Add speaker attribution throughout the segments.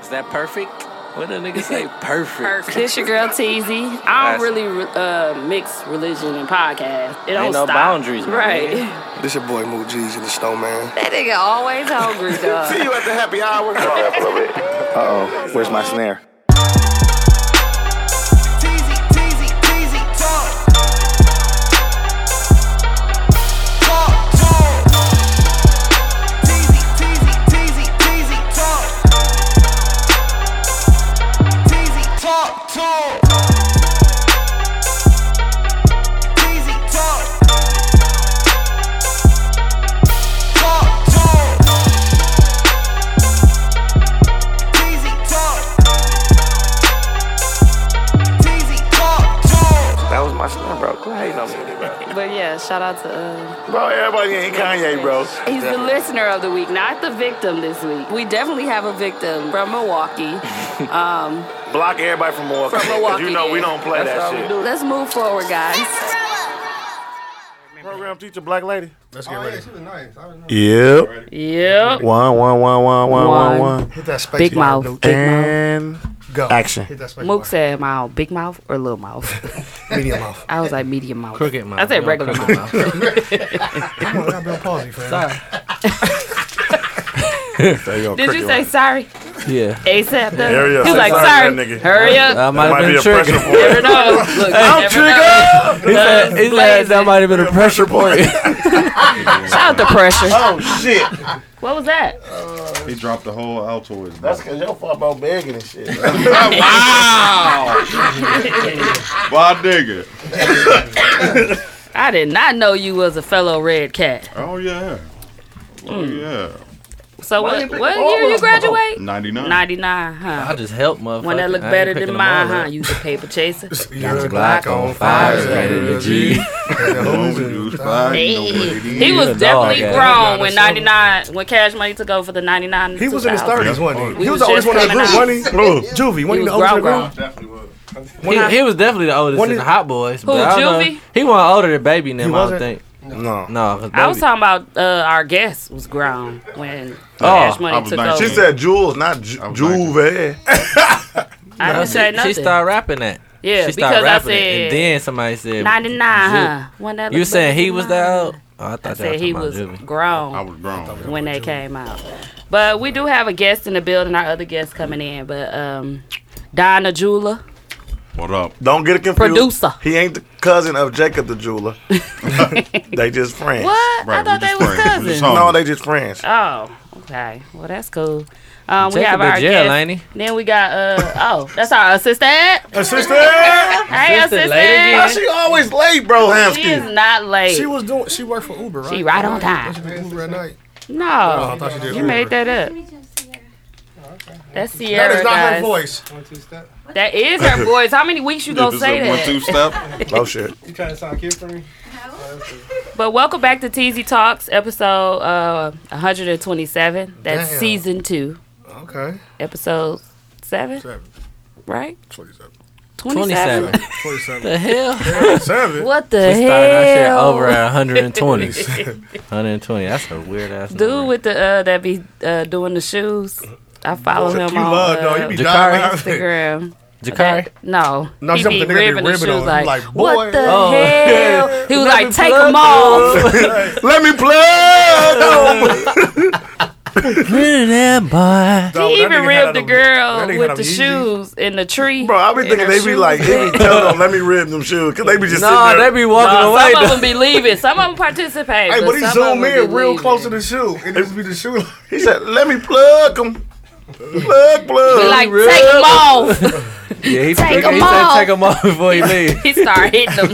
Speaker 1: Is that perfect? What the nigga say? Perfect.
Speaker 2: Perfect.
Speaker 3: This your girl Teasy. I
Speaker 1: That's-
Speaker 3: don't really uh, mix religion and podcast. It don't
Speaker 1: Ain't no
Speaker 3: stop.
Speaker 1: boundaries, my
Speaker 3: right?
Speaker 1: nigga.
Speaker 4: This your boy Moot G's and the Snowman.
Speaker 2: That nigga always hungry, dog.
Speaker 4: you at the happy hour.
Speaker 5: Uh-oh, where's my snare?
Speaker 6: Teasy, teasy, teasy, talk. Talk, talk. Teasy, teasy, teasy, teasy, talk. Teasy, talk, talk. Teasy, talk. Talk, talk. Teasy, talk. Teasy, talk, talk.
Speaker 5: That was my snare, bro. Quit hating on me, bro.
Speaker 3: But yeah, shout out to. Uh,
Speaker 5: Bro, everybody ain't Kanye, bro.
Speaker 3: he's the listener of the week, not the victim this week. We definitely have a victim from Milwaukee. Um,
Speaker 5: Block everybody from Milwaukee.
Speaker 3: From
Speaker 5: 'cause
Speaker 3: Milwaukee,
Speaker 5: you know we
Speaker 3: yeah.
Speaker 5: don't play
Speaker 1: That's
Speaker 5: that
Speaker 1: all we
Speaker 5: shit.
Speaker 1: do.
Speaker 3: Let's move forward, guys.
Speaker 5: Program teacher, black lady.
Speaker 4: Let's get ready. Oh, she was nice. I didn't know.
Speaker 7: Yep.
Speaker 3: Yep.
Speaker 7: One, one, one, one, one,
Speaker 3: One.
Speaker 7: one, one.
Speaker 4: Hit that space
Speaker 3: Big
Speaker 4: bar,
Speaker 3: mouth.
Speaker 4: dude.
Speaker 3: Big mouth.
Speaker 7: And
Speaker 4: Go.
Speaker 7: Action.
Speaker 4: Hit that space
Speaker 3: Mook
Speaker 4: bar.
Speaker 3: said mouth, big mouth or little mouth.
Speaker 4: Medium mouth.
Speaker 3: I was like medium mouth.
Speaker 1: Crooked mouth.
Speaker 3: I said
Speaker 1: You know,
Speaker 3: regular mouth.
Speaker 1: crooked mouth.
Speaker 4: Come on, I've been pausing for
Speaker 1: Sorry.
Speaker 3: Did you say sorry?
Speaker 1: Yeah.
Speaker 3: ASAP. though?
Speaker 7: There you go.
Speaker 3: He was
Speaker 7: Say
Speaker 3: like,
Speaker 7: sorry
Speaker 3: sorry.
Speaker 7: to that nigga.
Speaker 3: Hurry up.
Speaker 1: That might have
Speaker 7: might
Speaker 1: been
Speaker 7: be
Speaker 1: a
Speaker 7: a
Speaker 1: trigger.
Speaker 7: pressure point.
Speaker 3: Never know. Look,
Speaker 7: I'm triggered.
Speaker 1: He said, he said that
Speaker 3: blazing.
Speaker 1: might have been a pressure point.
Speaker 3: Shout out the pressure.
Speaker 5: Oh shit!
Speaker 3: What was that?
Speaker 8: He dropped the whole Altoids.
Speaker 5: That's
Speaker 8: That's
Speaker 5: cause your fuck about begging and shit.
Speaker 8: my nigga.
Speaker 3: I did not know you was a fellow red cat. Hmm.
Speaker 8: Oh yeah. Oh yeah.
Speaker 3: So
Speaker 5: Why you
Speaker 3: what?
Speaker 5: pick
Speaker 3: What
Speaker 5: up all
Speaker 3: year
Speaker 5: of
Speaker 3: you
Speaker 5: them?
Speaker 3: graduate?
Speaker 8: Ninety nine.
Speaker 3: Ninety nine,
Speaker 1: I
Speaker 3: huh?
Speaker 1: just help motherfucker.
Speaker 3: One that look
Speaker 1: I ain't
Speaker 3: better
Speaker 1: picking
Speaker 3: than
Speaker 1: them all
Speaker 3: mine, huh?
Speaker 1: up.
Speaker 3: You the paper chaser.
Speaker 4: Your
Speaker 1: Glock on fire, it's ready to G.
Speaker 3: He
Speaker 1: Yeah,
Speaker 3: was
Speaker 1: dog
Speaker 3: definitely
Speaker 1: ass.
Speaker 3: grown
Speaker 4: That's
Speaker 3: when ninety nine when Cash Money took over for the ninety nine.
Speaker 4: He was in his
Speaker 3: 30s.
Speaker 4: thirties, wasn't he?
Speaker 3: We
Speaker 4: He was
Speaker 3: was
Speaker 4: always
Speaker 3: just
Speaker 4: one of the
Speaker 3: coming
Speaker 4: group.
Speaker 3: out.
Speaker 4: One he, Juvie, one
Speaker 3: He
Speaker 4: he
Speaker 3: was
Speaker 4: the oldest
Speaker 3: grown,
Speaker 4: in the group.
Speaker 3: grown.
Speaker 1: He, he was definitely the oldest
Speaker 4: When
Speaker 1: in
Speaker 4: did-
Speaker 1: the Hot Boys. Who,
Speaker 3: Juvie?
Speaker 1: He wasn't older than Baby and them, I don't
Speaker 4: wasn't?
Speaker 1: think.
Speaker 7: No.
Speaker 1: No, 'cause
Speaker 3: I was
Speaker 1: Baby-
Speaker 3: talking about uh, our guest was grown when
Speaker 1: Oh,
Speaker 3: Cash
Speaker 8: I
Speaker 3: Money
Speaker 8: was
Speaker 3: took
Speaker 8: 19.
Speaker 5: She
Speaker 3: over.
Speaker 5: said Jules, not Ju-
Speaker 8: I was
Speaker 5: Juve.
Speaker 3: I didn't say
Speaker 1: She
Speaker 3: nothing.
Speaker 1: started rapping that.
Speaker 3: Yeah,
Speaker 1: she started
Speaker 3: because I
Speaker 1: rapping it,
Speaker 3: said
Speaker 1: and then somebody said,
Speaker 3: ninety nine, huh? When that
Speaker 1: "You
Speaker 3: look
Speaker 1: saying
Speaker 3: better
Speaker 1: he
Speaker 3: than
Speaker 1: was
Speaker 3: mine.
Speaker 1: that old?" Oh, I thought
Speaker 3: I
Speaker 1: y'all
Speaker 3: said
Speaker 1: talking
Speaker 3: he
Speaker 1: about
Speaker 3: was
Speaker 1: Juvie.
Speaker 3: grown.
Speaker 8: I was grown.
Speaker 3: when they came out. But we do have a guest in the building, our other guest coming in, but um Donna Jula,
Speaker 8: What up?
Speaker 5: Don't get it confused.
Speaker 3: Producer.
Speaker 5: He ain't the cousin of Jacob the jeweler. they just friends.
Speaker 3: What? I
Speaker 8: Right,
Speaker 3: thought
Speaker 8: we
Speaker 3: they
Speaker 8: just
Speaker 3: was
Speaker 8: friends. We just
Speaker 3: cousins.
Speaker 8: homies.
Speaker 5: No, they just friends.
Speaker 3: Oh, okay. Well that's cool. Um, we
Speaker 1: Jacob
Speaker 3: have
Speaker 1: in
Speaker 3: our
Speaker 1: jail,
Speaker 3: guest.
Speaker 1: ain't he?
Speaker 3: Then we got uh oh, that's our assistant.
Speaker 5: Assistant!
Speaker 3: Hey
Speaker 1: Assistant lady
Speaker 5: Why
Speaker 3: assistant.
Speaker 5: she always late, bro,
Speaker 3: She is
Speaker 5: Hamsky?
Speaker 3: not late.
Speaker 4: She was doing. She worked for Uber, right?
Speaker 3: She right on time.
Speaker 4: She did Uber at night. Oh,
Speaker 3: no,
Speaker 4: I thought she did
Speaker 3: you
Speaker 4: Uber.
Speaker 3: made that up. That's Sierra.
Speaker 4: That is not her
Speaker 3: guys.
Speaker 4: voice.
Speaker 3: That is her voice. How many weeks you gonna
Speaker 8: Is
Speaker 3: say
Speaker 8: it
Speaker 3: that?
Speaker 8: One two step.
Speaker 5: Oh, shit.
Speaker 4: You trying to sound cute for me?
Speaker 3: But welcome back to TZ Talks, episode uh, 127. That's
Speaker 4: Damn.
Speaker 3: season two,
Speaker 4: Okay.
Speaker 3: episode seven,
Speaker 4: Seven.
Speaker 3: right?
Speaker 4: 27.
Speaker 3: 27.
Speaker 1: Twenty-seven. the
Speaker 4: 27.
Speaker 1: hell?
Speaker 4: Seven.
Speaker 3: What the
Speaker 1: We started our shit
Speaker 3: hell?
Speaker 1: over at 120. 120. That's a weird ass
Speaker 3: Dude with the uh, that be uh, doing the shoes. I follow him
Speaker 4: You
Speaker 3: on
Speaker 4: love, dog. You
Speaker 3: uh,
Speaker 4: be
Speaker 1: Jakari.
Speaker 4: dying
Speaker 3: Instagram.
Speaker 1: Jakari.
Speaker 3: No,
Speaker 4: No,
Speaker 3: he
Speaker 4: some
Speaker 3: be
Speaker 4: nigga be
Speaker 3: ribbing the
Speaker 4: ribbing
Speaker 3: shoes
Speaker 4: on.
Speaker 3: like,
Speaker 4: Like, boy.
Speaker 3: what the
Speaker 1: Oh.
Speaker 3: hell? He was like, take
Speaker 1: plug
Speaker 3: them off.
Speaker 5: Let me play!
Speaker 1: Pretty damn boy.
Speaker 4: Dog,
Speaker 3: He
Speaker 4: that
Speaker 3: even
Speaker 4: nigga had
Speaker 3: ribbed the
Speaker 4: them-
Speaker 3: girl
Speaker 4: that nigga
Speaker 3: with
Speaker 4: had
Speaker 3: the
Speaker 4: them Yeezys.
Speaker 3: shoes in the tree.
Speaker 5: Bro, I be
Speaker 3: And
Speaker 5: thinking
Speaker 3: her
Speaker 5: they be
Speaker 3: shoes
Speaker 5: like,
Speaker 3: big.
Speaker 5: tell them, let me rib them shoes. Because they be just
Speaker 1: No,
Speaker 5: sitting
Speaker 1: they
Speaker 5: there.
Speaker 1: be walking
Speaker 3: Uh,
Speaker 1: away.
Speaker 3: some of
Speaker 1: though.
Speaker 3: them be leaving. Some of them participate.
Speaker 4: Hey, but he
Speaker 3: some of
Speaker 4: zoom
Speaker 3: 'em
Speaker 4: in
Speaker 3: be
Speaker 4: real
Speaker 3: leaving.
Speaker 4: close to the shoe. It just be the shoe.
Speaker 5: He said, let me plug them. Plug, plug.
Speaker 3: He like, take them off.
Speaker 1: Yeah, he,
Speaker 3: Take
Speaker 1: he,
Speaker 3: them
Speaker 1: he
Speaker 3: off.
Speaker 1: said take them off before he leave.
Speaker 3: he started hitting them.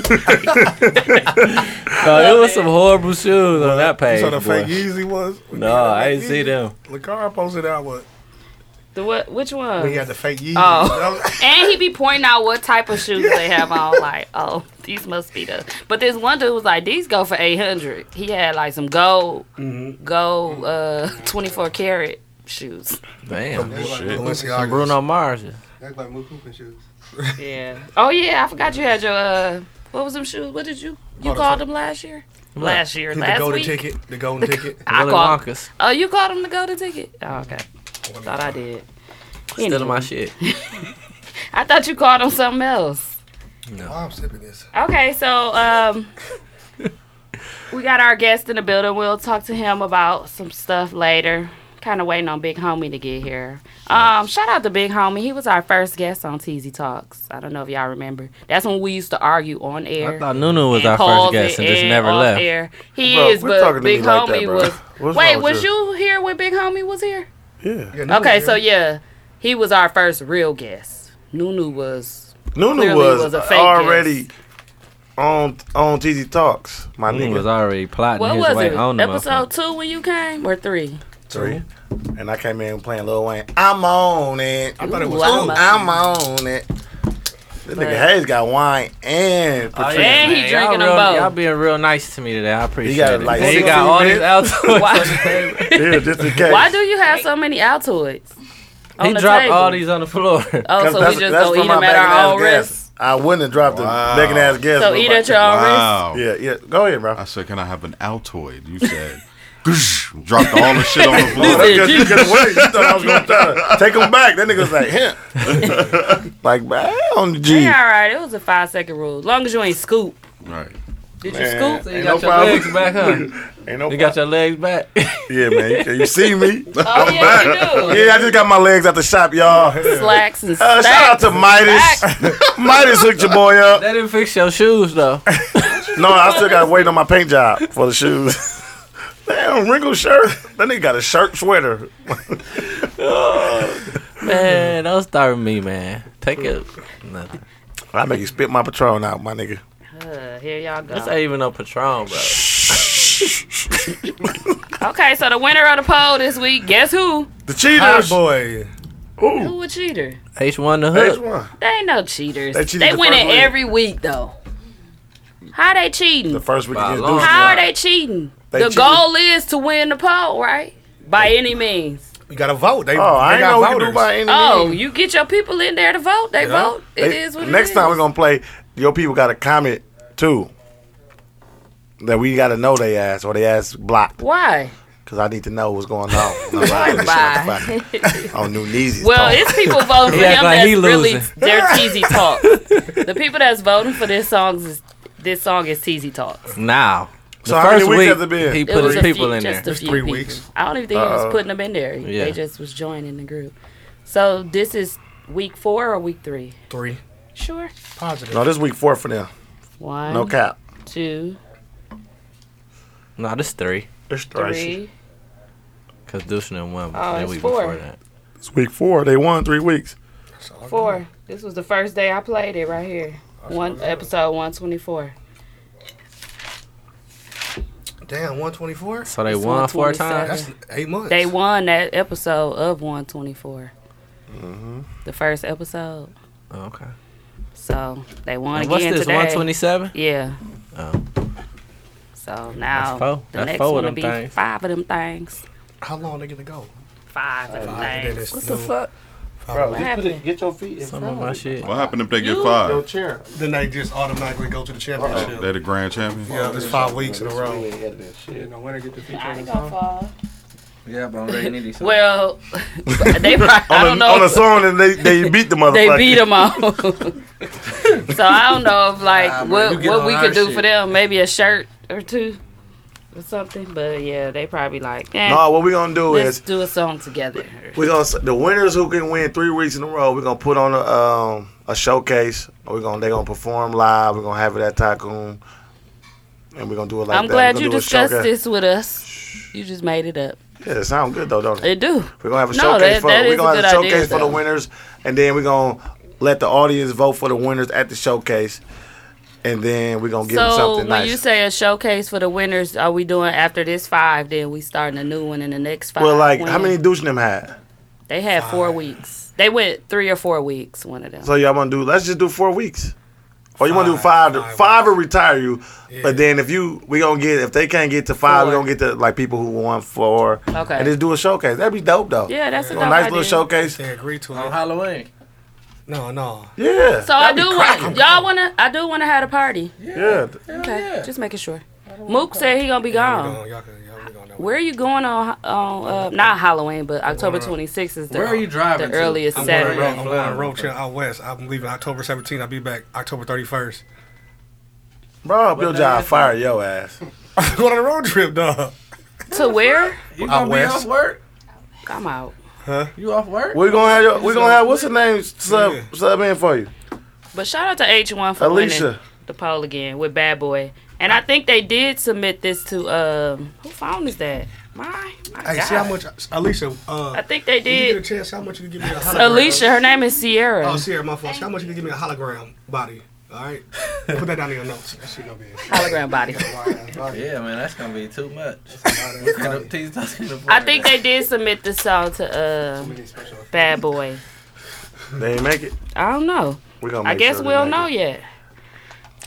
Speaker 1: No, it was some horrible shoes on that page.
Speaker 4: So the
Speaker 1: boy.
Speaker 4: fake Yeezy was.
Speaker 1: No, I ain't see them.
Speaker 4: Lakara posted out what?
Speaker 3: The what? Which one?
Speaker 4: He had the fake Yeezy.
Speaker 3: Oh. and he be pointing out what type of shoes they have on. Like, oh, these must be the. But this one dude was like, these go for eight hundred. He had like some gold,
Speaker 4: Mm-hmm.
Speaker 3: gold, uh, twenty four karat shoes.
Speaker 1: Damn.
Speaker 4: Balenciaga.
Speaker 1: Bruno Mars.
Speaker 3: Yeah. Oh yeah, I forgot you had your. uh What was them shoes? What did you? You
Speaker 4: Bought a
Speaker 3: called
Speaker 4: pair.
Speaker 3: them last year. Last year,
Speaker 4: the
Speaker 3: last
Speaker 4: golden
Speaker 3: week.
Speaker 4: ticket. The golden ticket.
Speaker 3: I
Speaker 1: Willy
Speaker 3: called.
Speaker 1: Wonka's.
Speaker 3: Oh, you called him the golden ticket. Oh, okay. Thought I did.
Speaker 9: Stealing my shit.
Speaker 3: I thought you called him something else.
Speaker 4: Why I'm sipping this?
Speaker 3: Okay, so um, we got our guest in the building. We'll talk to him about some stuff later. Kind of waiting on Big Homie to get here. Um, shout out to Big Homie. He was our first guest on TZ Talks. I don't know if y'all remember. That's when we used to argue on air.
Speaker 9: I thought Nunu was
Speaker 3: and
Speaker 9: our first
Speaker 3: pause
Speaker 9: guest and just
Speaker 3: air
Speaker 9: never
Speaker 3: off
Speaker 9: left.
Speaker 3: Air. He
Speaker 5: Bro,
Speaker 3: is,
Speaker 5: quit
Speaker 3: but
Speaker 5: talking to me
Speaker 3: Big
Speaker 5: like that,
Speaker 3: Homie
Speaker 5: bro.
Speaker 3: was.
Speaker 5: What's
Speaker 3: Wait,
Speaker 5: wrong with
Speaker 3: was you here when Big Homie was here?
Speaker 4: Yeah, Nunu
Speaker 3: Okay,
Speaker 4: here.
Speaker 3: so yeah, he was our first real guest. Nunu was.
Speaker 5: Nunu
Speaker 3: Clearly
Speaker 5: was,
Speaker 3: was a fake
Speaker 5: already
Speaker 3: guest.
Speaker 5: on on TZ Talks, my
Speaker 9: Nunu
Speaker 5: nigga.
Speaker 9: was already plotting
Speaker 3: What
Speaker 9: his
Speaker 3: was
Speaker 9: way
Speaker 3: it?
Speaker 9: on the motherfucker.
Speaker 3: Episode two when you came or three?
Speaker 5: three. And I came in playing Lil Wayne. I'm on it. I
Speaker 4: thought it was
Speaker 3: Wow.
Speaker 5: Ooh, I'm on it. This nigga Hayes got wine and
Speaker 9: Oh,
Speaker 5: Patron.
Speaker 3: And he
Speaker 9: man,
Speaker 3: drinking
Speaker 9: y'all
Speaker 3: them
Speaker 9: real-
Speaker 3: both.
Speaker 9: Y'all being real nice to me today. I appreciate
Speaker 5: got,
Speaker 9: it.
Speaker 5: like,
Speaker 9: And you
Speaker 5: 16
Speaker 9: got all these
Speaker 5: minutes.
Speaker 9: altos.
Speaker 3: Why-
Speaker 9: on the table.
Speaker 5: Yeah, just in case.
Speaker 3: Why do you have so many Altoids? on
Speaker 9: He
Speaker 3: the
Speaker 9: dropped
Speaker 3: table?
Speaker 9: all these on the floor.
Speaker 3: Oh,
Speaker 5: 'Cause
Speaker 3: so
Speaker 5: that's-
Speaker 3: we just
Speaker 5: that's
Speaker 3: go
Speaker 5: for
Speaker 3: eat
Speaker 5: my
Speaker 3: them at
Speaker 5: Megan
Speaker 3: our
Speaker 5: Ass
Speaker 3: own
Speaker 5: guest.
Speaker 3: risk.
Speaker 5: I wouldn't have dropped
Speaker 8: Wow.
Speaker 5: the Megan ass guest.
Speaker 3: So
Speaker 5: but
Speaker 3: eat
Speaker 5: my-
Speaker 3: at your own risk.
Speaker 8: Wow.
Speaker 5: Yeah, yeah. Go ahead, bro.
Speaker 8: I said, can I have an Altoid? You said, "Goosh," dropped all the shit on the floor.
Speaker 5: Because you get away. You thought I was gonna try to take him back. That nigga was like, him. like, man, on the G.
Speaker 3: Yeah, all right. It was a five second rule. As long as you ain't scoop.
Speaker 8: Right.
Speaker 3: Did you
Speaker 5: Man,
Speaker 3: scoop?
Speaker 9: you
Speaker 5: ain't
Speaker 9: got
Speaker 5: no
Speaker 9: your legs
Speaker 5: problem.
Speaker 9: back, huh?
Speaker 5: Ain't no
Speaker 9: You got your legs back.
Speaker 5: problem. Yeah, man. You, can- you see me?
Speaker 3: Oh yeah, you do.
Speaker 5: Yeah, I just got my legs out the shop, y'all.
Speaker 3: Slacks and
Speaker 5: Uh,
Speaker 3: stacks.
Speaker 5: shout out to Midas. Midas hooked your boy up.
Speaker 9: They didn't fix your shoes though.
Speaker 5: No, I still got to wait on my paint job for the shoes. Damn, wrinkled shirt. That nigga got a shirt sweater.
Speaker 9: man, don't start with me, man. Take it. Nah.
Speaker 5: I make you spit my patron out, my nigga.
Speaker 3: Uh, here y'all go.
Speaker 9: That's not even no Patron, bro.
Speaker 3: Okay, so the winner of the poll this week, guess who?
Speaker 5: The
Speaker 4: Hot
Speaker 5: cheaters.
Speaker 4: boy.
Speaker 3: Who a cheater?
Speaker 9: H1 the
Speaker 5: Which
Speaker 9: hood.
Speaker 5: one?
Speaker 3: They ain't no cheaters.
Speaker 5: They
Speaker 3: They,
Speaker 5: cheated
Speaker 3: they
Speaker 5: the
Speaker 3: win
Speaker 5: first
Speaker 3: it
Speaker 5: week.
Speaker 3: every week though. How they cheating?
Speaker 5: The first week
Speaker 9: By
Speaker 5: against
Speaker 9: a long
Speaker 5: Deuce.
Speaker 3: How are they cheating?
Speaker 5: They
Speaker 3: the
Speaker 5: cheating.
Speaker 3: goal is to win the poll, right? By any means.
Speaker 4: You got to vote. They,
Speaker 5: Oh, I
Speaker 4: they
Speaker 5: ain't
Speaker 4: got
Speaker 5: know what to
Speaker 4: voters.
Speaker 5: do by any
Speaker 3: Oh,
Speaker 5: means.
Speaker 3: you get your people in there to vote. They vote. It is
Speaker 5: They-
Speaker 3: what it is.
Speaker 5: Next time we're gonna play. Your people got to comment too. That we got to know they ass or they ass blocked
Speaker 3: Why?
Speaker 5: because I need to know what's going on. No, I don't
Speaker 3: Bye.
Speaker 5: give a shit about the fuck. on New Neezy's.
Speaker 3: Well,
Speaker 5: talk.
Speaker 3: it's people voting
Speaker 9: He
Speaker 3: for
Speaker 9: act
Speaker 3: him
Speaker 9: like
Speaker 3: that's
Speaker 9: he
Speaker 3: really
Speaker 9: losing.
Speaker 3: their cheesy talk. the people that's voting for this song is this song is cheesy talks.
Speaker 9: Now. The
Speaker 5: So how many
Speaker 9: first
Speaker 5: weeks
Speaker 9: week,
Speaker 5: has it been?
Speaker 9: he
Speaker 3: It
Speaker 9: put
Speaker 3: was
Speaker 9: his
Speaker 3: a
Speaker 9: people
Speaker 3: few,
Speaker 9: in there.
Speaker 3: just a few
Speaker 4: three
Speaker 3: people.
Speaker 4: weeks.
Speaker 3: I don't even think he was putting them in there.
Speaker 9: Yeah.
Speaker 3: They just was joining the group. So this is week four or week three?
Speaker 4: Three.
Speaker 3: Sure.
Speaker 4: Positive.
Speaker 5: no, this week four for them.
Speaker 3: One,
Speaker 5: No cap.
Speaker 3: two,
Speaker 9: No, this three.
Speaker 5: It's
Speaker 3: three.
Speaker 9: Because Deuce and them won
Speaker 3: Oh,
Speaker 9: the
Speaker 3: it's
Speaker 9: week
Speaker 3: four.
Speaker 9: before that.
Speaker 5: It's week four. They won three weeks.
Speaker 3: Four. This was the first day I played it right here. One episode one twenty four.
Speaker 4: Damn, 124?
Speaker 9: So they
Speaker 3: It's
Speaker 9: won four
Speaker 3: 127.
Speaker 9: times?
Speaker 4: That's eight months.
Speaker 3: They won that episode of one twenty
Speaker 5: Mm-hmm.
Speaker 3: The first episode.
Speaker 9: Oh, okay.
Speaker 3: So they won
Speaker 9: And what's
Speaker 3: again
Speaker 9: this,
Speaker 3: today.
Speaker 9: 127?
Speaker 3: Yeah.
Speaker 9: Oh.
Speaker 3: So now
Speaker 9: That's four.
Speaker 3: the
Speaker 9: That's
Speaker 3: next
Speaker 9: four of
Speaker 3: one will
Speaker 9: them
Speaker 3: be
Speaker 9: things.
Speaker 3: five of them things.
Speaker 4: How long they gonna go?
Speaker 3: Five of them things.
Speaker 4: What the fuck?
Speaker 3: What happened?
Speaker 5: Get your feet in
Speaker 9: Some of my shit.
Speaker 8: What happened if they get
Speaker 3: You-
Speaker 8: five?
Speaker 5: chair.
Speaker 4: Then they just automatically go to the championship.
Speaker 8: They the grand champion.
Speaker 4: Yeah, it's five weeks in a row.
Speaker 3: I ain't gonna fall.
Speaker 9: Yeah, but I'm ready need these.
Speaker 3: Well, they. Probably, I
Speaker 5: On,
Speaker 3: don't
Speaker 5: a,
Speaker 3: know.
Speaker 5: on a song and they, they beat the motherfucker.
Speaker 3: they beat them all. so I don't know if like
Speaker 9: Nah, bro, you
Speaker 3: what
Speaker 9: get
Speaker 3: what
Speaker 9: on
Speaker 3: we
Speaker 9: our
Speaker 3: could do
Speaker 9: shit.
Speaker 3: for them. Maybe a shirt or two or something. But yeah, they probably like. Eh,
Speaker 5: No, what we gonna do
Speaker 3: let's
Speaker 5: is
Speaker 3: do a song together.
Speaker 5: we gonna s- the winners who can win three weeks in a row. We're gonna put on a um a showcase. We're gonna they gonna perform live. We're gonna have it at Tycoon, and we're gonna do it like
Speaker 3: I'm
Speaker 5: that.
Speaker 3: glad
Speaker 5: We're
Speaker 3: you
Speaker 5: gonna do a
Speaker 3: discussed
Speaker 5: showcase.
Speaker 3: this with us. You just made it up.
Speaker 5: Yeah, it sound good though, don't it?
Speaker 3: It do.
Speaker 5: We're gonna have a
Speaker 3: No,
Speaker 5: showcase
Speaker 3: that-
Speaker 5: for
Speaker 3: that
Speaker 5: we're
Speaker 3: is a
Speaker 5: gonna have a
Speaker 3: good idea,
Speaker 5: showcase for the
Speaker 3: though.
Speaker 5: winners, and then we're gonna let the audience vote for the winners at the showcase, and then we're gonna give them
Speaker 3: So
Speaker 5: something
Speaker 3: when
Speaker 5: nice.
Speaker 3: you say a showcase for the winners, are we doing after this five? Then we starting a new one in the next five.
Speaker 5: well, like how
Speaker 3: when?
Speaker 5: many douche them had?
Speaker 3: They had four weeks. They went three or four weeks. One of them.
Speaker 5: So y'all want to do? Let's just do four weeks. Or you want to do five?
Speaker 4: Five,
Speaker 5: Five,
Speaker 4: five
Speaker 5: will retire you.
Speaker 4: Yeah.
Speaker 5: But then if you we gonna get if they can't get to five, we
Speaker 3: Four.
Speaker 5: gonna get to like people who won four.
Speaker 3: Okay.
Speaker 5: And just do a showcase. That'd be dope though.
Speaker 3: yeah, that's a
Speaker 5: A
Speaker 3: dope
Speaker 5: nice
Speaker 3: idea.
Speaker 5: little showcase.
Speaker 4: They agree to
Speaker 9: On
Speaker 4: it.
Speaker 9: Halloween.
Speaker 4: No, no.
Speaker 5: Yeah.
Speaker 3: So I do want y'all wanna. I do wanna have a party.
Speaker 5: yeah.
Speaker 3: Okay, just making sure. Mook said he gonna be
Speaker 4: Y'all
Speaker 3: gone.
Speaker 4: be gone. Y'all can- y'all be gone that
Speaker 3: Where are you going on? on uh, not Halloween, but October
Speaker 4: Where-
Speaker 3: 26th is the,
Speaker 10: Where are you driving
Speaker 3: the
Speaker 10: to?
Speaker 3: earliest
Speaker 4: I'm going,
Speaker 3: Saturday.
Speaker 4: road, I'm going on a road trip out west. I'm leaving October 17th. I'll be back October 31st.
Speaker 5: Bro, up your job, fire your ass.
Speaker 4: I'm going on a road trip, dog.
Speaker 3: To where?
Speaker 10: You gonna be
Speaker 4: west.
Speaker 10: off work?
Speaker 3: I'm out.
Speaker 10: You off work?
Speaker 5: We're gonna have your, we gonna have what's her name sub
Speaker 4: Yeah.
Speaker 5: sub in for you,
Speaker 3: But shout out to H1 for winning
Speaker 5: Alicia.
Speaker 3: the poll again with Bad Boy. And I think they did submit this to um who phone is that? My, my
Speaker 4: Hey,
Speaker 3: God.
Speaker 4: see how much, Alicia. Uh,
Speaker 3: I think they
Speaker 4: when you get a
Speaker 3: did.
Speaker 4: chance, how much you can give me a hologram?
Speaker 3: Alicia, her name is Sierra.
Speaker 4: Oh, Sierra, my fault. See how much you can give me a hologram body. All right, put that down in your notes. That shit gonna be.
Speaker 3: Hologram body.
Speaker 10: Yeah, man, that's gonna be too much.
Speaker 3: I think they did submit the song to uh, Bad Boy.
Speaker 5: They ain't make it.
Speaker 3: I don't know.
Speaker 5: We gonna.
Speaker 3: I
Speaker 5: Make
Speaker 3: guess
Speaker 5: sure they
Speaker 3: we don't
Speaker 5: make
Speaker 3: know
Speaker 5: it.
Speaker 3: yet.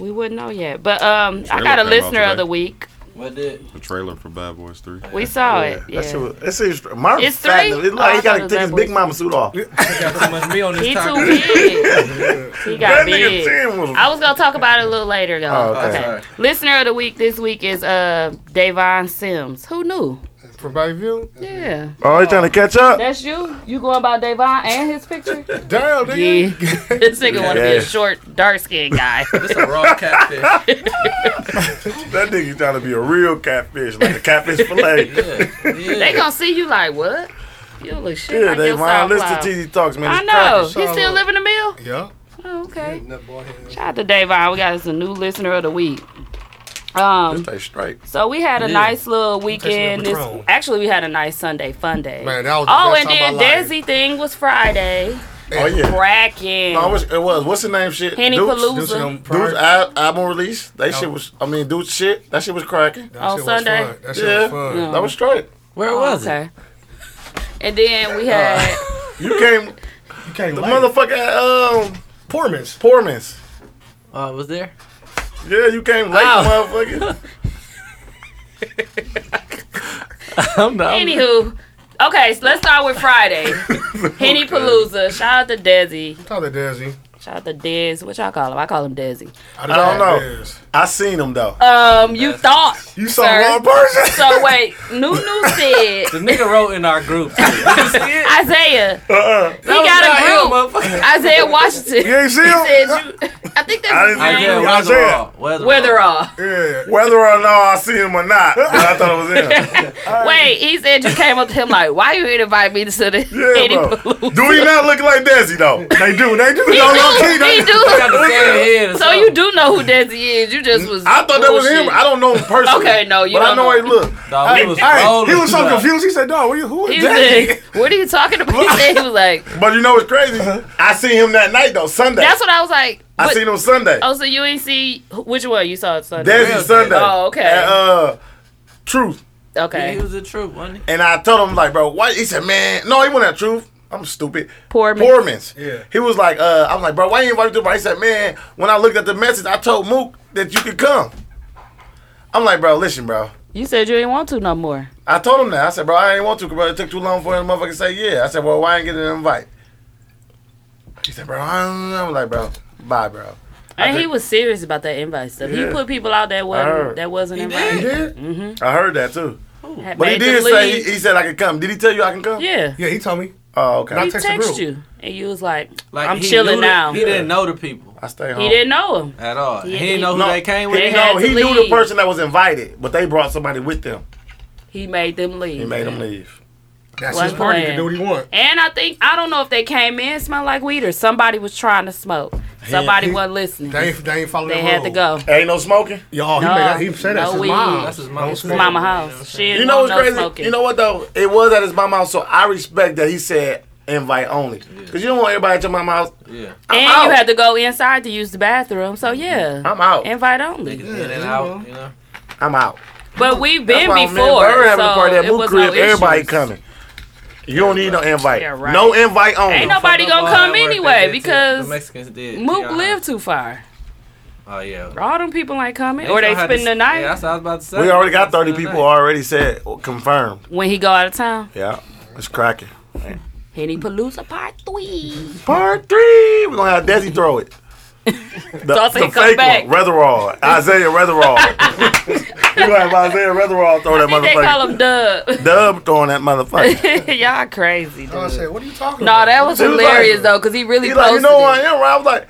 Speaker 3: We wouldn't know yet. But um, I
Speaker 8: Trailer
Speaker 3: got a
Speaker 8: came out
Speaker 3: listener
Speaker 8: today.
Speaker 3: of the week.
Speaker 10: What did?
Speaker 8: The trailer for Bad Boys 3.
Speaker 3: We saw
Speaker 5: Yeah,
Speaker 3: it. Yeah.
Speaker 5: That shit was, that seems Marv
Speaker 3: It's
Speaker 5: fat.
Speaker 3: three?
Speaker 5: It's like
Speaker 3: Oh, I
Speaker 5: he
Speaker 3: thought it
Speaker 5: gotta
Speaker 3: was
Speaker 5: take his
Speaker 3: that
Speaker 5: big
Speaker 3: boy.
Speaker 5: mama suit off. That
Speaker 10: I got too much meat on this
Speaker 3: he too
Speaker 10: taco.
Speaker 3: big. he got
Speaker 5: nigga
Speaker 3: big.
Speaker 5: chin was.
Speaker 3: I was gonna talk about it a little later, y'all.
Speaker 5: Oh, okay.
Speaker 3: okay.
Speaker 10: Sorry.
Speaker 3: Listener of the week this week is uh Davon Sims. Who knew?
Speaker 4: From Bayview?
Speaker 3: Yeah,
Speaker 5: oh, he trying to catch up.
Speaker 3: that's you. You going about Davon and his picture? yeah,
Speaker 4: Damn, nigga.
Speaker 3: this nigga want to be
Speaker 5: Yeah.
Speaker 3: a short, dark skinned guy.
Speaker 10: It's a raw catfish.
Speaker 5: That nigga trying to be a real catfish, like a catfish fillet.
Speaker 3: they gonna see you like what? You look shit
Speaker 5: yeah,
Speaker 3: like
Speaker 5: they
Speaker 3: your
Speaker 5: mind. Listen
Speaker 3: SoundCloud.
Speaker 5: to TZ Talks, man.
Speaker 3: I
Speaker 5: It's
Speaker 3: know.
Speaker 5: practice.
Speaker 3: He still living the mill.
Speaker 4: Yeah.
Speaker 3: Oh, okay. Shout out to Davon. We got us a new listener of the week. Um,
Speaker 5: Stay straight.
Speaker 3: so we had a nice little weekend. This,
Speaker 4: Patron.
Speaker 3: actually, we had a nice Sunday fun day.
Speaker 4: Man, that was the
Speaker 3: oh,
Speaker 4: best
Speaker 3: and
Speaker 4: time
Speaker 3: then
Speaker 4: of my life.
Speaker 3: Desi thing was Friday.
Speaker 5: Oh yeah.
Speaker 3: Cracking.
Speaker 5: No, it was, it was. What's the name? Shit.
Speaker 3: Henny
Speaker 5: Dudes-
Speaker 3: Palooza.
Speaker 4: Deuce and them prior-
Speaker 5: Dude's al- album release, that
Speaker 4: No.
Speaker 5: shit was. I mean, dude's shit, that shit was cracking.
Speaker 4: That
Speaker 3: On
Speaker 4: shit was
Speaker 3: Sunday?
Speaker 4: fun. That shit
Speaker 5: Yeah,
Speaker 4: was fun.
Speaker 5: that was straight.
Speaker 10: Where was it?
Speaker 3: okay. And then we
Speaker 5: Uh.
Speaker 3: had
Speaker 5: You came,
Speaker 4: You can't
Speaker 5: the
Speaker 4: like
Speaker 5: motherfucker, um,
Speaker 4: Portman's.
Speaker 5: Portman's.
Speaker 10: Uh, was there?
Speaker 5: Yeah, you came late,
Speaker 10: Oh.
Speaker 5: motherfucker.
Speaker 9: I'm
Speaker 5: Um,
Speaker 9: not. I'm-
Speaker 3: anywho. Okay, so let's start with Friday. Henny Palooza. Shout out to Desi.
Speaker 4: Tell the Desi.
Speaker 3: Shout out to Dez. What y'all call him? I call him Desi.
Speaker 4: I
Speaker 5: don't know.
Speaker 4: Dez.
Speaker 5: I seen him though.
Speaker 3: Um, you thought.
Speaker 5: you saw
Speaker 3: sir.
Speaker 5: the wrong person.
Speaker 3: So wait, Nunu said
Speaker 10: The nigga wrote in our group.
Speaker 3: Isaiah. We got a group. Isaiah Washington.
Speaker 5: You ain't see him.
Speaker 3: said you, I think
Speaker 5: I didn't
Speaker 3: that's his
Speaker 5: see
Speaker 3: name.
Speaker 10: Isaiah
Speaker 5: him.
Speaker 10: Weatherall. Weatherall.
Speaker 3: Weatherall.
Speaker 4: Yeah.
Speaker 5: Whether or not I seen him or not, but I thought it was him.
Speaker 3: Wait, he said you came up to him like, why you invite me to the
Speaker 5: Yeah,
Speaker 3: Henny
Speaker 5: bro.
Speaker 3: Palooza?
Speaker 5: Do he not look like Desi though? They do. They do.
Speaker 3: He
Speaker 5: No, no,
Speaker 3: do,
Speaker 5: key, they-
Speaker 3: he
Speaker 10: Got the
Speaker 3: do.
Speaker 10: same head or
Speaker 3: So you
Speaker 10: something.
Speaker 3: do know who Desi is. You just was.
Speaker 5: I thought that was him.
Speaker 3: bullshit.
Speaker 5: I don't know him personally.
Speaker 3: Okay, no, you
Speaker 5: but
Speaker 3: don't
Speaker 5: I know
Speaker 3: know.
Speaker 5: he look.
Speaker 10: Dog, we was
Speaker 4: Hey, he
Speaker 10: rolling
Speaker 4: was so
Speaker 10: throughout.
Speaker 4: confused. He said, "No, who you- who
Speaker 3: He
Speaker 4: is
Speaker 3: was
Speaker 4: Desi?"
Speaker 3: like, what are you talking about? He said he was like, Uh-huh.
Speaker 5: But you know what's crazy? I seen him that night though, Sunday.
Speaker 3: that's what I was like.
Speaker 5: I
Speaker 3: but-
Speaker 5: seen him Sunday.
Speaker 3: Oh, so you ain't see which one you saw it Sunday?
Speaker 5: Desi Sunday.
Speaker 3: Oh, okay.
Speaker 5: At, uh, Truth.
Speaker 10: He
Speaker 3: Okay,
Speaker 10: was the truth, wasn't he?
Speaker 5: And I told him like, bro, why? He said, man, no, he wasn't at Truth. I'm stupid.
Speaker 3: poor man.
Speaker 5: Poorman's.
Speaker 4: Yeah.
Speaker 5: He was like, uh, I was like, bro, why you invite me to the party? He said, man, when I looked at the message, I told Mook that you could come. I'm like, bro, listen, bro.
Speaker 3: You said you ain't want to no more.
Speaker 5: I told him that. I said, bro, I ain't want to, bro. It took too long for him to motherfucker say yeah. I said, well, why I ain't get an invite? He said, bro, I don't know. I'm like, bro, bye, bro.
Speaker 3: And he
Speaker 5: think-
Speaker 3: was serious about that invite stuff. He
Speaker 5: Yeah.
Speaker 3: put people out that wasn't
Speaker 5: heard.
Speaker 3: that wasn't
Speaker 5: He
Speaker 3: invited.
Speaker 5: did? I heard that too.
Speaker 3: Mm-hmm. Had
Speaker 5: But he
Speaker 3: made them
Speaker 5: did say,
Speaker 3: leave.
Speaker 5: he, he said I could come. Did he tell you I can come?
Speaker 3: yeah.
Speaker 4: Yeah, he told me.
Speaker 5: Oh, okay.
Speaker 3: He
Speaker 4: I text the
Speaker 3: texted
Speaker 4: group.
Speaker 3: you, and you was like,
Speaker 10: Like
Speaker 3: "I'm
Speaker 10: he
Speaker 3: chilling
Speaker 10: knew the-
Speaker 3: now."
Speaker 10: He
Speaker 3: He,
Speaker 10: didn't know the people
Speaker 5: I stay home.
Speaker 3: didn't know him.
Speaker 10: at all. He,
Speaker 3: Yeah,
Speaker 10: didn't
Speaker 3: he-
Speaker 10: know who
Speaker 5: No,
Speaker 10: they came
Speaker 5: he,
Speaker 10: with.
Speaker 3: They had
Speaker 5: no,
Speaker 3: to
Speaker 5: he knew the
Speaker 3: leave.
Speaker 5: person that was invited, but they brought somebody with them.
Speaker 3: He made them leave.
Speaker 5: He made them leave.
Speaker 4: That's
Speaker 3: Wasn't
Speaker 4: his party. He
Speaker 3: playing.
Speaker 4: can do what he want.
Speaker 3: And I think I don't know if they came in smelled like weed or somebody was trying to smoke. Somebody
Speaker 5: he-
Speaker 3: wasn't listening.
Speaker 4: They
Speaker 3: They,
Speaker 4: ain't, they ain't following the
Speaker 3: had to
Speaker 4: rule.
Speaker 3: go.
Speaker 5: Ain't no smoking.
Speaker 4: Y'all, he,
Speaker 3: No,
Speaker 4: made that, he said
Speaker 3: no
Speaker 4: that's his
Speaker 3: weed.
Speaker 4: mom.
Speaker 10: That's his mama.
Speaker 4: Don't smoke.
Speaker 3: Mama house. She didn't
Speaker 5: You know
Speaker 3: want
Speaker 5: what's
Speaker 3: no
Speaker 5: crazy?
Speaker 3: smoking.
Speaker 5: You know what though? It was at his mama house, so I respect that he said invite only. Cause you don't want everybody at your mama house.
Speaker 10: Yeah.
Speaker 5: I'm
Speaker 3: and
Speaker 5: out.
Speaker 3: you had to go inside to use the bathroom. So yeah,
Speaker 5: I'm out.
Speaker 3: invite only.
Speaker 10: In and out, you know.
Speaker 5: I'm out.
Speaker 3: But we've
Speaker 5: That's
Speaker 3: been
Speaker 5: why when me and
Speaker 3: before.
Speaker 5: Bird having
Speaker 3: so
Speaker 5: a party at
Speaker 3: it
Speaker 5: Mook
Speaker 3: was
Speaker 5: Crib,
Speaker 3: no
Speaker 5: everybody
Speaker 3: issues.
Speaker 5: coming. You don't need no invite.
Speaker 3: Yeah, right.
Speaker 5: No invite only.
Speaker 3: Ain't nobody
Speaker 10: Fuck
Speaker 3: gonna
Speaker 10: up all
Speaker 3: come
Speaker 10: that work they
Speaker 3: anyway
Speaker 10: did to-
Speaker 3: because
Speaker 10: the Mexicans did.
Speaker 3: Mook
Speaker 10: Yeah.
Speaker 3: lived too far.
Speaker 10: Oh yeah.
Speaker 3: All them people ain't coming, or they
Speaker 10: gonna have to-
Speaker 3: spend the night
Speaker 10: Yeah, that's what I was about to say.
Speaker 5: we already got
Speaker 10: Spend
Speaker 5: 30
Speaker 10: the
Speaker 5: people
Speaker 10: night.
Speaker 5: already said oh, confirmed.
Speaker 3: when he go out of town.
Speaker 5: Yeah, it's cracking.
Speaker 3: Henny Palooza Part Three.
Speaker 5: Part three. We're gonna have Desi throw it. The,
Speaker 3: Toss it,
Speaker 5: the
Speaker 3: come
Speaker 5: fake
Speaker 3: back.
Speaker 5: one, Retherall. Isaiah Retherall. We're going to have Isaiah Retherall throw that
Speaker 3: They call
Speaker 5: motherfucker.
Speaker 3: him Dub.
Speaker 5: Dub throwing that motherfucker.
Speaker 3: Y'all crazy, dude.
Speaker 4: I said, what are you talking
Speaker 3: No,
Speaker 4: about?
Speaker 3: that was
Speaker 5: He was
Speaker 3: hilarious
Speaker 5: like-
Speaker 3: though, because he really
Speaker 5: He's like,
Speaker 3: posted
Speaker 5: you know who I
Speaker 3: it.
Speaker 5: am, right? I was like,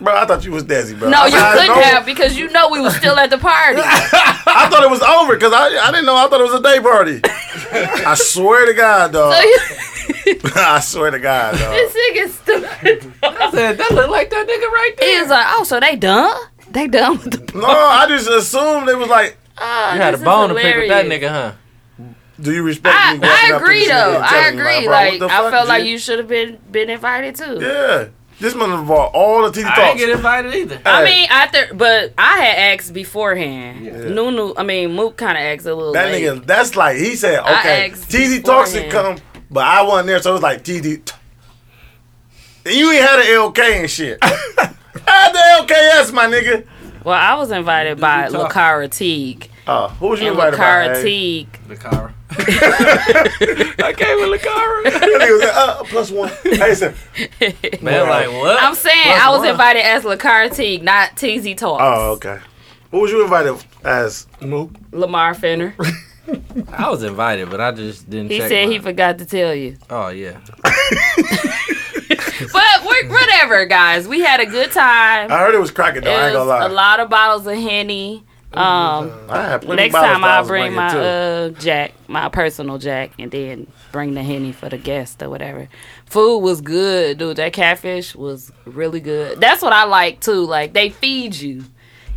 Speaker 5: bro, I thought you was Desi, bro.
Speaker 3: No,
Speaker 5: I
Speaker 3: you
Speaker 5: said, I
Speaker 3: couldn't
Speaker 5: know-
Speaker 3: have because you know we were still at the party.
Speaker 5: I thought it was over because I, I didn't know. I thought it was a day party. I swear to God, dog.
Speaker 3: So you,
Speaker 5: I swear to God, dog.
Speaker 3: this nigga's stupid.
Speaker 10: I said that look like that nigga right there.
Speaker 3: He's like, oh, so they done? They done with the.
Speaker 5: No, I just assumed it was like,
Speaker 3: Oh,
Speaker 10: You had a
Speaker 3: this is
Speaker 10: bone to pick with that
Speaker 3: hilarious.
Speaker 10: nigga, huh?
Speaker 5: do you respect
Speaker 3: I,
Speaker 5: me? walking
Speaker 3: I
Speaker 5: up to
Speaker 3: agree
Speaker 5: this nigga
Speaker 3: though.
Speaker 5: and
Speaker 3: I
Speaker 5: telling me,
Speaker 3: agree.
Speaker 5: bro,
Speaker 3: Like,
Speaker 5: what the
Speaker 3: I
Speaker 5: fuck,
Speaker 3: felt like
Speaker 5: G?
Speaker 3: you should have been been invited too.
Speaker 5: Yeah. This mother bought all the teeth
Speaker 10: I didn't
Speaker 5: thoughts.
Speaker 10: get invited either.
Speaker 3: I
Speaker 5: Hey.
Speaker 3: mean, after, but I had asked beforehand. Nunu, I mean, Mook kind of asked a little.
Speaker 5: That
Speaker 3: late.
Speaker 5: nigga, that's like, he said,
Speaker 3: I
Speaker 5: okay,
Speaker 3: asked
Speaker 5: TZ Talks should come,
Speaker 3: beforehand.
Speaker 5: but I wasn't there, so it was like, TZ. T- and you ain't had an LK and shit. I had the LKS, my nigga.
Speaker 3: Well, I was invited by
Speaker 10: talk?
Speaker 3: Lakara Teague,
Speaker 5: Uh, who was you
Speaker 3: and
Speaker 5: invited by?
Speaker 3: Lakara
Speaker 5: Hey?
Speaker 3: Teague
Speaker 10: Lakara. I came with Lakara.
Speaker 5: That nigga was like, uh, plus one. Hey, sir.
Speaker 10: Man, like what?
Speaker 3: I'm saying
Speaker 10: Plus
Speaker 3: I was
Speaker 10: one.
Speaker 3: invited as Lakara Teague, not TZ Talks.
Speaker 5: Oh, okay. Who was you invited as?
Speaker 4: Mook.
Speaker 3: Lamar Finner.
Speaker 10: I was invited, but I just didn't.
Speaker 3: He
Speaker 10: check
Speaker 3: said he
Speaker 10: mine.
Speaker 3: forgot to tell you.
Speaker 10: Oh yeah.
Speaker 3: But we're, whatever, guys. We had a good time.
Speaker 5: I heard it was cracking though. I ain't
Speaker 3: It
Speaker 5: gonna
Speaker 3: was
Speaker 5: lie.
Speaker 3: a lot of bottles of Henny. Um,
Speaker 5: I had plenty
Speaker 3: next
Speaker 5: bottles
Speaker 3: time
Speaker 5: that I
Speaker 3: I'll
Speaker 5: was
Speaker 3: bring
Speaker 5: bringing,
Speaker 3: my
Speaker 5: too.
Speaker 3: uh, Jack, my personal Jack, and then bring the Henny for the guest or whatever. Food was good, dude. That catfish was really good. That's what I like, too. Like, they feed you.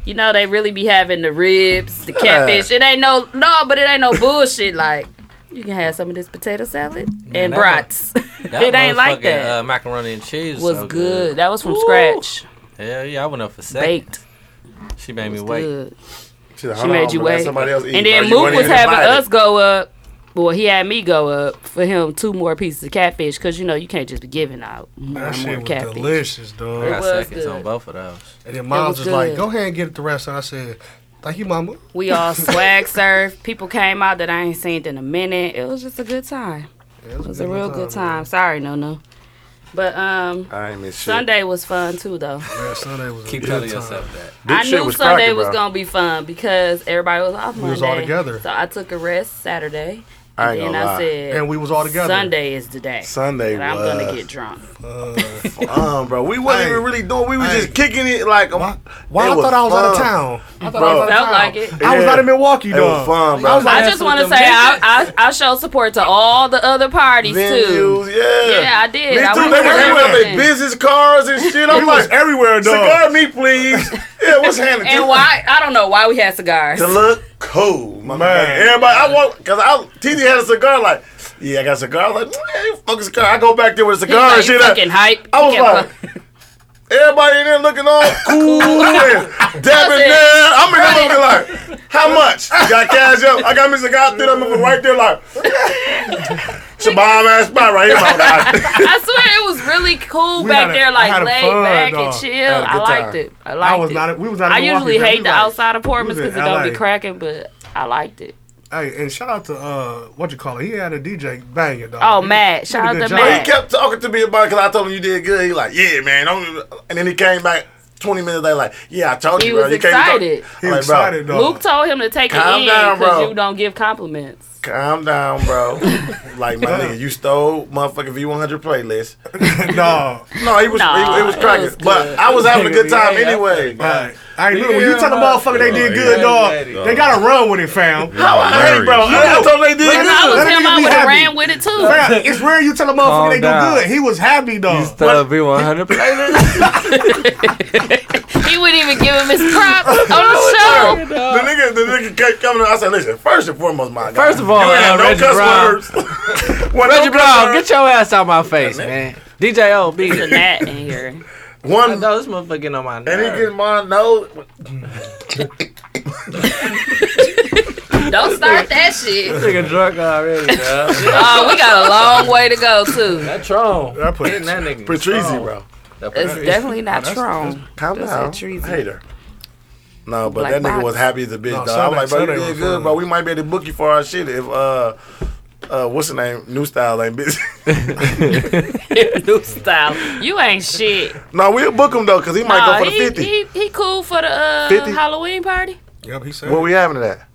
Speaker 3: You know, they really be having the ribs, the catfish. It ain't no, no, but it ain't no bullshit. Like, you can have some of this potato salad and
Speaker 10: that
Speaker 3: brats.
Speaker 10: That
Speaker 3: it ain't like
Speaker 10: motherfucking,
Speaker 3: that.
Speaker 10: Uh, macaroni and cheese
Speaker 3: was
Speaker 10: so
Speaker 3: good. That was from scratch.
Speaker 10: Hell yeah, I went up for second.
Speaker 3: Baked.
Speaker 10: She made me
Speaker 3: It was
Speaker 10: wait.
Speaker 3: good.
Speaker 5: She, said,
Speaker 3: She
Speaker 5: "Hold on,
Speaker 3: made you
Speaker 5: I'm gonna let
Speaker 3: wait.
Speaker 5: Somebody else eat,
Speaker 3: And
Speaker 5: bro.
Speaker 3: then
Speaker 5: You
Speaker 3: Mook
Speaker 5: weren't
Speaker 3: was
Speaker 5: even
Speaker 3: having
Speaker 5: invited."
Speaker 3: us go up. Well, he had me go up for him two more pieces of catfish because you know you can't just be giving out more
Speaker 4: That
Speaker 3: and
Speaker 4: shit
Speaker 3: more
Speaker 4: was
Speaker 3: catfish.
Speaker 4: delicious, dog.
Speaker 10: I got
Speaker 3: was
Speaker 10: seconds
Speaker 3: good.
Speaker 10: on both of those.
Speaker 4: And then Miles
Speaker 3: was
Speaker 4: was, like,
Speaker 3: good.
Speaker 4: go ahead and get the rest. And I said, thank you, mama.
Speaker 3: We all swag surf. People came out that I ain't seen in a minute. It was just a good time.
Speaker 4: Yeah,
Speaker 3: It was a real good time. Sorry, no, no. But um,
Speaker 5: I ain't miss shit.
Speaker 3: Sunday was fun too, though.
Speaker 4: Yeah, Sunday was a
Speaker 10: Keep
Speaker 4: good
Speaker 10: telling
Speaker 4: time.
Speaker 10: yourself that.
Speaker 5: This
Speaker 3: I
Speaker 5: shit
Speaker 3: knew
Speaker 5: was
Speaker 3: Sunday
Speaker 5: cracking,
Speaker 3: was
Speaker 5: bro.
Speaker 3: gonna be fun because everybody was off Monday.
Speaker 4: was all together.
Speaker 3: So I took a rest Saturday,
Speaker 5: I ain't
Speaker 3: and
Speaker 5: gonna
Speaker 3: I
Speaker 5: lie.
Speaker 3: said,
Speaker 4: And we was all together.
Speaker 3: Sunday is the day.
Speaker 5: Sunday
Speaker 3: and I'm
Speaker 5: was
Speaker 3: gonna get drunk.
Speaker 5: fun, bro. We wasn't
Speaker 4: Hey.
Speaker 5: even really doing. We was
Speaker 4: Hey.
Speaker 5: just kicking it like.
Speaker 4: Why,
Speaker 5: a
Speaker 4: why
Speaker 5: It
Speaker 4: I
Speaker 5: was
Speaker 4: thought I was out of
Speaker 5: fun.
Speaker 4: town. I thought I
Speaker 5: Bro.
Speaker 4: was out of
Speaker 3: Felt
Speaker 4: town.
Speaker 3: like it.
Speaker 4: I was
Speaker 5: Yeah.
Speaker 4: out in Milwaukee,
Speaker 5: It was
Speaker 4: dog.
Speaker 5: fun, bro.
Speaker 4: I was like,
Speaker 3: I just want to say I, I I show support to all the other parties too.
Speaker 5: Venues, yeah.
Speaker 3: Yeah, I did.
Speaker 5: Me
Speaker 3: I
Speaker 5: too.
Speaker 3: went
Speaker 5: They
Speaker 3: to
Speaker 5: was everywhere with their
Speaker 3: everything.
Speaker 5: business cards and shit.
Speaker 4: We
Speaker 5: I'm
Speaker 4: was
Speaker 5: like,
Speaker 4: everywhere, dog.
Speaker 5: cigar me, please. yeah, what's handed to
Speaker 3: And why I don't know why we had cigars.
Speaker 5: to look cool, my man.
Speaker 4: Man.
Speaker 5: Everybody, I walk cause I TD had a cigar. Like, yeah, I got a cigar. I was like, man, you fucking cigar. I go back there with a
Speaker 3: He
Speaker 5: cigar
Speaker 3: like,
Speaker 5: and
Speaker 3: "You
Speaker 5: shit.
Speaker 3: fucking
Speaker 5: I,
Speaker 3: hype.
Speaker 5: I
Speaker 3: You
Speaker 5: was
Speaker 3: can't
Speaker 5: like, everybody in there looking all cool and debonair. I'm in there looking like, how much? You got cash up? I got me cigar through them right there. Like, it's a bomb ass spot right here. My guy.
Speaker 3: fuck- I swear it was really cool
Speaker 4: We
Speaker 3: back
Speaker 4: had a-
Speaker 3: there,
Speaker 4: I had
Speaker 3: like
Speaker 4: a
Speaker 3: laid
Speaker 4: fun, uh,
Speaker 3: back
Speaker 4: dog.
Speaker 3: and
Speaker 5: I
Speaker 3: chill.
Speaker 5: had a
Speaker 3: I
Speaker 5: good
Speaker 3: liked
Speaker 5: time.
Speaker 3: it. I liked
Speaker 4: I was
Speaker 3: it.
Speaker 4: not. We was out. in
Speaker 3: I
Speaker 4: Milwaukee,
Speaker 3: usually
Speaker 4: man. We
Speaker 3: hate the
Speaker 4: like-
Speaker 3: outside apartments
Speaker 4: we was
Speaker 3: because
Speaker 4: in
Speaker 3: it don't be
Speaker 4: LA.
Speaker 3: cracking, but I liked it.
Speaker 4: Hey, and shout out to uh, what you call it? He had a DJ banging, dog.
Speaker 3: Oh,
Speaker 4: He-
Speaker 3: Matt.
Speaker 4: he
Speaker 3: Shout
Speaker 4: did a good
Speaker 3: out to
Speaker 4: job.
Speaker 5: But
Speaker 3: Matt.
Speaker 5: he kept talking to me about it because I told him you did good. He like, yeah, man. Don't. And then he came back 20 minutes later, like, yeah, I told
Speaker 3: He
Speaker 5: you,
Speaker 3: was
Speaker 5: bro. You can't talk-
Speaker 3: excited.
Speaker 5: I'm
Speaker 4: He
Speaker 5: like, bro,
Speaker 4: excited, dog.
Speaker 3: Luke told him to take
Speaker 5: Calm
Speaker 3: it in
Speaker 5: down, bro.
Speaker 3: because you don't give compliments.
Speaker 5: Calm down, bro. like my nigga, you stole motherfucking V100 playlist.
Speaker 4: dog.
Speaker 5: No, he was
Speaker 3: Nah,
Speaker 5: he, it was
Speaker 3: it
Speaker 5: cracking,
Speaker 3: was good.
Speaker 5: but I was having a good time
Speaker 10: Yeah, yeah.
Speaker 5: anyway.
Speaker 4: Right. I ain't look, when you tell the
Speaker 10: Yeah,
Speaker 4: motherfucker they did
Speaker 9: yeah.
Speaker 4: good,
Speaker 10: Yeah.
Speaker 4: dog, they gotta run with it, fam.
Speaker 5: How I hate, bro. I told they did
Speaker 3: And I
Speaker 5: good.
Speaker 3: was
Speaker 4: Let
Speaker 3: him.
Speaker 4: him
Speaker 3: I
Speaker 4: be
Speaker 3: would
Speaker 4: happy.
Speaker 3: have ran with it too.
Speaker 4: Fam, It's rare you tell a motherfucker they
Speaker 10: down.
Speaker 4: do good. He was happy, dog.
Speaker 10: That'll be 100 playlist.
Speaker 3: He wouldn't even give him his props on the show.
Speaker 5: The nigga, the nigga kept coming. I said, listen, first and foremost, my guy.
Speaker 10: First of all,
Speaker 5: you ain't have
Speaker 10: uh,
Speaker 5: no
Speaker 10: Reggie
Speaker 5: cuss
Speaker 10: Brown.
Speaker 5: words. Well,
Speaker 10: Reggie
Speaker 5: no
Speaker 10: Brown,
Speaker 5: cuss
Speaker 10: get your ass out my face, man. DJ OB.
Speaker 3: There's a gnat in here.
Speaker 5: words. one.
Speaker 10: No, this motherfucker getting on my
Speaker 5: And he
Speaker 10: nerves.
Speaker 5: get my nose.
Speaker 3: Don't start that shit.
Speaker 10: Nigga drunk
Speaker 1: uh,
Speaker 10: already, bro.
Speaker 3: Oh, we got a long way to go too.
Speaker 10: That Tron.
Speaker 4: I put
Speaker 10: Hitting that nigga.
Speaker 5: Patrizi, bro.
Speaker 10: That
Speaker 3: It's
Speaker 10: Patrizi.
Speaker 3: definitely not Tron.
Speaker 5: Calm
Speaker 3: That's
Speaker 5: down.
Speaker 3: Patrizi.
Speaker 5: Hater. No, but
Speaker 3: Black
Speaker 5: that nigga
Speaker 3: box.
Speaker 5: was happy as a bitch,
Speaker 4: No,
Speaker 5: dog. I'm
Speaker 4: Sunday-
Speaker 5: like, bro,
Speaker 4: Sunday
Speaker 5: you did
Speaker 4: was
Speaker 5: good,
Speaker 4: fun.
Speaker 5: bro. We might be able to book you for our shit if uh uh, what's the name? New style ain't busy.
Speaker 3: New style. You ain't shit.
Speaker 5: no, we'll book him though, cause he might
Speaker 3: Nah,
Speaker 5: go for the
Speaker 3: he,
Speaker 5: fifty.
Speaker 3: he he cool for the uh,
Speaker 5: 50?
Speaker 3: Halloween party.
Speaker 4: Yep, he said.
Speaker 5: What we having it at?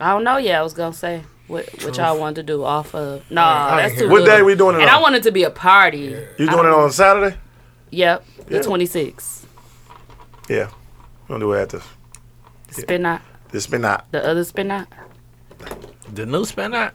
Speaker 3: I don't know. Yeah, I was gonna say what what y'all wanted to do off of. Nah,
Speaker 4: I ain't
Speaker 3: that's
Speaker 4: hear
Speaker 3: too.
Speaker 4: it.
Speaker 5: What
Speaker 3: little.
Speaker 5: day we doing it
Speaker 3: And I
Speaker 5: on?
Speaker 3: want it to be a party.
Speaker 5: You doing it on Saturday?
Speaker 3: Yep, the
Speaker 5: Yeah.
Speaker 3: twenty sixth.
Speaker 5: Yeah, we gonna do it at the
Speaker 3: Spin out
Speaker 5: the spin out.
Speaker 3: the other spin out.
Speaker 11: The new spin out?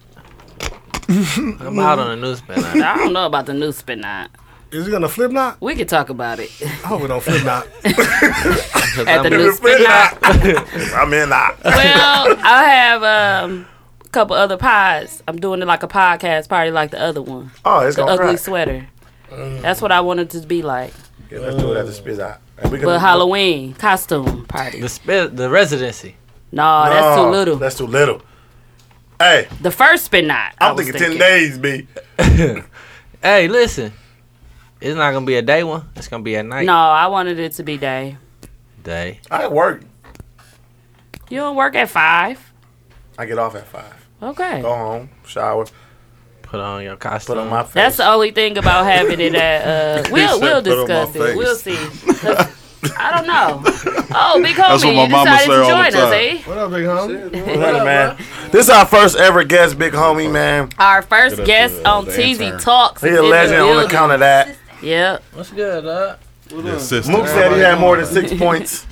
Speaker 1: I'm out on a new spin. out.
Speaker 3: I don't know about the new spin out.
Speaker 4: Is he gonna flip knot?
Speaker 3: We could talk about it
Speaker 4: I hope it don't flip knot.
Speaker 3: at
Speaker 5: The
Speaker 3: the new
Speaker 5: spin
Speaker 3: spin out.
Speaker 5: out. I'm in out.
Speaker 3: well, I have um, a couple other pies. I'm doing it like a podcast party, like the other one,
Speaker 5: Oh, it's
Speaker 3: the
Speaker 5: gonna
Speaker 3: ugly
Speaker 5: crack.
Speaker 3: sweater. That's what I wanted to be like.
Speaker 5: Yeah, let's do it at the spin out. And we can-
Speaker 3: But Halloween costume party.
Speaker 1: The spin, the residency.
Speaker 3: No, that's too
Speaker 5: No,
Speaker 3: little.
Speaker 5: That's too little. Hey,
Speaker 3: the first spin night. I
Speaker 5: I'm
Speaker 3: was
Speaker 5: thinking, ten days, b.
Speaker 1: Hey, listen, it's not gonna be a day one. It's gonna be a night
Speaker 3: No, I wanted it to be day.
Speaker 1: day.
Speaker 5: I work.
Speaker 3: You don't work at five.
Speaker 5: I get off at five.
Speaker 3: Okay.
Speaker 5: Go home, shower,
Speaker 1: Put on your costume.
Speaker 5: put on my face.
Speaker 3: That's the only thing about having it at. Uh, we'll
Speaker 8: said
Speaker 3: we'll
Speaker 8: put on my
Speaker 3: discuss it.
Speaker 8: face.
Speaker 3: We'll see. 'Cause I don't know. Oh, big homie,
Speaker 8: That's what my
Speaker 3: you
Speaker 8: mama
Speaker 3: decided
Speaker 8: say all the
Speaker 3: to join us,
Speaker 8: time.
Speaker 3: eh?
Speaker 4: What up, big homie?
Speaker 5: Hey, man. This is our first ever guest, big homie, man.
Speaker 3: Our first
Speaker 8: up
Speaker 3: guest
Speaker 8: the-
Speaker 3: on
Speaker 8: the
Speaker 3: TZ
Speaker 8: intern.
Speaker 3: Talks.
Speaker 5: He
Speaker 3: is
Speaker 5: a
Speaker 3: in the
Speaker 5: legend on
Speaker 3: building.
Speaker 5: account of that.
Speaker 3: Yep.
Speaker 1: What's good, uh?
Speaker 8: Your sister.
Speaker 5: Mook said he had more than six points.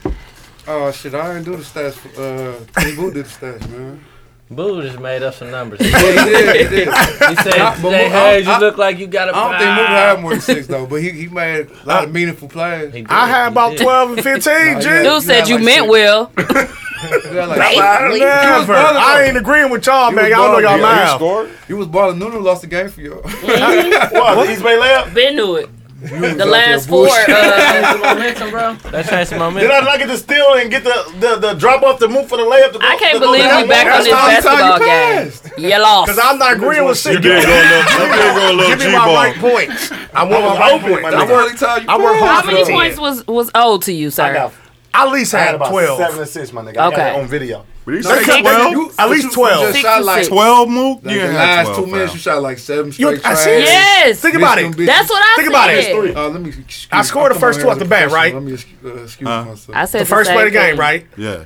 Speaker 7: Oh shit, I didn't do the stats. for- Uh, King Boo did the stats, man.
Speaker 1: Boo just made up some numbers.
Speaker 7: Yeah, he did. He did. I
Speaker 1: He said,
Speaker 7: but
Speaker 1: "Jay
Speaker 7: Mo-
Speaker 1: Hayes,
Speaker 7: I-
Speaker 1: you look like you got a
Speaker 7: don't think Mook had more than six though, but he, he made a lot of meaningful plays.
Speaker 1: He did,
Speaker 5: I had
Speaker 1: he
Speaker 5: about
Speaker 1: did.
Speaker 5: 12 and 15, G.
Speaker 7: You
Speaker 3: Dude
Speaker 7: had
Speaker 3: said you
Speaker 7: like
Speaker 3: meant
Speaker 7: six.
Speaker 3: well.
Speaker 7: He had like-
Speaker 5: I never. I ain't agreeing with y'all, man.
Speaker 7: was
Speaker 5: Y'all know
Speaker 7: balling.
Speaker 5: y'all
Speaker 7: You-
Speaker 5: mouth.
Speaker 8: scored?
Speaker 7: you was balling. Nunu lost the game for you.
Speaker 3: Mm-hmm.
Speaker 5: What? The East Bay layup?
Speaker 3: Been to it. The
Speaker 7: out
Speaker 3: last
Speaker 7: there
Speaker 3: four.
Speaker 7: bullshit.
Speaker 3: Uh,
Speaker 1: That's had some
Speaker 5: Did
Speaker 1: momentum.
Speaker 5: I not get the steal and get the, the, the drop off the move for the layup? To go,
Speaker 3: I
Speaker 5: to
Speaker 3: can't
Speaker 5: go
Speaker 3: believe
Speaker 5: down
Speaker 3: we back
Speaker 5: one?
Speaker 3: on this basketball game. You lost.
Speaker 5: Cause I'm not agreeing with
Speaker 8: You
Speaker 5: shit.
Speaker 8: did go a little, you did go a little
Speaker 5: Give me my right
Speaker 8: G-ball.
Speaker 5: points. I want my right points.
Speaker 7: That's the
Speaker 5: I,
Speaker 7: only time you
Speaker 5: I work
Speaker 7: played.
Speaker 5: hard
Speaker 3: How
Speaker 5: for
Speaker 3: many
Speaker 5: that.
Speaker 3: points was was owed to you,
Speaker 5: I
Speaker 3: sir?
Speaker 5: got. I at least had,
Speaker 4: about
Speaker 5: twelve.
Speaker 4: seven
Speaker 5: assists, my nigga.
Speaker 3: got Okay. it
Speaker 5: on
Speaker 3: on
Speaker 5: video.
Speaker 8: But he
Speaker 7: No,
Speaker 8: said
Speaker 7: you- you-
Speaker 8: 12?
Speaker 7: you-
Speaker 5: At
Speaker 7: you
Speaker 5: least
Speaker 7: just
Speaker 5: 12.
Speaker 3: Six
Speaker 7: shot
Speaker 3: to
Speaker 7: like
Speaker 3: six.
Speaker 8: 12, Mook?
Speaker 7: like
Speaker 8: you
Speaker 7: the
Speaker 8: ain't had
Speaker 7: last
Speaker 8: 12
Speaker 7: two minutes.
Speaker 8: fam.
Speaker 7: You shot like seven
Speaker 5: You- I
Speaker 7: straight tries.
Speaker 5: see it.
Speaker 3: Yes.
Speaker 5: Think about it.
Speaker 7: Missed them bitches.
Speaker 3: That's what I
Speaker 5: Think about
Speaker 3: said.
Speaker 5: it. It's three.
Speaker 7: Uh, let me. Excuse,
Speaker 4: I scored the
Speaker 7: I'm
Speaker 4: first
Speaker 7: coming
Speaker 4: two
Speaker 7: here
Speaker 4: at the bat,
Speaker 7: as a professional. Let me excu- uh, excuse
Speaker 8: Huh?
Speaker 7: myself.
Speaker 3: I said the
Speaker 4: First
Speaker 3: same
Speaker 4: play of the game,
Speaker 3: thing.
Speaker 4: right?
Speaker 8: Yeah.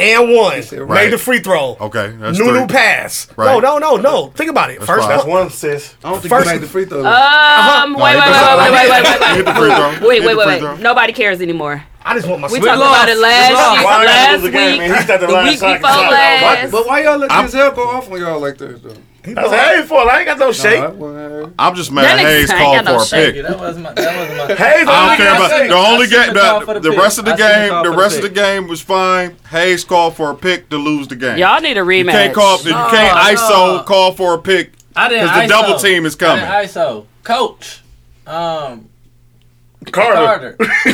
Speaker 4: And one.
Speaker 8: Right.
Speaker 4: Made the free throw.
Speaker 8: Okay. That's
Speaker 4: New
Speaker 8: three.
Speaker 4: new pass. No,
Speaker 8: Right.
Speaker 4: no, no, no. Think about it. First,
Speaker 8: fine.
Speaker 5: That's
Speaker 4: one.
Speaker 5: one assist.
Speaker 7: I don't think
Speaker 4: First-
Speaker 7: you made the free throw.
Speaker 3: Um. Wait. Wait. Wait. Wait. Wait. Wait.
Speaker 8: You
Speaker 3: Wait.
Speaker 8: hit the free throw. You
Speaker 3: Wait.
Speaker 8: hit
Speaker 3: Wait.
Speaker 8: the free
Speaker 3: Wait.
Speaker 8: throw.
Speaker 3: Wait. Nobody cares anymore.
Speaker 4: I just want my
Speaker 3: We
Speaker 4: sweat.
Speaker 3: talked about it last year,
Speaker 5: Why I gotta
Speaker 3: last
Speaker 5: lose the game, man? He
Speaker 3: week,
Speaker 5: shot the
Speaker 3: the
Speaker 5: last
Speaker 3: week
Speaker 5: shot.
Speaker 3: before
Speaker 5: Shot.
Speaker 3: last.
Speaker 7: But why y'all let Giselle go off on y'all like that though?
Speaker 5: That's Hayes for. it. I ain't got no shake.
Speaker 7: Nah, I wasn't-
Speaker 8: I'm just
Speaker 3: That
Speaker 8: mad
Speaker 3: nigga
Speaker 8: Hayes
Speaker 3: ain't
Speaker 8: called
Speaker 3: got no
Speaker 8: for a
Speaker 3: shake.
Speaker 8: pick.
Speaker 1: That wasn't my. That wasn't my.
Speaker 5: Hayes,
Speaker 8: I don't care
Speaker 5: got
Speaker 8: about
Speaker 5: shake.
Speaker 8: the only
Speaker 1: I seen
Speaker 8: game.
Speaker 1: the call for
Speaker 8: The,
Speaker 1: the
Speaker 8: the
Speaker 1: pick.
Speaker 8: rest of the
Speaker 1: I seen the
Speaker 8: game,
Speaker 1: call
Speaker 8: the
Speaker 1: for the
Speaker 8: rest of the
Speaker 1: pick.
Speaker 8: game was fine. Hayes called for a pick to lose the game.
Speaker 3: Y'all need a rematch.
Speaker 8: you can't call. You can't
Speaker 1: no.
Speaker 8: ISO call for a pick
Speaker 1: I didn't.
Speaker 8: because the
Speaker 1: ISO.
Speaker 8: double team is coming.
Speaker 1: I didn't ISO. Coach. Um.
Speaker 5: Carter.
Speaker 1: Carter.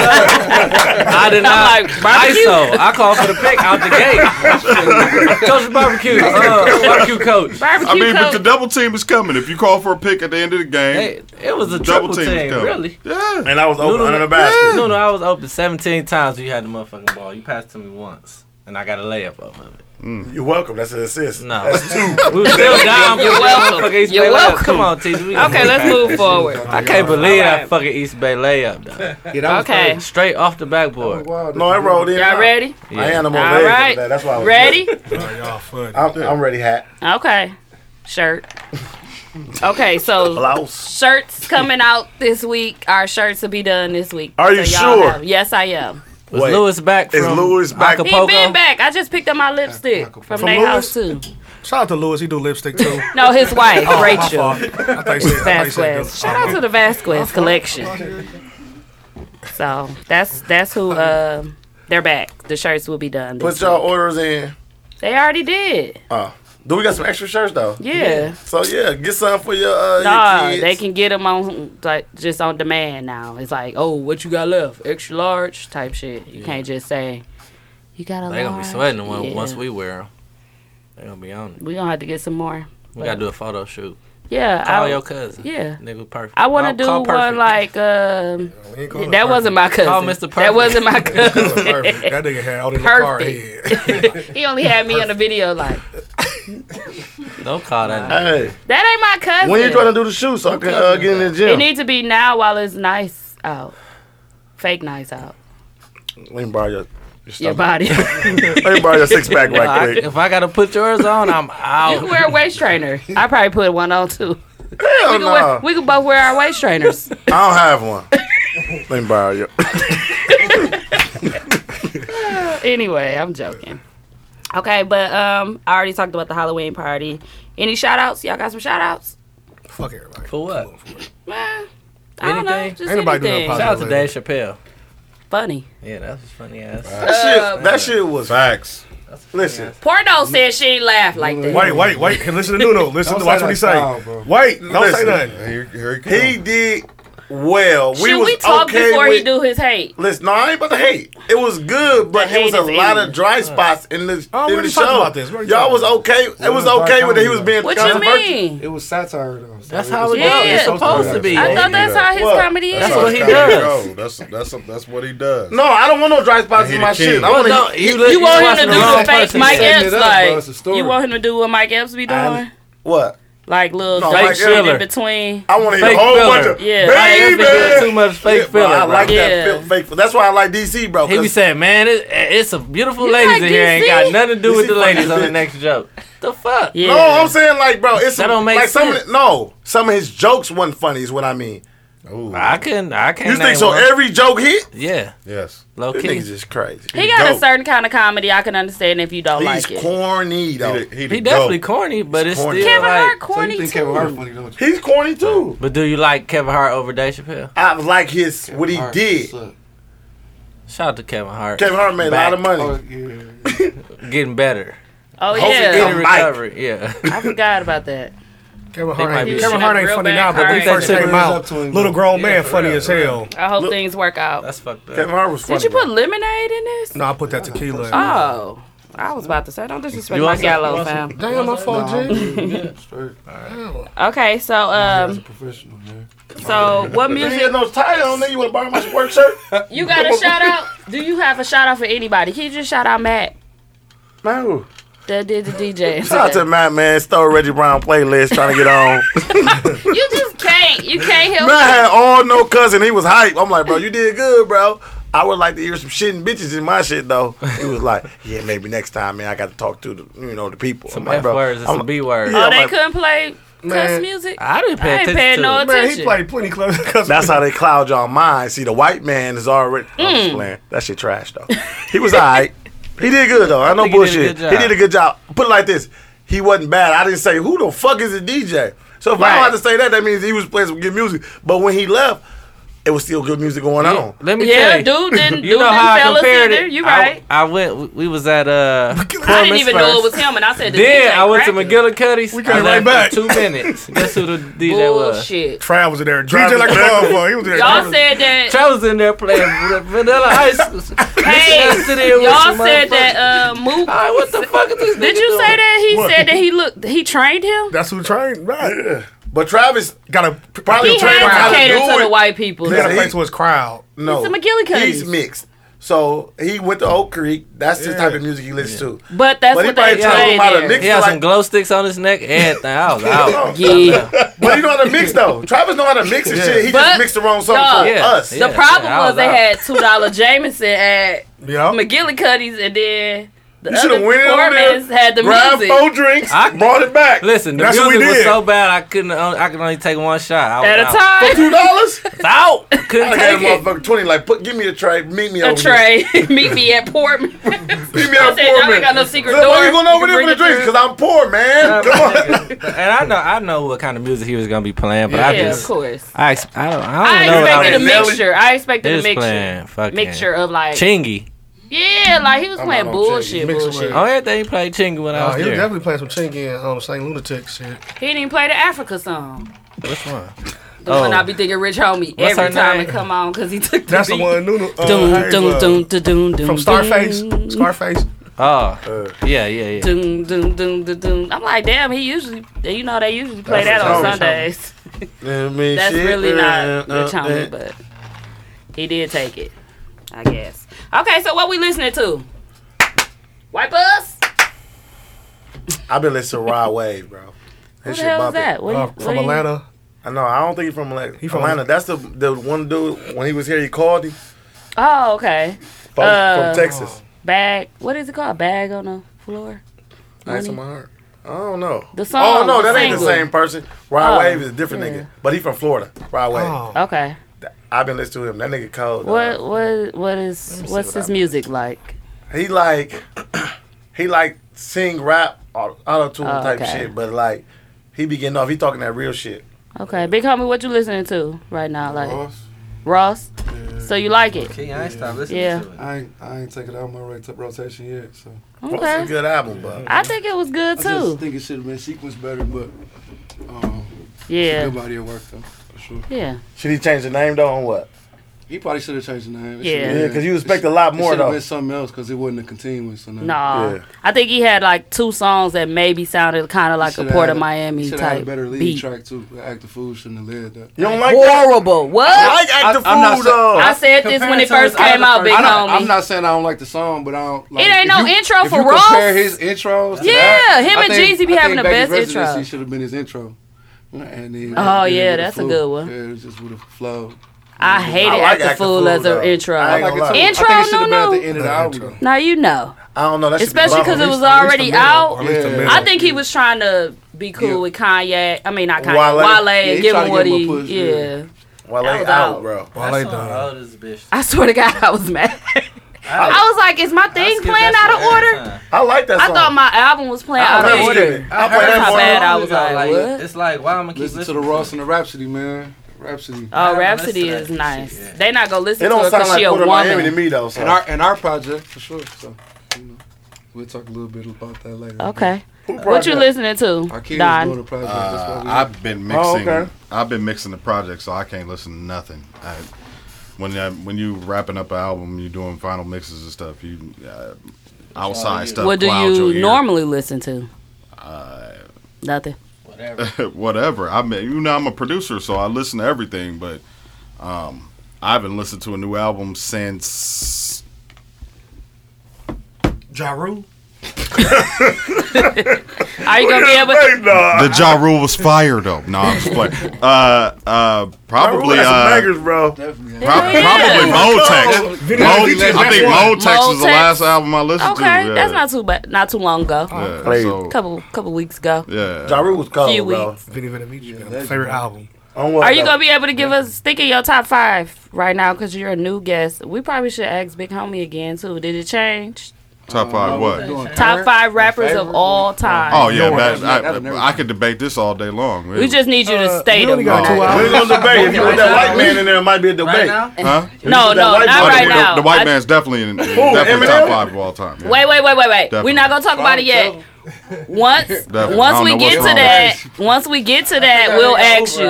Speaker 1: I did
Speaker 3: I'm
Speaker 1: not.
Speaker 3: like barbecue.
Speaker 1: ISO. I called for the pick out the gate. coach barbecue. Uh, barbecue coach.
Speaker 3: Barbecue
Speaker 8: I mean, but
Speaker 3: coach.
Speaker 8: the double team is coming. If you call for a pick at the end of the game,
Speaker 1: Hey, it was a
Speaker 8: double
Speaker 1: triple
Speaker 8: team is
Speaker 1: team,
Speaker 8: coming.
Speaker 1: really.
Speaker 8: Yeah.
Speaker 5: And I was open
Speaker 1: Noodle-
Speaker 5: under the basket.
Speaker 1: No, no, I was open 17 times when you had the motherfucking ball. You passed to me once, and I got a layup off of it.
Speaker 7: Mm.
Speaker 5: You're welcome. That's an assist.
Speaker 1: No. we were still down.
Speaker 3: You're
Speaker 1: for
Speaker 3: welcome.
Speaker 1: fucking East
Speaker 3: You're
Speaker 1: Bay layup.
Speaker 3: welcome.
Speaker 1: Come on, TZ. we gonna
Speaker 3: Okay,
Speaker 1: get
Speaker 3: let's
Speaker 1: back.
Speaker 3: move forward.
Speaker 1: I can't believe
Speaker 3: Alright.
Speaker 1: that fucking East Bay layup, though.
Speaker 7: Yeah, that was
Speaker 3: Okay.
Speaker 7: crazy.
Speaker 1: Straight off the backboard.
Speaker 7: Wow,
Speaker 5: No, it rolled in.
Speaker 3: Y'all ready?
Speaker 5: I ain't no more
Speaker 3: All
Speaker 5: legs after
Speaker 3: right.
Speaker 5: that. That's why I was
Speaker 3: Ready?
Speaker 4: Oh, y'all funny.
Speaker 5: I'm, I'm ready, hat.
Speaker 3: Okay. Shirt. Okay, so
Speaker 5: Blouse.
Speaker 3: shirts coming out this week. Our shirts will be done this week.
Speaker 5: Are you
Speaker 3: y'all
Speaker 5: sure?
Speaker 3: have- yes, I am.
Speaker 1: Was
Speaker 5: Wait.
Speaker 1: Lewis back from
Speaker 5: Is Lewis back-
Speaker 3: He
Speaker 1: Acapulco?
Speaker 3: been back. I just picked up my lipstick from their house too.
Speaker 4: Shout out to Lewis. He do lipstick too.
Speaker 3: No, his wife, Rachel
Speaker 4: Oh, I think she, I think she said
Speaker 3: Vasquez. Shout out to the
Speaker 5: Oh,
Speaker 3: Vasquez collection. So that's that's who uh, they're back. The shirts will be done.
Speaker 5: Uh-huh. Put
Speaker 3: This
Speaker 5: y'all
Speaker 3: week.
Speaker 5: orders in.
Speaker 3: They already did.
Speaker 5: Oh. Do we got some extra shirts though?
Speaker 3: Yeah.
Speaker 5: So yeah, get some for your uh
Speaker 3: Nah,
Speaker 5: your kids.
Speaker 3: they can get them on like just on demand now. It's like, oh, what you got left? Extra large type shit. You can't just say you got a.
Speaker 1: They gonna be
Speaker 3: large."
Speaker 1: sweating when,
Speaker 3: Yeah.
Speaker 1: once we wear them. They gonna be on it.
Speaker 3: We gonna have to get some more.
Speaker 1: We gotta do a photo shoot.
Speaker 3: Yeah,
Speaker 1: Call
Speaker 3: I,
Speaker 1: your cousin.
Speaker 3: yeah.
Speaker 1: Nigga perfect.
Speaker 3: I want
Speaker 1: Call-
Speaker 3: to do
Speaker 1: call perfect.
Speaker 3: one like um.
Speaker 4: We ain't calling
Speaker 3: That
Speaker 4: it
Speaker 3: wasn't my cousin.
Speaker 1: Call Mr.
Speaker 3: That wasn't my
Speaker 4: perfect.
Speaker 3: cousin.
Speaker 4: Perfect. That nigga had all the car
Speaker 3: Perfect.
Speaker 4: head.
Speaker 3: he only had me in the video like.
Speaker 1: Don't call that.
Speaker 5: Hey,
Speaker 3: That ain't my cousin.
Speaker 5: when you trying to do the shoot so I can uh, get in the
Speaker 3: It
Speaker 5: gym?
Speaker 3: needs to be now while it's nice out. Fake nice out.
Speaker 5: Let me borrow your, your,
Speaker 3: Your body.
Speaker 5: Let me borrow your six pack
Speaker 1: If I-
Speaker 5: right quick.
Speaker 1: if I gotta put yours on, I'm
Speaker 3: You can
Speaker 1: out.
Speaker 3: wear a waist trainer. I probably put one on too.
Speaker 5: Hell no,
Speaker 3: We can, wear, we can both wear our waist trainers.
Speaker 5: I don't have one. Let me borrow your.
Speaker 3: Uh, anyway, I'm joking. Okay, but um, I already talked about the Halloween party. Any shout outs? Y'all got some shout outs?
Speaker 4: Fuck everybody.
Speaker 1: For what?
Speaker 3: Man, I don't know.
Speaker 1: Anything?
Speaker 3: Just
Speaker 4: Ain't nobody doing
Speaker 3: anything.
Speaker 4: nothing
Speaker 1: Shout out to Dave Chappelle.
Speaker 3: Funny.
Speaker 1: Yeah, that was funny ass.
Speaker 5: That shit, that shit was.
Speaker 8: Facts.
Speaker 5: Listen,
Speaker 3: Porno said she ain't laugh like that.
Speaker 4: Wait, wait, wait. Hey, Listen to Nuno. Listen
Speaker 7: Don't
Speaker 4: to
Speaker 7: say
Speaker 4: watch what
Speaker 7: that
Speaker 4: he say.
Speaker 7: foul, bro.
Speaker 4: wait, don't say
Speaker 5: Listen.
Speaker 4: nothing.
Speaker 7: Here, here he comes.
Speaker 5: he did well.
Speaker 3: Should we,
Speaker 5: was
Speaker 3: talk
Speaker 5: okay
Speaker 3: before
Speaker 5: with,
Speaker 3: he do his hate?
Speaker 5: Listen, no, I ain't about to hate. It was good, but
Speaker 3: The
Speaker 5: it was a
Speaker 3: hate is
Speaker 5: lot
Speaker 3: in.
Speaker 5: of dry spots in the,
Speaker 4: Oh, we
Speaker 5: in the
Speaker 4: already
Speaker 5: show.
Speaker 4: talked about this. We already
Speaker 5: Y'all
Speaker 4: talked
Speaker 5: was
Speaker 4: about
Speaker 5: okay. It was
Speaker 7: It was
Speaker 5: okay with it. He
Speaker 7: comedy,
Speaker 5: was
Speaker 7: though.
Speaker 5: being
Speaker 3: What you
Speaker 5: controversial.
Speaker 3: mean?
Speaker 7: It was satire, though. so
Speaker 1: That's
Speaker 7: it
Speaker 1: how
Speaker 7: was
Speaker 1: it
Speaker 3: Yeah,
Speaker 1: goes. It's
Speaker 3: supposed
Speaker 1: supposed
Speaker 7: to
Speaker 1: to
Speaker 7: be.
Speaker 1: be.
Speaker 3: I thought that's how his
Speaker 5: What?
Speaker 3: comedy is.
Speaker 1: That's what he
Speaker 8: That's how it
Speaker 1: does.
Speaker 8: go. That's that's that's what he does.
Speaker 5: No, I don't want no dry spots
Speaker 8: He
Speaker 5: in
Speaker 8: the
Speaker 5: my
Speaker 8: king.
Speaker 5: shit. I want
Speaker 1: No,
Speaker 5: to.
Speaker 1: you,
Speaker 3: You want him
Speaker 1: watching
Speaker 3: to
Speaker 1: the
Speaker 3: do
Speaker 1: wrong
Speaker 3: the fake
Speaker 1: person.
Speaker 3: Mike
Speaker 7: Setting it
Speaker 3: Epps
Speaker 7: up, bro. It's a
Speaker 3: like?
Speaker 7: story.
Speaker 3: You want him to do what Mike Epps be doing?
Speaker 5: What?
Speaker 3: Like little
Speaker 5: No,
Speaker 3: fake
Speaker 5: Mike
Speaker 3: shit
Speaker 1: Epps-
Speaker 3: in between.
Speaker 5: I want to hear a
Speaker 1: Fake
Speaker 5: whole bunch
Speaker 1: filler.
Speaker 5: of
Speaker 3: Yeah.
Speaker 1: Mike
Speaker 5: baby.
Speaker 1: Epps be doing too much fake
Speaker 5: Bro,
Speaker 1: filler.
Speaker 5: I
Speaker 1: bro.
Speaker 5: like that
Speaker 3: Yeah.
Speaker 5: fil- fake. fil- That's why I like DC, bro.
Speaker 1: He be
Speaker 5: 'cause
Speaker 1: saying, man, it, it's a beautiful
Speaker 3: You
Speaker 1: ladies
Speaker 3: like
Speaker 1: in here. Ain't
Speaker 3: DC?
Speaker 1: got nothing to do with the
Speaker 5: DC fucking
Speaker 1: ladies on the
Speaker 5: bitch.
Speaker 1: next joke. The fuck?
Speaker 3: Yeah.
Speaker 5: No, I'm saying like, bro, it's
Speaker 1: That
Speaker 5: some,
Speaker 1: don't make
Speaker 5: like some. Of,
Speaker 1: sense.
Speaker 5: the- no, some of his jokes wasn't funny. Is what I mean.
Speaker 8: Ooh,
Speaker 1: I couldn't. I can't.
Speaker 5: You
Speaker 1: name
Speaker 5: think so?
Speaker 1: one.
Speaker 5: Every joke hit.
Speaker 1: yeah,
Speaker 8: yes.
Speaker 1: low
Speaker 5: This
Speaker 1: key.
Speaker 5: nigga's just crazy.
Speaker 3: he got
Speaker 5: dope.
Speaker 3: a certain kind of comedy I can understand if you don't
Speaker 5: He's
Speaker 3: like it.
Speaker 5: corny though.
Speaker 8: He, the- he, the
Speaker 1: He definitely
Speaker 8: goat.
Speaker 1: corny, but it's
Speaker 5: corny.
Speaker 1: still
Speaker 3: Kevin Hart
Speaker 1: like.
Speaker 7: So
Speaker 3: corny
Speaker 7: you think
Speaker 3: too.
Speaker 7: Kevin Hart funny, don't you?
Speaker 5: He's corny too.
Speaker 1: But do you like Kevin Hart over Dave Chappelle?
Speaker 5: I like his what he
Speaker 7: Hart
Speaker 5: did.
Speaker 7: suck.
Speaker 1: Shout out to Kevin Hart.
Speaker 5: Kevin Hart made a lot of money.
Speaker 7: Oh, yeah.
Speaker 1: getting better.
Speaker 3: Oh
Speaker 5: Hopefully
Speaker 1: Getting
Speaker 5: Kevin-
Speaker 3: yeah,
Speaker 5: Mike.
Speaker 1: recovery. Yeah.
Speaker 3: I forgot about that.
Speaker 4: Kevin
Speaker 1: They might
Speaker 4: Hart,
Speaker 1: be
Speaker 4: ain't,
Speaker 1: shit.
Speaker 4: Kevin Hart ain't
Speaker 3: Real
Speaker 4: funny
Speaker 3: bad
Speaker 4: now, but when
Speaker 3: Hart.
Speaker 4: he first
Speaker 7: Yeah,
Speaker 4: came
Speaker 7: for real.
Speaker 4: out, little grown man,
Speaker 1: for
Speaker 4: funny
Speaker 1: real,
Speaker 4: as
Speaker 1: for
Speaker 4: hell.
Speaker 3: I hope
Speaker 5: Look-
Speaker 3: things work out.
Speaker 1: That's fucked up.
Speaker 5: Kevin Hart was funny.
Speaker 3: Did you put
Speaker 5: bro.
Speaker 3: lemonade in this?
Speaker 4: No, I put that tequila. in.
Speaker 3: Oh, I was about to say, don't disrespect
Speaker 1: You
Speaker 3: my
Speaker 1: want some? You
Speaker 3: Gallo
Speaker 1: want
Speaker 3: fam.
Speaker 4: Damn, my fault,
Speaker 7: Nah, I'm
Speaker 4: G.
Speaker 7: good. Straight.
Speaker 3: Okay, so
Speaker 7: As a
Speaker 3: um,
Speaker 7: professional, man.
Speaker 3: so what
Speaker 5: If he had
Speaker 3: music?
Speaker 5: those ties on there, you want to borrow my work shirt?
Speaker 3: You got a shout out? Do you have a shout out for anybody? Can you just shout out Matt
Speaker 5: No.
Speaker 3: that did the DJ?
Speaker 5: Shout out to Matt, man. Stole Reggie Brown playlist trying to get on.
Speaker 3: You just can't. You can't help
Speaker 5: Matt
Speaker 3: it.
Speaker 5: had all no cousin. He was hype. I'm like, bro, you did good, bro. I would like to hear some shit and bitches in my shit though. He was like, yeah, maybe next time, man. I got to talk to the, you know, the people.
Speaker 1: Some
Speaker 5: I'm like,
Speaker 1: F
Speaker 5: bro,
Speaker 1: words and
Speaker 5: I'm
Speaker 1: some
Speaker 5: like-
Speaker 1: B words.
Speaker 5: Yeah,
Speaker 3: Oh, they
Speaker 5: like-
Speaker 3: couldn't play cuss
Speaker 4: Man.
Speaker 3: music.
Speaker 1: I didn't pay
Speaker 3: I ain't
Speaker 1: attention
Speaker 3: paying no
Speaker 1: to it.
Speaker 4: Man,
Speaker 3: attention.
Speaker 4: he played plenty clubs.
Speaker 5: That's how they cloud y'all mind. See, the white man is already. I'm
Speaker 1: Mm.
Speaker 5: just playing. That shit trash though. He was alright. He did good though. I know
Speaker 1: think he did a
Speaker 5: bullshit.
Speaker 1: good job.
Speaker 5: He did a good job. Put it like this. He wasn't bad. I didn't say who the fuck is a DJ. So if I
Speaker 3: Right.
Speaker 5: don't have to say that, that means he was playing some good music. But when he left, it was still good music going on.
Speaker 1: Let me
Speaker 3: Yeah,
Speaker 1: tell you.
Speaker 3: dude didn't.
Speaker 1: You
Speaker 3: dude
Speaker 1: know
Speaker 3: didn't
Speaker 1: how I
Speaker 3: fell asleep
Speaker 1: compared
Speaker 3: there.
Speaker 1: it.
Speaker 3: You
Speaker 1: I-
Speaker 3: right?
Speaker 1: I, went. we- We was at uh.
Speaker 3: I,
Speaker 1: Performance
Speaker 3: didn't even
Speaker 1: first.
Speaker 3: know it was him, and I said the
Speaker 1: Then
Speaker 3: DJ
Speaker 1: I went to
Speaker 3: cracking.
Speaker 1: McGillicuddy's. We
Speaker 4: came right back.
Speaker 1: Two minutes. Guess who the DJ was?
Speaker 3: Bullshit.
Speaker 4: Trav was in there. DJ like a motherfucker. He was in there.
Speaker 3: Y'all said that.
Speaker 1: Travis in there playing Vanilla Ice.
Speaker 3: Hey,
Speaker 1: Y'all sit here with
Speaker 3: y'all
Speaker 1: some
Speaker 3: said
Speaker 1: motherfuckers.
Speaker 3: that. Uh, Mook.
Speaker 1: All right, what the fuck is this?
Speaker 3: Did
Speaker 1: nigga
Speaker 3: you
Speaker 1: doing?
Speaker 3: say that he
Speaker 4: What?
Speaker 3: said that he looked? He trained him.
Speaker 4: That's who trained. Right.
Speaker 5: But Travis
Speaker 4: Got a
Speaker 5: probably
Speaker 3: He
Speaker 5: trained him
Speaker 3: had
Speaker 5: how
Speaker 3: to
Speaker 5: to
Speaker 3: cater to
Speaker 5: do
Speaker 3: the
Speaker 5: it.
Speaker 3: white people.
Speaker 4: He got
Speaker 5: Yeah,
Speaker 4: to
Speaker 5: he-
Speaker 4: play to his crowd.
Speaker 5: No,
Speaker 3: It's a McGillicuddy.
Speaker 5: He's mixed. So he went to Oak Creek. That's the type of music he listens to.
Speaker 3: But that's
Speaker 5: But he
Speaker 3: what
Speaker 5: probably
Speaker 3: they
Speaker 5: told
Speaker 3: say
Speaker 5: him how to
Speaker 3: there.
Speaker 5: mix
Speaker 1: He had
Speaker 5: like-
Speaker 1: some glow sticks on his neck. Everything. I was out.
Speaker 3: Yeah.
Speaker 5: But he know how to mix though. Travis know how to mix and shit. He
Speaker 3: But-
Speaker 5: just mixed the wrong song
Speaker 3: Dog.
Speaker 5: for
Speaker 1: Yeah.
Speaker 5: us.
Speaker 1: Yeah.
Speaker 3: The problem
Speaker 1: I
Speaker 3: was
Speaker 1: was
Speaker 3: they
Speaker 1: out.
Speaker 3: had two dollar Jameson at
Speaker 4: Yeah.
Speaker 3: McGillicuddy's, and then the
Speaker 5: You should
Speaker 3: other
Speaker 5: have went in
Speaker 3: performance
Speaker 5: there,
Speaker 3: had the
Speaker 5: grabbed
Speaker 3: music.
Speaker 5: four drinks,
Speaker 1: I-
Speaker 5: brought it back.
Speaker 1: Listen, the
Speaker 4: That's what we
Speaker 1: music was
Speaker 4: did.
Speaker 1: so bad I couldn't. Only, I could only take one shot. I was
Speaker 3: At a
Speaker 1: out.
Speaker 3: time,
Speaker 5: Two dollars?
Speaker 1: Out.
Speaker 5: I
Speaker 1: Couldn't
Speaker 5: gave
Speaker 1: take
Speaker 5: that
Speaker 1: it.
Speaker 5: motherfucker twenty. Like, put, give me a tray. Meet me
Speaker 3: a
Speaker 5: over
Speaker 3: tray. Meet me at Portman.
Speaker 5: here. Meet me
Speaker 3: I
Speaker 5: out
Speaker 3: said,
Speaker 5: four
Speaker 3: y'all ain't got no
Speaker 5: minutes.
Speaker 3: secret
Speaker 5: Look,
Speaker 3: door.
Speaker 5: Why you going
Speaker 3: You
Speaker 5: over
Speaker 3: can
Speaker 5: there for the
Speaker 3: bring it
Speaker 5: drinks? Cause I'm poor, man. Come on.
Speaker 1: And I know, I know what kind of music he was gonna be playing, but I
Speaker 3: Yeah, of
Speaker 1: just,
Speaker 3: course.
Speaker 1: I, ex- I don't, I
Speaker 3: I
Speaker 1: don't know. what I
Speaker 3: expected a
Speaker 1: was,
Speaker 5: Nelly.
Speaker 3: mixture. I
Speaker 1: he
Speaker 3: expected a
Speaker 1: was
Speaker 3: mixture.
Speaker 1: playing fucking
Speaker 3: Mixture of like,
Speaker 1: Chingy.
Speaker 3: yeah, like he was playing
Speaker 7: on
Speaker 3: bullshit,
Speaker 4: Mixed with-
Speaker 3: bullshit.
Speaker 1: Oh, everything he played Chingy when I
Speaker 4: Uh,
Speaker 1: was
Speaker 4: he was
Speaker 1: there.
Speaker 4: definitely playing some chink in on the St. Lunatic shit.
Speaker 3: He didn't even play the Africa song.
Speaker 1: Which one?
Speaker 3: The one
Speaker 1: Oh.
Speaker 3: I be thinking Rich Homie
Speaker 1: What's her
Speaker 3: every time
Speaker 1: name?
Speaker 3: it come on because he took the
Speaker 4: That's the
Speaker 3: beat.
Speaker 4: one Nuno.
Speaker 5: Oh,
Speaker 4: Uh,
Speaker 3: Doom,
Speaker 4: Hayes, uh,
Speaker 3: doom, doom, doom, doom, doom,
Speaker 4: From Starface. Scarface.
Speaker 5: Uh.
Speaker 1: Oh, yeah, yeah, yeah.
Speaker 3: Doom, doom, doom, doom, doom. I'm like, damn, he usually, you know, they usually play
Speaker 5: That's
Speaker 3: that on
Speaker 5: Rich Homie.
Speaker 3: Sundays. That's really not Rich
Speaker 1: Uh,
Speaker 3: Homie, but he did take it, I guess. Okay, so what we listening to? Wipe us?
Speaker 5: I've been listening to Rod Wave, bro.
Speaker 3: Who the
Speaker 5: His
Speaker 3: hell is that? What do you-
Speaker 5: Uh,
Speaker 3: what do you-
Speaker 5: I know. I don't think he's from Atlanta. He from Atlanta. That's the the one dude when he was here. He called him
Speaker 3: Oh, okay.
Speaker 5: from,
Speaker 3: Uh,
Speaker 5: from Texas.
Speaker 3: Bag. What is it called? Bag on the floor.
Speaker 5: Nice in my
Speaker 3: Money?
Speaker 5: heart. I don't know.
Speaker 3: The song,
Speaker 5: Oh no,
Speaker 3: the
Speaker 5: that ain't the
Speaker 3: single.
Speaker 5: same person. Rod
Speaker 3: Oh,
Speaker 5: Wave is a different
Speaker 3: yeah.
Speaker 5: nigga, but he from Florida. Rod Wave.
Speaker 3: Okay.
Speaker 5: I've been listening to him. That nigga cold. dog.
Speaker 3: What what what is
Speaker 5: me see
Speaker 3: what's
Speaker 5: what
Speaker 3: his
Speaker 5: I-
Speaker 3: music like?
Speaker 5: He like he like sing rap auto tune
Speaker 3: Oh,
Speaker 5: type
Speaker 3: okay.
Speaker 5: shit, but like he be getting off. He talking that real shit.
Speaker 3: Okay, big homie, what you listening to right now? Like Ross. So you like it?
Speaker 7: Okay, I ain't stopped listening
Speaker 3: Yeah.
Speaker 7: to it. I ain't, I ain't taken out my rota- rotation yet, so.
Speaker 3: Okay. That's a good
Speaker 5: album, but
Speaker 3: I think it was good
Speaker 7: I
Speaker 3: too.
Speaker 7: just think it should have been sequenced better, but. Um, it's a
Speaker 3: Yeah.
Speaker 7: Good body of work, though, for sure.
Speaker 3: Yeah.
Speaker 5: Should he change the name though, on what?
Speaker 7: He probably should have changed the name. It
Speaker 3: Yeah.
Speaker 7: should've
Speaker 5: Yeah,
Speaker 7: been-
Speaker 5: 'cause you
Speaker 7: it
Speaker 5: expect a
Speaker 7: should-
Speaker 5: lot
Speaker 7: it
Speaker 5: more,
Speaker 7: should've
Speaker 5: though.
Speaker 7: been something else because it wasn't a continuous. So no.
Speaker 3: Nah. I think he had like two songs that maybe sounded kind of like a
Speaker 7: Shoulda
Speaker 3: Port of
Speaker 7: had
Speaker 3: Miami
Speaker 7: shoulda had
Speaker 3: type
Speaker 7: a better lead
Speaker 3: beat.
Speaker 7: track too. Act the fool shouldn't have led that.
Speaker 5: You don't
Speaker 3: like that? Horrible. What? I like Act the
Speaker 7: I'm not
Speaker 3: Fool,
Speaker 7: sa-
Speaker 3: though. I said this
Speaker 7: Compared
Speaker 3: when it
Speaker 7: to
Speaker 3: first
Speaker 7: his
Speaker 3: came
Speaker 7: other
Speaker 3: out, big
Speaker 7: first- I don't-
Speaker 3: homie.
Speaker 7: I'm not saying I don't like the song, but I don't. Like,
Speaker 3: It ain't
Speaker 7: if
Speaker 3: no
Speaker 7: you-
Speaker 3: intro
Speaker 7: if
Speaker 3: for
Speaker 7: you
Speaker 3: Ross.
Speaker 7: Compare his intros. to
Speaker 3: Yeah,
Speaker 7: that,
Speaker 3: him
Speaker 7: I
Speaker 3: and
Speaker 7: think-
Speaker 3: Jeezy be
Speaker 7: I
Speaker 3: having
Speaker 7: think
Speaker 3: the
Speaker 7: Baby's
Speaker 3: best intro.
Speaker 7: Residency Should have been his intro. And then-
Speaker 3: Oh,
Speaker 7: and then
Speaker 3: yeah,
Speaker 7: it would've
Speaker 3: that's a
Speaker 7: flew.
Speaker 3: good one.
Speaker 7: Yeah, it just would have flowed.
Speaker 3: I hated
Speaker 5: I like
Speaker 3: Act the
Speaker 5: Act the
Speaker 3: Fool
Speaker 5: Fool,
Speaker 3: as
Speaker 5: though.
Speaker 3: an intro.
Speaker 5: I ain't gonna lie.
Speaker 3: Intro,
Speaker 7: I think it should
Speaker 3: no,
Speaker 7: have been at the
Speaker 3: no.
Speaker 7: end of the album. though.
Speaker 3: Now you know.
Speaker 5: I don't know. That should be
Speaker 3: Especially
Speaker 5: bummer.
Speaker 3: because it was
Speaker 5: At least- at
Speaker 3: already
Speaker 5: least the middle.
Speaker 3: out.
Speaker 5: At least the middle.
Speaker 3: I think he was trying to be cool with Kanye. I mean, not Kanye.
Speaker 5: Wale.
Speaker 3: Wale,
Speaker 5: Yeah,
Speaker 3: and
Speaker 5: he
Speaker 3: give
Speaker 5: tried
Speaker 3: him
Speaker 5: to
Speaker 3: what
Speaker 5: give
Speaker 3: he.
Speaker 5: him a push,
Speaker 3: yeah.
Speaker 5: yeah. Wale
Speaker 3: That was
Speaker 5: out,
Speaker 3: out.
Speaker 5: bro.
Speaker 1: Wale done. this bitch.
Speaker 3: I swear to God, I was mad. I, was like, is my thing playing out of order?
Speaker 5: I like that
Speaker 3: I
Speaker 1: song.
Speaker 3: thought my album was playing out of order.
Speaker 1: I
Speaker 3: That's
Speaker 1: heard
Speaker 3: how bad I was like,
Speaker 1: like,
Speaker 3: what?
Speaker 1: It's like, why am I keep
Speaker 7: Listen
Speaker 1: listening
Speaker 7: to the Ross and the Rhapsody, man. Rhapsody.
Speaker 3: Oh, Rhapsody is nice. They not gonna listen
Speaker 7: It
Speaker 3: to
Speaker 7: don't
Speaker 3: it
Speaker 7: sound
Speaker 3: because
Speaker 7: like
Speaker 3: she a
Speaker 7: Port
Speaker 3: woman.
Speaker 7: of Miami to
Speaker 5: me though. So.
Speaker 7: And our and our project for sure. So you know, we'll talk a little bit about that later.
Speaker 3: Okay. What
Speaker 7: project?
Speaker 3: you listening
Speaker 7: Our
Speaker 3: to,
Speaker 7: kids doing a
Speaker 3: Don?
Speaker 7: project. That's
Speaker 8: Uh,
Speaker 7: why we-
Speaker 8: I've been mixing.
Speaker 7: Oh, okay.
Speaker 8: I've been mixing the project, so I can't listen to nothing. I, when I, when you wrapping up an album, you doing final mixes and stuff. You uh, outside stuff.
Speaker 3: What do
Speaker 8: clouds your
Speaker 3: you
Speaker 8: ear.
Speaker 3: normally listen to? Nothing.
Speaker 8: whatever. I mean, you know, I'm a producer, so I listen to everything. But um, I haven't listened to a new album since
Speaker 4: Ja Rule.
Speaker 3: Are you gonna be able?
Speaker 8: the Ja Rule was fired. Though, no, I'm just playing. Uh, uh,
Speaker 5: Ja Rule
Speaker 8: probably.
Speaker 5: had some
Speaker 8: uh,
Speaker 5: bangers, bro.
Speaker 8: Pro- Uh, probably Motex. Motex. I think Motex was the last album I listened
Speaker 3: okay,
Speaker 8: to.
Speaker 3: Okay, that's not too bad. Not too long ago.
Speaker 7: Oh,
Speaker 8: Yeah, Crazy. so-
Speaker 3: couple couple weeks ago.
Speaker 8: Yeah.
Speaker 5: Ja Rule was cold,
Speaker 3: Few
Speaker 5: bro.
Speaker 3: weeks.
Speaker 4: Vinny Venevici, man, favorite album.
Speaker 3: Are you gonna be able to give us think of your top five right now? Because you're a new guest. We probably should ask Big Homie again too. Did it change?
Speaker 8: Top five what?
Speaker 3: Top five rappers of all time.
Speaker 8: Oh yeah,
Speaker 3: No,
Speaker 8: that,
Speaker 3: I-
Speaker 8: I, I, could debate this all day long.
Speaker 3: Uh, we just need you to state them.
Speaker 5: We're gonna debate. If you put that white man in there, it might be a debate.
Speaker 8: Huh?
Speaker 3: No, no, not
Speaker 8: Oh, the-
Speaker 3: right
Speaker 8: the,
Speaker 3: now.
Speaker 8: The white
Speaker 3: I-
Speaker 8: man's definitely in
Speaker 5: Who,
Speaker 8: definitely
Speaker 5: Eminem?
Speaker 8: top five of all time. yeah.
Speaker 3: Wait, wait, wait, wait, wait.
Speaker 8: Definitely.
Speaker 3: We're not gonna talk about it yet. Once,
Speaker 8: Definitely. I
Speaker 3: once
Speaker 8: don't
Speaker 3: we
Speaker 8: know
Speaker 3: get
Speaker 8: what's
Speaker 3: to
Speaker 8: wrong.
Speaker 3: that, once we get to that, we'll ask you.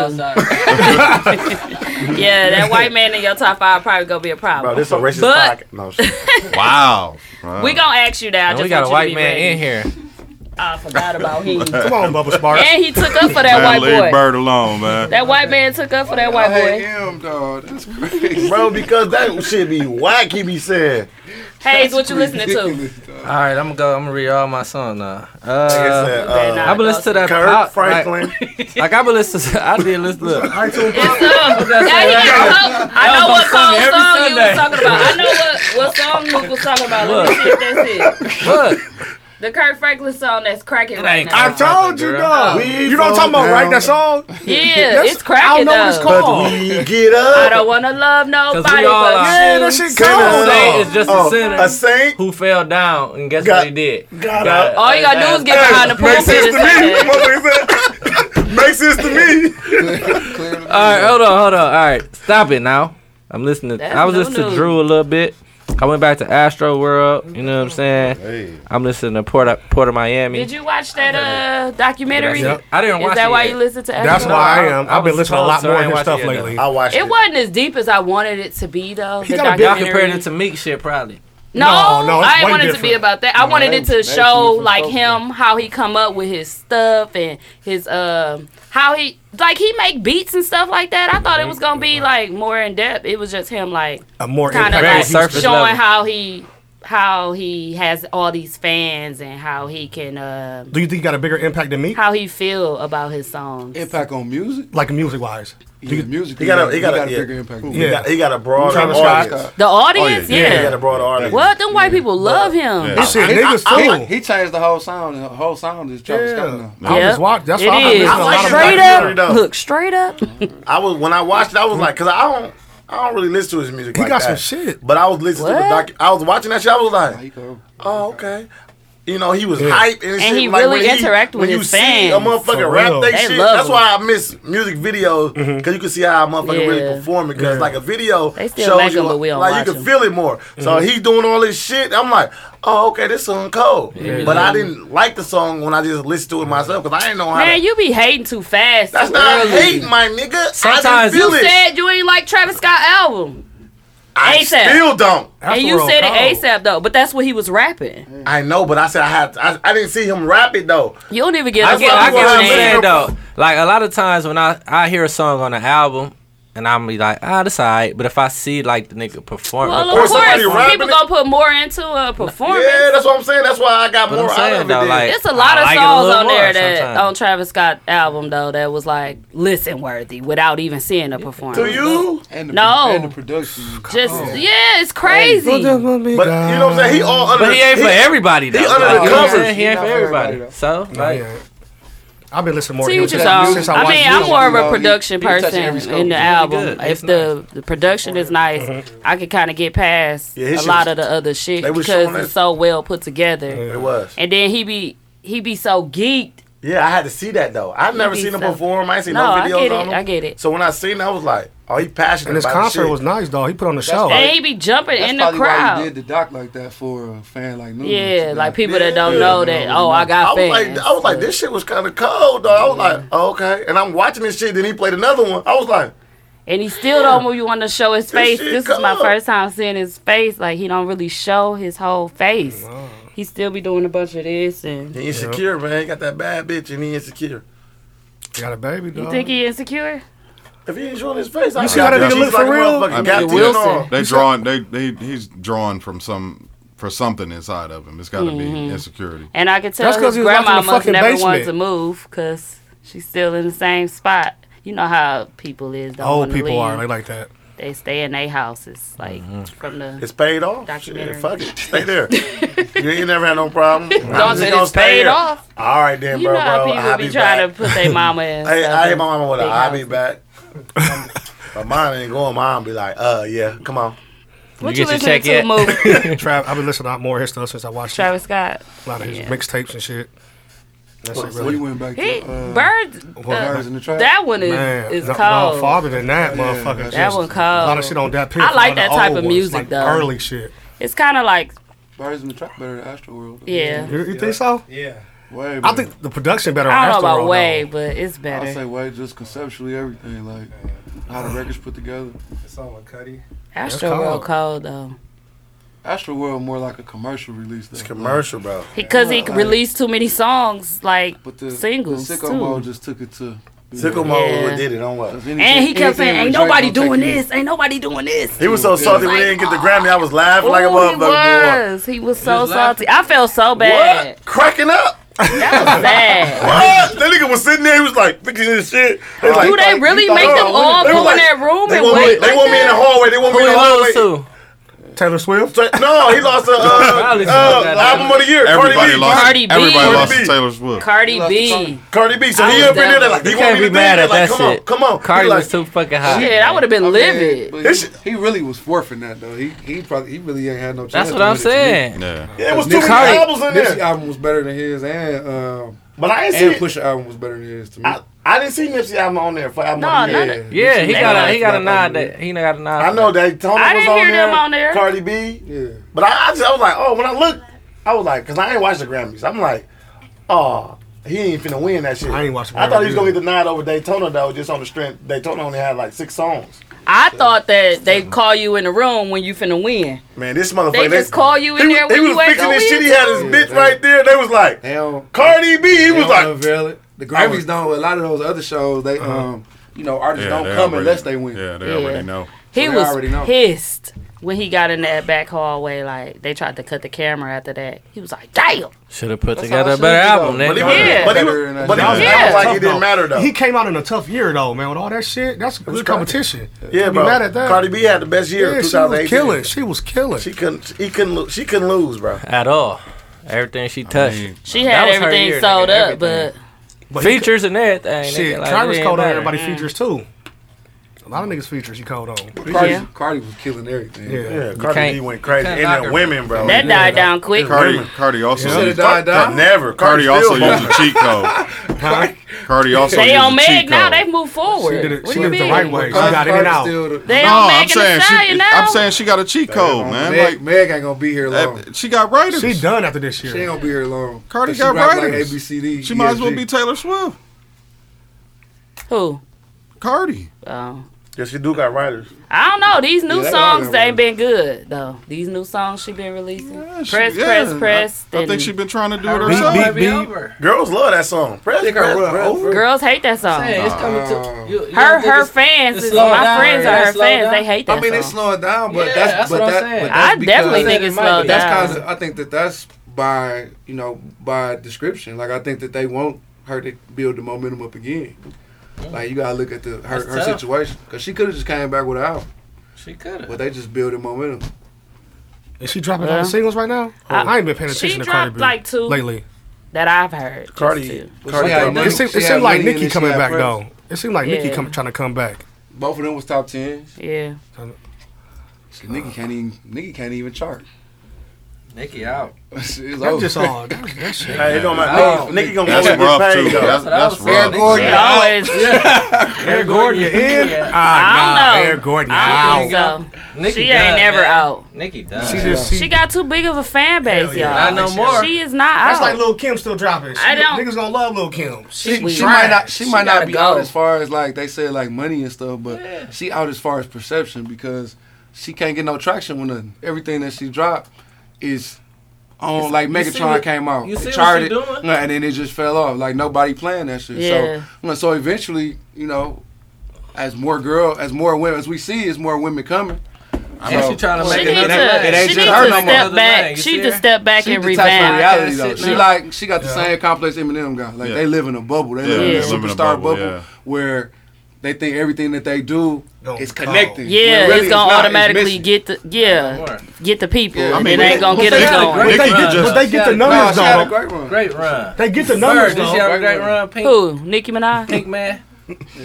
Speaker 3: yeah, that white man in your top five probably gonna be a problem.
Speaker 5: Bro, this a racist
Speaker 3: but
Speaker 5: podcast. No, shit.
Speaker 8: Wow.
Speaker 3: we gonna ask you that. I
Speaker 5: And
Speaker 3: just
Speaker 5: we got
Speaker 3: want
Speaker 5: a white
Speaker 3: you to be
Speaker 5: man
Speaker 3: ready.
Speaker 5: in
Speaker 9: here.
Speaker 3: I forgot about him.
Speaker 4: Come on, Bubba Sparks.
Speaker 3: And he took up for that
Speaker 8: man,
Speaker 3: white
Speaker 8: leave
Speaker 3: boy.
Speaker 8: Bird alone, man.
Speaker 3: That white man took up for that white boy.
Speaker 7: Damn, dog. Oh, That's
Speaker 5: bro, because that shit be wacky. Be saying.
Speaker 3: Hayes, what you listening to?
Speaker 1: All right, I'm gonna go. I'm gonna read all my songs now. Uh,
Speaker 5: said, uh,
Speaker 1: I've been listening to that
Speaker 5: Kirk
Speaker 1: pop.
Speaker 5: Franklin.
Speaker 1: Like, like I've been listening. To, I did listen. Look, I
Speaker 3: Yeah, he got coke. I know
Speaker 1: Y'all
Speaker 3: what cold
Speaker 1: gonna sing
Speaker 3: song you
Speaker 1: every
Speaker 3: was talking about. I know what, what song Luke was talking about. Let me see if that's it.
Speaker 1: Look.
Speaker 3: The Kirk Franklin song that's cracking right now.
Speaker 4: I told you, dog. You know what I'm talking about, right? That song?
Speaker 3: Yeah,
Speaker 4: That's-
Speaker 3: it's cracking
Speaker 4: I don't know what it's
Speaker 3: though.
Speaker 4: called.
Speaker 5: Get up.
Speaker 3: I don't want to love nobody but you.
Speaker 1: are.
Speaker 4: Man, that shit
Speaker 1: Sinner
Speaker 4: cold,
Speaker 1: saint
Speaker 4: dog.
Speaker 1: is just a
Speaker 5: Oh,
Speaker 1: sinner
Speaker 5: a saint?
Speaker 1: who fell down, and guess what he did?
Speaker 5: Got
Speaker 1: up.
Speaker 3: All you gotta do is get behind the
Speaker 5: Makes sense
Speaker 3: pulpit.
Speaker 5: to me. Motherfucker said, Makes sense to me.
Speaker 1: All right, hold on, hold on. All right, stop it now. I'm listening.
Speaker 3: That's
Speaker 1: I was
Speaker 3: new
Speaker 1: listening
Speaker 3: news.
Speaker 1: to Drew a little bit. I went back to Astro World. You know what I'm saying? I'm listening to Port of, Port of Miami.
Speaker 3: Did you watch that uh documentary?
Speaker 1: Yep. I didn't watch
Speaker 3: Is that
Speaker 1: it
Speaker 3: why
Speaker 1: yet.
Speaker 3: you listen to?
Speaker 4: That's
Speaker 3: Astro?
Speaker 4: why I am. I've been
Speaker 1: was
Speaker 4: listening to a lot
Speaker 1: close, so I
Speaker 4: more of
Speaker 1: ain't
Speaker 4: his
Speaker 1: watched
Speaker 4: stuff
Speaker 1: it yet,
Speaker 4: lately.
Speaker 5: I watched
Speaker 3: It wasn't as deep as I wanted it to be, though. The
Speaker 4: got a big-
Speaker 1: Y'all compared
Speaker 3: documentary.
Speaker 1: it to Meek shit, probably.
Speaker 3: No,
Speaker 4: No, no, it's
Speaker 3: I
Speaker 4: way
Speaker 3: wanted it to be
Speaker 4: different.
Speaker 3: about that. I
Speaker 4: No,
Speaker 3: wanted
Speaker 4: they-
Speaker 3: it to
Speaker 4: they
Speaker 3: show
Speaker 4: different
Speaker 3: like
Speaker 4: folks,
Speaker 3: him how he come up with his stuff and his um how he like he make beats and stuff like that. I thought it was gonna be like more in depth. It was just him like
Speaker 4: A more
Speaker 3: kind of
Speaker 4: impactful
Speaker 3: like
Speaker 4: Houston.
Speaker 3: showing how he how he has all these fans and how he can uh,
Speaker 4: Do you think you got a bigger impact than me?
Speaker 3: how he feel about his songs.
Speaker 4: Impact on music? Like music wise. Do you, music.
Speaker 5: He got a he got, a, yeah. He
Speaker 4: Yeah.
Speaker 5: got, he got a broad
Speaker 4: Travis
Speaker 5: audience.
Speaker 4: Scott.
Speaker 3: The audience,
Speaker 5: yeah.
Speaker 3: yeah.
Speaker 5: He got a broad audience.
Speaker 3: What them white people love him.
Speaker 7: I- I- I-
Speaker 3: I-
Speaker 7: he, he changed the whole sound. The whole sound is Travis Scott now.
Speaker 5: I was watching. That's why I
Speaker 7: is.
Speaker 5: I like
Speaker 7: Straight
Speaker 5: Dr.
Speaker 7: up.
Speaker 5: Dre, though.
Speaker 7: Look,
Speaker 3: straight up.
Speaker 5: I was when I watched it, I was like, cause I don't, I don't really listen to his music.
Speaker 4: He
Speaker 5: like
Speaker 4: got
Speaker 5: that.
Speaker 4: some shit.
Speaker 5: But I was listening to the
Speaker 4: What?
Speaker 5: doc. I was watching that shit. I was like, oh okay. You know, he was
Speaker 4: Yeah.
Speaker 5: hype and,
Speaker 3: And
Speaker 5: shit.
Speaker 3: he
Speaker 5: like,
Speaker 3: really
Speaker 5: when
Speaker 3: interact with
Speaker 5: when you
Speaker 3: his
Speaker 5: See
Speaker 3: fans.
Speaker 5: a motherfucker
Speaker 3: For
Speaker 5: rap
Speaker 3: real.
Speaker 5: they,
Speaker 3: They
Speaker 5: shit.
Speaker 3: love
Speaker 5: That's
Speaker 3: him.
Speaker 5: why I miss music videos because
Speaker 4: Mm-hmm.
Speaker 5: you can see how a motherfucker
Speaker 3: Yeah.
Speaker 5: really performing. Because
Speaker 3: Yeah.
Speaker 5: like a video
Speaker 3: They still
Speaker 5: shows
Speaker 3: like
Speaker 5: you
Speaker 3: him, but
Speaker 5: like,
Speaker 3: we don't
Speaker 5: like you
Speaker 3: watch
Speaker 5: can
Speaker 3: him.
Speaker 5: feel it more. So
Speaker 4: Mm-hmm.
Speaker 3: Mhm.
Speaker 5: he doing all this shit. I'm like, oh okay, this song cold.
Speaker 3: Yeah.
Speaker 5: But I didn't like the song when I just listened to it myself because I didn't know how. to
Speaker 3: Man, you be hating too fast.
Speaker 5: That's
Speaker 3: too
Speaker 5: not
Speaker 3: early.
Speaker 5: hating, my nigga.
Speaker 3: Sometimes
Speaker 5: I just feel
Speaker 3: you
Speaker 5: it.
Speaker 3: said you ain't like Travis Scott album.
Speaker 5: I
Speaker 3: ASAP.
Speaker 5: still don't.
Speaker 3: and you said it ASAP though, but that's what he was rapping.
Speaker 5: I know, but I said I had. I, I didn't see him rap it though.
Speaker 3: You don't even get.
Speaker 1: I
Speaker 3: I
Speaker 1: get, I get what I'm saying
Speaker 3: get
Speaker 1: though. Like a lot of times when I, I hear a song on an album and I'm be like, ah, that's alright. But if I see like the nigga perform,
Speaker 3: Well, of course, people gonna put more into a performance.
Speaker 5: Yeah, that's what I'm saying. That's why I got
Speaker 1: But I'm
Speaker 5: more
Speaker 1: saying,
Speaker 5: out of it.
Speaker 1: though,
Speaker 5: then.
Speaker 1: like,
Speaker 3: It's a lot
Speaker 1: I
Speaker 3: of
Speaker 1: like it a
Speaker 3: songs
Speaker 1: little
Speaker 3: on
Speaker 1: more
Speaker 3: there that
Speaker 1: sometimes.
Speaker 3: on Travis Scott album though that was like listen worthy without even seeing a performance.
Speaker 5: To you?
Speaker 7: And the,
Speaker 3: No.
Speaker 7: And the production.
Speaker 3: Just yeah, it's crazy. But you
Speaker 1: know what
Speaker 5: I'm saying? He all under
Speaker 1: But he
Speaker 5: the-
Speaker 1: ain't for
Speaker 5: he-
Speaker 1: everybody
Speaker 5: he
Speaker 1: though.
Speaker 5: under
Speaker 1: Like,
Speaker 5: the
Speaker 1: you know what I'm
Speaker 5: covers.
Speaker 1: saying? He ain't for
Speaker 5: He not for everybody,
Speaker 1: everybody. So like,
Speaker 4: I've been listening more
Speaker 3: To
Speaker 4: to him
Speaker 3: each
Speaker 4: since,
Speaker 3: his own.
Speaker 4: since I
Speaker 3: I
Speaker 4: watched
Speaker 3: mean, I'm
Speaker 4: Music.
Speaker 3: more
Speaker 4: You
Speaker 3: of
Speaker 4: know,
Speaker 3: a
Speaker 4: he-
Speaker 3: production
Speaker 4: he touch
Speaker 3: person
Speaker 4: every scope.
Speaker 3: in the
Speaker 4: He's
Speaker 3: album.
Speaker 4: really good.
Speaker 3: If the, the production is nice, I can kind of get past
Speaker 5: Mm-hmm. Yeah, his
Speaker 3: a
Speaker 5: shit
Speaker 3: lot
Speaker 5: was-
Speaker 3: of the other shit
Speaker 5: they was
Speaker 3: because
Speaker 5: showing
Speaker 3: it's
Speaker 5: that-
Speaker 3: so well put together.
Speaker 5: It was.
Speaker 3: And then he be he be so geeked.
Speaker 5: Yeah, I had to see that though. I've
Speaker 3: He
Speaker 5: never
Speaker 3: be
Speaker 5: seen him
Speaker 3: so-
Speaker 5: perform. I ain't seen
Speaker 3: No,
Speaker 5: no,
Speaker 3: I
Speaker 5: videos
Speaker 3: get
Speaker 5: on
Speaker 3: it,
Speaker 5: him.
Speaker 3: I get it.
Speaker 5: So when I seen, it, I was like, oh, he passionate.
Speaker 4: And his
Speaker 5: about the
Speaker 4: concert
Speaker 5: shit.
Speaker 4: was nice, dog. He put on the show.
Speaker 3: And he be jumping
Speaker 7: That's
Speaker 3: in the
Speaker 7: probably Why
Speaker 3: crowd.
Speaker 7: he did the doc like that for a fan like Nunu.
Speaker 3: Yeah, like people that don't know that. Oh, I
Speaker 5: I
Speaker 3: got
Speaker 5: was
Speaker 3: fans.
Speaker 5: like, I was like, this shit was kind of cold, though. I was like, okay. And I'm watching this shit. Then he played another one. I was like,
Speaker 3: and he still don't really want to show his face.
Speaker 5: shit
Speaker 3: This, is my
Speaker 5: cold.
Speaker 3: first time seeing his face. Like he don't really show his whole face. He still be doing a bunch of this and
Speaker 5: he insecure, man. He got that bad bitch, and he insecure.
Speaker 4: got a baby,
Speaker 3: You
Speaker 4: dog.
Speaker 3: think he insecure?
Speaker 5: If he ain't showing his face, I
Speaker 4: You
Speaker 5: got
Speaker 4: see how that
Speaker 5: bitch.
Speaker 4: nigga
Speaker 5: He's
Speaker 4: look
Speaker 5: like
Speaker 4: for
Speaker 5: a
Speaker 4: real?
Speaker 5: motherfucking
Speaker 4: I mean,
Speaker 5: Captain
Speaker 4: Wilson.
Speaker 5: Norm.
Speaker 8: They drawn. They they he's drawn from some for something inside of him. It's got to
Speaker 3: Mhm.
Speaker 8: be insecurity.
Speaker 3: And I can tell
Speaker 4: That's 'cause
Speaker 3: his
Speaker 4: he was locked in
Speaker 3: grandma
Speaker 4: the
Speaker 3: must
Speaker 4: fucking
Speaker 3: never want
Speaker 4: basement.
Speaker 3: to move because she's still in the same spot. You know how people is. Don't
Speaker 4: Old
Speaker 3: wanna
Speaker 4: people
Speaker 3: leave.
Speaker 4: are. They like that.
Speaker 3: They stay in their houses, like
Speaker 7: Mm-hmm.
Speaker 3: from the.
Speaker 5: It's paid off.
Speaker 3: Documentary.
Speaker 5: Shit, fuck it. Stay there. you ain't never had no problem. I'm just
Speaker 3: said
Speaker 5: gonna
Speaker 3: it's
Speaker 5: stay
Speaker 3: paid
Speaker 5: here.
Speaker 3: off.
Speaker 5: All right, then,
Speaker 3: You
Speaker 5: bro,
Speaker 3: know how
Speaker 5: bro.
Speaker 3: people
Speaker 5: I'll
Speaker 3: be
Speaker 5: be
Speaker 3: trying
Speaker 5: back.
Speaker 3: to put their mama in
Speaker 5: Hey,
Speaker 3: stuff
Speaker 5: I hit
Speaker 3: in
Speaker 5: my mama with a
Speaker 3: big
Speaker 5: I'll be back. my mom ain't going. Mom be like, uh, yeah, come on.
Speaker 3: What You you get your listening check to, yet?
Speaker 4: Trav, I've been listening to more of his stuff since I watched
Speaker 3: Travis Scott.
Speaker 4: A lot of his
Speaker 3: Yeah.
Speaker 4: mixtapes and shit. That
Speaker 7: So
Speaker 4: shit
Speaker 7: you
Speaker 4: really.
Speaker 7: went back
Speaker 3: He,
Speaker 7: to uh,
Speaker 3: birds, uh,
Speaker 7: Birds in the Trap?
Speaker 3: that one is,
Speaker 4: Man,
Speaker 3: is
Speaker 4: no,
Speaker 3: cold.
Speaker 4: No, farther than that,
Speaker 7: Yeah,
Speaker 4: motherfucker.
Speaker 7: that's
Speaker 3: That
Speaker 4: Just
Speaker 3: one cold.
Speaker 4: A lot of shit on that picture.
Speaker 3: I like that type of
Speaker 4: ones,
Speaker 3: music,
Speaker 4: like
Speaker 3: though.
Speaker 4: Early shit.
Speaker 3: It's kind of like,
Speaker 7: Birds in the Trap better than Astro World.
Speaker 3: Yeah.
Speaker 4: You, you think so?
Speaker 7: Yeah. Way
Speaker 4: I
Speaker 7: better.
Speaker 4: think the production better.
Speaker 3: I
Speaker 4: on
Speaker 3: don't know
Speaker 4: Astroworld,
Speaker 3: about way,
Speaker 4: though.
Speaker 3: but it's
Speaker 7: I say
Speaker 3: better.
Speaker 7: way just conceptually everything like how the records put together. It's all with Cuddy.
Speaker 3: Astro World cold, though.
Speaker 7: Astro World more like a commercial release. It's
Speaker 5: commercial, bro.
Speaker 3: Because he released too many songs, like singles.
Speaker 7: The sicko
Speaker 3: too.
Speaker 7: mode just took it to
Speaker 5: Sicko mode Yeah. did it on what?
Speaker 3: And he kept saying, "Ain't nobody doing this.
Speaker 7: It.
Speaker 3: Ain't nobody doing this."
Speaker 5: He was so salty when he didn't get the Grammy. I was laughing like a
Speaker 3: "Oh, Ooh, he
Speaker 5: motherfucker. boy.
Speaker 3: was. He was so salty. I felt so bad.
Speaker 5: What? Cracking up?
Speaker 3: Sad.
Speaker 5: What? That nigga was sitting there. He was like, look at this shit. They
Speaker 3: Do
Speaker 5: like-
Speaker 3: they really
Speaker 5: They
Speaker 3: make them
Speaker 5: like- oh,
Speaker 3: all
Speaker 5: they
Speaker 3: go in
Speaker 5: like-
Speaker 3: that room
Speaker 5: they
Speaker 3: and
Speaker 5: want me-
Speaker 3: wait
Speaker 5: They
Speaker 3: like
Speaker 5: want me in the
Speaker 3: that?
Speaker 5: hallway. They want me in the hallway.
Speaker 4: Taylor Swift.
Speaker 5: No, he lost the uh, uh, album of the year. Cardi
Speaker 8: Everybody
Speaker 5: B.
Speaker 8: lost.
Speaker 3: Cardi B.
Speaker 8: Everybody
Speaker 3: Cardi
Speaker 8: lost
Speaker 5: B.
Speaker 8: to Taylor Swift.
Speaker 3: Cardi B.
Speaker 5: Cardi B. So
Speaker 3: I
Speaker 5: he
Speaker 3: was
Speaker 5: up in there. They're
Speaker 3: down.
Speaker 5: like,
Speaker 1: You
Speaker 5: he want
Speaker 1: can't
Speaker 5: me to
Speaker 1: be
Speaker 5: do
Speaker 1: mad
Speaker 5: that.
Speaker 1: at
Speaker 5: Like,
Speaker 1: that
Speaker 5: come on,
Speaker 1: shit.
Speaker 5: come on.
Speaker 1: Cardi
Speaker 5: He like,
Speaker 1: was too fucking hot.
Speaker 3: Shit, I would have been livid.
Speaker 7: But he, he really was forfeiting that though. He he probably he really ain't had no chance.
Speaker 1: That's what
Speaker 7: to
Speaker 1: I'm
Speaker 7: win it to me.
Speaker 1: saying.
Speaker 8: Yeah.
Speaker 5: Yeah, it was
Speaker 7: Cause
Speaker 5: too many
Speaker 7: Nipsey-
Speaker 5: albums in
Speaker 7: Nipsey
Speaker 5: there.
Speaker 7: album was better than his, and um,
Speaker 5: But I ain't
Speaker 7: and
Speaker 5: see-
Speaker 7: Pusha album was better than his to me.
Speaker 5: I, I didn't see Nipsey album on there for album
Speaker 7: No,
Speaker 5: of the
Speaker 7: none
Speaker 5: year.
Speaker 7: of-
Speaker 1: Yeah, he
Speaker 5: Nigga
Speaker 1: got a
Speaker 5: like
Speaker 1: he got a
Speaker 5: Black
Speaker 1: nod.
Speaker 5: Album.
Speaker 1: That he got a nod.
Speaker 5: I
Speaker 1: for
Speaker 5: know
Speaker 1: that.
Speaker 5: that Tony
Speaker 3: I
Speaker 5: was
Speaker 3: didn't
Speaker 5: on
Speaker 3: hear
Speaker 5: there.
Speaker 3: them on there.
Speaker 5: Cardi B.
Speaker 7: Yeah.
Speaker 5: But I, I, just, I was like, oh, when I looked, I was like, because I ain't watched the Grammys. I'm like, oh, he ain't finna win that shit. I ain't watching. I thought he was gonna get the nod over Daytona though, just on the strength. Daytona only had like six songs.
Speaker 3: I thought that they call you in the room when you finna win.
Speaker 5: Man, this motherfucker.
Speaker 3: They just call you in
Speaker 5: he
Speaker 3: there
Speaker 5: was,
Speaker 3: when
Speaker 5: he was
Speaker 3: you ain't
Speaker 5: fixing
Speaker 3: gonna
Speaker 5: this shit. He
Speaker 3: win,
Speaker 5: had his
Speaker 3: too.
Speaker 5: bitch right there. They was like, Cardi B. He was like,
Speaker 7: The Grammys don't. A lot of those other shows, they
Speaker 5: Uh-huh.
Speaker 7: um, you know, artists
Speaker 8: Yeah,
Speaker 7: don't
Speaker 8: they
Speaker 7: come
Speaker 8: already-
Speaker 7: unless they win.
Speaker 8: Yeah, they
Speaker 3: Yeah.
Speaker 8: already know.
Speaker 3: He
Speaker 7: So they
Speaker 3: was
Speaker 7: already know.
Speaker 3: pissed. when he got in that back hallway, like they tried to cut the camera after that. He was like, "Damn."
Speaker 1: Should have put together a better album.
Speaker 4: But
Speaker 1: nigga.
Speaker 4: he was-
Speaker 3: Yeah.
Speaker 4: but he was-
Speaker 1: Better than
Speaker 4: but
Speaker 1: that
Speaker 4: that was-
Speaker 1: shit.
Speaker 4: that was
Speaker 1: Yeah.
Speaker 4: tough,
Speaker 1: It didn't matter, though.
Speaker 4: He came out in a tough year though, man. With all that shit, that's good competition.
Speaker 5: Yeah,
Speaker 4: Be
Speaker 5: bro.
Speaker 4: mad at that.
Speaker 5: Cardi B had the best year
Speaker 4: Yeah,
Speaker 5: of
Speaker 4: she was
Speaker 5: 2018.
Speaker 4: killing. She was killing.
Speaker 5: She couldn't. He couldn't. lo- She couldn't lose, bro.
Speaker 1: At all. Everything she touched.
Speaker 3: She had everything sold up,
Speaker 4: but
Speaker 1: features and everything.
Speaker 4: Shit,
Speaker 1: nigga, like,
Speaker 4: Travis
Speaker 1: it
Speaker 4: called on
Speaker 1: ain't
Speaker 4: everybody
Speaker 1: matter.
Speaker 4: features too. A lot of niggas features he called on.
Speaker 7: Cardi, Cardi was killing everything.
Speaker 4: Yeah. Yeah,
Speaker 5: Cardi B went crazy. And then women, bro.
Speaker 3: That died down quick.
Speaker 8: Cardi, Cardi also
Speaker 5: You said it died down?
Speaker 8: Never.
Speaker 5: Cardi
Speaker 8: Cardi,
Speaker 5: still
Speaker 8: also used a
Speaker 5: fucking-
Speaker 8: cheat code. Cardi also
Speaker 3: they
Speaker 8: used
Speaker 3: on
Speaker 8: a
Speaker 3: Meg
Speaker 8: cheat
Speaker 3: now.
Speaker 8: code.
Speaker 3: They moved forward. What do you mean? They
Speaker 8: no,
Speaker 3: on Meg
Speaker 8: I'm
Speaker 3: and the
Speaker 8: saying she,
Speaker 3: Stallion now.
Speaker 8: I'm saying she got a cheat code, man.
Speaker 7: Meg-
Speaker 8: like Meg ain't gonna be here long. She got writers.
Speaker 4: She done after this year.
Speaker 7: She ain't gonna be here long.
Speaker 8: Cardi
Speaker 7: If she
Speaker 8: got
Speaker 7: rap like
Speaker 8: writers.
Speaker 7: ABCD.
Speaker 8: She might as well be Taylor Swift.
Speaker 3: Who?
Speaker 8: Cardi.
Speaker 3: Oh.
Speaker 5: Yes, she do got writers.
Speaker 3: I don't know. These new
Speaker 5: Yeah, that
Speaker 3: songs
Speaker 5: album
Speaker 3: they ain't been good though. These new songs she been releasing.
Speaker 8: she-
Speaker 3: press,
Speaker 8: yeah,
Speaker 3: press,
Speaker 8: I-
Speaker 3: press.
Speaker 8: I think
Speaker 3: then-
Speaker 8: she been trying to do it
Speaker 3: Her run
Speaker 8: herself.
Speaker 3: might be Beep, beep, over.
Speaker 5: Girls love that song. Press, press, press.
Speaker 3: Girls hate that song.
Speaker 5: Saying, it's coming
Speaker 7: to-
Speaker 3: her her fans, is, my friends are her fans. They hate that
Speaker 7: I mean,
Speaker 3: song.
Speaker 7: it's slowing down, but
Speaker 3: Yeah,
Speaker 7: that's,
Speaker 3: that's
Speaker 7: but
Speaker 3: what I'm
Speaker 7: that,
Speaker 3: saying.
Speaker 7: But that's
Speaker 3: I definitely
Speaker 7: because-
Speaker 3: think it's slowed
Speaker 7: that's
Speaker 3: down.
Speaker 7: Kinda, I think that that's by you know by description. Like I think that they want her to build the momentum up again. Like you gotta look at the her,
Speaker 10: That's
Speaker 7: her
Speaker 10: tough.
Speaker 7: situation because she could have just came back with an album.
Speaker 10: She could
Speaker 7: but they just building momentum.
Speaker 4: Is she dropping all the singles right now? I, ain't been paying attention
Speaker 3: Uh-huh. she
Speaker 4: to Cardi
Speaker 3: dropped
Speaker 4: B
Speaker 3: like two
Speaker 4: lately.
Speaker 3: that I've heard.
Speaker 5: Cardi-
Speaker 3: Just two.
Speaker 7: Cardi had
Speaker 4: it
Speaker 7: Nicki-
Speaker 4: seemed,
Speaker 7: she
Speaker 4: it
Speaker 7: had
Speaker 4: seemed like
Speaker 7: Nicki and
Speaker 4: Nicki
Speaker 7: then she
Speaker 4: coming
Speaker 7: had
Speaker 4: back
Speaker 7: Prince.
Speaker 4: though. It seemed like Nicki
Speaker 7: Yeah.
Speaker 4: come, trying to come back.
Speaker 7: Both of them was top tens.
Speaker 3: Yeah.
Speaker 7: Nikki can't even Nikki can't even chart.
Speaker 10: Nikki out.
Speaker 7: It's
Speaker 10: That's just
Speaker 7: over.
Speaker 10: all- that was- that shit.
Speaker 7: Hey, it don't matter.
Speaker 10: Wow.
Speaker 7: Nikki- Nikki gonna
Speaker 10: That's
Speaker 7: go get
Speaker 10: rough,
Speaker 7: paid,
Speaker 10: too.
Speaker 7: though.
Speaker 10: That's- that's
Speaker 7: That's what I
Speaker 10: rough.
Speaker 7: was saying. Gordon
Speaker 10: Yeah.
Speaker 7: out.
Speaker 10: Always.
Speaker 7: Yeah.
Speaker 10: Eric Gordon in?
Speaker 7: Yeah.
Speaker 10: Ah,
Speaker 3: I don't
Speaker 10: nah,
Speaker 3: know.
Speaker 10: Eric Gordon
Speaker 3: I don't
Speaker 10: out.
Speaker 3: think so.
Speaker 10: Nikki
Speaker 3: she ain't
Speaker 10: done,
Speaker 3: never
Speaker 10: man.
Speaker 3: out.
Speaker 10: Nikki done.
Speaker 3: She,
Speaker 10: She just-
Speaker 3: got too big of a fan base,
Speaker 10: yeah.
Speaker 3: y'all.
Speaker 10: Not no more.
Speaker 3: She is not
Speaker 4: That's
Speaker 3: out.
Speaker 4: like Lil Kim still dropping. She,
Speaker 3: I don't-
Speaker 4: Niggas gonna love Lil Kim.
Speaker 7: She,
Speaker 4: was
Speaker 7: she might
Speaker 4: trash.
Speaker 7: not. She,
Speaker 4: She
Speaker 7: might
Speaker 4: gotta
Speaker 7: not be
Speaker 4: go.
Speaker 7: out as far as like they said, like money and stuff. But she out as far as perception because she can't get no traction with nothing. Everything that she dropped is on.
Speaker 10: It's-
Speaker 7: like
Speaker 10: you see
Speaker 7: Megatron
Speaker 10: what-
Speaker 7: came out,
Speaker 10: you see
Speaker 7: it
Speaker 10: what she
Speaker 7: charted,
Speaker 10: doing?
Speaker 7: no, and then it just fell off. Like nobody playing that shit.
Speaker 10: Yeah.
Speaker 7: So, so eventually, you know, as more girl, as more women, as we see, as more women coming.
Speaker 10: And she tryna
Speaker 7: so-
Speaker 10: make
Speaker 7: it ain't-
Speaker 10: another
Speaker 7: it
Speaker 10: leg.
Speaker 7: ain't- it ain't
Speaker 10: She
Speaker 7: just
Speaker 10: need
Speaker 7: her
Speaker 10: to
Speaker 7: no more.
Speaker 10: step back. You She see need to her? step back
Speaker 7: She
Speaker 10: and
Speaker 7: detached from
Speaker 10: revamp.
Speaker 7: reality,
Speaker 10: That's
Speaker 7: though.
Speaker 10: it
Speaker 7: She
Speaker 10: now.
Speaker 7: like she got the
Speaker 10: Yeah.
Speaker 7: same complex Eminem got. Like
Speaker 10: Yeah.
Speaker 7: they live in a bubble. They
Speaker 10: Yeah,
Speaker 7: live
Speaker 10: they
Speaker 7: in a
Speaker 10: live in a
Speaker 7: superstar
Speaker 10: bubble,
Speaker 7: bubble,
Speaker 10: yeah.
Speaker 7: where they think everything that they do is connected.
Speaker 3: Oh. Yeah,
Speaker 7: When really
Speaker 3: it's gonna
Speaker 7: not.
Speaker 3: automatically
Speaker 7: missing.
Speaker 3: get the yeah, get the people.
Speaker 7: Yeah.
Speaker 3: and
Speaker 7: I mean,
Speaker 3: it ain't gonna get it going.
Speaker 4: But they get, but they get the numbers
Speaker 10: She had a
Speaker 4: though.
Speaker 10: great run. Great run.
Speaker 4: They get the
Speaker 10: Bird,
Speaker 4: numbers
Speaker 10: did
Speaker 4: though.
Speaker 10: she have a great run? Pink.
Speaker 3: Who? Nicki Minaj.
Speaker 10: Pink man.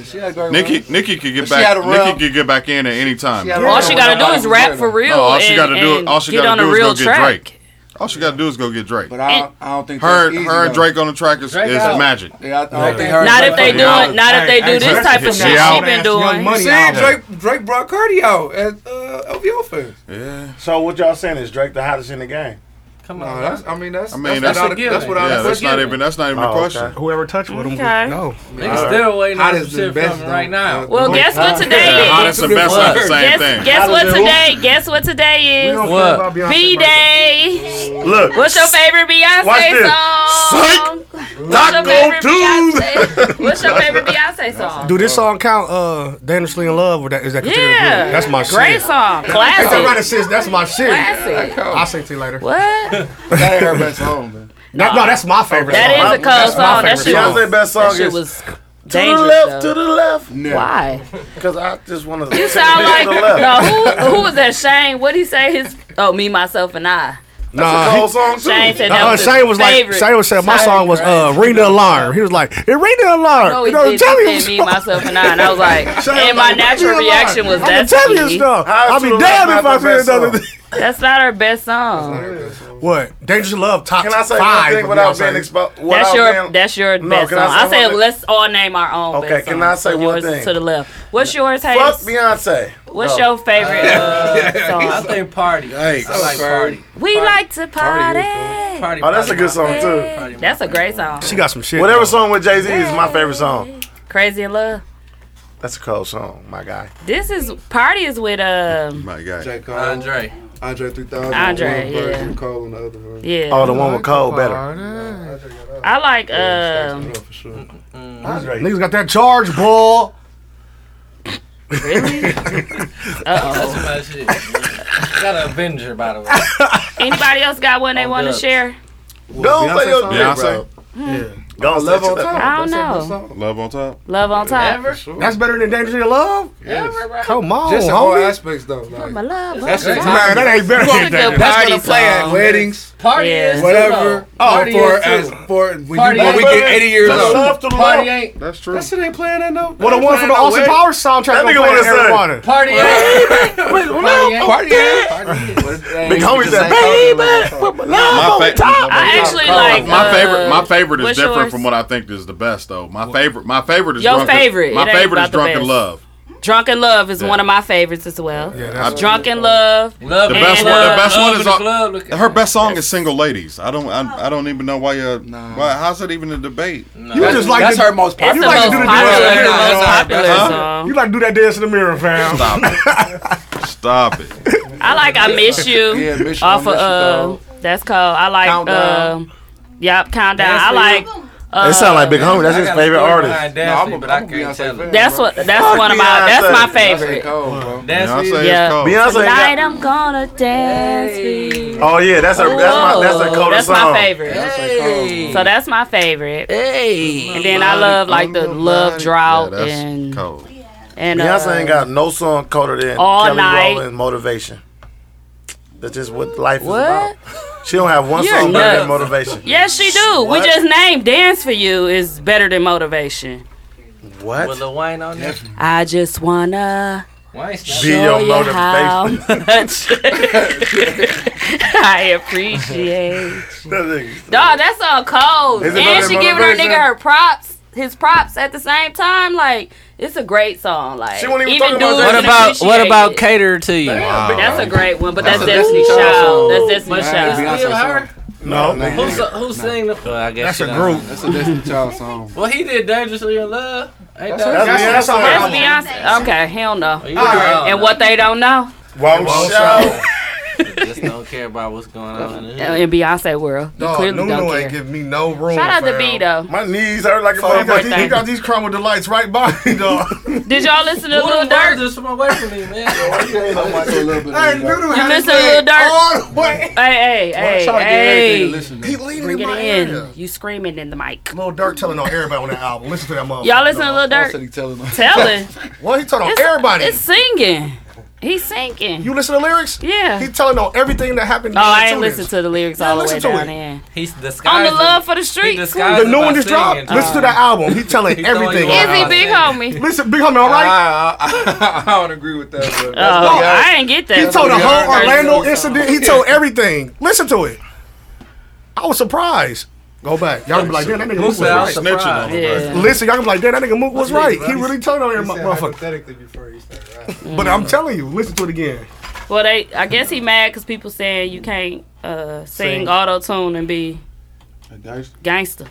Speaker 7: she had a great
Speaker 8: Nikki, Nikki could get
Speaker 10: But she had
Speaker 8: back.
Speaker 10: a
Speaker 8: Nikki
Speaker 10: run.
Speaker 8: could get back in at any time.
Speaker 3: had a All run she gotta when do I is was rap younger. for real
Speaker 8: No, all she
Speaker 3: and-
Speaker 8: gotta do,
Speaker 3: and
Speaker 8: all she
Speaker 3: get on
Speaker 8: gotta
Speaker 3: a
Speaker 8: do is
Speaker 3: real
Speaker 8: go get
Speaker 3: track.
Speaker 8: Drake. All she gotta do is go get Drake. But
Speaker 7: I, I don't think
Speaker 8: her,
Speaker 7: that's easy,
Speaker 8: her and
Speaker 7: though.
Speaker 8: Drake on the track is,
Speaker 7: Drake
Speaker 8: is
Speaker 7: out.
Speaker 8: magic.
Speaker 7: Yeah, I- I don't think her-
Speaker 3: Not if they
Speaker 8: She
Speaker 3: do
Speaker 8: out.
Speaker 3: it. Not if they
Speaker 8: Hey,
Speaker 3: do this
Speaker 8: hey,
Speaker 3: type of
Speaker 8: she
Speaker 3: shit she
Speaker 8: out.
Speaker 3: been doing.
Speaker 7: You see, Drake, Drake brought Cardi out at uh, OVO Fest.
Speaker 8: Yeah.
Speaker 5: So what y'all saying is Drake the hottest in the game?
Speaker 10: Come
Speaker 7: on, that's, I mean that's
Speaker 8: I mean, that's,
Speaker 7: that's, without a- that's what I
Speaker 8: yeah, that's not even that's not even
Speaker 5: Oh,
Speaker 8: a question.
Speaker 5: okay.
Speaker 4: Whoever touched with him,
Speaker 3: Okay.
Speaker 4: no.
Speaker 10: Niggas still waiting on some shit from him right now.
Speaker 3: Well, guess what today is?
Speaker 8: Hottest and best are the same
Speaker 3: guess,
Speaker 8: thing.
Speaker 3: guess what today? Guess what today is?
Speaker 8: don't care What? about Beyonce
Speaker 3: B Day.
Speaker 5: Look.
Speaker 3: What's your favorite Beyonce
Speaker 5: Watch this.
Speaker 3: song? What's your
Speaker 4: Taco
Speaker 3: favorite
Speaker 4: Tuesday.
Speaker 3: Beyonce? What's your favorite Beyonce song?
Speaker 4: Do this song count? Uh, dangerously in love, or that is that considered?
Speaker 3: Yeah.
Speaker 4: good? that's my shit.
Speaker 3: Great song. Classic.
Speaker 4: That's right, sis. That's my shit.
Speaker 3: Classic.
Speaker 4: I'll sing to you later.
Speaker 3: What? that
Speaker 7: ain't her best song, man.
Speaker 4: That, no, that's my favorite.
Speaker 3: That
Speaker 4: song.
Speaker 3: is a cold
Speaker 4: That's my
Speaker 3: song. That
Speaker 4: favorite
Speaker 3: shit
Speaker 4: song.
Speaker 3: was-
Speaker 5: best song
Speaker 3: that shit
Speaker 5: is-
Speaker 3: was
Speaker 5: To the
Speaker 3: dangerous,
Speaker 5: left,
Speaker 3: though.
Speaker 5: to the left.
Speaker 3: Why?
Speaker 5: Because I just want to.
Speaker 3: You sound like no. Who, who was that? Shane? What would he say? His oh, me, myself, and I.
Speaker 4: Nah, he-
Speaker 3: Shane said that
Speaker 4: Uh-uh,
Speaker 3: was his
Speaker 4: Shane was
Speaker 3: favorite.
Speaker 4: like, Shane was saying my song was uh, "Ring the Alarm." He was like, "It ring the alarm."
Speaker 3: No,
Speaker 4: you
Speaker 3: he
Speaker 4: know,
Speaker 3: did.
Speaker 4: tell
Speaker 3: He said me, myself, and I. And I was like, and my natural reaction was
Speaker 4: I'm
Speaker 3: that's
Speaker 4: telling you
Speaker 3: me.
Speaker 4: stuff. I'll be damned if I say another thing.
Speaker 3: That's not her best song.
Speaker 4: What? Dangerous Love top
Speaker 3: Can I say one
Speaker 4: five.
Speaker 3: thing
Speaker 4: of
Speaker 3: without
Speaker 4: Beyonce.
Speaker 3: being expo- That's your that's your
Speaker 5: No,
Speaker 3: best
Speaker 5: can I
Speaker 3: song.
Speaker 5: say
Speaker 3: I said
Speaker 5: one-
Speaker 3: let's all name our own.
Speaker 5: Okay,
Speaker 3: best
Speaker 5: can
Speaker 3: song.
Speaker 5: I say
Speaker 3: So
Speaker 5: one
Speaker 3: yours is
Speaker 5: thing?
Speaker 3: To the left. What's yours, Hayes?
Speaker 5: Fuck Beyonce.
Speaker 3: What's
Speaker 5: No.
Speaker 3: your favorite uh, song?
Speaker 10: I think party.
Speaker 5: Yikes.
Speaker 10: I like party.
Speaker 3: We like to party.
Speaker 10: Party.
Speaker 5: Oh, that's a good song too.
Speaker 3: That's a great song.
Speaker 4: She got some shit.
Speaker 5: Whatever song with Jay Z is my favorite song.
Speaker 3: Crazy in Love.
Speaker 5: That's a cold song, my guy.
Speaker 3: This is party is with um
Speaker 8: My guy.
Speaker 7: J. Cole.
Speaker 10: Andre.
Speaker 7: Andre 3000.
Speaker 3: Andre,
Speaker 7: one version,
Speaker 3: yeah.
Speaker 7: Cole on the other version.
Speaker 3: Yeah.
Speaker 5: Oh, the one with Cole better.
Speaker 3: I like um
Speaker 4: Mm-hmm. Niggas got that charge ball.
Speaker 3: really. Uh oh.
Speaker 10: got an Avenger, by the way.
Speaker 3: Anybody else got one they want to
Speaker 10: dubs.
Speaker 3: share?
Speaker 5: Don't play your
Speaker 8: Beyonce.
Speaker 3: Mm.
Speaker 5: Don't
Speaker 8: Love
Speaker 5: set
Speaker 8: on
Speaker 5: your-
Speaker 8: top.
Speaker 3: I don't know.
Speaker 8: Love on top.
Speaker 3: Love on top.
Speaker 4: That's better than Danger to Love? Come on,
Speaker 7: Just the whole
Speaker 4: Oh, homie.
Speaker 7: aspects though. Like,
Speaker 3: My love.
Speaker 7: That's
Speaker 3: on
Speaker 7: your
Speaker 3: top.
Speaker 4: Man,
Speaker 7: time.
Speaker 4: that ain't better
Speaker 7: That's
Speaker 4: than
Speaker 7: a
Speaker 4: Danger.
Speaker 7: good
Speaker 4: That's
Speaker 7: party
Speaker 4: gonna play at
Speaker 7: song.
Speaker 4: weddings.
Speaker 10: Party
Speaker 3: Yeah.
Speaker 10: is
Speaker 7: whatever. Oh, for as
Speaker 10: as
Speaker 7: for when, you,
Speaker 10: Party
Speaker 7: when we
Speaker 10: is
Speaker 7: get eighty years
Speaker 5: That's
Speaker 7: old.
Speaker 5: love to
Speaker 10: party
Speaker 5: love.
Speaker 10: ain't
Speaker 8: That's true.
Speaker 7: That shit ain't playing at no.
Speaker 4: Well, the one from the Austin Powers soundtrack
Speaker 5: That
Speaker 4: gonna
Speaker 5: nigga
Speaker 4: play
Speaker 5: wanna
Speaker 4: at Harry
Speaker 5: say.
Speaker 4: Potter.
Speaker 10: party ain't party
Speaker 4: Oh,
Speaker 10: ain't.
Speaker 7: Party ain't. Party
Speaker 5: Big homie said,
Speaker 8: My, fa-
Speaker 3: I actually
Speaker 8: my-
Speaker 3: like
Speaker 8: my
Speaker 3: uh,
Speaker 8: favorite. My favorite is
Speaker 3: what's
Speaker 8: different
Speaker 3: yours?
Speaker 8: from what I think is the best though. My favorite. My favorite is
Speaker 3: Your
Speaker 8: drunk
Speaker 3: favorite.
Speaker 8: My
Speaker 3: It ain't
Speaker 8: favorite is
Speaker 3: about the
Speaker 8: drunk in
Speaker 3: best.
Speaker 8: love.
Speaker 3: Drunk in Love is one of my favorites as well.
Speaker 4: that's-
Speaker 3: Drunk in Love.
Speaker 10: Love
Speaker 3: And,
Speaker 8: The
Speaker 10: in
Speaker 8: best one. The
Speaker 3: uh,
Speaker 8: best
Speaker 10: love
Speaker 8: one
Speaker 10: in
Speaker 8: is
Speaker 10: the
Speaker 8: all-
Speaker 10: club, look at-
Speaker 8: her best song is "Single Ladies." I don't. I, I don't even know why. Uh,
Speaker 7: Nah.
Speaker 8: why how's that even a debate?
Speaker 4: You just like
Speaker 7: That's
Speaker 4: to-
Speaker 7: her most
Speaker 3: That's
Speaker 7: popular.
Speaker 4: You
Speaker 3: the
Speaker 4: like to do
Speaker 3: most
Speaker 4: the
Speaker 3: popular,
Speaker 4: dance.
Speaker 3: most popular
Speaker 8: Huh?
Speaker 3: song.
Speaker 4: You like to do that dance in the mirror, fam.
Speaker 8: Stop it. Stop it.
Speaker 3: I like I Miss You
Speaker 7: Yeah, Miss You, I
Speaker 3: off of
Speaker 7: Miss You,
Speaker 3: uh,
Speaker 7: dog.
Speaker 3: that's cool. I like
Speaker 7: Countdown.
Speaker 3: um, yep, countdown.
Speaker 10: Dance
Speaker 3: I
Speaker 10: for
Speaker 3: like uh,
Speaker 5: It sound like Big Homie. That's
Speaker 10: I
Speaker 5: his
Speaker 10: got a
Speaker 5: favorite
Speaker 10: story
Speaker 5: artist.
Speaker 10: behind Dance
Speaker 7: No,
Speaker 10: Me,
Speaker 7: I'm a-
Speaker 10: but
Speaker 7: I'm
Speaker 10: I
Speaker 7: a
Speaker 10: can't
Speaker 7: Beyonce
Speaker 10: tell
Speaker 7: fan.
Speaker 10: it.
Speaker 3: that's what that's one of my that's my favorite.
Speaker 7: Cold,
Speaker 10: Dance Me,
Speaker 8: Beyonce
Speaker 3: Yeah.
Speaker 8: is cold.
Speaker 5: Beyonce.
Speaker 3: Tonight
Speaker 5: got-
Speaker 3: I'm gonna dance with you.
Speaker 5: Oh yeah, that's her. That's my. That's her
Speaker 3: Whoa,
Speaker 5: coldest
Speaker 3: that's
Speaker 5: song.
Speaker 3: my favorite.
Speaker 7: Hey.
Speaker 3: So that's my favorite. And then I love like the love
Speaker 8: Yeah,
Speaker 3: drought
Speaker 8: that's
Speaker 3: and
Speaker 8: cold.
Speaker 3: and uh,
Speaker 5: Beyonce ain't got no song colder than
Speaker 3: All
Speaker 5: Kelly
Speaker 3: Night.
Speaker 5: Rowland motivation. That's just what life is
Speaker 3: What?
Speaker 5: about. She don't have one
Speaker 3: You're
Speaker 5: song better than
Speaker 3: nuts.
Speaker 5: motivation.
Speaker 3: Yes, she do.
Speaker 5: What?
Speaker 3: We just named "Dance for You" is better than motivation.
Speaker 10: with
Speaker 5: What?
Speaker 10: Lil Wayne on there.
Speaker 3: I just wanna
Speaker 10: Wayne's
Speaker 5: Be
Speaker 10: not-
Speaker 5: your
Speaker 3: show you
Speaker 5: motivation.
Speaker 3: how much I appreciate. Dog, that's all cold.
Speaker 5: Is it
Speaker 3: and
Speaker 5: about
Speaker 3: she
Speaker 5: that
Speaker 3: giving her
Speaker 5: motivation?
Speaker 3: nigga her props, his props at the same time. Like it's a great song. Like
Speaker 5: She won't even talk about
Speaker 3: dudes
Speaker 5: that.
Speaker 1: What
Speaker 3: can
Speaker 1: about what
Speaker 3: appreciate
Speaker 1: about
Speaker 3: it.
Speaker 1: cater to you?
Speaker 3: That's a great one, but that's,
Speaker 7: That's a
Speaker 3: Destiny
Speaker 7: Destiny Child
Speaker 3: Child.
Speaker 7: song.
Speaker 3: That's Destiny Child.
Speaker 7: Beyonce
Speaker 10: Still
Speaker 7: song.
Speaker 10: her?
Speaker 5: No.
Speaker 10: Who
Speaker 1: uh,
Speaker 10: s- who sang the?
Speaker 1: Well, I guess
Speaker 4: That's a
Speaker 1: you
Speaker 4: group.
Speaker 1: know.
Speaker 7: That's a Destiny Child song.
Speaker 10: Well, he did dangerously in love. Ain't
Speaker 7: That's
Speaker 10: that?
Speaker 7: her.
Speaker 5: That's Beyonce.
Speaker 3: That's Beyonce. Okay, hell no.
Speaker 10: You don't
Speaker 3: And
Speaker 10: know.
Speaker 3: what they don't know
Speaker 5: Won't show.
Speaker 1: Just don't care about what's going on. in the hood.
Speaker 3: in Beyonce world, you
Speaker 4: Dog,
Speaker 3: clearly
Speaker 4: Nuno
Speaker 3: don't
Speaker 4: ain't
Speaker 3: care.
Speaker 4: giving me no room.
Speaker 3: Shout out to
Speaker 4: fam.
Speaker 3: B though.
Speaker 5: My knees hurt like a
Speaker 4: Fam, he
Speaker 5: motherfucker.
Speaker 3: everything.
Speaker 4: got these crumble delights right by me, dog.
Speaker 3: Did y'all listen to
Speaker 10: Who
Speaker 3: Lil
Speaker 10: the
Speaker 3: Durk?
Speaker 10: birds is from away from me, man?
Speaker 7: I might go a little bit.
Speaker 4: Hey,
Speaker 7: of that.
Speaker 4: Nuno had
Speaker 3: missed
Speaker 4: his
Speaker 3: a little
Speaker 4: leg
Speaker 3: dirt.
Speaker 4: All the way.
Speaker 3: Hey, hey,
Speaker 7: Try to get everything to
Speaker 3: hey, hey.
Speaker 7: listen
Speaker 4: He
Speaker 7: to.
Speaker 4: leaning
Speaker 3: Bring
Speaker 4: in
Speaker 3: it
Speaker 4: my
Speaker 3: in.
Speaker 4: ear.
Speaker 3: You screaming in the mic.
Speaker 4: Lil Durk telling on everybody on that album. Listen to that motherfucker.
Speaker 3: Y'all listen to
Speaker 4: dog.
Speaker 3: Lil
Speaker 7: I said
Speaker 3: Durk?
Speaker 7: he telling him.
Speaker 3: Telling.
Speaker 4: Well, he told on
Speaker 3: It's-
Speaker 4: everybody.
Speaker 3: It's singing. He's singing.
Speaker 4: You listen to lyrics?
Speaker 3: Yeah.
Speaker 4: He telling on everything that happened.
Speaker 3: Oh, I
Speaker 4: to
Speaker 3: ain't listened to the lyrics
Speaker 4: Yeah,
Speaker 3: all the
Speaker 4: listen
Speaker 3: way
Speaker 4: to
Speaker 3: down
Speaker 4: it.
Speaker 3: in.
Speaker 1: He's
Speaker 3: On
Speaker 1: disguised.
Speaker 3: the love for the
Speaker 1: He
Speaker 3: streets. Is he
Speaker 1: disguised
Speaker 4: The new
Speaker 1: by
Speaker 4: one just dropped.
Speaker 1: singing.
Speaker 4: Listen to that album. He telling
Speaker 1: throwing
Speaker 4: everything.
Speaker 1: you
Speaker 4: on
Speaker 1: out.
Speaker 4: it.
Speaker 3: Uh. big homie?
Speaker 4: Listen, big homie, all right?
Speaker 7: I, I, I, I don't agree with that. But
Speaker 3: Oh, I ain't get that.
Speaker 4: He told the
Speaker 7: Yeah.
Speaker 4: whole Orlando
Speaker 3: Yeah.
Speaker 4: incident. He told everything. Listen to it. I was surprised. Go back. Y'all gonna be like, damn, that nigga Mook was
Speaker 10: said I was
Speaker 4: right.
Speaker 8: Snitching on
Speaker 10: surprised.
Speaker 8: the
Speaker 3: Yeah.
Speaker 4: Listen, y'all gonna be like, damn, that nigga Mook was right. He really told on every motherfucker.
Speaker 7: hypothetically before you start rapping.
Speaker 4: But I'm telling you, listen to it again.
Speaker 3: Well, they. I guess he mad because people saying you can't uh, sing
Speaker 4: Sing.
Speaker 3: auto tune and be gangster.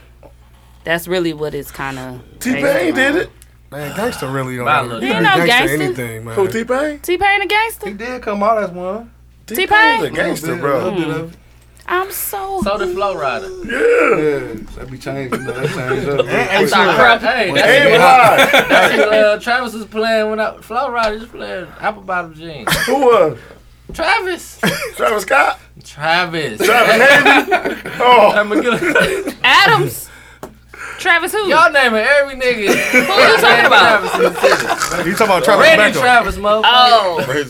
Speaker 3: That's really what it's kind of.
Speaker 5: T Pain did it.
Speaker 4: Man, gangster really don't.
Speaker 10: Bye,
Speaker 4: know.
Speaker 10: look.
Speaker 4: You
Speaker 3: Ain't
Speaker 4: know
Speaker 3: no
Speaker 4: gangster
Speaker 3: gangster.
Speaker 4: anything, man.
Speaker 5: Who T Pain?
Speaker 3: T Pain a
Speaker 7: He
Speaker 3: gangster?
Speaker 7: did come out as one.
Speaker 5: T
Speaker 3: Pain?
Speaker 5: Pain's a gangster,
Speaker 7: A
Speaker 5: bro.
Speaker 7: little bit of it.
Speaker 3: I'm so.
Speaker 10: So the flow rider.
Speaker 7: Yeah, that be changing. man. That changed up. real quick.
Speaker 10: Hey, that's,
Speaker 5: Ain't lie.
Speaker 10: that's what uh, Travis was playing when I flow rider's playing apple bottom jeans.
Speaker 5: Who uh? was?
Speaker 10: Travis.
Speaker 5: Travis Scott?
Speaker 10: Travis.
Speaker 5: Travis Kennedy? Oh.
Speaker 10: I'm gonna get-
Speaker 3: Adams. Travis who?
Speaker 10: Y'all naming every nigga.
Speaker 3: who you talking about?
Speaker 10: Travis in the city.
Speaker 4: You talking about Oh, Travis
Speaker 10: Randy
Speaker 4: Beckham?
Speaker 10: Travis, motherfucker.
Speaker 3: Oh,
Speaker 8: Reggie
Speaker 5: Reggie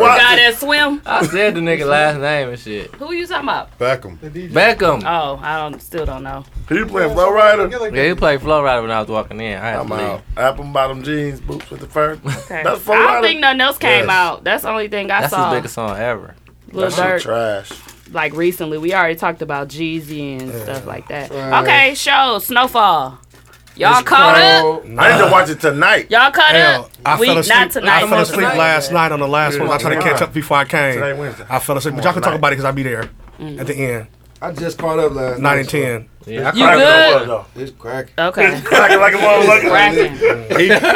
Speaker 5: Watson.
Speaker 3: God that swim.
Speaker 10: I said the nigga last name and shit.
Speaker 3: Who you talking about?
Speaker 8: Beckham.
Speaker 10: Beckham.
Speaker 3: Oh, I don't. Still don't know.
Speaker 5: He playing Flow Rider?
Speaker 1: Yeah, he played flow rider when I was walking in. I had
Speaker 5: I'm
Speaker 1: to leave.
Speaker 5: out. Apple bottom jeans, boots with the fur.
Speaker 3: Okay.
Speaker 5: That's Flo
Speaker 3: I don't
Speaker 5: Rida.
Speaker 3: think nothing else came
Speaker 5: Yes.
Speaker 3: out. That's the only thing I
Speaker 1: That's his
Speaker 3: saw.
Speaker 1: biggest song ever.
Speaker 3: Lil
Speaker 5: Shit
Speaker 3: Durk.
Speaker 5: trash.
Speaker 3: like recently. We already talked about Jeezy and stuff like that.
Speaker 7: Right.
Speaker 3: Okay, show Snowfall. Y'all caught up.
Speaker 7: So,
Speaker 5: I need to watch it tonight.
Speaker 3: Y'all caught
Speaker 4: Hell, I
Speaker 3: up. We
Speaker 4: fell asleep.
Speaker 3: not tonight.
Speaker 4: I fell asleep
Speaker 10: tonight,
Speaker 4: last
Speaker 10: man.
Speaker 4: night on the last one. I tried to catch up before I came.
Speaker 5: Today Wednesday.
Speaker 4: I fell asleep, but y'all can talk
Speaker 5: tonight.
Speaker 4: about it because I'll be there at the end.
Speaker 7: I just caught up last
Speaker 4: Nine
Speaker 7: night.
Speaker 4: and ten.
Speaker 1: Yeah, I
Speaker 3: You
Speaker 5: Cracking like a
Speaker 3: good?
Speaker 5: motherfucker.
Speaker 7: It's cracking.
Speaker 3: Okay.
Speaker 5: Cracking like a motherfucker.
Speaker 3: Cracking.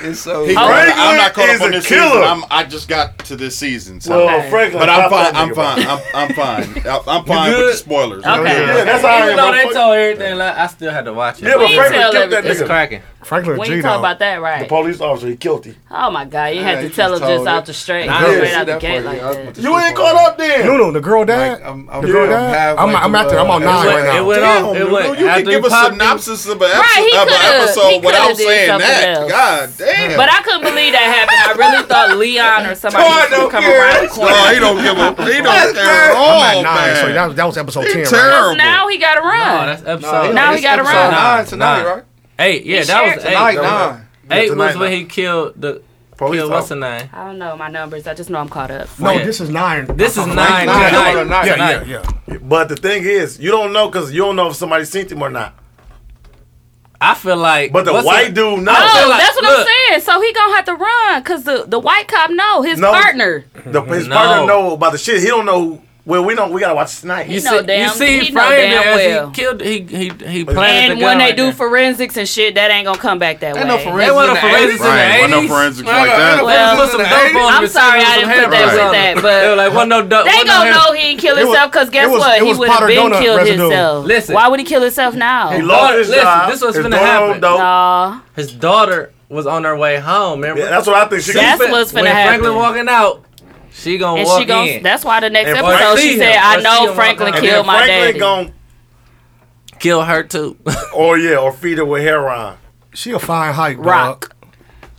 Speaker 7: It's so.
Speaker 8: He,
Speaker 3: Oh.
Speaker 8: Franklin I'm not caught
Speaker 5: is
Speaker 8: up on
Speaker 5: a
Speaker 8: this
Speaker 5: killer.
Speaker 8: season. I'm, I just got to this season, so.
Speaker 5: Well, Franklin,
Speaker 8: but I'm
Speaker 5: pop
Speaker 8: fine.
Speaker 5: that
Speaker 8: I'm
Speaker 5: nigga,
Speaker 8: fine. I'm, I'm fine. I- I'm fine with
Speaker 10: good?
Speaker 8: the spoilers.
Speaker 5: bro.
Speaker 3: Okay.
Speaker 5: Yeah, that's how I
Speaker 10: Even
Speaker 5: am.
Speaker 10: though they
Speaker 5: motherfucker.
Speaker 10: told everything, like, I still had to watch it.
Speaker 5: Yeah, but
Speaker 3: We
Speaker 5: Franklin
Speaker 3: tell
Speaker 5: killed that
Speaker 3: everything.
Speaker 5: nigga.
Speaker 1: It's cracking.
Speaker 4: Franklin
Speaker 3: We ain't talking about that, right?
Speaker 5: The police officer, he guilty.
Speaker 3: Oh my God, you had
Speaker 5: Yeah,
Speaker 3: to
Speaker 5: he
Speaker 3: tell
Speaker 5: was
Speaker 3: him just
Speaker 5: told.
Speaker 3: out the straight,
Speaker 5: I didn't
Speaker 3: straight
Speaker 5: see
Speaker 3: out the
Speaker 5: that part,
Speaker 3: gate like
Speaker 5: yeah. I was
Speaker 3: that.
Speaker 5: You ain't caught up then.
Speaker 4: Nuno, the girl died.
Speaker 7: Oh, I'm,
Speaker 4: the girl
Speaker 7: yeah, I'm
Speaker 4: died.
Speaker 7: half
Speaker 4: I'm,
Speaker 7: like
Speaker 4: I'm
Speaker 7: the,
Speaker 4: after. I'm
Speaker 7: uh,
Speaker 4: on
Speaker 7: it
Speaker 4: nine
Speaker 7: went-
Speaker 4: right now.
Speaker 7: it went Damn, off. It Nuno, went-
Speaker 8: You
Speaker 7: after
Speaker 8: can give
Speaker 7: he
Speaker 8: a
Speaker 7: popped in-
Speaker 8: synopsis of an episode,
Speaker 3: Right, he
Speaker 8: of an
Speaker 3: coulda- he
Speaker 8: episode
Speaker 3: coulda
Speaker 8: without
Speaker 3: did
Speaker 8: saying
Speaker 3: something
Speaker 8: that.
Speaker 3: else.
Speaker 8: God damn.
Speaker 3: But I couldn't believe that happened. I really thought Leon or somebody
Speaker 8: Oh, I
Speaker 3: was gonna
Speaker 8: don't
Speaker 3: come
Speaker 8: care.
Speaker 3: around the corner.
Speaker 8: No, he don't give a. He don't care at all,
Speaker 7: Oh,
Speaker 4: I'm at
Speaker 5: Oh,
Speaker 4: nine.
Speaker 8: man.
Speaker 4: So that was, that was episode
Speaker 8: He
Speaker 4: ten.
Speaker 8: terrible.
Speaker 3: Because now he got to run.
Speaker 1: that's episode.
Speaker 3: now he got to run.
Speaker 7: nine tonight, right?
Speaker 1: Eight, yeah,
Speaker 3: He
Speaker 1: that
Speaker 3: shared
Speaker 1: was
Speaker 3: it.
Speaker 1: eight.
Speaker 7: Tonight,
Speaker 1: That was-
Speaker 7: nine.
Speaker 1: Eight
Speaker 7: Yeah,
Speaker 1: was
Speaker 7: tonight,
Speaker 1: when he killed the. killed, what's the name?
Speaker 3: I don't know my numbers. I just know I'm caught up.
Speaker 4: No, this is nine.
Speaker 1: This is
Speaker 4: I'm
Speaker 1: nine tonight.
Speaker 4: Yeah,
Speaker 1: Tonight.
Speaker 4: yeah,
Speaker 5: But the thing is, you don't know because you don't know if somebody seen him or not.
Speaker 1: I feel like.
Speaker 5: But the
Speaker 1: what's
Speaker 5: white
Speaker 1: it-
Speaker 5: dude, no.
Speaker 3: No,
Speaker 1: I feel like-
Speaker 3: Oh, that's what I'm
Speaker 1: look.
Speaker 3: saying. So he gonna have to run because the, the white cop know his
Speaker 5: No.
Speaker 3: partner.
Speaker 5: The, his
Speaker 1: No.
Speaker 5: partner know about the shit. He don't know. who- Well, we don't. We gotta watch tonight.
Speaker 3: He
Speaker 1: You
Speaker 3: know
Speaker 1: see,
Speaker 3: damn-
Speaker 1: you see,
Speaker 3: he
Speaker 1: he
Speaker 3: know
Speaker 1: framed it
Speaker 3: damn
Speaker 1: as
Speaker 3: well.
Speaker 1: he killed. He he he planted
Speaker 3: And
Speaker 1: the
Speaker 3: when
Speaker 1: gun
Speaker 3: they
Speaker 1: right
Speaker 3: do
Speaker 1: there.
Speaker 3: forensics and shit, that ain't gonna come back that way.
Speaker 7: Ain't no
Speaker 1: They want a
Speaker 7: forensics
Speaker 1: forensics in the
Speaker 8: Right,
Speaker 7: in the
Speaker 8: wasn't no
Speaker 1: eighties.
Speaker 8: forensics
Speaker 7: Right,
Speaker 8: like
Speaker 7: right,
Speaker 8: that.
Speaker 7: right.
Speaker 3: Well,
Speaker 1: put some dope on him
Speaker 3: I'm
Speaker 1: and send
Speaker 3: sorry,
Speaker 1: him
Speaker 3: I
Speaker 1: some
Speaker 3: didn't put that
Speaker 1: hand
Speaker 3: with
Speaker 1: or
Speaker 3: that,
Speaker 1: something.
Speaker 3: but-
Speaker 1: they were like, "What no dope?"
Speaker 3: They
Speaker 1: what no
Speaker 3: gonna
Speaker 1: hand-
Speaker 3: know he didn't
Speaker 4: It
Speaker 3: kill
Speaker 4: was-
Speaker 3: himself because guess
Speaker 4: it was-
Speaker 3: what?
Speaker 4: it
Speaker 3: He
Speaker 4: was
Speaker 3: would have
Speaker 4: powdered
Speaker 3: been
Speaker 4: donut
Speaker 3: killed
Speaker 4: residue.
Speaker 3: himself.
Speaker 1: Listen.
Speaker 3: Why would he kill himself now?
Speaker 5: He lost his
Speaker 1: Listen,
Speaker 5: job.
Speaker 1: this what's
Speaker 5: His
Speaker 1: finna
Speaker 5: daughter
Speaker 1: happen.
Speaker 5: on dope.
Speaker 3: Nah.
Speaker 1: His daughter was on her way home. Remember?
Speaker 5: Yeah, that's what I think. She
Speaker 3: That's
Speaker 5: gonna-
Speaker 3: what's
Speaker 1: when
Speaker 3: finna happen.
Speaker 1: Franklin walking out, she gonna
Speaker 3: And
Speaker 1: walk
Speaker 3: she goes.
Speaker 1: in.
Speaker 3: That's why the next
Speaker 5: And
Speaker 3: episode
Speaker 1: Franklin-
Speaker 3: she said, "I
Speaker 1: But she
Speaker 3: know
Speaker 1: gonna
Speaker 3: Franklin
Speaker 1: walk out.
Speaker 3: killed
Speaker 5: And
Speaker 3: my
Speaker 5: Franklin
Speaker 3: daddy."
Speaker 5: gonna
Speaker 1: Kill her too.
Speaker 5: or yeah, or feed her with heroin.
Speaker 4: She a fine height, dog.
Speaker 3: Rock.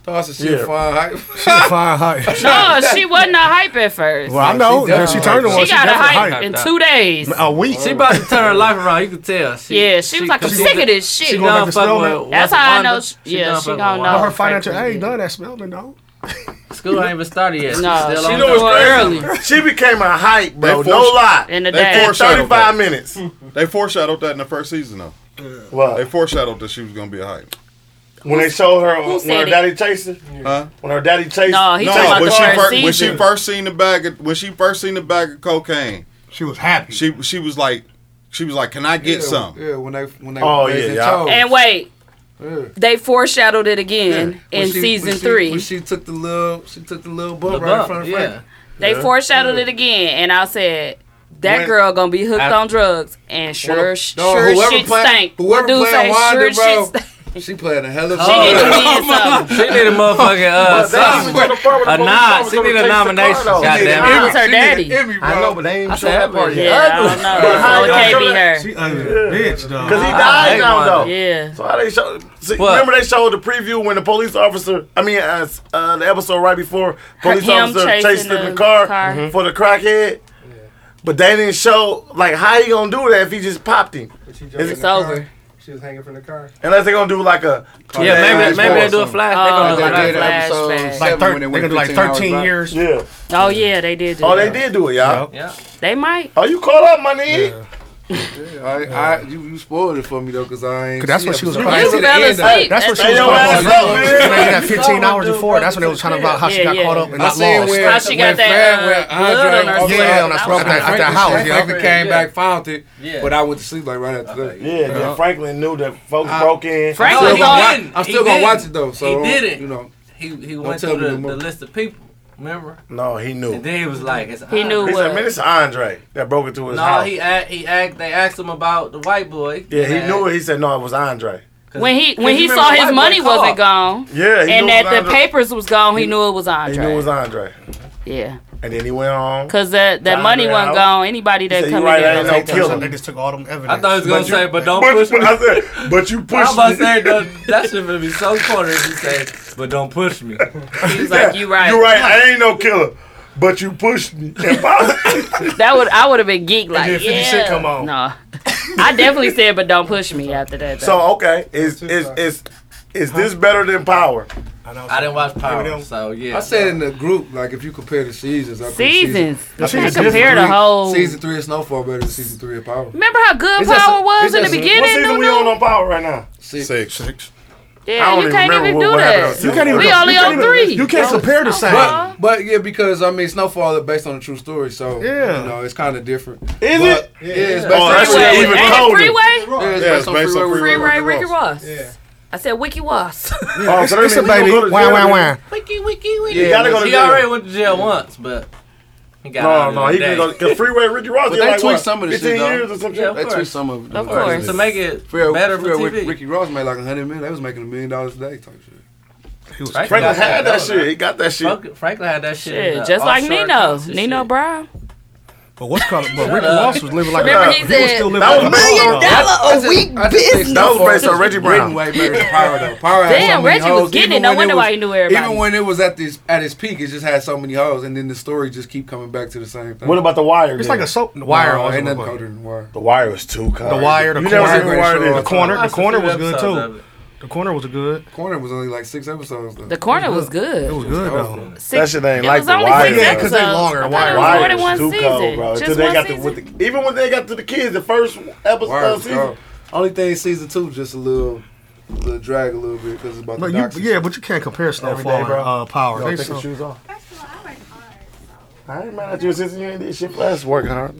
Speaker 7: Dawson, she
Speaker 5: Yeah.
Speaker 7: a fine height.
Speaker 4: She a fine height.
Speaker 3: No, she wasn't a hype at first.
Speaker 4: Well, I know.
Speaker 7: definitely-
Speaker 4: She, turned to
Speaker 7: She
Speaker 4: one.
Speaker 3: She
Speaker 4: She
Speaker 3: got a
Speaker 4: definitely
Speaker 3: hype
Speaker 4: hype.
Speaker 3: in two days.
Speaker 4: A week.
Speaker 1: she about to turn her life around. You can tell.
Speaker 3: Yeah, she was like, I'm
Speaker 1: she-
Speaker 3: sick of this
Speaker 1: She
Speaker 3: shit.
Speaker 4: gonna-
Speaker 1: done
Speaker 4: make a
Speaker 1: fucking
Speaker 4: statement.
Speaker 1: with.
Speaker 3: That's
Speaker 1: what's
Speaker 3: how I
Speaker 1: Wanda?
Speaker 3: know she- yeah,
Speaker 1: done
Speaker 3: she
Speaker 1: fucking
Speaker 3: gonna
Speaker 1: with
Speaker 3: know.
Speaker 1: Wanda.
Speaker 4: her financial
Speaker 3: Franklin
Speaker 4: aid
Speaker 3: did.
Speaker 4: done that Spelman though.
Speaker 1: School ain't even started yet.
Speaker 3: No,
Speaker 1: She's still on
Speaker 3: she
Speaker 5: You know
Speaker 1: the-
Speaker 5: what's
Speaker 3: early.
Speaker 5: crazy? She became a hype, bro.
Speaker 8: They
Speaker 5: No
Speaker 8: forced-
Speaker 5: lie.
Speaker 3: In the
Speaker 8: They
Speaker 3: day.
Speaker 8: forced-
Speaker 5: Thirty five minutes.
Speaker 8: They foreshadowed that in the first season, though. They
Speaker 5: What?
Speaker 8: foreshadowed that she was gonna be a hype.
Speaker 5: When they showed her
Speaker 3: Who
Speaker 5: when
Speaker 3: said
Speaker 5: her
Speaker 3: it?
Speaker 5: daddy chased her.
Speaker 8: Huh?
Speaker 5: When her daddy chased.
Speaker 3: No, he
Speaker 8: no,
Speaker 3: talking about
Speaker 8: when
Speaker 3: the
Speaker 8: she,
Speaker 3: first
Speaker 8: fir- when she
Speaker 3: season.
Speaker 8: first seen the bag, of, when she first seen the bag of cocaine,
Speaker 4: She was happy.
Speaker 8: she she was like, she was like, "Can I get
Speaker 7: yeah,
Speaker 8: some?"
Speaker 7: Yeah, when they when they
Speaker 5: Oh,
Speaker 7: raised
Speaker 5: yeah,
Speaker 7: their
Speaker 5: yeah.
Speaker 7: child.
Speaker 3: And wait,
Speaker 7: Yeah.
Speaker 3: they foreshadowed it
Speaker 7: Yeah.
Speaker 3: again
Speaker 7: When
Speaker 3: in
Speaker 7: she- when
Speaker 3: season
Speaker 7: she-
Speaker 3: three.
Speaker 7: When she took the little, she took the little
Speaker 1: The
Speaker 7: bump right in
Speaker 1: bump,
Speaker 7: front of Frank.
Speaker 1: yeah.
Speaker 3: they foreshadowed it again, and I said. That
Speaker 7: When-
Speaker 3: girl gonna be hooked
Speaker 1: I-
Speaker 3: on drugs, and sure,
Speaker 7: Dog,
Speaker 3: sure
Speaker 7: whoever
Speaker 3: shit
Speaker 7: play-
Speaker 3: stank.
Speaker 7: Whoever
Speaker 3: What dude
Speaker 7: playing
Speaker 3: say
Speaker 7: Wanda,
Speaker 3: sure
Speaker 7: bro,
Speaker 3: shit stank.
Speaker 7: she playing a hell of a
Speaker 3: She need to
Speaker 7: song.
Speaker 3: win something.
Speaker 1: Oh. She need a motherfucking uh, something. a nod. She need a nomination.
Speaker 3: Nah,
Speaker 1: Goddamn.
Speaker 7: Emmy.
Speaker 3: it's her
Speaker 7: She need an
Speaker 3: daddy.
Speaker 7: Emmy,
Speaker 4: I
Speaker 7: bro.
Speaker 4: know, but they ain't
Speaker 1: I
Speaker 4: show
Speaker 1: said
Speaker 4: that part
Speaker 1: ugly.
Speaker 4: yet.
Speaker 3: Yeah, I don't know. So it can't be her.
Speaker 4: She ugly bitch, dog.
Speaker 5: Cause he
Speaker 1: I
Speaker 5: died
Speaker 1: hate
Speaker 5: now
Speaker 1: Wanda.
Speaker 5: though.
Speaker 3: Yeah.
Speaker 5: So how they show? See,
Speaker 1: What?
Speaker 5: remember they showed the preview when the police officer, I mean, uh, s- uh, the episode right before police
Speaker 3: him
Speaker 5: officer
Speaker 3: chasing
Speaker 5: chased him in
Speaker 3: the
Speaker 5: the car,
Speaker 3: car. Mhm.
Speaker 5: for the crackhead. But they didn't show like how he gonna do that if he just popped him.
Speaker 3: It's over.
Speaker 12: She was hanging from the car.
Speaker 5: Unless they gonna do like a
Speaker 1: Yeah, maybe maybe they do a
Speaker 7: Something.
Speaker 1: flash.
Speaker 3: Oh,
Speaker 1: they
Speaker 7: They
Speaker 1: gonna do
Speaker 7: did
Speaker 1: a
Speaker 7: an
Speaker 1: flash.
Speaker 7: episode
Speaker 3: flashback.
Speaker 4: Like
Speaker 7: seven when
Speaker 4: thir-
Speaker 7: they
Speaker 4: they
Speaker 7: went
Speaker 4: gonna do like
Speaker 7: 15 hours
Speaker 4: 13
Speaker 7: back.
Speaker 4: years.
Speaker 5: yeah.
Speaker 3: Oh yeah, they did. Do
Speaker 5: Oh,
Speaker 3: that.
Speaker 5: they did do it, y'all.
Speaker 1: Yeah.
Speaker 3: They might.
Speaker 5: Are you caught up, my nigga?
Speaker 7: Yeah, I, I, you, you spoiled it for me though, cause I ain't.
Speaker 4: 'Cause that's
Speaker 7: see
Speaker 4: what she was
Speaker 7: episode-
Speaker 4: crying
Speaker 7: I
Speaker 3: You
Speaker 7: see
Speaker 4: about.
Speaker 7: the
Speaker 3: fell
Speaker 7: end of
Speaker 3: asleep.
Speaker 7: it.
Speaker 4: That's what
Speaker 3: That's
Speaker 4: she was
Speaker 5: your
Speaker 4: talking
Speaker 5: ass
Speaker 4: about.
Speaker 5: up,
Speaker 4: She
Speaker 5: man.
Speaker 4: made that 15 hours before. That's when they was talking about how she
Speaker 3: Yeah,
Speaker 4: got
Speaker 3: yeah.
Speaker 4: caught up and
Speaker 7: I
Speaker 4: not
Speaker 7: seen
Speaker 4: lost.
Speaker 7: where
Speaker 3: How she got
Speaker 7: when
Speaker 3: that,
Speaker 7: Fran-
Speaker 3: uh,
Speaker 7: when
Speaker 3: blood on her
Speaker 7: Andre,
Speaker 3: sweater.
Speaker 7: yeah,
Speaker 4: Yeah, when I
Speaker 7: at
Speaker 4: smoked that- at that house, yeah.
Speaker 7: Franklin came back, found it,
Speaker 1: Yeah.
Speaker 7: but I went to sleep like right after that.
Speaker 5: Yeah, yeah. Franklin knew that folks broke in.
Speaker 7: I'm
Speaker 3: Franklin
Speaker 7: still
Speaker 3: thought-
Speaker 7: gonna,
Speaker 1: didn't.
Speaker 7: wa- I'm
Speaker 1: He
Speaker 7: still gonna
Speaker 1: didn't.
Speaker 7: watch it though. So
Speaker 1: He didn't.
Speaker 7: You know,
Speaker 1: He he
Speaker 7: Don't
Speaker 1: went
Speaker 7: tell
Speaker 1: through
Speaker 7: me
Speaker 1: the,
Speaker 7: no more.
Speaker 1: the list of people. Remember?
Speaker 5: no, he knew.
Speaker 1: And then he was like, it's
Speaker 3: He knew
Speaker 5: He said,
Speaker 3: what.
Speaker 5: "Man, it's Andre that broke into his
Speaker 1: No,
Speaker 5: house."
Speaker 1: he act, he act, they asked him about the white boy.
Speaker 5: yeah, he knew it. He said, "No, it was Andre."
Speaker 3: When he when
Speaker 1: Cause
Speaker 3: he
Speaker 1: you
Speaker 3: saw
Speaker 1: remember
Speaker 3: his
Speaker 1: White
Speaker 3: money
Speaker 1: Boy Car.
Speaker 3: wasn't gone
Speaker 5: Yeah, he
Speaker 3: and
Speaker 5: knew it
Speaker 3: that
Speaker 5: was
Speaker 3: the
Speaker 5: Andre.
Speaker 3: papers was gone, he knew it was
Speaker 5: He knew it was
Speaker 3: Andre.
Speaker 5: Andre,
Speaker 3: Yeah,
Speaker 5: and then he went on.
Speaker 3: cause that that
Speaker 5: Andre
Speaker 3: money wasn't
Speaker 5: out.
Speaker 3: gone. Anybody
Speaker 5: said,
Speaker 3: that
Speaker 5: "You
Speaker 3: come
Speaker 5: right,
Speaker 3: in
Speaker 5: I
Speaker 3: there,
Speaker 5: ain't
Speaker 3: they
Speaker 5: no
Speaker 4: They
Speaker 3: take
Speaker 4: took-
Speaker 5: killer.
Speaker 3: that.
Speaker 4: They just took all them evidence.
Speaker 1: I thought he was gonna
Speaker 5: But you-
Speaker 1: say, but don't
Speaker 5: But-
Speaker 1: push me.
Speaker 5: I said, but you
Speaker 1: I'm
Speaker 5: pushed
Speaker 1: about to
Speaker 5: me.
Speaker 1: say that that shit gonna be so corny if you say, but don't push me.
Speaker 3: He was like, "You right."
Speaker 5: You're right. I ain't no killer, but you pushed me. And my-
Speaker 3: That would I would have been geek like,
Speaker 4: then 50
Speaker 3: yeah.
Speaker 4: Cent come on.
Speaker 3: No, I definitely said, but don't push me after that.
Speaker 5: so
Speaker 3: though.
Speaker 5: okay, is is is is this better than Power?
Speaker 1: I didn't watch
Speaker 4: Maybe
Speaker 1: Power,
Speaker 4: them-
Speaker 1: so yeah.
Speaker 7: I said in the group like if you compare the seasons, I put season-
Speaker 3: seasons. You
Speaker 4: think
Speaker 3: can't
Speaker 4: it's
Speaker 3: compare the
Speaker 7: three-
Speaker 3: whole.
Speaker 7: season three of Snowfall better than season three of Power.
Speaker 3: Remember how good
Speaker 7: It's just
Speaker 3: Power
Speaker 7: a-
Speaker 3: was
Speaker 7: it's
Speaker 3: in the
Speaker 7: just a-
Speaker 5: What
Speaker 3: beginning?
Speaker 5: season we
Speaker 3: Nunu?
Speaker 5: on on Power right now?
Speaker 8: Six. Six.
Speaker 5: I
Speaker 3: Yeah,
Speaker 5: don't
Speaker 3: you
Speaker 5: even
Speaker 3: can't
Speaker 5: remember
Speaker 3: even
Speaker 5: what-
Speaker 3: do
Speaker 5: what happened on
Speaker 3: that.
Speaker 5: season.
Speaker 4: You can't even.
Speaker 3: We
Speaker 4: you
Speaker 3: only
Speaker 4: can't
Speaker 3: on
Speaker 4: even-
Speaker 3: three.
Speaker 4: You can't compare the same.
Speaker 3: Uh-huh.
Speaker 7: But yeah, because I mean Snowfall is based on a true story, so
Speaker 4: Yeah.
Speaker 7: you know it's kind of different. Is
Speaker 5: it?
Speaker 7: Yeah, it's based
Speaker 5: Oh,
Speaker 7: on
Speaker 5: that
Speaker 7: Freeway.
Speaker 5: shit even
Speaker 3: Ain't it
Speaker 5: colder.
Speaker 3: Freeway?
Speaker 7: Yeah, it's
Speaker 8: Yeah,
Speaker 7: based on Freeway. Ricky
Speaker 3: Free Ray
Speaker 7: Ross.
Speaker 3: Ricky Ross. I said Wiki Was.
Speaker 5: Oh, so that
Speaker 4: It's a
Speaker 5: means we gonna
Speaker 4: baby.
Speaker 5: go to
Speaker 4: Wow,
Speaker 5: jail.
Speaker 4: wow, wow.
Speaker 1: Wiki, wiki, wiki.
Speaker 5: You gotta go to
Speaker 1: He
Speaker 5: jail.
Speaker 1: already went to jail once, but He got out
Speaker 5: No,
Speaker 1: of
Speaker 5: no,
Speaker 1: it
Speaker 5: he can
Speaker 1: today.
Speaker 5: go. Cause Freeway Ricky Ross
Speaker 7: But
Speaker 5: did
Speaker 7: they
Speaker 5: like
Speaker 7: tweaked
Speaker 5: what,
Speaker 7: some of the shit,
Speaker 5: 15
Speaker 7: though.
Speaker 5: years or something.
Speaker 7: Yeah, of They tweaked course. some of it, though.
Speaker 3: Of course.
Speaker 7: To
Speaker 1: make it
Speaker 3: better for
Speaker 7: Rick-
Speaker 3: TV.
Speaker 7: Ricky Ross made like a hundred million. They was making a million dollars a day type shit.
Speaker 4: He was
Speaker 7: Franklin
Speaker 1: got
Speaker 7: had that shit.
Speaker 5: He got that shit.
Speaker 1: Frank- Franklin had that shit. in
Speaker 3: Shit,
Speaker 1: the
Speaker 3: just like
Speaker 1: offshore
Speaker 3: Nino,
Speaker 1: accounts and
Speaker 3: Nino Brown.
Speaker 4: But what's called? But
Speaker 1: Shut
Speaker 4: Rick
Speaker 1: up.
Speaker 4: Ross was living like
Speaker 3: Remember
Speaker 4: a
Speaker 3: he
Speaker 4: was
Speaker 3: said,
Speaker 4: still living
Speaker 3: "That
Speaker 4: like
Speaker 3: was
Speaker 2: Dollar
Speaker 4: million
Speaker 2: a week business.
Speaker 5: That was based on Reggie Brown.
Speaker 7: Written way better than Power though. Power had
Speaker 3: Damn,
Speaker 7: so many
Speaker 3: Reggie was
Speaker 7: hoes,
Speaker 3: getting
Speaker 7: even
Speaker 3: it. No
Speaker 7: when
Speaker 3: wonder
Speaker 7: was-
Speaker 3: why he knew everybody.
Speaker 7: Even when it was at this at its peak, it just had so many hoes, and then the story just keep coming back to the same thing.
Speaker 5: What about the Wire?
Speaker 4: It's
Speaker 5: then?
Speaker 4: like a soap. The
Speaker 7: Wire?
Speaker 4: wire.
Speaker 7: No,
Speaker 4: was
Speaker 7: ain't
Speaker 4: my
Speaker 7: nothing
Speaker 4: boy.
Speaker 7: colder than Wire.
Speaker 5: The Wire was too. Cold.
Speaker 4: The Wire. The
Speaker 5: You
Speaker 4: corner.
Speaker 5: never seen the Wire? then?
Speaker 4: The corner. The
Speaker 1: watched a
Speaker 4: corner
Speaker 1: few
Speaker 4: was good
Speaker 1: episodes of
Speaker 4: too.
Speaker 1: it.
Speaker 4: The corner was good.
Speaker 7: Corner was only like six episodes. Though.
Speaker 3: The corner was good.
Speaker 4: It was good though.
Speaker 5: That shit ain't
Speaker 3: it
Speaker 5: like
Speaker 3: was
Speaker 5: the
Speaker 3: only
Speaker 5: Wire.
Speaker 3: Six
Speaker 4: Yeah, 'cause they
Speaker 3: episodes.
Speaker 4: longer.
Speaker 3: I thought
Speaker 4: Wire-
Speaker 3: it was
Speaker 5: Wire
Speaker 3: more than
Speaker 5: is
Speaker 3: one
Speaker 5: too
Speaker 3: season.
Speaker 5: cold, bro.
Speaker 3: Just
Speaker 5: Till they
Speaker 3: one
Speaker 5: got
Speaker 3: season.
Speaker 5: The, with the, even when they got to the kids, the first episode
Speaker 7: Wire was
Speaker 5: season.
Speaker 7: cold. Only thing season two just a little, little drag a little bit because it's about
Speaker 4: But
Speaker 7: the
Speaker 4: you,
Speaker 7: docs. and
Speaker 4: yeah, but you can't compare Snowfall and
Speaker 5: bro.
Speaker 4: uh, Power.
Speaker 5: Yo,
Speaker 4: They
Speaker 5: take your
Speaker 4: so-
Speaker 5: shoes off. I ain't mad at you since you ain't did shit last working hard.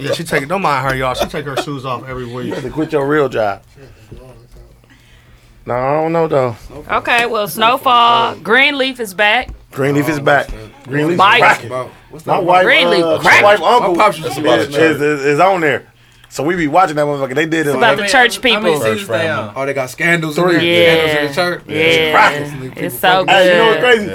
Speaker 4: Yeah, she take it. Don't mind her, y'all. She take her shoes off every
Speaker 5: You
Speaker 4: week.
Speaker 5: had to quit your real job. No, I don't know though.
Speaker 3: Okay, well, Snowfall, Greenleaf is baak
Speaker 5: Greenleaf is back. Greenleaf is
Speaker 3: Mike.
Speaker 5: back.
Speaker 7: about- Oh, What's
Speaker 5: My
Speaker 7: that?
Speaker 5: wife,
Speaker 3: Greenleaf
Speaker 5: uh, my
Speaker 3: crack.
Speaker 5: wife,
Speaker 7: My
Speaker 5: uncle
Speaker 7: pops used to be
Speaker 5: is, is, is, is on there. So we be watching that motherfucker. They did it.
Speaker 3: about
Speaker 5: like-
Speaker 3: the church
Speaker 1: How many
Speaker 3: people.
Speaker 1: seasons they on?
Speaker 7: Oh, they got scandals in
Speaker 5: Three.
Speaker 7: there. Scandals in
Speaker 3: Yeah,
Speaker 7: the church.
Speaker 3: yeah,
Speaker 7: People
Speaker 3: it's so
Speaker 7: fucking-
Speaker 3: good.
Speaker 5: Hey, you know what's crazy?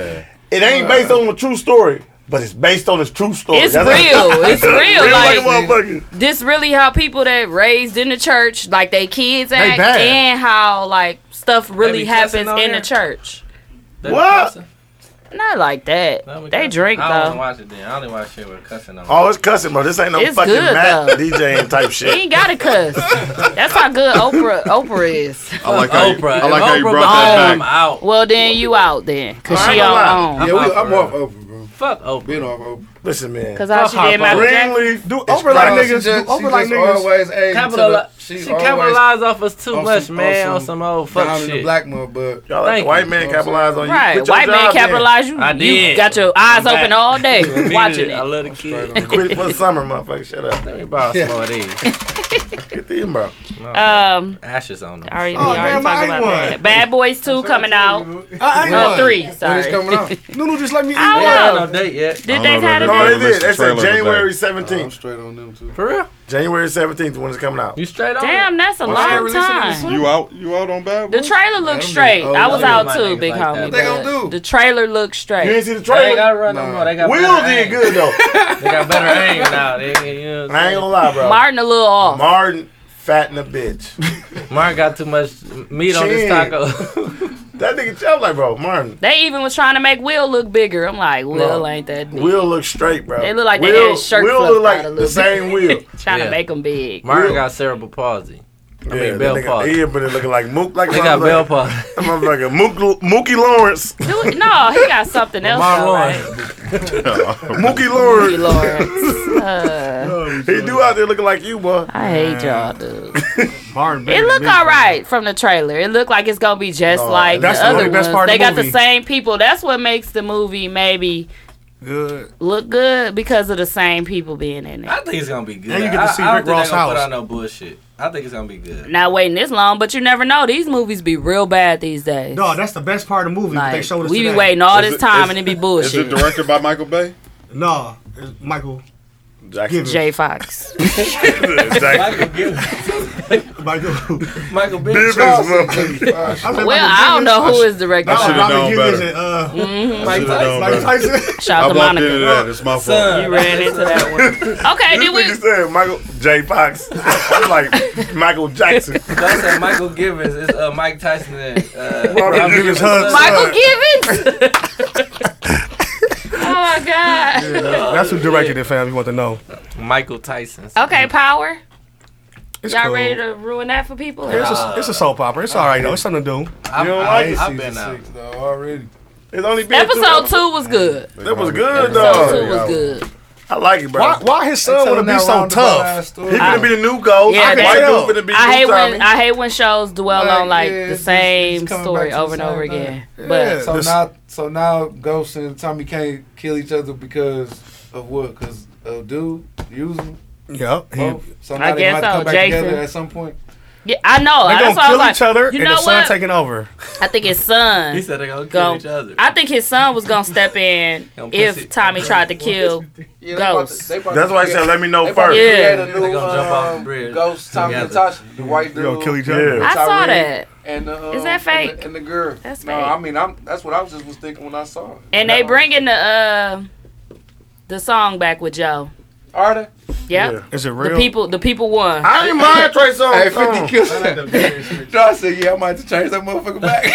Speaker 5: It ain't based on a true story, but it's based on a true story.
Speaker 3: It's
Speaker 5: That's-
Speaker 3: real. It's real.
Speaker 5: Real like a
Speaker 3: Like
Speaker 5: motherfucker.
Speaker 3: this, really how people that raised in the church, like they kids act,
Speaker 4: bad.
Speaker 3: and how like stuff really
Speaker 1: cussing
Speaker 3: happens
Speaker 1: on
Speaker 3: in
Speaker 1: there?
Speaker 3: the church.
Speaker 1: They be
Speaker 5: What?
Speaker 1: cussing?
Speaker 3: Not like that.
Speaker 1: No, we
Speaker 3: They
Speaker 1: cussing.
Speaker 3: drink
Speaker 1: I don't
Speaker 3: though.
Speaker 1: watch it then. I only watch shit with cussing on. it.
Speaker 5: Oh, it's cussing, bro. This ain't no
Speaker 3: It's
Speaker 5: fucking
Speaker 3: good,
Speaker 5: Matt
Speaker 3: though.
Speaker 5: DJing type
Speaker 3: He
Speaker 5: shit.
Speaker 3: ain't gotta cuss. That's how good Oprah Oprah is.
Speaker 8: I like how you,
Speaker 1: Oprah.
Speaker 8: I like
Speaker 1: if
Speaker 8: how you
Speaker 1: Oprah
Speaker 8: brought that
Speaker 1: was on, I'm
Speaker 8: back.
Speaker 1: out.
Speaker 3: Well, then you out then, cause
Speaker 5: I ain't
Speaker 3: she
Speaker 5: gonna lie.
Speaker 3: on
Speaker 7: Yeah,
Speaker 3: own.
Speaker 7: we,
Speaker 1: I'm
Speaker 7: I'm
Speaker 1: off
Speaker 7: off Oprah, bro.
Speaker 1: Fuck Oprah.
Speaker 7: Been off Oprah.
Speaker 5: Listen, man.
Speaker 3: Cause how she did Michael Jackson.
Speaker 5: Greenleaf.
Speaker 4: Do over like
Speaker 7: Bro, she
Speaker 4: niggas.
Speaker 7: just-
Speaker 4: Do
Speaker 7: she
Speaker 4: over like
Speaker 7: just
Speaker 4: niggas.
Speaker 7: Always aimed to
Speaker 1: Capitali-
Speaker 7: the,
Speaker 1: she
Speaker 7: always
Speaker 1: capitalized off us too
Speaker 7: on
Speaker 1: much,
Speaker 7: some-
Speaker 1: man.
Speaker 7: on
Speaker 1: On
Speaker 7: some
Speaker 1: some old
Speaker 7: down
Speaker 1: fuck
Speaker 7: in the
Speaker 1: shit.
Speaker 7: black motherfucker.
Speaker 5: Y'all let
Speaker 1: Thank
Speaker 5: the white
Speaker 1: you.
Speaker 5: man capitalize on you.
Speaker 3: Right,
Speaker 5: Quit your
Speaker 3: white man
Speaker 5: job then.
Speaker 3: capitalize you.
Speaker 1: I
Speaker 3: You
Speaker 1: did.
Speaker 3: got your eyes
Speaker 1: I'm
Speaker 3: open
Speaker 1: back.
Speaker 3: all day
Speaker 1: Needed
Speaker 3: watching
Speaker 1: I
Speaker 3: it.
Speaker 1: love the kid.
Speaker 7: Straight
Speaker 5: Quit it for the summer, motherfucker. Shut up.
Speaker 1: Let me borrow some more of these.
Speaker 5: Get them, bro.
Speaker 3: Um,
Speaker 1: Ashes on them.
Speaker 3: I already,
Speaker 4: Oh,
Speaker 3: we already
Speaker 4: damn, I
Speaker 3: talked
Speaker 4: ain't
Speaker 3: about
Speaker 4: one.
Speaker 3: that. Bad Boys Two coming out.
Speaker 4: I,
Speaker 3: Uh,
Speaker 4: I,
Speaker 3: three,
Speaker 7: When it's
Speaker 3: sorry.
Speaker 7: coming out,
Speaker 4: Nunu just let me eat.
Speaker 3: Ow.
Speaker 4: it.
Speaker 1: Yeah, no date yet.
Speaker 3: Did
Speaker 8: I
Speaker 3: they
Speaker 8: don't know
Speaker 3: have
Speaker 8: about
Speaker 3: it?
Speaker 8: that.
Speaker 5: No,
Speaker 8: they
Speaker 5: they did.
Speaker 8: released
Speaker 5: They
Speaker 8: the
Speaker 5: said
Speaker 8: trailer today.
Speaker 5: January
Speaker 7: I'm
Speaker 5: 17th.
Speaker 7: straight on them too.
Speaker 1: For real?
Speaker 5: January 17th is when it's coming out.
Speaker 1: You straight on? it?
Speaker 3: Damn, that's a long
Speaker 7: releasing it this
Speaker 3: time.
Speaker 8: You out? You out on bad?
Speaker 3: The
Speaker 8: Boys?
Speaker 3: trailer looks straight.
Speaker 7: old.
Speaker 3: I was
Speaker 1: Them
Speaker 3: out
Speaker 1: my
Speaker 3: too,
Speaker 1: niggas
Speaker 3: big
Speaker 1: like that.
Speaker 3: homie.
Speaker 1: What
Speaker 7: they
Speaker 3: but
Speaker 7: gonna do?
Speaker 3: The trailer looks
Speaker 5: You
Speaker 3: straight.
Speaker 5: ain't see the
Speaker 1: They ain't
Speaker 5: trailer?
Speaker 1: gotta run no
Speaker 7: Nah.
Speaker 1: more. They got
Speaker 5: Will
Speaker 1: better
Speaker 5: did
Speaker 1: aim.
Speaker 5: good, though.
Speaker 1: They got better aim now. They, you know what I'm
Speaker 5: I ain't
Speaker 1: saying?
Speaker 5: gonna lie, bro.
Speaker 3: Martin a little off.
Speaker 5: Martin fatting a bitch.
Speaker 1: Mark got too much meat on his
Speaker 5: Shit.
Speaker 1: taco.
Speaker 5: That nigga, I'm like, bro, Martin.
Speaker 3: They even was trying to make Will look bigger. I'm like, Will ain't that big.
Speaker 5: Will look straight, bro.
Speaker 3: They look like they
Speaker 5: Will,
Speaker 3: had his shirt
Speaker 5: Will
Speaker 3: fluffed
Speaker 5: look like
Speaker 3: out
Speaker 5: the
Speaker 3: a little bit.
Speaker 5: same Will.
Speaker 3: trying
Speaker 1: Yeah.
Speaker 3: to make him big.
Speaker 1: Mark
Speaker 5: Will.
Speaker 1: got cerebral palsy.
Speaker 5: I
Speaker 1: mean, Bell Park.
Speaker 5: Yeah, but they looking like Mook, like
Speaker 1: They got bell palsy.
Speaker 5: That motherfucker, Mook, Mookie Lawrence.
Speaker 3: Dude, no, he got something else.
Speaker 1: Mark
Speaker 3: though,
Speaker 1: Lawrence.
Speaker 3: right?
Speaker 5: Mookie Lawrence.
Speaker 3: Lawrence. Uh,
Speaker 5: He do out there looking like you, boy.
Speaker 3: I hate y'all, dude.
Speaker 4: Martin
Speaker 3: It
Speaker 4: Bennett,
Speaker 3: look
Speaker 4: man.
Speaker 3: all right from the trailer. It looked like it's gonna be just
Speaker 5: No,
Speaker 3: like
Speaker 4: Oh, that's
Speaker 3: the
Speaker 4: the
Speaker 3: other
Speaker 4: only best
Speaker 3: ones.
Speaker 4: part of
Speaker 3: They
Speaker 4: the
Speaker 3: got the
Speaker 4: movie.
Speaker 3: same people. That's what makes the movie maybe
Speaker 4: Good.
Speaker 3: look good because of the same people being in it.
Speaker 1: I think it's gonna be good.
Speaker 4: And you get to
Speaker 1: I-
Speaker 4: see
Speaker 1: I, don't
Speaker 4: Rick
Speaker 1: think they
Speaker 4: Ross'
Speaker 1: gonna Put
Speaker 4: house.
Speaker 1: out no bullshit. I think it's gonna be good.
Speaker 3: Not waiting this long, but you never know. These movies be real bad these days.
Speaker 4: No, Oh, that's the best part of the movie. that they
Speaker 3: like,
Speaker 4: showed us
Speaker 3: we be
Speaker 4: today.
Speaker 3: waiting all
Speaker 8: Is
Speaker 3: this
Speaker 8: it-
Speaker 3: time
Speaker 8: is-
Speaker 3: and it be
Speaker 8: Is it
Speaker 3: bullshit.
Speaker 8: directed by Michael Bay?
Speaker 4: No, it's Michael.
Speaker 5: Jackson.
Speaker 4: Give it.
Speaker 3: Jay Fox.
Speaker 5: Jackson.
Speaker 1: Michael, Gibbons.
Speaker 4: Michael.
Speaker 1: Michael
Speaker 5: Bivens,
Speaker 1: Bivens.
Speaker 5: motherfucker.
Speaker 3: well, I don't know who is directing.
Speaker 8: I should've
Speaker 4: Robert
Speaker 8: known
Speaker 4: Givens
Speaker 8: better.
Speaker 4: and, uh,
Speaker 3: Mm-hmm.
Speaker 8: I should've known
Speaker 4: Mike
Speaker 8: better.
Speaker 4: Tyson.
Speaker 3: Shout
Speaker 8: I
Speaker 3: out to
Speaker 8: walked into
Speaker 3: Monica.
Speaker 8: that. It's my fault.
Speaker 3: You
Speaker 1: Son.
Speaker 3: ran into that one. Okay, did
Speaker 5: This nigga
Speaker 3: we?
Speaker 5: said Michael J. Fox. I'm like Michael Jackson.
Speaker 1: Don't say Michael Givens. It's uh, Mike Tyson and uh,
Speaker 5: Robert
Speaker 1: Robert
Speaker 5: Givens'
Speaker 1: Givens'
Speaker 5: husband.
Speaker 1: son.
Speaker 3: Michael Givens. oh my god.
Speaker 4: That's who directed it, fam. You want to know?
Speaker 1: Michael Tyson.
Speaker 3: Okay, Power.
Speaker 4: It's
Speaker 3: Y'all
Speaker 4: cool.
Speaker 3: ready to ruin that for people?
Speaker 4: It's a, it's a soap opera. It's all right though. It's something to do.
Speaker 1: I,
Speaker 5: You don't
Speaker 1: I,
Speaker 5: like it?
Speaker 1: I've
Speaker 7: Season
Speaker 1: been out.
Speaker 7: six, though, already.
Speaker 5: It's only been two
Speaker 3: Episode two was good.
Speaker 5: That was good,
Speaker 3: Episode two
Speaker 5: though.
Speaker 3: was good.
Speaker 5: I like it, bro.
Speaker 4: Why? Why his son want to be so tough?
Speaker 5: He finna be the new ghost.
Speaker 3: Yeah,
Speaker 5: I can
Speaker 3: they-
Speaker 5: tell. Dude finna be
Speaker 3: I
Speaker 5: new
Speaker 3: hate
Speaker 5: Tommy.
Speaker 3: when I hate when shows dwell
Speaker 7: Like,
Speaker 3: on like
Speaker 7: yeah,
Speaker 3: the
Speaker 7: it's just-
Speaker 3: same
Speaker 7: it's coming
Speaker 3: story
Speaker 7: back to the
Speaker 3: over and
Speaker 7: same
Speaker 3: over
Speaker 7: thing.
Speaker 3: again.
Speaker 4: Yeah.
Speaker 3: But
Speaker 7: So
Speaker 4: This-
Speaker 7: now, so now, Ghost and Tommy can't kill each other because of what? Because of dude, use them
Speaker 4: Yep. He,
Speaker 7: both. So now
Speaker 3: I
Speaker 7: they
Speaker 3: guess
Speaker 7: might come
Speaker 3: so,
Speaker 7: back
Speaker 3: Jason.
Speaker 7: together at some point.
Speaker 3: Yeah, I know.
Speaker 4: They're
Speaker 3: That's
Speaker 4: gonna
Speaker 3: why I
Speaker 4: kill
Speaker 3: was like,
Speaker 4: each other,
Speaker 3: You
Speaker 4: and
Speaker 3: know
Speaker 4: the son
Speaker 3: what?
Speaker 4: taking over.
Speaker 3: I think his son.
Speaker 4: He said they gonna kill each
Speaker 3: other. I think his son was gonna step in
Speaker 4: Gonna push
Speaker 3: if
Speaker 4: it.
Speaker 3: Tommy tried to kill Ghost.
Speaker 5: That's why he said, "Let me know
Speaker 7: They about to
Speaker 5: first.
Speaker 7: create a
Speaker 3: Yeah.
Speaker 7: new,
Speaker 3: They gonna jump off
Speaker 7: um, Ghost Tommy and Tasha,
Speaker 3: Mm-hmm.
Speaker 7: the white
Speaker 5: They
Speaker 7: dude. uh,
Speaker 5: gonna kill each other.
Speaker 3: I saw
Speaker 7: Tyree,
Speaker 3: that.
Speaker 7: And the, um,
Speaker 3: Is that fake?
Speaker 7: And the, and the girl.
Speaker 3: That's
Speaker 7: no,
Speaker 3: fake.
Speaker 7: I mean, I'm. That's what I was just was thinking when I saw it.
Speaker 3: And they bringing the uh, the song back with Joe.
Speaker 7: Are they?
Speaker 3: Yep.
Speaker 4: Is it
Speaker 3: The
Speaker 7: real?
Speaker 3: people, the people won.
Speaker 5: I ain't mind Trey Songz.
Speaker 7: Hey, 50 kills. John said, yeah, I might have to change that motherfucker back.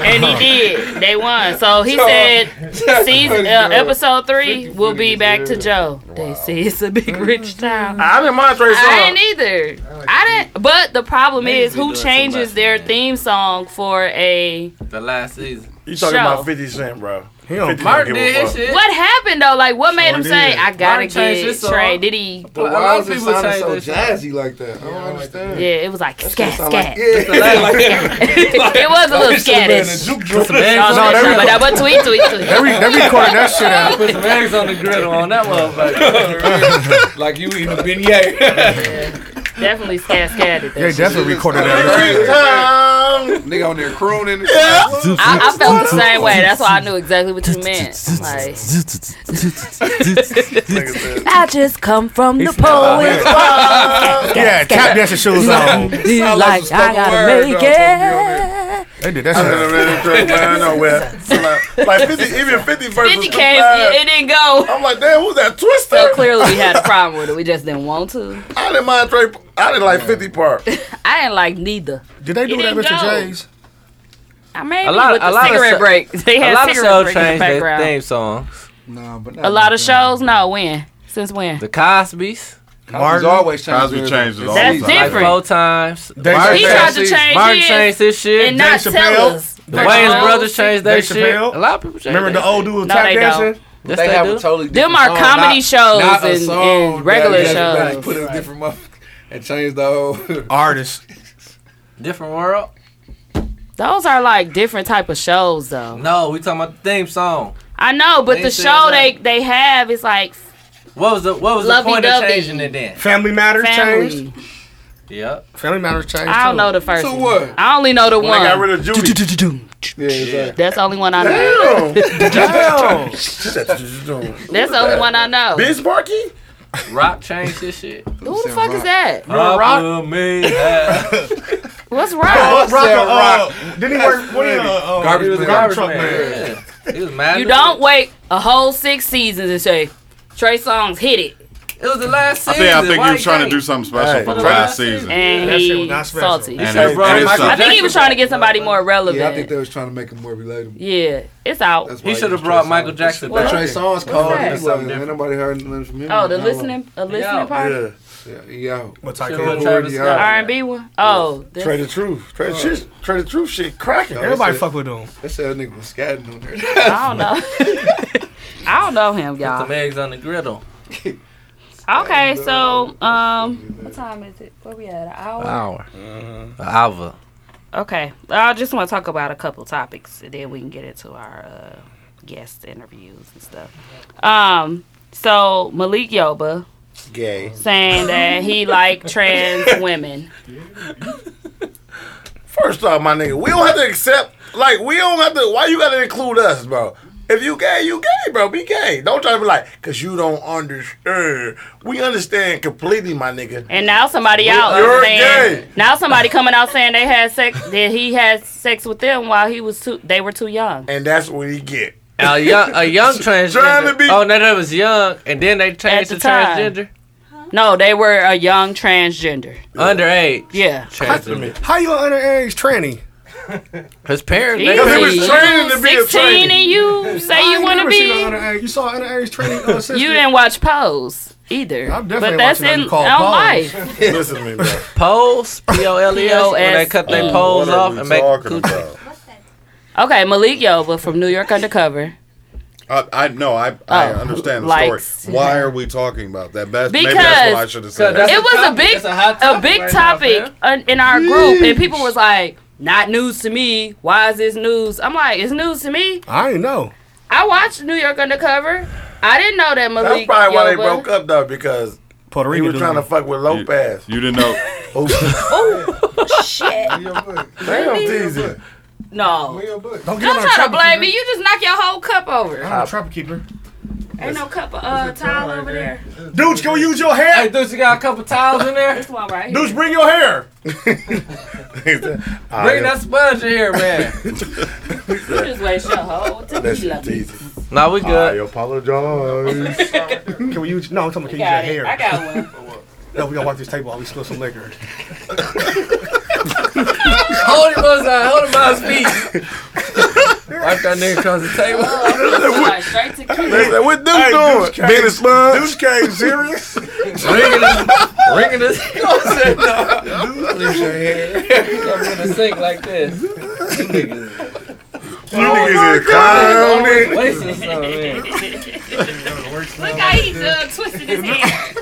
Speaker 3: and he did. They won. So he said, season uh, episode three will be back to Joe. They say it's a big rich town.
Speaker 5: I didn't mind Trey
Speaker 3: I
Speaker 5: Songz.
Speaker 3: ain't either. I didn't. But the problem is, who changes their theme song for a?
Speaker 10: The last season.
Speaker 5: You talking
Speaker 3: Show.
Speaker 5: about 50 Cent, bro. He don't, 50
Speaker 10: Martin
Speaker 5: don't give a
Speaker 10: did his
Speaker 5: fuck.
Speaker 10: shit.
Speaker 3: What happened though? Like, what made
Speaker 5: Sure
Speaker 3: him say,
Speaker 5: did.
Speaker 3: "I gotta
Speaker 10: Martin changed
Speaker 3: get
Speaker 10: his song.
Speaker 3: Trey"? Did he?
Speaker 7: But
Speaker 10: a lot
Speaker 7: why
Speaker 10: of
Speaker 7: is it
Speaker 10: people
Speaker 7: sounding
Speaker 10: change
Speaker 7: so
Speaker 10: their shit.
Speaker 7: jazzy like that? I don't understand.
Speaker 3: Yeah, it was like scat
Speaker 7: sound like-
Speaker 3: scat.
Speaker 7: Yeah.
Speaker 3: It was a little
Speaker 7: Put some
Speaker 3: scattish.
Speaker 7: eggs in the juke
Speaker 3: No,
Speaker 7: drawer.
Speaker 3: no, no, but that was tweet tweet tweet.
Speaker 4: They, re- they recording that shit out.
Speaker 10: Put some eggs on the griddle on that motherfucker. like you eating a beignet.
Speaker 3: Definitely scat scatted.
Speaker 4: They definitely recorded that.
Speaker 7: Nigga on there crooning. Yeah.
Speaker 3: I, I felt the same way. That's why I knew exactly what you meant. Like, I just come from the poet's farm.
Speaker 4: Yeah, tap dancing shoes on.
Speaker 3: like I gotta make it.
Speaker 4: They did that shit.
Speaker 5: Like, like 50, even 50 verse
Speaker 3: 50
Speaker 5: was
Speaker 3: came, yeah, it didn't go.
Speaker 5: I'm like, damn, who's that twister?
Speaker 3: So clearly we had a problem with it. We just didn't want to.
Speaker 5: I didn't mind Trey. I didn't like 50 part.
Speaker 3: I didn't like neither.
Speaker 4: Did they
Speaker 3: do
Speaker 4: that, Mr. J's?
Speaker 3: I mean,
Speaker 1: A lot,
Speaker 3: with
Speaker 1: a
Speaker 3: the
Speaker 1: lot
Speaker 3: cigarette
Speaker 1: of
Speaker 3: break. They had
Speaker 1: a lot of
Speaker 3: cigarette
Speaker 1: shows
Speaker 3: break in
Speaker 1: changed
Speaker 3: the
Speaker 1: their
Speaker 3: background.
Speaker 1: theme songs.
Speaker 7: Nah, but
Speaker 3: a lot of shows. No, when? Since when?
Speaker 1: The Cosby's.
Speaker 7: Martin always changed
Speaker 1: Cosby
Speaker 7: his-
Speaker 1: changed it
Speaker 7: his
Speaker 1: all
Speaker 3: That's
Speaker 1: the
Speaker 3: time.
Speaker 1: Like
Speaker 3: different.
Speaker 1: four times.
Speaker 3: Dave He Chappelle. tried to change
Speaker 1: Martin
Speaker 3: his
Speaker 1: changed his shit.
Speaker 3: and not Dave tell Chappelle. us.
Speaker 1: The
Speaker 3: Dave
Speaker 1: Wayans
Speaker 3: Chappelle.
Speaker 1: brothers changed their
Speaker 3: Dave
Speaker 1: shit.
Speaker 3: Chappelle.
Speaker 1: A lot of people changed
Speaker 4: Remember
Speaker 1: their
Speaker 4: the old dude with
Speaker 3: No,
Speaker 4: tap
Speaker 3: they
Speaker 4: dancing?
Speaker 1: Yes,
Speaker 7: they,
Speaker 1: they
Speaker 7: have
Speaker 1: do.
Speaker 7: a totally
Speaker 3: Them
Speaker 7: different
Speaker 3: are
Speaker 7: song,
Speaker 3: comedy
Speaker 7: Oh, not-
Speaker 3: shows
Speaker 7: not a
Speaker 3: and-
Speaker 7: song
Speaker 3: and regular
Speaker 7: that- that-
Speaker 3: shows.
Speaker 7: Put a different motherfucker and change the whole
Speaker 4: artist.
Speaker 1: Different world.
Speaker 3: Those are like different type of shows, though.
Speaker 1: No, we talking about the theme song.
Speaker 3: I know, but
Speaker 1: They
Speaker 3: the
Speaker 1: said
Speaker 3: show they
Speaker 1: that.
Speaker 3: they have is like
Speaker 1: What was the What was the point of
Speaker 3: Lovey-dovey.
Speaker 1: changing it then?
Speaker 4: Family Matters
Speaker 3: Family.
Speaker 4: changed.
Speaker 1: Yep.
Speaker 4: Family Matters changed.
Speaker 3: I don't
Speaker 4: too.
Speaker 3: know the first.
Speaker 7: So
Speaker 3: one.
Speaker 7: what?
Speaker 3: I only know the
Speaker 4: When
Speaker 3: one.
Speaker 4: they got rid
Speaker 5: of Judy.
Speaker 7: Yeah, exactly.
Speaker 3: That's the only one I know.
Speaker 4: Damn.
Speaker 3: That's the only one I know.
Speaker 5: Biz Barkey?
Speaker 1: Rock changed this shit.
Speaker 3: Who the fuck is that?
Speaker 1: Rock,
Speaker 4: Rock?
Speaker 1: with me. yeah.
Speaker 3: What's
Speaker 4: Oh, Rock,
Speaker 3: wrong?
Speaker 4: uh, Didn't he work? What he, uh, uh,
Speaker 1: Garbage
Speaker 4: garbage
Speaker 1: man.
Speaker 4: truck man.
Speaker 1: Yeah. He was mad.
Speaker 3: You don't wait a whole six seasons and say Trey Songs hit it,
Speaker 1: It was the last
Speaker 8: I
Speaker 1: season.
Speaker 8: think I think
Speaker 1: Why
Speaker 8: he was trying to
Speaker 1: can't?
Speaker 8: do something special
Speaker 1: Hey.
Speaker 8: for the last season.
Speaker 3: and
Speaker 4: That shit was
Speaker 3: he
Speaker 4: not special.
Speaker 3: salty.
Speaker 8: And
Speaker 7: said
Speaker 8: it-
Speaker 7: Brian
Speaker 8: and it
Speaker 7: Michael
Speaker 3: I
Speaker 8: sucked.
Speaker 3: think he was trying to get somebody more
Speaker 7: Yeah, I think
Speaker 3: relevant.
Speaker 7: they was trying to make him more relatable.
Speaker 3: Yeah, it's out.
Speaker 7: That's
Speaker 1: He
Speaker 7: why
Speaker 1: should have
Speaker 7: was
Speaker 1: brought
Speaker 7: Trey
Speaker 1: Michael
Speaker 7: Songz.
Speaker 1: Jackson
Speaker 7: But
Speaker 1: back.
Speaker 7: Trey Songz
Speaker 3: that?
Speaker 7: called him.
Speaker 3: That's
Speaker 1: something
Speaker 7: That's something.
Speaker 1: different.
Speaker 7: Ain't nobody heard nothing from him.
Speaker 3: Oh, the
Speaker 7: How
Speaker 3: listening, a
Speaker 1: Yeah.
Speaker 3: listening party,
Speaker 5: Yeah.
Speaker 7: long? Yeah, he out.
Speaker 4: What type
Speaker 1: Should've
Speaker 4: of
Speaker 1: let
Speaker 4: Lord
Speaker 1: Travis
Speaker 4: he
Speaker 1: Scott.
Speaker 4: are?
Speaker 3: the R and B one. Oh, this-
Speaker 5: Trey the Truth. Trey, shit, Trey the Truth shit cracking.
Speaker 7: Yeah.
Speaker 4: Everybody
Speaker 7: That's it.
Speaker 4: fuck with him.
Speaker 7: They said that nigga was scatting on there.
Speaker 3: I don't know. I don't know him,
Speaker 1: Put
Speaker 3: y'all.
Speaker 1: some eggs on the griddle.
Speaker 3: Okay, so um, what time is it? Where we at? An
Speaker 13: Oh.
Speaker 3: hour.
Speaker 1: Hour. Mm-hmm. Alva.
Speaker 3: Okay, I just want to talk about a couple topics, and then we can get into our uh, guest interviews and stuff. Um, so Malik Yoba
Speaker 5: Gay.
Speaker 3: saying that he like trans women.
Speaker 5: First off, my nigga, we don't have to accept. Like, we don't have to. Why you gotta include us, bro? If you gay, you gay, bro. Be gay. Don't try to be like, cause you don't understand. We understand completely, my nigga.
Speaker 3: And now somebody
Speaker 5: We-
Speaker 3: out
Speaker 5: you're
Speaker 3: saying
Speaker 5: gay.
Speaker 3: now somebody coming out saying they had sex that he had sex with them while he was too they were too young.
Speaker 5: And that's what he get.
Speaker 1: A young, a young transgender.
Speaker 5: Trying to be-
Speaker 1: oh no, that was young, and then they changed
Speaker 3: the
Speaker 1: to
Speaker 3: time.
Speaker 1: transgender.
Speaker 3: No, they were a young transgender.
Speaker 1: Underage.
Speaker 3: Yeah.
Speaker 1: Transgender.
Speaker 4: How you an underage tranny?
Speaker 1: His parents.
Speaker 3: Because
Speaker 1: they
Speaker 5: it was
Speaker 1: paid.
Speaker 5: training to be a
Speaker 3: 16
Speaker 5: tranny.
Speaker 3: and you say
Speaker 4: I
Speaker 3: you
Speaker 4: ain't
Speaker 3: want to
Speaker 4: never seen an
Speaker 3: be.
Speaker 4: underage- You saw an underage tranny. Uh, sister?
Speaker 3: You didn't watch Pose either.
Speaker 4: I'm definitely
Speaker 3: but that's
Speaker 4: watching
Speaker 3: in
Speaker 4: nothing called
Speaker 3: on
Speaker 4: Pose.
Speaker 3: life.
Speaker 5: Listen to me, bro.
Speaker 1: Poles. P O L E S. When they
Speaker 3: P-O-S-E.
Speaker 1: cut their poles
Speaker 5: Oh, What are
Speaker 1: off
Speaker 5: we
Speaker 1: and make
Speaker 5: talking
Speaker 1: coochie.
Speaker 5: about?
Speaker 3: Okay, Malik Yoba from New York Undercover.
Speaker 8: I, I no, I, I
Speaker 3: Oh,
Speaker 8: understand the
Speaker 3: likes.
Speaker 8: story. Why are we talking about that? That's, maybe
Speaker 3: Because-
Speaker 8: that's what I should have said.
Speaker 1: That's
Speaker 3: it
Speaker 1: a
Speaker 3: was
Speaker 1: topic.
Speaker 3: a big,
Speaker 1: That's a hot
Speaker 3: a,
Speaker 1: topic
Speaker 3: big
Speaker 1: right now,
Speaker 3: topic un- in our group, and people was like, "Not news to me. Why is this news?" I'm like, "It's news to me.
Speaker 4: I ain't know.
Speaker 3: I watched New York Undercover. I didn't know that
Speaker 5: That's
Speaker 3: Malik
Speaker 5: probably why they
Speaker 3: Yoba-
Speaker 5: broke up though, because
Speaker 4: Puerto
Speaker 5: he
Speaker 4: Rican
Speaker 5: was
Speaker 4: dude.
Speaker 5: trying to fuck with
Speaker 8: You,
Speaker 5: Lopez.
Speaker 8: you didn't know.
Speaker 3: oh shit. Really? No.
Speaker 4: Don't
Speaker 3: Don't,
Speaker 4: get on the
Speaker 3: try to
Speaker 4: trapper
Speaker 3: blame
Speaker 4: keeper.
Speaker 3: me. You just knock your whole cup over.
Speaker 4: I'm a trapper keeper.
Speaker 3: Ain't no cup of uh, towel over there.
Speaker 4: Dudes, can we use your hair? Hey,
Speaker 10: dudes, you got a couple towels in there?
Speaker 3: This one right here.
Speaker 4: Dudes, bring your hair.
Speaker 10: Bring that sponge in here, man.
Speaker 3: You just waste your whole tequila.
Speaker 10: No, we good.
Speaker 4: I apologize. can we use? No, I'm talking. About, can you use your hair?
Speaker 3: Got it. I got one.
Speaker 4: No, we gotta wipe this table out. We spill some liquor.
Speaker 10: hold him outside. Hold him by his feet. Wipe that nigga across the table.
Speaker 3: Oh, Like straight tequila.
Speaker 5: what
Speaker 10: them doing?
Speaker 5: Being a slug?
Speaker 4: Dudes came serious.
Speaker 10: Ringing his, ringing his. Dude, in the sink like this. You
Speaker 5: niggas is clown it.
Speaker 10: Wasting some, man.
Speaker 3: Look how he done twisted his hand.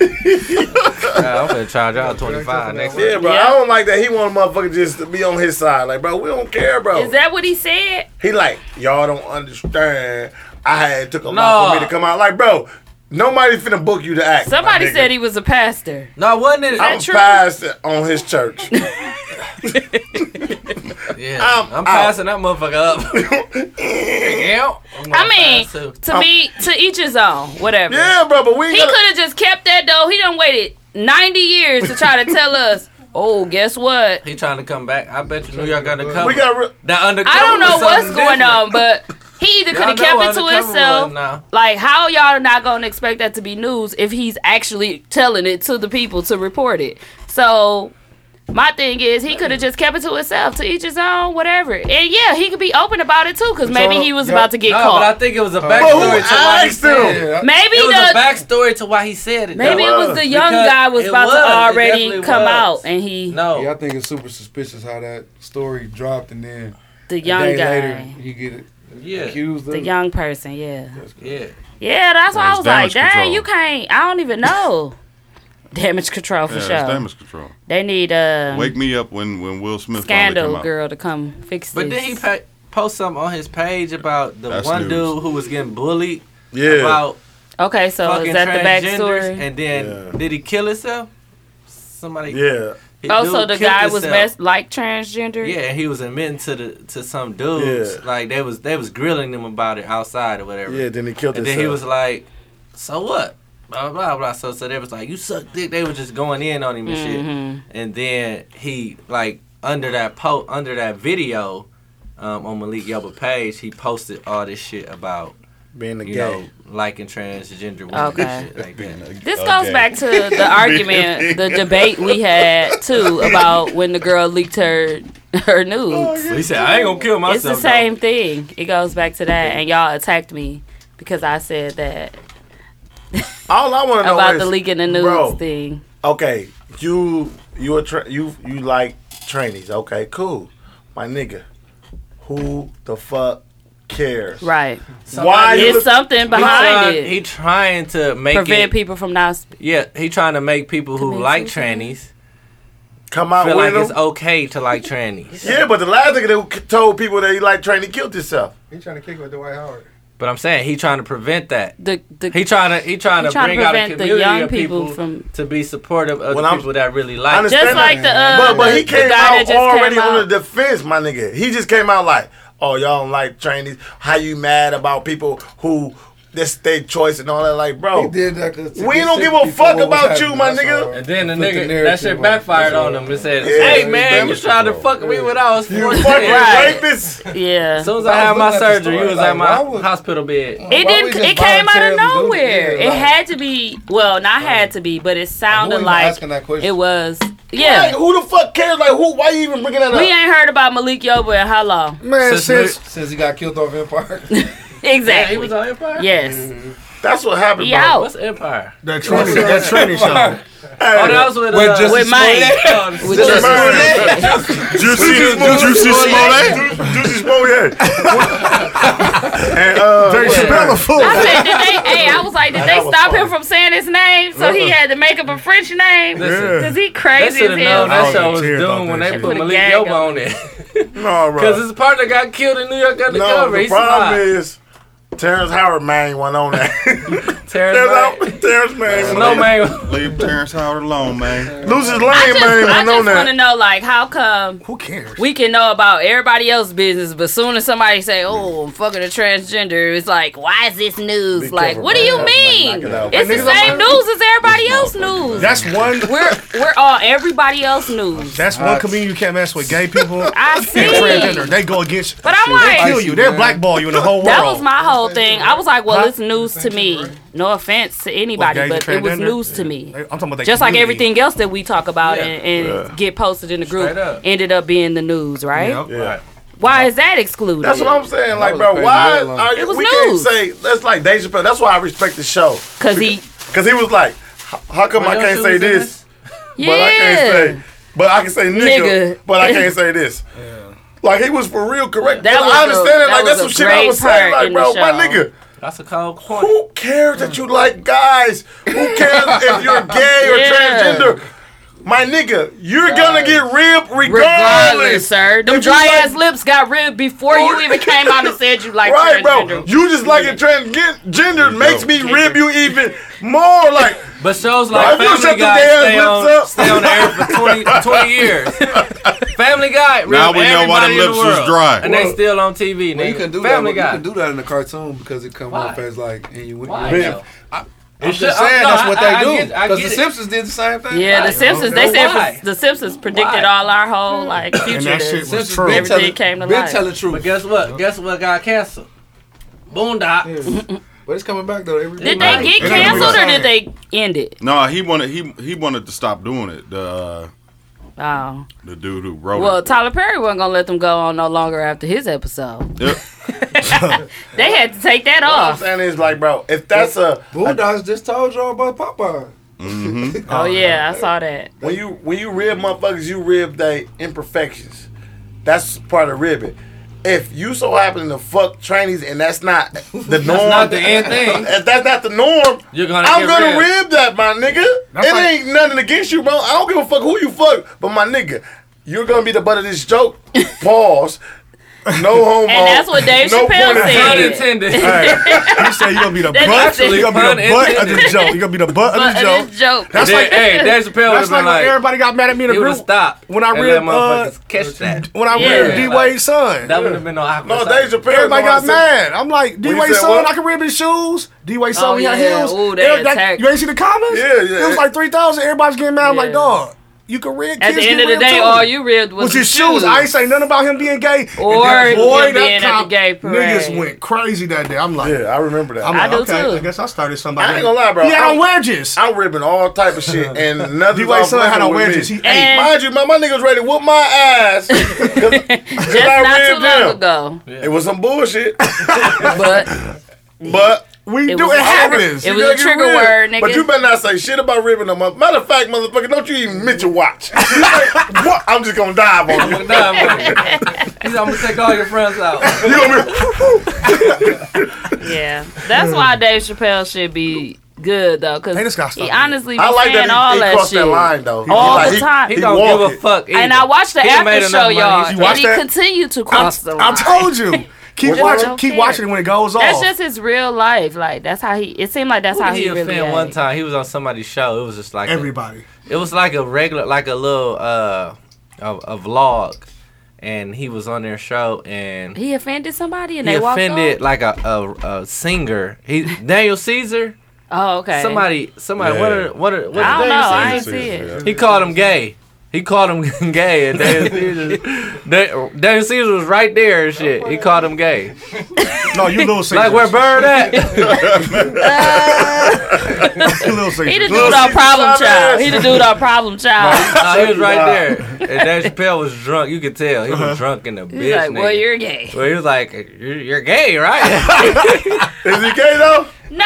Speaker 1: Yeah, I'm gonna charge y'all 25 next time.
Speaker 5: Yeah, bro. I don't like that. He want a motherfucker just to be on his side. Like, bro, we don't care, bro.
Speaker 3: Is that what he said?
Speaker 5: He like, y'all don't understand. I had took a
Speaker 3: No.
Speaker 5: lot for me to come out. Like, bro, nobody finna book you to act.
Speaker 3: Somebody
Speaker 5: my nigga.
Speaker 3: said he was a pastor.
Speaker 10: No, wasn't it?
Speaker 5: I'm pastor on his church.
Speaker 10: Yeah,
Speaker 5: I'm
Speaker 10: I'm,
Speaker 5: out.
Speaker 10: passing that motherfucker up. yeah, I'm
Speaker 3: I mean,
Speaker 10: gonna pass
Speaker 3: to
Speaker 10: too.
Speaker 3: be to each his own, whatever.
Speaker 5: Yeah, bro, but we
Speaker 3: he
Speaker 5: gotta-
Speaker 3: could have just kept that though. He done waited ninety years to try to tell us. Oh, guess what?
Speaker 10: He trying to come back. I bet you New York undercover.
Speaker 5: We got re-
Speaker 10: that undercover.
Speaker 3: I don't know
Speaker 10: was
Speaker 3: what's
Speaker 10: something
Speaker 3: going
Speaker 10: different.
Speaker 3: on, but he either
Speaker 10: Y'all
Speaker 3: could have
Speaker 10: know
Speaker 3: kept it to
Speaker 10: undercover
Speaker 3: himself.
Speaker 10: was now.
Speaker 3: Like, how y'all not gonna expect that to be news if he's actually telling it to the people to report it? So, my thing is, he could have just kept it to himself, to each his own, whatever. And yeah, he could be open about it too, because maybe he was about to get
Speaker 10: no,
Speaker 3: caught.
Speaker 10: but I think it was a
Speaker 3: But
Speaker 10: backstory
Speaker 3: who
Speaker 10: to why he
Speaker 3: asked
Speaker 10: said
Speaker 3: him?
Speaker 10: it.
Speaker 3: Maybe
Speaker 10: it was a
Speaker 3: the-
Speaker 10: backstory to why he said it.
Speaker 3: Maybe
Speaker 10: though.
Speaker 3: it was the young
Speaker 10: Because
Speaker 3: guy was
Speaker 10: it
Speaker 3: about
Speaker 10: was. It
Speaker 3: to already
Speaker 10: definitely
Speaker 3: come
Speaker 10: was.
Speaker 3: out, and he
Speaker 10: No.
Speaker 7: Yeah, I think it's super suspicious how that story dropped and then
Speaker 3: The
Speaker 7: a
Speaker 3: young
Speaker 7: day
Speaker 3: guy.
Speaker 7: later he get it
Speaker 10: Yeah.
Speaker 7: accused of
Speaker 3: the
Speaker 7: it.
Speaker 3: young person, yeah,
Speaker 10: Yeah.
Speaker 3: yeah. That's why I
Speaker 7: Yeah, it's
Speaker 3: was like,
Speaker 7: damage
Speaker 3: dang,
Speaker 7: control.
Speaker 3: you can't. I don't even know. damage control for
Speaker 8: Yeah, it's
Speaker 3: sure.
Speaker 8: damage control.
Speaker 3: They need a
Speaker 8: Wake me up when, when Will Smith finally
Speaker 3: scandal
Speaker 8: come out.
Speaker 3: girl to come fix
Speaker 1: But
Speaker 3: this.
Speaker 1: then he pa- post something on his page about the
Speaker 8: That's
Speaker 1: one
Speaker 8: news.
Speaker 1: dude who was getting bullied.
Speaker 8: Yeah.
Speaker 1: About
Speaker 3: okay, so
Speaker 1: fucking
Speaker 3: is that the
Speaker 1: transgenders,
Speaker 3: backstory?
Speaker 1: And then did he kill himself? Somebody.
Speaker 5: Yeah.
Speaker 1: His
Speaker 3: Oh,
Speaker 1: dude
Speaker 3: so the
Speaker 1: killed
Speaker 3: guy was
Speaker 1: himself.
Speaker 3: messed like transgender.
Speaker 1: Yeah, and he was admitting to the to some dudes.
Speaker 5: Yeah.
Speaker 1: Like they was they was grilling him about it outside or whatever.
Speaker 5: Yeah, then he killed
Speaker 1: And then he
Speaker 5: himself.
Speaker 1: was like, "So what?" Blah blah blah. So so they was like, "You suck dick." They were just going in on him and
Speaker 3: Mhm.
Speaker 1: shit. And then he like under that po under that video um, on Malik Yoba page, he posted all this shit about
Speaker 4: being
Speaker 1: a you
Speaker 3: gay.
Speaker 1: know liking transgender women.
Speaker 3: Okay.
Speaker 1: And shit like that.
Speaker 3: This goes back to the argument, the debate we had too about when the girl leaked her her nudes.
Speaker 1: Oh, He said, "I ain't gonna kill myself."
Speaker 3: It's the
Speaker 1: though."
Speaker 3: same thing. It goes back to that, and y'all attacked me because I said that
Speaker 5: All I want to know
Speaker 3: about
Speaker 5: is,
Speaker 3: the leaking the news
Speaker 5: bro,
Speaker 3: thing.
Speaker 5: Okay, you you a tra- you you like trainees? Okay, cool. My nigga, who the fuck cares?
Speaker 3: Right.
Speaker 5: Why you
Speaker 3: There's
Speaker 5: look-
Speaker 3: something
Speaker 1: He
Speaker 3: behind
Speaker 1: trying-
Speaker 3: it.
Speaker 1: He trying to make it,
Speaker 3: Prevent people from not. sp-
Speaker 1: Yeah, he trying to make people who
Speaker 3: Commit
Speaker 1: like
Speaker 3: suicide.
Speaker 1: trannies
Speaker 5: Come out
Speaker 1: feel
Speaker 5: with
Speaker 1: like
Speaker 5: them.
Speaker 1: it's okay to like trannies.
Speaker 5: Yeah, but the last nigga that k- told people that he like training killed himself.
Speaker 4: He trying to kick it with Dwight Howard.
Speaker 1: But I'm saying he trying to prevent that.
Speaker 3: The, the,
Speaker 1: he trying to he trying
Speaker 3: he
Speaker 1: to
Speaker 3: tryna
Speaker 1: bring out a
Speaker 3: prevent the
Speaker 1: community
Speaker 3: young
Speaker 1: of people,
Speaker 3: people from-
Speaker 1: to be supportive of
Speaker 5: Well,
Speaker 1: the
Speaker 5: I'm-
Speaker 1: people that really
Speaker 5: I
Speaker 1: like.
Speaker 5: understand
Speaker 3: Just
Speaker 5: that.
Speaker 3: like the, uh,
Speaker 5: but but he
Speaker 3: the
Speaker 5: came
Speaker 3: guy that
Speaker 5: out
Speaker 3: just
Speaker 5: already
Speaker 3: came
Speaker 5: on
Speaker 3: out.
Speaker 5: the defense, my nigga. He just came out like, oh y'all don't like trainees. How you mad about people who this their choice and all that? Like, bro,
Speaker 7: He did that 'cause-
Speaker 5: we don't give a
Speaker 7: People
Speaker 5: fuck
Speaker 7: was
Speaker 5: about you,
Speaker 7: happy,
Speaker 5: my
Speaker 7: that's all.
Speaker 5: nigga.
Speaker 1: And then the
Speaker 7: Flip the
Speaker 1: nigga that
Speaker 7: narrative
Speaker 1: shit
Speaker 7: on-
Speaker 1: backfired on him and said,
Speaker 5: Yeah,
Speaker 1: "Hey
Speaker 5: he
Speaker 1: man, you
Speaker 5: damaged
Speaker 1: tried to fuck me when I was 14.
Speaker 5: Fuck
Speaker 3: Right.
Speaker 5: rapists.
Speaker 3: Yeah.
Speaker 1: As soon as I
Speaker 7: I
Speaker 1: had
Speaker 7: was
Speaker 1: my
Speaker 7: looking at the
Speaker 1: surgery, you
Speaker 7: story,
Speaker 1: was
Speaker 7: like,
Speaker 1: at my
Speaker 7: why would-
Speaker 1: hospital bed.
Speaker 3: It
Speaker 7: Why we
Speaker 3: didn't.
Speaker 7: just
Speaker 3: It came out
Speaker 7: voluntarily
Speaker 3: of
Speaker 7: do it?
Speaker 3: nowhere.
Speaker 7: Yeah,
Speaker 3: it
Speaker 7: like-
Speaker 3: had to be. Well, not had to be, but it sounded
Speaker 7: even
Speaker 3: like
Speaker 7: asking that question?
Speaker 3: it was.
Speaker 5: Like,
Speaker 3: Yeah.
Speaker 5: who the fuck cares? Like, who? Why you even bringing that up?
Speaker 3: We ain't heard about Malik Yoba in how long?
Speaker 4: Man, since,
Speaker 7: since he got killed off Empire.
Speaker 3: Exactly.
Speaker 1: He was on Empire.
Speaker 3: yes.
Speaker 5: That's what happened.
Speaker 3: He
Speaker 5: bro.
Speaker 3: out.
Speaker 1: What's Empire?
Speaker 4: that training, that training show.
Speaker 1: Oh, that was with,
Speaker 7: With
Speaker 1: uh,
Speaker 7: Justice
Speaker 3: With Mike.
Speaker 1: Smollett.
Speaker 3: With
Speaker 1: Justice
Speaker 3: Justice
Speaker 1: Smollett.
Speaker 8: Juicy, Juicy Smollett.
Speaker 5: Juicy Smollett. and uh,
Speaker 4: They smell a fool.
Speaker 3: I said, did they? Hey, I was like, did they
Speaker 5: was
Speaker 3: stop him
Speaker 5: funny.
Speaker 3: from saying his name? So
Speaker 4: Uh-uh.
Speaker 3: he had to make up a French name.
Speaker 1: Listen.
Speaker 3: Cause he
Speaker 1: They
Speaker 3: crazy
Speaker 1: should have
Speaker 3: as hell.
Speaker 1: known that
Speaker 4: Oh,
Speaker 1: show was
Speaker 4: they teared
Speaker 1: doomed
Speaker 4: out
Speaker 1: when
Speaker 4: that
Speaker 1: they
Speaker 4: shit.
Speaker 1: put
Speaker 3: Put a
Speaker 1: Malik
Speaker 3: gag
Speaker 1: Yoba
Speaker 3: on
Speaker 1: on it.
Speaker 5: uh, no, bro.
Speaker 1: Because his partner got killed in New York
Speaker 5: no,
Speaker 1: undercover.
Speaker 5: the
Speaker 1: He's
Speaker 5: problem
Speaker 1: alive.
Speaker 5: is Terrence Howard man ain't one on that.
Speaker 1: Terrence
Speaker 5: Terrence
Speaker 1: Knight.
Speaker 5: Howard, Terrence man.
Speaker 8: No,
Speaker 10: man.
Speaker 8: Leave Terrence Howard alone, man.
Speaker 5: Lose his
Speaker 3: I just, I just want to know, like, how come
Speaker 4: who cares?
Speaker 3: We can know about everybody else's business, but soon as somebody say, "Oh, I'm fucking a transgender," it's like, why is this news? like,
Speaker 4: careful,
Speaker 3: what do
Speaker 4: man.
Speaker 3: you
Speaker 4: Knock-
Speaker 3: mean?
Speaker 4: knock it out.
Speaker 3: It's the
Speaker 4: Niggas
Speaker 3: same
Speaker 4: don't
Speaker 3: news as everybody else news.
Speaker 4: That's Uh, one.
Speaker 3: We're we're all everybody else news.
Speaker 4: That's one community you can't mess with. Gay people
Speaker 3: I
Speaker 4: and
Speaker 3: see.
Speaker 4: transgender. They go against.
Speaker 3: But I'm like-
Speaker 4: they kill you. They'll blackball you in the whole world.
Speaker 3: That was my whole thing. I was like, well,
Speaker 4: Huh?
Speaker 3: it's news to me. No offense to
Speaker 4: What,
Speaker 3: anybody,
Speaker 4: gays and
Speaker 3: but it was
Speaker 4: transgender?
Speaker 3: news to me.
Speaker 4: I'm talking about that
Speaker 3: Just like
Speaker 4: community.
Speaker 3: everything else that we talk about
Speaker 4: Yeah.
Speaker 3: and, and
Speaker 4: Yeah.
Speaker 3: get posted in the group
Speaker 4: Straight up.
Speaker 3: ended up being the news, right?
Speaker 5: Yeah.
Speaker 3: Why is that excluded?
Speaker 5: That's what I'm saying. Like, bro, why are
Speaker 3: It
Speaker 5: you?
Speaker 3: was
Speaker 5: We
Speaker 3: news.
Speaker 5: can't say that's like Deja Chappelle. That's why I respect the show.
Speaker 3: Cause he,
Speaker 5: cause he was like, "H- how come
Speaker 3: Why
Speaker 5: I
Speaker 3: don't
Speaker 5: can't
Speaker 3: you
Speaker 5: say
Speaker 3: was in
Speaker 5: this, but I
Speaker 3: Yeah.
Speaker 5: can't say, but I can say nigga,
Speaker 3: Nigga.
Speaker 5: but I can't say this. Like he was for real correct.
Speaker 3: That
Speaker 5: 'Cause
Speaker 3: was
Speaker 5: I
Speaker 3: a-
Speaker 5: understand it.
Speaker 3: that
Speaker 5: Like that's some
Speaker 3: was a
Speaker 5: shit I
Speaker 3: great
Speaker 5: was saying.
Speaker 3: part
Speaker 5: Like,
Speaker 3: in
Speaker 5: bro,
Speaker 3: the
Speaker 5: my
Speaker 3: show.
Speaker 5: nigga.
Speaker 1: That's a cold point.
Speaker 5: Who cares that you like guys? Who cares if you're gay or
Speaker 3: Yeah.
Speaker 5: transgender? My nigga, you're gonna get ripped regardless,
Speaker 3: regardless, sir. Them
Speaker 5: If you
Speaker 3: dry
Speaker 5: like-
Speaker 3: ass lips got ripped before you even came out and said you like
Speaker 5: right, bro.
Speaker 3: transgender.
Speaker 5: You just like it transgender makes me rib you even more. Like,
Speaker 1: but shows
Speaker 5: Bro,
Speaker 1: like
Speaker 5: if you shut them
Speaker 1: Family Guy
Speaker 5: damn
Speaker 1: stay
Speaker 5: lips
Speaker 1: on, stay on the air for 20, 20 years. Family Guy,
Speaker 8: Now
Speaker 1: ripped
Speaker 8: we know why
Speaker 1: everybody
Speaker 8: the
Speaker 1: in
Speaker 8: lips was
Speaker 1: world.
Speaker 8: dry.
Speaker 1: and they still on TV.
Speaker 7: Well,
Speaker 1: nigga.
Speaker 7: you can do
Speaker 1: Family
Speaker 7: that.
Speaker 1: Guy.
Speaker 7: You can do that in the cartoon because it comes off as like and you went.
Speaker 1: Why,
Speaker 7: you
Speaker 1: though?
Speaker 7: I,
Speaker 1: It
Speaker 7: I'm
Speaker 1: should-
Speaker 7: just saying
Speaker 1: I-
Speaker 7: that's what
Speaker 1: I-
Speaker 7: they
Speaker 1: uh, I
Speaker 7: do.
Speaker 1: get- I
Speaker 7: Because
Speaker 1: get
Speaker 7: the
Speaker 1: it.
Speaker 7: Simpsons did the same thing.
Speaker 3: Yeah, the Simpsons. They said
Speaker 1: Why?
Speaker 3: the Simpsons predicted
Speaker 1: Why? Hmm.
Speaker 3: all our whole like future.
Speaker 1: Simpsons
Speaker 3: Everything came to life.
Speaker 7: truth.
Speaker 1: But guess what? Guess what got canceled? Boondocks.
Speaker 7: But it's coming back though. Every
Speaker 3: Did they get canceled or did they end it?
Speaker 8: No, he wanted he he wanted to stop doing it. The uh,
Speaker 3: Oh.
Speaker 8: the dude who wrote
Speaker 3: Well,
Speaker 8: it.
Speaker 3: Tyler Perry wasn't gonna let them go on no longer after his episode.
Speaker 8: Yep.
Speaker 3: They had to take that
Speaker 5: What I'm
Speaker 3: off.
Speaker 5: saying is like, bro, if that's a
Speaker 7: Boondocks just told y'all about Popeye.
Speaker 5: Mm-hmm.
Speaker 3: Oh yeah, I saw that.
Speaker 5: when you when you rib motherfuckers, you rib their imperfections. That's part of ribbing. If you so happen to fuck Chinese and that's not the norm,
Speaker 1: not the end thing.
Speaker 5: If that's not the norm,
Speaker 1: You're gonna
Speaker 5: I'm
Speaker 1: get
Speaker 5: gonna
Speaker 1: ribbed.
Speaker 5: rib that, my nigga.
Speaker 1: That's
Speaker 5: it
Speaker 1: like-
Speaker 5: ain't nothing against you, bro. I don't give a fuck who you fuck, but my nigga, you're gonna be the butt of this joke. Pause. No homo.
Speaker 3: And that's what Dave
Speaker 5: no
Speaker 3: Chappelle
Speaker 5: point of
Speaker 3: said.
Speaker 5: view.
Speaker 1: Intended.
Speaker 4: Hey, he said you're gonna be the
Speaker 3: That
Speaker 4: butt.
Speaker 3: actually
Speaker 4: you're gonna be the
Speaker 1: pun
Speaker 4: butt of the joke. You're gonna be the butt of
Speaker 3: But
Speaker 4: the
Speaker 3: uh,
Speaker 4: joke.
Speaker 3: this joke.
Speaker 4: That's like
Speaker 1: hey, Dave Chappelle
Speaker 4: That's
Speaker 1: would've
Speaker 4: like
Speaker 1: been
Speaker 4: when
Speaker 1: like,
Speaker 4: everybody got mad at me in the
Speaker 1: He would
Speaker 4: group.
Speaker 1: have stopped.
Speaker 4: When I
Speaker 1: and
Speaker 4: read
Speaker 1: let
Speaker 4: uh,
Speaker 1: motherfuckers catch that.
Speaker 4: when I
Speaker 1: Yeah.
Speaker 4: read D Wade's son.
Speaker 1: That would have been no awkward.
Speaker 5: No, Dave Chappelle.
Speaker 4: Everybody
Speaker 5: know how
Speaker 4: got
Speaker 5: to
Speaker 4: mad. I'm like, D
Speaker 5: What you
Speaker 4: Wade's
Speaker 5: said,
Speaker 4: son,
Speaker 5: what?
Speaker 4: I can rib his shoes. D Wade's
Speaker 3: Oh,
Speaker 4: son, he had
Speaker 3: yeah.
Speaker 4: heels.
Speaker 3: Ooh, they
Speaker 4: Every- that-
Speaker 3: attacked.
Speaker 4: You ain't seen the comments?
Speaker 5: Yeah, yeah.
Speaker 4: It was like 3,000. Everybody's getting mad. I'm like,
Speaker 3: Yeah.
Speaker 4: dog, you can rib
Speaker 3: At
Speaker 4: kids
Speaker 3: the end
Speaker 4: get
Speaker 3: of the
Speaker 4: ribbed
Speaker 3: day,
Speaker 4: too.
Speaker 3: all you read was
Speaker 4: was his shoes. I ain't say nothing about him being gay. And
Speaker 3: Or
Speaker 4: that
Speaker 3: him being at the
Speaker 4: cop-
Speaker 3: gay parade.
Speaker 4: Niggas went crazy that day. I'm like,
Speaker 5: Yeah, I remember that.
Speaker 4: I'm
Speaker 5: I
Speaker 4: like,
Speaker 5: do
Speaker 4: okay,
Speaker 5: too.
Speaker 4: I guess I started somebody.
Speaker 5: I ain't gonna lie, bro.
Speaker 4: He had
Speaker 5: I'm-
Speaker 4: on wedges.
Speaker 5: I'm ripping all type of shit, and nothing.
Speaker 4: D-Way son had on wedges. He ate.
Speaker 5: Mind you, my, my nigga was ready to whoop my ass. Just
Speaker 3: just not too long ago.
Speaker 5: It was some bullshit,
Speaker 3: But
Speaker 5: but
Speaker 4: we
Speaker 3: It do- was it a- happens. it was a trigger word, nigga.
Speaker 5: But you better not say shit about ripping them up. Matter of fact, motherfucker, don't you even mention watch. Like, what? I'm just gonna dive on you.
Speaker 1: Nah, man. He said, I'm gonna take all your friends out.
Speaker 5: You gonna be
Speaker 3: yeah, that's why
Speaker 5: Hmm.
Speaker 3: Dave Chappelle should be good though, because
Speaker 4: Hey, this guy
Speaker 3: he
Speaker 4: stopped.
Speaker 3: honestly be
Speaker 5: I like
Speaker 3: saying
Speaker 5: that he,
Speaker 3: all
Speaker 5: he
Speaker 3: that
Speaker 5: crossed
Speaker 3: shit.
Speaker 5: that line though. He-
Speaker 3: All
Speaker 5: he like,
Speaker 3: the time.
Speaker 1: He,
Speaker 5: He
Speaker 1: don't
Speaker 5: walking.
Speaker 1: give a fuck. Either.
Speaker 3: and I watched the
Speaker 1: He done made
Speaker 3: after
Speaker 1: enough
Speaker 3: show,
Speaker 1: money.
Speaker 3: y'all,
Speaker 4: You
Speaker 1: He-
Speaker 3: and
Speaker 4: watched
Speaker 3: he
Speaker 4: that?
Speaker 3: continued to cross the
Speaker 4: I
Speaker 3: line.
Speaker 4: told you. Keep
Speaker 5: What?
Speaker 4: watching. Keep
Speaker 3: Okay.
Speaker 4: watching it when it goes
Speaker 3: That's
Speaker 4: off.
Speaker 3: just his real life. Like that's how he. It seemed like that's
Speaker 1: Who
Speaker 3: how
Speaker 1: did
Speaker 3: he,
Speaker 1: he
Speaker 3: really.
Speaker 1: offend
Speaker 3: act.
Speaker 1: one time? He was on somebody's show. It was just like a-
Speaker 4: Everybody.
Speaker 1: it was like a regular, like a little uh, a, a vlog, and he was on their show and
Speaker 3: He offended somebody, and
Speaker 1: he
Speaker 3: they walked
Speaker 1: offended
Speaker 3: off?
Speaker 1: like a, a, a singer. He Daniel Caesar.
Speaker 3: Oh, okay.
Speaker 1: Somebody, somebody. What
Speaker 8: Yeah.
Speaker 1: are what are what?
Speaker 3: I
Speaker 1: are
Speaker 3: don't know. I
Speaker 1: Daniel
Speaker 3: ain't see
Speaker 1: Caesar?
Speaker 3: it.
Speaker 1: He called him gay. He called him gay, and Daniel Caesar, Da- Daniel Caesar was right there and shit. He called him gay.
Speaker 4: no, you little Caesar.
Speaker 1: Like where Bird at?
Speaker 4: you little Caesar.
Speaker 3: He the dude on problem child. He the dude on problem child.
Speaker 1: Nah, he was right there. And Dave Chappelle was drunk. You could tell he was drunk in the bitch.
Speaker 3: He's like, well,
Speaker 1: nigga.
Speaker 3: you're gay.
Speaker 1: Well, he was like, you're, you're gay, right?
Speaker 5: Is he gay though?
Speaker 3: No.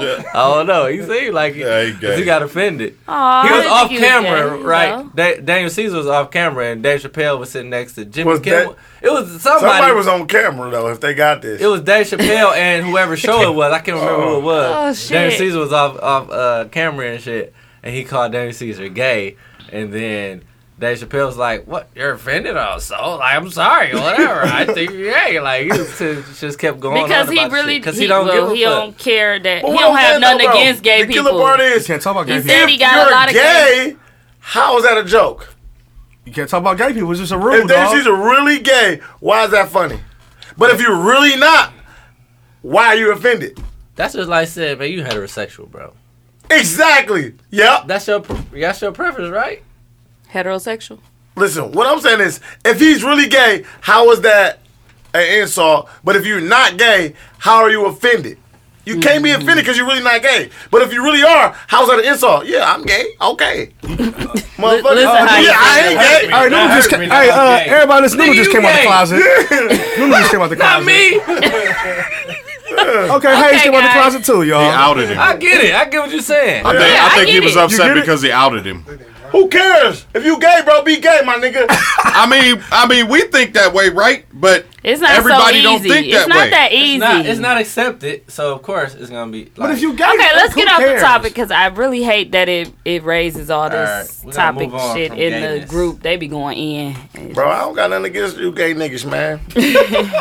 Speaker 1: I don't know. He seemed like he,
Speaker 8: Yeah, he gay.
Speaker 1: he got offended.
Speaker 3: Aw,
Speaker 1: he
Speaker 3: I
Speaker 1: was
Speaker 3: didn't
Speaker 1: off
Speaker 3: think he was
Speaker 1: camera,
Speaker 3: gay, though.
Speaker 1: right? Da- Daniel Caesar was off camera, and Dave Chappelle was sitting next to Jimmy
Speaker 5: Was
Speaker 1: Kimmel. it was somebody.
Speaker 5: Somebody was on camera though. If they got this,
Speaker 1: it was Dave Chappelle and whoever show it was. I can't remember who it
Speaker 3: Oh,
Speaker 1: was.
Speaker 3: shit.
Speaker 1: Daniel Caesar was off off uh, camera and shit, and he called Daniel Caesar gay, and then Dave Chappelle's like, "What? You're offended, also? Like, I'm sorry, whatever. I think, yeah, like he just, just kept going
Speaker 3: because
Speaker 1: on
Speaker 3: he
Speaker 1: about
Speaker 3: really
Speaker 1: because
Speaker 3: because
Speaker 1: he, don't
Speaker 3: well,
Speaker 1: give a
Speaker 3: he
Speaker 1: fuck.
Speaker 3: don't care that
Speaker 5: But
Speaker 3: he
Speaker 5: what
Speaker 3: don't
Speaker 5: I'm
Speaker 3: have
Speaker 5: saying,
Speaker 3: nothing
Speaker 5: though,
Speaker 3: against gay
Speaker 5: the
Speaker 3: people.
Speaker 5: killer part is
Speaker 4: can't talk about
Speaker 3: He
Speaker 4: gay
Speaker 3: said
Speaker 4: people.
Speaker 3: he got a lot of
Speaker 5: gay. How is that a joke?
Speaker 4: You can't talk about gay people. It's just a rule.
Speaker 5: If they,
Speaker 4: dog.
Speaker 5: she's really gay, why is that funny? But if you're really not, why are you offended?
Speaker 1: That's just like saying, man, you heterosexual, bro.
Speaker 5: Exactly. Yep.
Speaker 1: That's your that's your preference, right?
Speaker 3: Heterosexual.
Speaker 5: Listen, what I'm saying is, if he's really gay, how is that an insult? But if you're not gay, how are you offended? You can't be offended because you're really not gay. But if you really are, how's that an insult? Yeah, I'm gay. Okay. Motherfucker.
Speaker 4: listen how you
Speaker 5: yeah, I
Speaker 4: feel.
Speaker 5: ain't gay.
Speaker 4: Hey, Nunu just came. Hey, uh, everybody, this Nunu just came out the closet. Nunu just came out the closet. Not
Speaker 1: me.
Speaker 4: okay, Hayes came out the closet too, y'all.
Speaker 8: He outed him.
Speaker 1: I get it. I get what you're saying.
Speaker 8: I think, I think he was upset because he outed him.
Speaker 5: Who cares? If you gay, bro, be gay, my nigga.
Speaker 8: I mean, I mean, we think that way, right? But
Speaker 3: It's not
Speaker 8: everybody
Speaker 3: so
Speaker 8: don't
Speaker 3: easy.
Speaker 8: think
Speaker 3: it's
Speaker 8: that
Speaker 3: not
Speaker 8: way.
Speaker 3: that easy.
Speaker 1: It's not, it's not accepted, so of course it's gonna be. Like, but if
Speaker 4: you
Speaker 3: okay, let's
Speaker 1: who
Speaker 3: get off
Speaker 1: cares?
Speaker 3: the topic because I really hate that it, it raises all this
Speaker 5: All right, we gotta
Speaker 3: topic
Speaker 5: move on
Speaker 3: shit
Speaker 5: from
Speaker 3: in the
Speaker 5: gayness.
Speaker 3: group. They be going in.
Speaker 5: Bro, I don't got nothing against you gay niggas, man.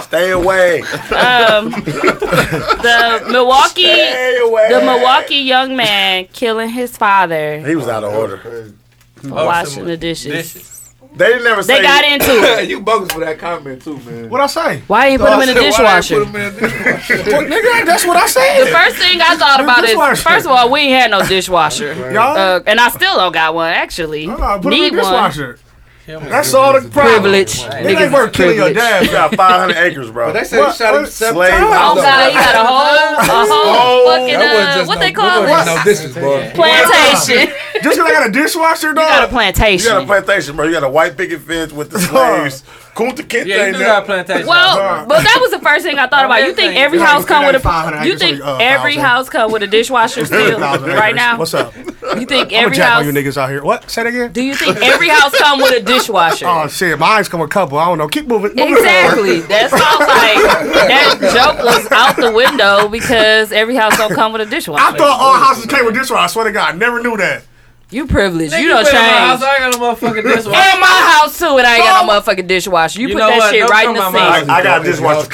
Speaker 5: Stay away.
Speaker 3: Um, uh, the Milwaukee,
Speaker 5: Stay away.
Speaker 3: the Milwaukee young man killing his father
Speaker 5: He was out of order.
Speaker 3: for washing the dishes.
Speaker 5: They never
Speaker 3: They got into it.
Speaker 7: you bogus for that comment too, man.
Speaker 4: What I say?
Speaker 3: Why you ain't put him in the dishwasher?
Speaker 4: nigga, that's what I said.
Speaker 3: The first thing I thought about is,
Speaker 4: Dishwasher.
Speaker 3: first of all, we ain't had no dishwasher,
Speaker 4: Y'all?
Speaker 3: Uh, and I still don't got one. Actually,
Speaker 4: Put him
Speaker 3: need
Speaker 4: in the
Speaker 3: one.
Speaker 4: dishwasher. That's all the problem.
Speaker 3: Privilege.
Speaker 4: It ain't worth killing your dad.
Speaker 5: You got 500 acres, bro.
Speaker 4: But they said he shot him seven
Speaker 5: slave
Speaker 4: times.
Speaker 5: house.
Speaker 4: Oh, God,
Speaker 3: he got a whole, a whole
Speaker 5: Oh,
Speaker 3: fucking
Speaker 5: that wasn't
Speaker 3: uh,
Speaker 5: just
Speaker 3: what
Speaker 5: no-
Speaker 3: they
Speaker 5: that
Speaker 3: call
Speaker 5: wasn't
Speaker 3: it?
Speaker 5: no
Speaker 7: dishes, bro.
Speaker 3: Plantation.
Speaker 4: Just because I got a dishwasher, dog. You
Speaker 3: got a plantation.
Speaker 5: You got a plantation, bro. You got a white picket fence with the slaves. Kunta Kinte.
Speaker 4: Yeah, you do
Speaker 5: now.
Speaker 4: got a
Speaker 1: plantation.
Speaker 3: Well, but that was the first thing I thought about. You think every house come with a you think
Speaker 4: uh,
Speaker 3: every house come with a dishwasher still right now?
Speaker 4: What's up?
Speaker 3: You think
Speaker 4: I'm a
Speaker 3: every
Speaker 4: jack
Speaker 3: house
Speaker 4: on you niggas out here. What? Say that again.
Speaker 3: Do you think every house come with a dishwasher?
Speaker 4: Oh shit, mine's come a couple. I don't know. Keep moving. moving
Speaker 3: Exactly.
Speaker 4: forward.
Speaker 3: That sounds like that joke was out the window because every house don't come with a dishwasher.
Speaker 4: I thought all houses came with dishwasher. I swear to God, I never knew that.
Speaker 3: You privileged.
Speaker 1: Nigga,
Speaker 3: you don't
Speaker 1: put it in my house,
Speaker 3: change.
Speaker 1: I aingot a motherfucking dishwasher.
Speaker 3: And my house too, and I ain't got no motherfucking dishwasher. You,
Speaker 1: You
Speaker 3: put
Speaker 1: know
Speaker 3: that
Speaker 1: what?
Speaker 3: shit
Speaker 1: Don't
Speaker 3: right in
Speaker 1: come
Speaker 3: the
Speaker 1: by my
Speaker 3: sink.
Speaker 1: house. I got dishwasher,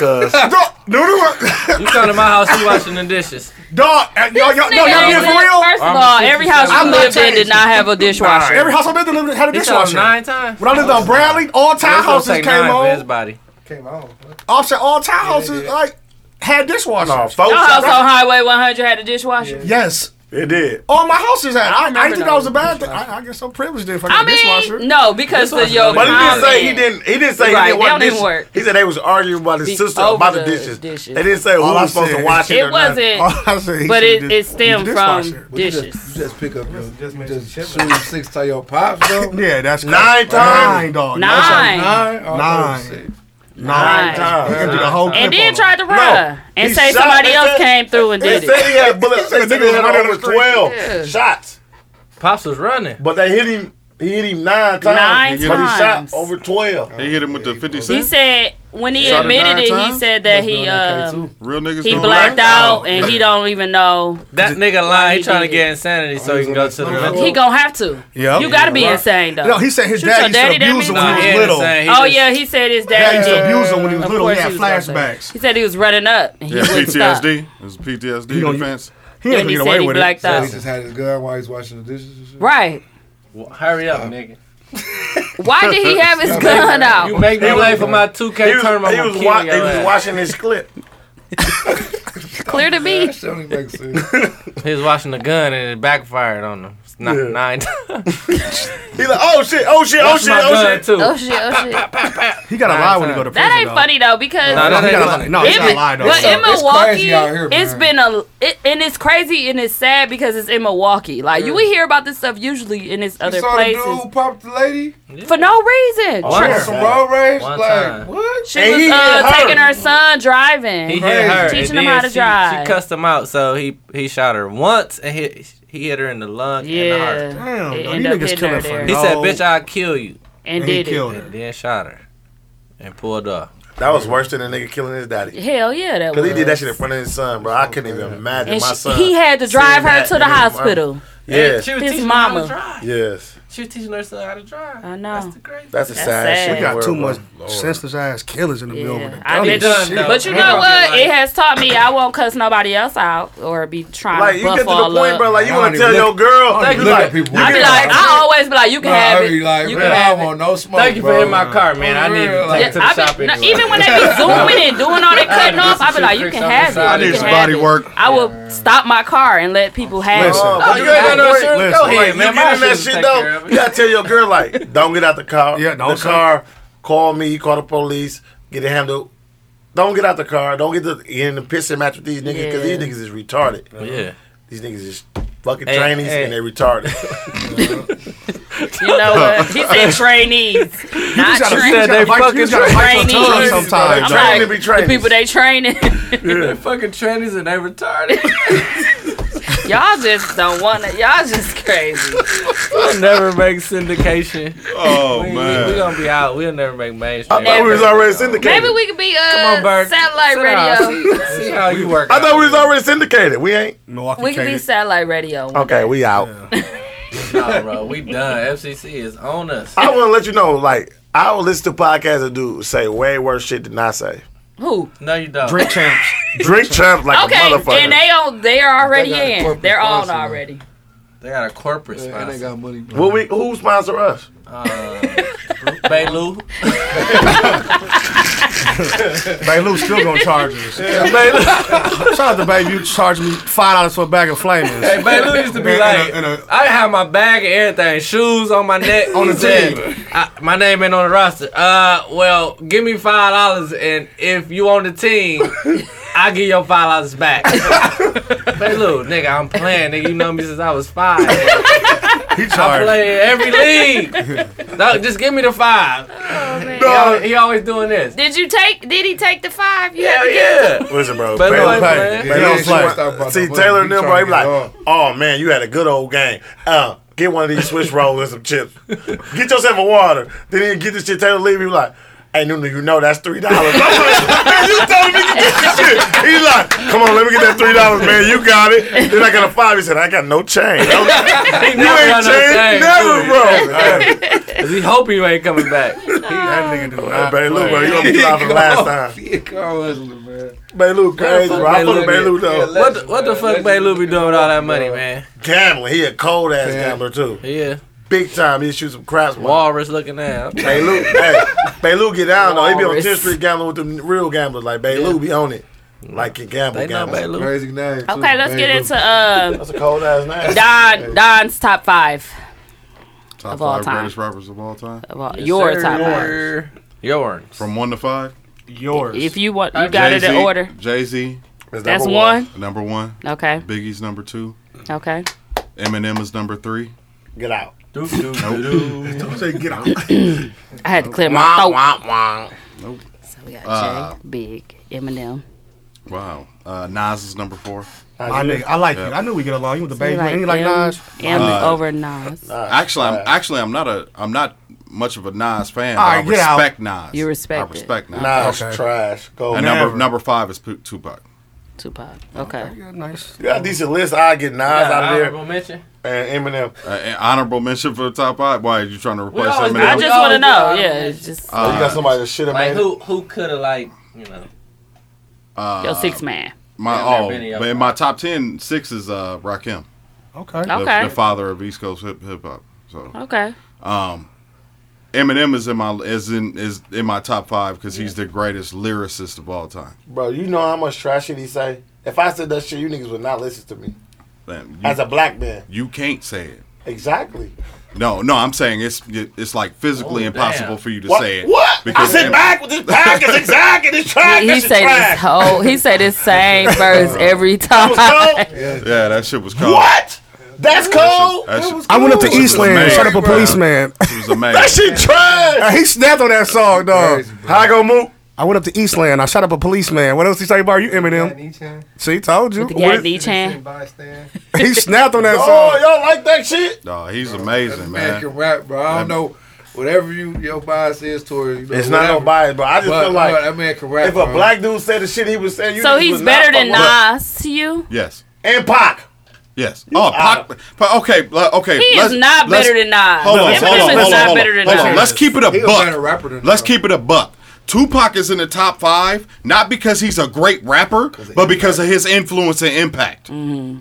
Speaker 5: cuz.
Speaker 1: you come to my house, you washing the dishes.
Speaker 4: Dog, uh, y'all, y'all, no, y'all being for real?
Speaker 3: First of all, every house you
Speaker 4: I'm not
Speaker 3: lived in did
Speaker 4: changing.
Speaker 3: not have a dishwasher.
Speaker 4: Every house I've been to lived in had a
Speaker 3: He told him
Speaker 4: dishwasher.
Speaker 3: nine
Speaker 1: times.
Speaker 4: When I lived on Bradley, all townhouses came
Speaker 1: His
Speaker 4: on.
Speaker 1: body.
Speaker 4: Came on. I said all townhouses like had dishwashers. No,
Speaker 3: Your house on Highway 100 had a dishwasher.
Speaker 4: Yes.
Speaker 5: It did.
Speaker 4: All my houses had. I, I,
Speaker 3: never
Speaker 4: didn't think that was a bad thing. I, I guess I'm privileged if I got
Speaker 3: I
Speaker 4: a
Speaker 3: mean,
Speaker 4: dishwasher.
Speaker 3: no, because of your
Speaker 5: But he didn't say he
Speaker 3: comment.
Speaker 5: didn't. He didn't say
Speaker 3: Right,
Speaker 5: he didn't
Speaker 3: they
Speaker 5: want
Speaker 3: don't
Speaker 5: dishes.
Speaker 3: even work.
Speaker 5: He said they was arguing about his
Speaker 3: Be
Speaker 5: sister
Speaker 3: over
Speaker 5: about the
Speaker 3: the
Speaker 5: dishes.
Speaker 3: dishes.
Speaker 5: They didn't say who
Speaker 4: All I
Speaker 5: was supposed to
Speaker 4: said-
Speaker 5: wash it.
Speaker 3: It
Speaker 5: or not.
Speaker 3: wasn't- All I said, he should
Speaker 7: but it-
Speaker 3: have
Speaker 7: it
Speaker 3: just- stemmed
Speaker 7: stemmed
Speaker 3: from
Speaker 7: from
Speaker 3: Well, you just-
Speaker 7: dishes. You just pick up those. Just, just shoot six to your pops, though.
Speaker 4: yeah, that's
Speaker 7: nine
Speaker 4: Nine
Speaker 7: times.
Speaker 4: times. dog.
Speaker 3: Nine.
Speaker 7: Nine. Oh,
Speaker 4: Nine. Nine.
Speaker 5: Nine times.
Speaker 4: We can do the whole clip
Speaker 3: And then
Speaker 4: on
Speaker 3: tried to run
Speaker 4: No,
Speaker 3: and
Speaker 4: he
Speaker 3: say
Speaker 4: shot-
Speaker 3: somebody
Speaker 4: they
Speaker 3: else
Speaker 4: said-
Speaker 3: came through and
Speaker 5: They
Speaker 3: did
Speaker 5: said he
Speaker 3: it.
Speaker 5: had bullets. They said he had over twelve shots.
Speaker 1: Pops was running,
Speaker 5: but they hit him. He hit him nine times.
Speaker 3: Nine
Speaker 5: but he shot
Speaker 3: times.
Speaker 5: over twelve.
Speaker 8: They hit him with the 50
Speaker 3: He
Speaker 8: cent.
Speaker 3: said when he
Speaker 8: Shot it
Speaker 3: admitted
Speaker 8: nine
Speaker 3: it, he
Speaker 8: times?
Speaker 3: said that he
Speaker 8: that K,
Speaker 3: um,
Speaker 8: Real niggas
Speaker 3: he
Speaker 8: don't
Speaker 3: blacked
Speaker 8: lie.
Speaker 3: out and he don't even know.
Speaker 1: That nigga lying. He trying to get insanity so he can go to the mental.
Speaker 3: He gonna have to.
Speaker 1: Yep.
Speaker 3: You gotta be
Speaker 1: Yeah.
Speaker 3: insane though.
Speaker 1: No, he said his
Speaker 3: Shoot
Speaker 1: dad
Speaker 3: your
Speaker 1: used to
Speaker 3: daddy, that
Speaker 1: abuse
Speaker 3: mean?
Speaker 1: him when he was Nah, he little. ain't insane.
Speaker 3: Oh
Speaker 1: He
Speaker 3: yeah, he said his dad,
Speaker 4: Dad used to abuse him when he was
Speaker 3: Of
Speaker 4: little. He
Speaker 3: course
Speaker 4: had
Speaker 3: was gonna say-
Speaker 4: flashbacks.
Speaker 3: He said he was running up. And he
Speaker 8: Yeah,
Speaker 3: wouldn't stop.
Speaker 8: PTSD. It's PTSD defense.
Speaker 4: He ain't gonna get away with it.
Speaker 7: He just had his gun while he's washing the dishes. And shit.
Speaker 3: Right.
Speaker 1: Hurry up, nigga.
Speaker 3: Why did he have his
Speaker 1: You
Speaker 3: gun
Speaker 1: make-
Speaker 3: out?
Speaker 1: You make me late for my 2K
Speaker 5: He was,
Speaker 1: tournament.
Speaker 5: he
Speaker 1: I'm
Speaker 5: was,
Speaker 1: gonna
Speaker 5: wa-
Speaker 1: kill
Speaker 5: he
Speaker 1: your
Speaker 5: was
Speaker 1: ass.
Speaker 5: watching his clip.
Speaker 3: Clear to me.
Speaker 1: He was watching the gun and it backfired on him. It's not
Speaker 5: Yeah.
Speaker 1: nine times.
Speaker 5: He like, oh shit, oh shit, oh
Speaker 1: Watch
Speaker 5: shit,
Speaker 1: my
Speaker 5: oh
Speaker 1: gun,
Speaker 5: shit.
Speaker 1: too.
Speaker 3: Oh shit! Oh shit!
Speaker 4: He got a lie when he go to prison.
Speaker 3: That ain't
Speaker 4: dog.
Speaker 3: funny though because
Speaker 4: No, that ain't funny. No, it's
Speaker 3: in-
Speaker 4: not lying, though.
Speaker 3: But in
Speaker 4: It's- it's
Speaker 3: Milwaukee,
Speaker 4: crazy out here,
Speaker 3: it's
Speaker 4: man.
Speaker 3: been a it, and it's crazy and it's sad because it's in Milwaukee. Like you would hear about this stuff usually in this other
Speaker 7: you saw
Speaker 3: places
Speaker 7: the dude who popped the lady?
Speaker 3: for no reason.
Speaker 7: Oh,
Speaker 3: Sure.
Speaker 7: some road rage?
Speaker 3: One
Speaker 7: like,
Speaker 1: time.
Speaker 7: what?
Speaker 3: She was uh, taking her son driving,
Speaker 1: He hit her.
Speaker 3: teaching
Speaker 1: and
Speaker 3: him how
Speaker 1: then
Speaker 3: to
Speaker 1: she,
Speaker 3: drive.
Speaker 1: She cussed him out, so he he shot her once and hit he hit her in the lung
Speaker 3: Yeah.
Speaker 1: and the
Speaker 3: Damn,
Speaker 1: heart.
Speaker 3: It dog, end you up niggas hitting killing her for there.
Speaker 1: He said,
Speaker 3: no-
Speaker 1: "Bitch, I'll kill you."
Speaker 3: And And he did it. killed
Speaker 1: And then shot her and pulled off.
Speaker 5: That was worse than a nigga killing his daddy.
Speaker 3: Hell yeah, that
Speaker 5: Because
Speaker 3: was.
Speaker 5: he did that shit in front of his son, bro. I couldn't even imagine
Speaker 3: And
Speaker 5: my
Speaker 3: she-
Speaker 5: son.
Speaker 3: he had to drive
Speaker 5: seeing
Speaker 3: her
Speaker 5: that
Speaker 3: to the
Speaker 5: in his mom.
Speaker 3: hospital.
Speaker 5: Yes.
Speaker 3: His mama.
Speaker 5: Yes.
Speaker 14: She was teaching her son how to drive.
Speaker 3: I know.
Speaker 14: That's the crazy.
Speaker 5: That's a
Speaker 3: That's
Speaker 5: sad,
Speaker 3: sad.
Speaker 5: shit.
Speaker 4: We got
Speaker 5: Word,
Speaker 4: too
Speaker 5: bro.
Speaker 4: much
Speaker 5: Lord.
Speaker 4: senseless ass killers in the middle of the
Speaker 3: I
Speaker 4: dumb
Speaker 3: did-
Speaker 4: shit.
Speaker 3: But you know what? It has taught me I won't cuss nobody else out or be trying
Speaker 5: Like
Speaker 3: to
Speaker 5: you
Speaker 3: buff
Speaker 5: get to the
Speaker 3: all
Speaker 5: point,
Speaker 3: up.
Speaker 5: bro. Like you
Speaker 15: I
Speaker 5: want to
Speaker 15: don't
Speaker 5: tell
Speaker 15: even
Speaker 5: your
Speaker 15: look-
Speaker 5: girl,
Speaker 15: I don't
Speaker 5: thank
Speaker 15: even
Speaker 5: you.
Speaker 15: look
Speaker 5: Like,
Speaker 15: at people.
Speaker 5: you
Speaker 15: I
Speaker 5: be
Speaker 15: be
Speaker 5: like,
Speaker 15: like,
Speaker 3: I always be like, you can
Speaker 15: Nah,
Speaker 3: have
Speaker 15: I
Speaker 3: it.
Speaker 15: be like,
Speaker 3: you
Speaker 15: man,
Speaker 3: can
Speaker 15: I
Speaker 3: have
Speaker 15: don't
Speaker 3: it.
Speaker 15: want no smoke.
Speaker 1: Thank you for
Speaker 15: bro.
Speaker 1: hitting my car, man. I need to
Speaker 15: Yeah,
Speaker 1: take it to the
Speaker 15: I
Speaker 1: shop
Speaker 3: Now,
Speaker 1: anyway.
Speaker 3: even when they be zooming and doing all that cutting off, I be like, you can have it.
Speaker 8: I
Speaker 3: You
Speaker 8: need
Speaker 3: can
Speaker 8: some
Speaker 3: have
Speaker 8: body
Speaker 3: it.
Speaker 8: work.
Speaker 3: I will stop my car and let people have
Speaker 5: Listen.
Speaker 3: it.
Speaker 5: Oh, but
Speaker 3: you
Speaker 5: you ain't got no insurance?
Speaker 3: Listen.
Speaker 5: Go ahead, man. You get in that shit though. You gotta tell your girl like, don't get out the car. Yeah, don't the car. Call me. Call the police. Get it handled. Don't get out the car. Don't get the, in the pissing match with these niggas because
Speaker 14: Yeah.
Speaker 5: these niggas is retarded.
Speaker 14: Yeah.
Speaker 5: These niggas is fucking
Speaker 14: Hey,
Speaker 5: trainees
Speaker 14: hey.
Speaker 5: and they retarded.
Speaker 3: You know what? He said trainees, not
Speaker 5: gotta- you
Speaker 3: trainees.
Speaker 5: said they fucking
Speaker 3: trainees.
Speaker 5: trainees sometimes. Trained
Speaker 3: I'm
Speaker 5: to
Speaker 3: like,
Speaker 5: be
Speaker 3: the
Speaker 5: trainees.
Speaker 3: people they training.
Speaker 1: They're fucking trainees and they retarded.
Speaker 3: y'all just don't want to. Y'all just crazy.
Speaker 1: We'll never make syndication.
Speaker 8: Oh
Speaker 1: we,
Speaker 8: man.
Speaker 1: we, we gonna be out. We'll never make mainstream.
Speaker 5: I thought we was already syndicated.
Speaker 3: Maybe we could be
Speaker 1: Come
Speaker 3: uh,
Speaker 1: on, Bert.
Speaker 3: satellite
Speaker 1: Sit down.
Speaker 3: radio.
Speaker 1: See, see how you work.
Speaker 5: I thought we was already syndicated. We ain't. Milwaukee
Speaker 3: We could be satellite radio.
Speaker 5: Okay, we out.
Speaker 1: Nah, bro, we done. FCC is on us.
Speaker 5: I want to let you know, like, I will listen to podcasts that do say way worse shit than I say.
Speaker 3: Who?
Speaker 1: No, you don't.
Speaker 5: Drink champs. Drink champs like
Speaker 3: okay,
Speaker 5: a motherfucker.
Speaker 3: and they on. They are already
Speaker 5: They got a
Speaker 3: in.
Speaker 5: corporate
Speaker 3: They're on
Speaker 5: sponsor, man.
Speaker 3: already.
Speaker 1: They got a corporate sponsor.
Speaker 7: and they got money.
Speaker 5: Will we, who sponsor us?
Speaker 1: Uh, Bailu.
Speaker 4: Baylou still gonna charge us.
Speaker 1: Yeah,
Speaker 4: Shout out to Babe, you charged me five dollars for a bag of flamers.
Speaker 1: Hey, Bailu used to be
Speaker 4: And a-
Speaker 1: like, I have my bag and everything, shoes on my neck.
Speaker 4: On
Speaker 1: He
Speaker 4: the
Speaker 1: said, I, my name ain't on the roster. Uh, well, give me five dollars, and if you on the team, I give your five dollars back. Bailu, nigga, I'm playing. Nigga, you know me since I was five.
Speaker 4: He
Speaker 1: I
Speaker 4: charged.
Speaker 1: play every league. no, just give me the five. He, al- he always doing this.
Speaker 3: Did you take? Did he take the five? You had to
Speaker 1: Hell
Speaker 3: get-
Speaker 1: yeah.
Speaker 5: Listen, bro.
Speaker 1: But
Speaker 5: Baylor
Speaker 1: like,
Speaker 5: play.
Speaker 1: man.
Speaker 5: Baylor
Speaker 1: Yeah, she
Speaker 5: play.
Speaker 1: was talking about
Speaker 5: See,
Speaker 1: the
Speaker 5: Taylor and
Speaker 1: money.
Speaker 5: them, bro,
Speaker 1: He
Speaker 5: he
Speaker 1: trying
Speaker 5: be
Speaker 1: to
Speaker 5: like, oh, man, you had a good old game. Uh, get one of these Swiss rolls and some chips. Get yourself a water. Then he get this shit. Taylor leave. He be like, hey, Nunu, you know that's $3. I'm like, man, you told me to get this shit. He like, come on, let me get that $3, man. You got it. Then I got a five. He said, I got no change. I was like,
Speaker 1: He
Speaker 5: you
Speaker 1: never got
Speaker 5: ain't changed.
Speaker 1: no change, do
Speaker 5: Never,
Speaker 1: he?
Speaker 5: bro.
Speaker 1: Cause he hope you ain't coming back.
Speaker 4: that nigga do not.
Speaker 5: Hey, Lou, bro, you gonna be live for the last time.
Speaker 7: He a car hustler, man.
Speaker 5: Bailu crazy, bro. I fuck with Bailu though.
Speaker 1: What the, what the fuck Bailu be doing with all that money, man?
Speaker 5: Gambling. He a cold ass gambler too.
Speaker 1: Yeah.
Speaker 5: Big time. He shoot some craps.
Speaker 1: Walrus looking ass.
Speaker 5: Bailu, hey, Bailu get down though. He be on
Speaker 1: Walrus.
Speaker 5: 10th Street gambling with them real gamblers. Like Bailu be on it. Like he gamble,
Speaker 1: They know
Speaker 5: gamble.
Speaker 1: Bailu.
Speaker 7: Crazy name. too.
Speaker 3: Okay, let's get
Speaker 7: Bailu.
Speaker 3: into uh,
Speaker 5: That's a cold ass name.
Speaker 3: Don Don's top five.
Speaker 8: Top
Speaker 3: Of all
Speaker 8: five
Speaker 3: time.
Speaker 8: greatest rappers of all time.
Speaker 3: Of all- Yes, your sir. top five.
Speaker 1: Yours.
Speaker 8: From one to five.
Speaker 4: Yours.
Speaker 3: If you want, you got it in order.
Speaker 8: Jay Z.
Speaker 3: That's number one.
Speaker 8: Number one.
Speaker 3: Okay.
Speaker 8: Biggie's number two.
Speaker 3: Okay.
Speaker 8: Eminem is number three.
Speaker 5: Get out.
Speaker 8: Nope. Don't say get out. I
Speaker 3: I had to clear my throat.
Speaker 5: Uh,
Speaker 8: Nope.
Speaker 3: So we got Jay,
Speaker 8: Uh,
Speaker 3: Big, Eminem.
Speaker 8: Wow. Uh, Nas is number four.
Speaker 4: My nigga, I like you. I knew we get along. You with the Babe, ain't you like Nas?
Speaker 3: M
Speaker 8: Uh,
Speaker 3: over Nas.
Speaker 8: Actually, I'm actually I'm not a I'm not much of a Nas fan.
Speaker 3: All
Speaker 8: but I
Speaker 3: right, get out.
Speaker 8: respect Nas.
Speaker 3: You respect
Speaker 8: I
Speaker 3: it.
Speaker 8: respect Nas.
Speaker 5: Nas trash. Go
Speaker 8: and
Speaker 5: never.
Speaker 8: number number five is P- Tupac.
Speaker 3: Tupac. Okay.
Speaker 4: Nice.
Speaker 5: You got a decent list. I get Nas out of
Speaker 1: Honorable mention.
Speaker 5: there and Eminem.
Speaker 8: Uh, and honorable mention for the top five. Why are you trying to replace
Speaker 1: always
Speaker 8: Eminem?
Speaker 1: do. I
Speaker 3: I just want to
Speaker 1: always
Speaker 3: know.
Speaker 1: do.
Speaker 3: Yeah, it's just
Speaker 5: Oh, you got somebody that should have
Speaker 1: Like
Speaker 5: made it.
Speaker 1: who who could have like you know?
Speaker 8: Uh,
Speaker 3: your six man.
Speaker 8: My
Speaker 1: Yeah,
Speaker 8: oh,
Speaker 1: Benny,
Speaker 8: but in my top ten, six is uh, Rakim,
Speaker 4: Okay.
Speaker 8: the,
Speaker 3: Okay.
Speaker 8: the father of East Coast hip hip hop. So
Speaker 3: Okay.
Speaker 8: Um, Eminem is in my is in is in my top five because he's the greatest lyricist of all time.
Speaker 5: Bro, you know how much trash shit he say? If I said that shit, you niggas would not listen to me.
Speaker 8: Man, you-
Speaker 5: As a black man.
Speaker 8: you can't say it.
Speaker 5: Exactly.
Speaker 8: No, no, I'm saying it's it- it's like physically
Speaker 5: Oh,
Speaker 8: impossible
Speaker 5: damn.
Speaker 8: for you to
Speaker 5: What-
Speaker 8: say it.
Speaker 5: what? I sit
Speaker 8: Em-
Speaker 5: back with this package, exactly this track.
Speaker 3: He, he
Speaker 5: this shit
Speaker 3: say
Speaker 5: trash.
Speaker 3: this whole. He say this same verse every time.
Speaker 8: Yeah, that shit was cold.
Speaker 5: What? That's cold.
Speaker 8: That shit,
Speaker 4: I went up to
Speaker 8: that shit was
Speaker 4: Eastland,
Speaker 8: amazing,
Speaker 4: shut up a
Speaker 8: bro.
Speaker 4: policeman.
Speaker 8: It was amazing.
Speaker 5: That shit trash.
Speaker 4: He snapped on that song, dog.
Speaker 5: How I go move?
Speaker 4: I went up to Eastland. I shot up a policeman. What else he say about you, Eminem? See, told you.
Speaker 3: With the Gandhi Chan.
Speaker 4: He snapped on that
Speaker 5: Oh,
Speaker 4: song.
Speaker 5: y'all like that shit?
Speaker 8: No, he's amazing,
Speaker 7: Man
Speaker 8: man.
Speaker 7: can rap, bro. I don't know whatever you your bias is towards. You know,
Speaker 5: It's not no
Speaker 7: whatever.
Speaker 5: bias, bro. I just
Speaker 7: But,
Speaker 5: feel like
Speaker 7: bro, that man can rap.
Speaker 5: if
Speaker 7: bro.
Speaker 5: a black dude said the shit he was saying, you
Speaker 3: So
Speaker 5: niggas
Speaker 3: he's
Speaker 5: would not
Speaker 3: better
Speaker 5: fuck
Speaker 3: than
Speaker 5: with him.
Speaker 3: Nas to you?
Speaker 8: Yes.
Speaker 5: and Pac.
Speaker 8: Yes. Oh, Pac, Pac- okay, le- okay.
Speaker 3: He is not
Speaker 8: let's-
Speaker 3: better than Nas.
Speaker 8: Hold on,
Speaker 3: Eminem
Speaker 8: hold on,
Speaker 3: is
Speaker 8: hold on,
Speaker 3: not
Speaker 8: hold
Speaker 3: better
Speaker 8: on.
Speaker 3: than
Speaker 8: Hold on.
Speaker 3: Nas.
Speaker 8: Let's keep it a
Speaker 3: He a
Speaker 8: buck.
Speaker 3: better rapper than
Speaker 8: Let's keep it a buck. Tupac is in the top five, not because he's a great rapper, but because of his influence and impact.
Speaker 3: Mm-hmm.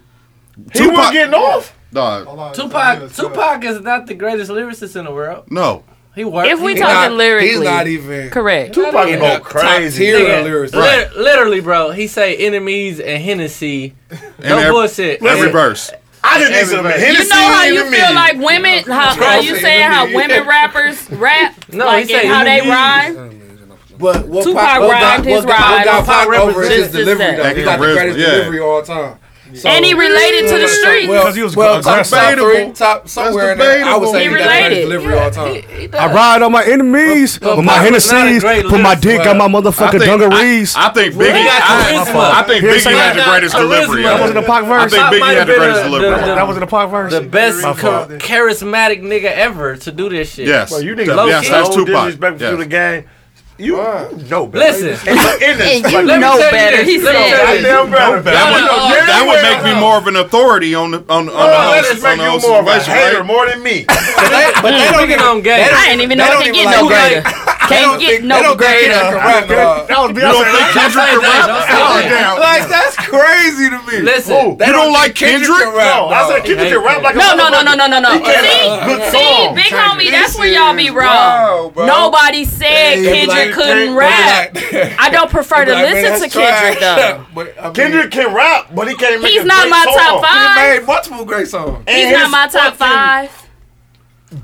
Speaker 5: He was getting off.
Speaker 8: No,
Speaker 1: Tupac, Tupac is not the greatest lyricist in the world.
Speaker 8: no.
Speaker 1: He worked.
Speaker 3: If we
Speaker 1: he
Speaker 3: talking
Speaker 1: not-
Speaker 3: lyrically,
Speaker 1: he's not
Speaker 7: even
Speaker 3: correct.
Speaker 1: Tupac
Speaker 3: Not
Speaker 1: go
Speaker 3: even
Speaker 1: crazy.
Speaker 3: top tier
Speaker 1: Nigga,
Speaker 3: lyricist.
Speaker 1: lit- Literally, bro. He say enemies and Hennessy. No
Speaker 8: every-
Speaker 1: bullshit.
Speaker 8: every verse.
Speaker 5: I just need some
Speaker 1: Everybody.
Speaker 3: You
Speaker 5: Hennessy
Speaker 3: know how
Speaker 5: in
Speaker 3: you
Speaker 5: a
Speaker 3: feel
Speaker 5: minute.
Speaker 3: like women? How, are you saying how women rappers rap?
Speaker 1: No,
Speaker 3: like
Speaker 1: he say
Speaker 3: and how they
Speaker 1: he-
Speaker 3: rhyme?
Speaker 7: But what
Speaker 3: Tupac
Speaker 7: Pac- what
Speaker 3: rhymed
Speaker 7: got-
Speaker 3: his
Speaker 7: what got-
Speaker 3: rhyme.
Speaker 7: What got
Speaker 3: Tupac
Speaker 7: Pac over is his
Speaker 3: represents his
Speaker 7: delivery,
Speaker 3: set.
Speaker 7: though. He got the
Speaker 8: Charisma,
Speaker 7: greatest
Speaker 8: yeah.
Speaker 7: delivery of all time.
Speaker 3: And he related to the streets.
Speaker 7: Well,
Speaker 3: 'Cause he was
Speaker 7: well, top five,
Speaker 3: debatable.
Speaker 7: three, top somewhere in there. I would
Speaker 3: He
Speaker 7: say he, got the greatest
Speaker 3: related.
Speaker 7: delivery of all time.
Speaker 4: I ride on my enemies,
Speaker 7: But- but
Speaker 4: with my
Speaker 7: Pac was not a
Speaker 4: Hennessy's,
Speaker 7: great
Speaker 4: put my
Speaker 7: lyricist,
Speaker 4: dick on my motherfucking dungarees.
Speaker 8: I think
Speaker 4: Well,
Speaker 8: Biggie.
Speaker 4: he got charisma.
Speaker 8: I, I think
Speaker 4: Here's
Speaker 8: Biggie had the
Speaker 4: charisma.
Speaker 8: greatest delivery.
Speaker 4: That wasn't a Pac verse.
Speaker 8: I
Speaker 4: Pac
Speaker 8: think Biggie
Speaker 4: might
Speaker 8: had the
Speaker 4: have been
Speaker 8: greatest
Speaker 4: a-
Speaker 8: delivery.
Speaker 4: the- That wasn't a Pac verse.
Speaker 1: The best
Speaker 4: My
Speaker 1: char-
Speaker 4: fault.
Speaker 1: charismatic nigga ever to do this shit.
Speaker 8: Yes. Bro, you niggas- Low-key. yes, that's
Speaker 5: so
Speaker 8: Tupac.
Speaker 5: disrespectful to
Speaker 8: Yes.
Speaker 5: the game. You know better.
Speaker 1: Listen.
Speaker 5: And you're in this.
Speaker 1: And you
Speaker 5: Let me
Speaker 1: know
Speaker 5: tell
Speaker 1: better.
Speaker 5: this.
Speaker 1: He
Speaker 5: Let me tell you
Speaker 1: said-
Speaker 5: this.
Speaker 1: Goddamn
Speaker 5: You know
Speaker 1: better.
Speaker 5: better.
Speaker 8: That
Speaker 5: You know
Speaker 8: would,
Speaker 5: damn
Speaker 8: that would
Speaker 5: well.
Speaker 8: make me more of an authority on the on, on
Speaker 5: Oh,
Speaker 8: the
Speaker 5: that
Speaker 8: host,
Speaker 5: just make
Speaker 8: on the
Speaker 5: you
Speaker 8: host
Speaker 5: more of a
Speaker 8: situation,
Speaker 5: hater
Speaker 8: right?
Speaker 5: more than me.
Speaker 7: but they don't get on
Speaker 1: gay.
Speaker 3: I didn't even know they get no greater. Can't get no greater.
Speaker 7: That
Speaker 4: was
Speaker 8: You don't think Kendrick can rap? Oh, damn.
Speaker 7: Like that's crazy to me.
Speaker 1: Listen,
Speaker 8: Who? you don't like Kendrick?
Speaker 5: No, I said Kendrick can rap like a
Speaker 3: No, no, no, no,
Speaker 5: motherfucker.
Speaker 3: no, no, no.
Speaker 5: He can't rap
Speaker 3: See,
Speaker 5: good
Speaker 3: see,
Speaker 5: songs.
Speaker 3: big homie, that's where y'all be wrong. Nobody said
Speaker 7: They be
Speaker 3: Kendrick
Speaker 7: like-
Speaker 3: couldn't
Speaker 7: they-
Speaker 3: rap. I don't prefer to
Speaker 7: They be like, man,
Speaker 3: listen to
Speaker 7: that's
Speaker 3: Kendrick
Speaker 7: trash.
Speaker 3: though.
Speaker 5: Kendrick can rap, but he can't make
Speaker 3: He's
Speaker 5: a
Speaker 3: not
Speaker 5: great
Speaker 3: my top
Speaker 5: song.
Speaker 3: five.
Speaker 7: He made multiple great songs.
Speaker 5: And
Speaker 3: He's
Speaker 5: his
Speaker 3: not my top five.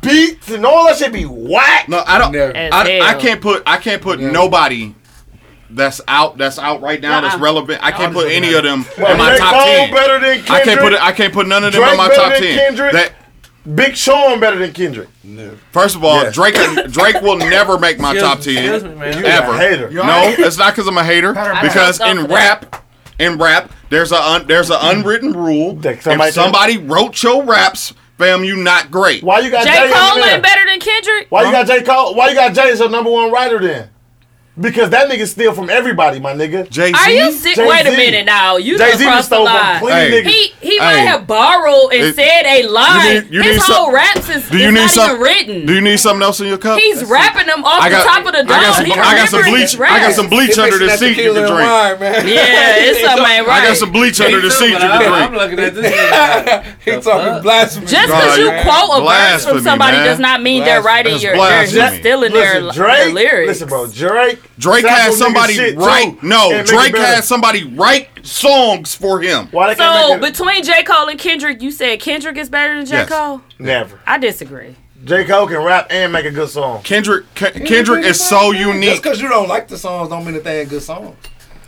Speaker 5: Beats and all that shit be whack.
Speaker 8: No, I don't.
Speaker 3: As
Speaker 8: I, I
Speaker 3: hell.
Speaker 8: can't put. I can't put nobody that's out. That's out right now. That's
Speaker 3: Nuh-uh.
Speaker 8: relevant. I can't put any of them
Speaker 5: Well,
Speaker 8: in my
Speaker 5: J.
Speaker 8: top
Speaker 5: Cole
Speaker 8: ten.
Speaker 5: better than
Speaker 8: I can't put.
Speaker 5: Kendrick.
Speaker 8: it- I can't put none of them
Speaker 5: Drake
Speaker 8: in my
Speaker 5: better
Speaker 8: top
Speaker 5: than
Speaker 8: ten.
Speaker 5: Kendrick.
Speaker 8: That-
Speaker 5: Big Sean better than Kendrick.
Speaker 8: First of all,
Speaker 5: Yeah.
Speaker 8: Drake Drake will never make my
Speaker 5: Excuse-
Speaker 8: top ten
Speaker 5: excuse me, man. You
Speaker 8: ever.
Speaker 5: a hater. You
Speaker 8: No,
Speaker 5: alright?
Speaker 8: it's not because I'm a hater.
Speaker 5: don't
Speaker 8: Because
Speaker 5: know.
Speaker 8: in rap, in rap, there's a un, there's an unwritten rule.
Speaker 5: somebody
Speaker 8: if somebody wrote your raps, fam, you not great.
Speaker 5: Why you got Jay
Speaker 3: J.
Speaker 5: in
Speaker 3: Cole
Speaker 5: there?
Speaker 3: ain't better than Kendrick.
Speaker 5: Why you got J. Cole? Why you got Jay as your number one writer then? Because that nigga steal from everybody, my nigga.
Speaker 8: Jay
Speaker 3: Are you sick? Wait a minute now. You
Speaker 5: Jay-Z
Speaker 3: just
Speaker 5: done
Speaker 3: crossed the
Speaker 5: stole from
Speaker 3: line.
Speaker 5: plenty Hey. niggas.
Speaker 3: He he
Speaker 8: Hey.
Speaker 3: might have borrowed and
Speaker 8: It-
Speaker 3: said a lie.
Speaker 8: You need- you
Speaker 3: His
Speaker 8: need some-
Speaker 3: whole raps is,
Speaker 8: Do you
Speaker 3: is
Speaker 8: need
Speaker 3: not
Speaker 8: some?
Speaker 3: even written.
Speaker 8: Do you need something else in your cup?
Speaker 3: He's rapping them off
Speaker 8: I
Speaker 3: the
Speaker 8: got-
Speaker 3: top of the
Speaker 8: I
Speaker 3: dome.
Speaker 8: got some-
Speaker 3: He
Speaker 8: I got some
Speaker 3: remembering his
Speaker 8: bleach- I got
Speaker 3: raps.
Speaker 8: some bleach under the seat you can
Speaker 3: Yeah,
Speaker 8: drink.
Speaker 3: it's something ain't right.
Speaker 8: I got some bleach under the seat you
Speaker 1: I-
Speaker 8: can
Speaker 1: I'm
Speaker 8: drink.
Speaker 1: looking at this.
Speaker 7: He talking blasphemy.
Speaker 3: Just
Speaker 8: Nah,
Speaker 3: because you
Speaker 8: you-
Speaker 3: quote a verse
Speaker 8: blasphemy,
Speaker 3: from somebody
Speaker 8: man.
Speaker 3: does not mean they're writing
Speaker 8: That's
Speaker 3: your. They're just
Speaker 8: blasphemy.
Speaker 3: stealing their,
Speaker 5: Listen,
Speaker 3: their
Speaker 5: Drake.
Speaker 3: lyrics.
Speaker 5: Listen, bro, Drake.
Speaker 8: Drake
Speaker 5: sample
Speaker 8: had
Speaker 5: nigga
Speaker 8: somebody
Speaker 5: shit, too,
Speaker 8: write.
Speaker 5: and
Speaker 8: No,
Speaker 5: make it
Speaker 8: Drake
Speaker 5: better.
Speaker 8: had somebody write songs for him.
Speaker 5: Why they
Speaker 3: So
Speaker 5: can't make it?
Speaker 3: between J. Cole and Kendrick, you said Kendrick is better than J.
Speaker 8: Yes.
Speaker 3: Cole.
Speaker 5: Never.
Speaker 3: I disagree.
Speaker 5: J. Cole can rap and make a good song.
Speaker 8: Kendrick Ke- Kendrick is so
Speaker 7: Just
Speaker 8: unique.
Speaker 7: because you don't like the songs, don't mean that they ain't good songs.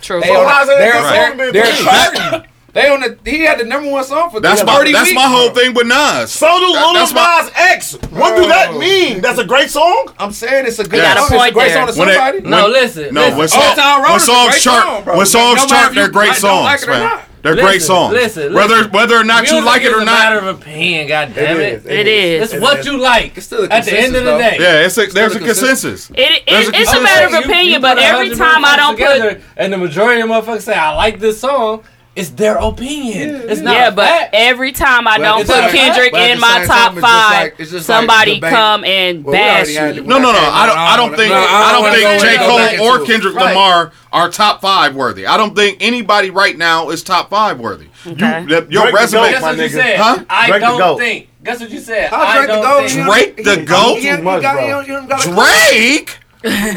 Speaker 3: True.
Speaker 7: They
Speaker 5: So
Speaker 7: on-
Speaker 5: how's that
Speaker 7: they're-
Speaker 5: good song
Speaker 7: they're-
Speaker 5: then?
Speaker 7: they're charting. They on the. He had the number one song for
Speaker 8: That's my
Speaker 7: 30
Speaker 8: that's
Speaker 7: weeks.
Speaker 8: my whole thing with Nas.
Speaker 5: So do
Speaker 8: That-
Speaker 5: Lil
Speaker 8: that's
Speaker 5: Nas
Speaker 8: my-
Speaker 5: X. What do that mean? That's a great song.
Speaker 7: I'm saying it's a good
Speaker 8: Yes.
Speaker 7: song. It's a great song to
Speaker 8: When it-
Speaker 7: somebody.
Speaker 8: when-
Speaker 1: No, listen,
Speaker 8: No,
Speaker 1: listen.
Speaker 8: when,
Speaker 7: Old
Speaker 8: song,
Speaker 7: Town Road
Speaker 8: when
Speaker 7: is a
Speaker 8: songs
Speaker 7: great
Speaker 8: chart,
Speaker 7: song, bro.
Speaker 8: when songs
Speaker 7: No matter
Speaker 8: chart,
Speaker 7: if
Speaker 8: they're
Speaker 7: you
Speaker 8: great
Speaker 7: like- don't
Speaker 8: songs,
Speaker 7: like it or
Speaker 8: man.
Speaker 7: not.
Speaker 8: They're
Speaker 1: Listen,
Speaker 8: great songs.
Speaker 1: listen,
Speaker 8: Whether
Speaker 1: listen.
Speaker 8: whether or not you
Speaker 1: Music
Speaker 8: like it
Speaker 1: is
Speaker 8: or
Speaker 1: a
Speaker 8: not,
Speaker 1: matter of opinion. God damn it.
Speaker 3: It is.
Speaker 1: It's what you like.
Speaker 7: It's still a
Speaker 1: At the end of the day.
Speaker 8: yeah, it's a, there's a consensus.
Speaker 3: It,
Speaker 8: There's
Speaker 3: it,
Speaker 8: a
Speaker 3: it's a
Speaker 8: consensus.
Speaker 3: matter
Speaker 1: You-
Speaker 3: of
Speaker 1: you put
Speaker 3: opinion, but every
Speaker 1: 100
Speaker 3: time I
Speaker 1: motherfuckers
Speaker 3: don't put
Speaker 1: together, and the majority of motherfuckers say I like this song. It's their opinion. It's not.
Speaker 3: yeah,
Speaker 1: a
Speaker 3: but
Speaker 1: fact.
Speaker 3: every time I
Speaker 7: But
Speaker 3: don't
Speaker 7: it's
Speaker 3: put
Speaker 7: like-
Speaker 3: Kendrick
Speaker 7: but at
Speaker 3: in
Speaker 7: the
Speaker 3: my
Speaker 7: same
Speaker 3: top
Speaker 7: time, it's just
Speaker 3: five,
Speaker 7: like- it's just like
Speaker 3: somebody
Speaker 7: debate.
Speaker 3: come and
Speaker 7: Well, we
Speaker 3: bash
Speaker 7: already had
Speaker 3: me.
Speaker 7: it.
Speaker 8: No, no, no.
Speaker 7: Okay,
Speaker 8: I don't.
Speaker 7: no,
Speaker 8: I don't
Speaker 7: no,
Speaker 8: think.
Speaker 7: no, I don't
Speaker 8: I don't
Speaker 7: wanna
Speaker 8: think
Speaker 7: go
Speaker 8: J.
Speaker 7: back into
Speaker 8: Cole
Speaker 7: it.
Speaker 8: or Kendrick
Speaker 7: Right.
Speaker 8: Lamar are top five worthy. I don't think anybody right now is top five worthy. You, that- your
Speaker 5: Drake the
Speaker 8: resume,
Speaker 5: GOAT,
Speaker 1: Guess what you said?
Speaker 8: huh?
Speaker 1: I
Speaker 5: Drake the
Speaker 1: don't
Speaker 5: GOAT.
Speaker 1: think. Guess what you said?
Speaker 7: How
Speaker 1: I
Speaker 7: Drake the
Speaker 1: don't
Speaker 7: GOAT?
Speaker 1: think.
Speaker 8: Drake the goat.
Speaker 7: Yeah, you
Speaker 5: much,
Speaker 7: got-
Speaker 5: bro.
Speaker 7: you don't- you don't got a-
Speaker 8: Drake. Drake.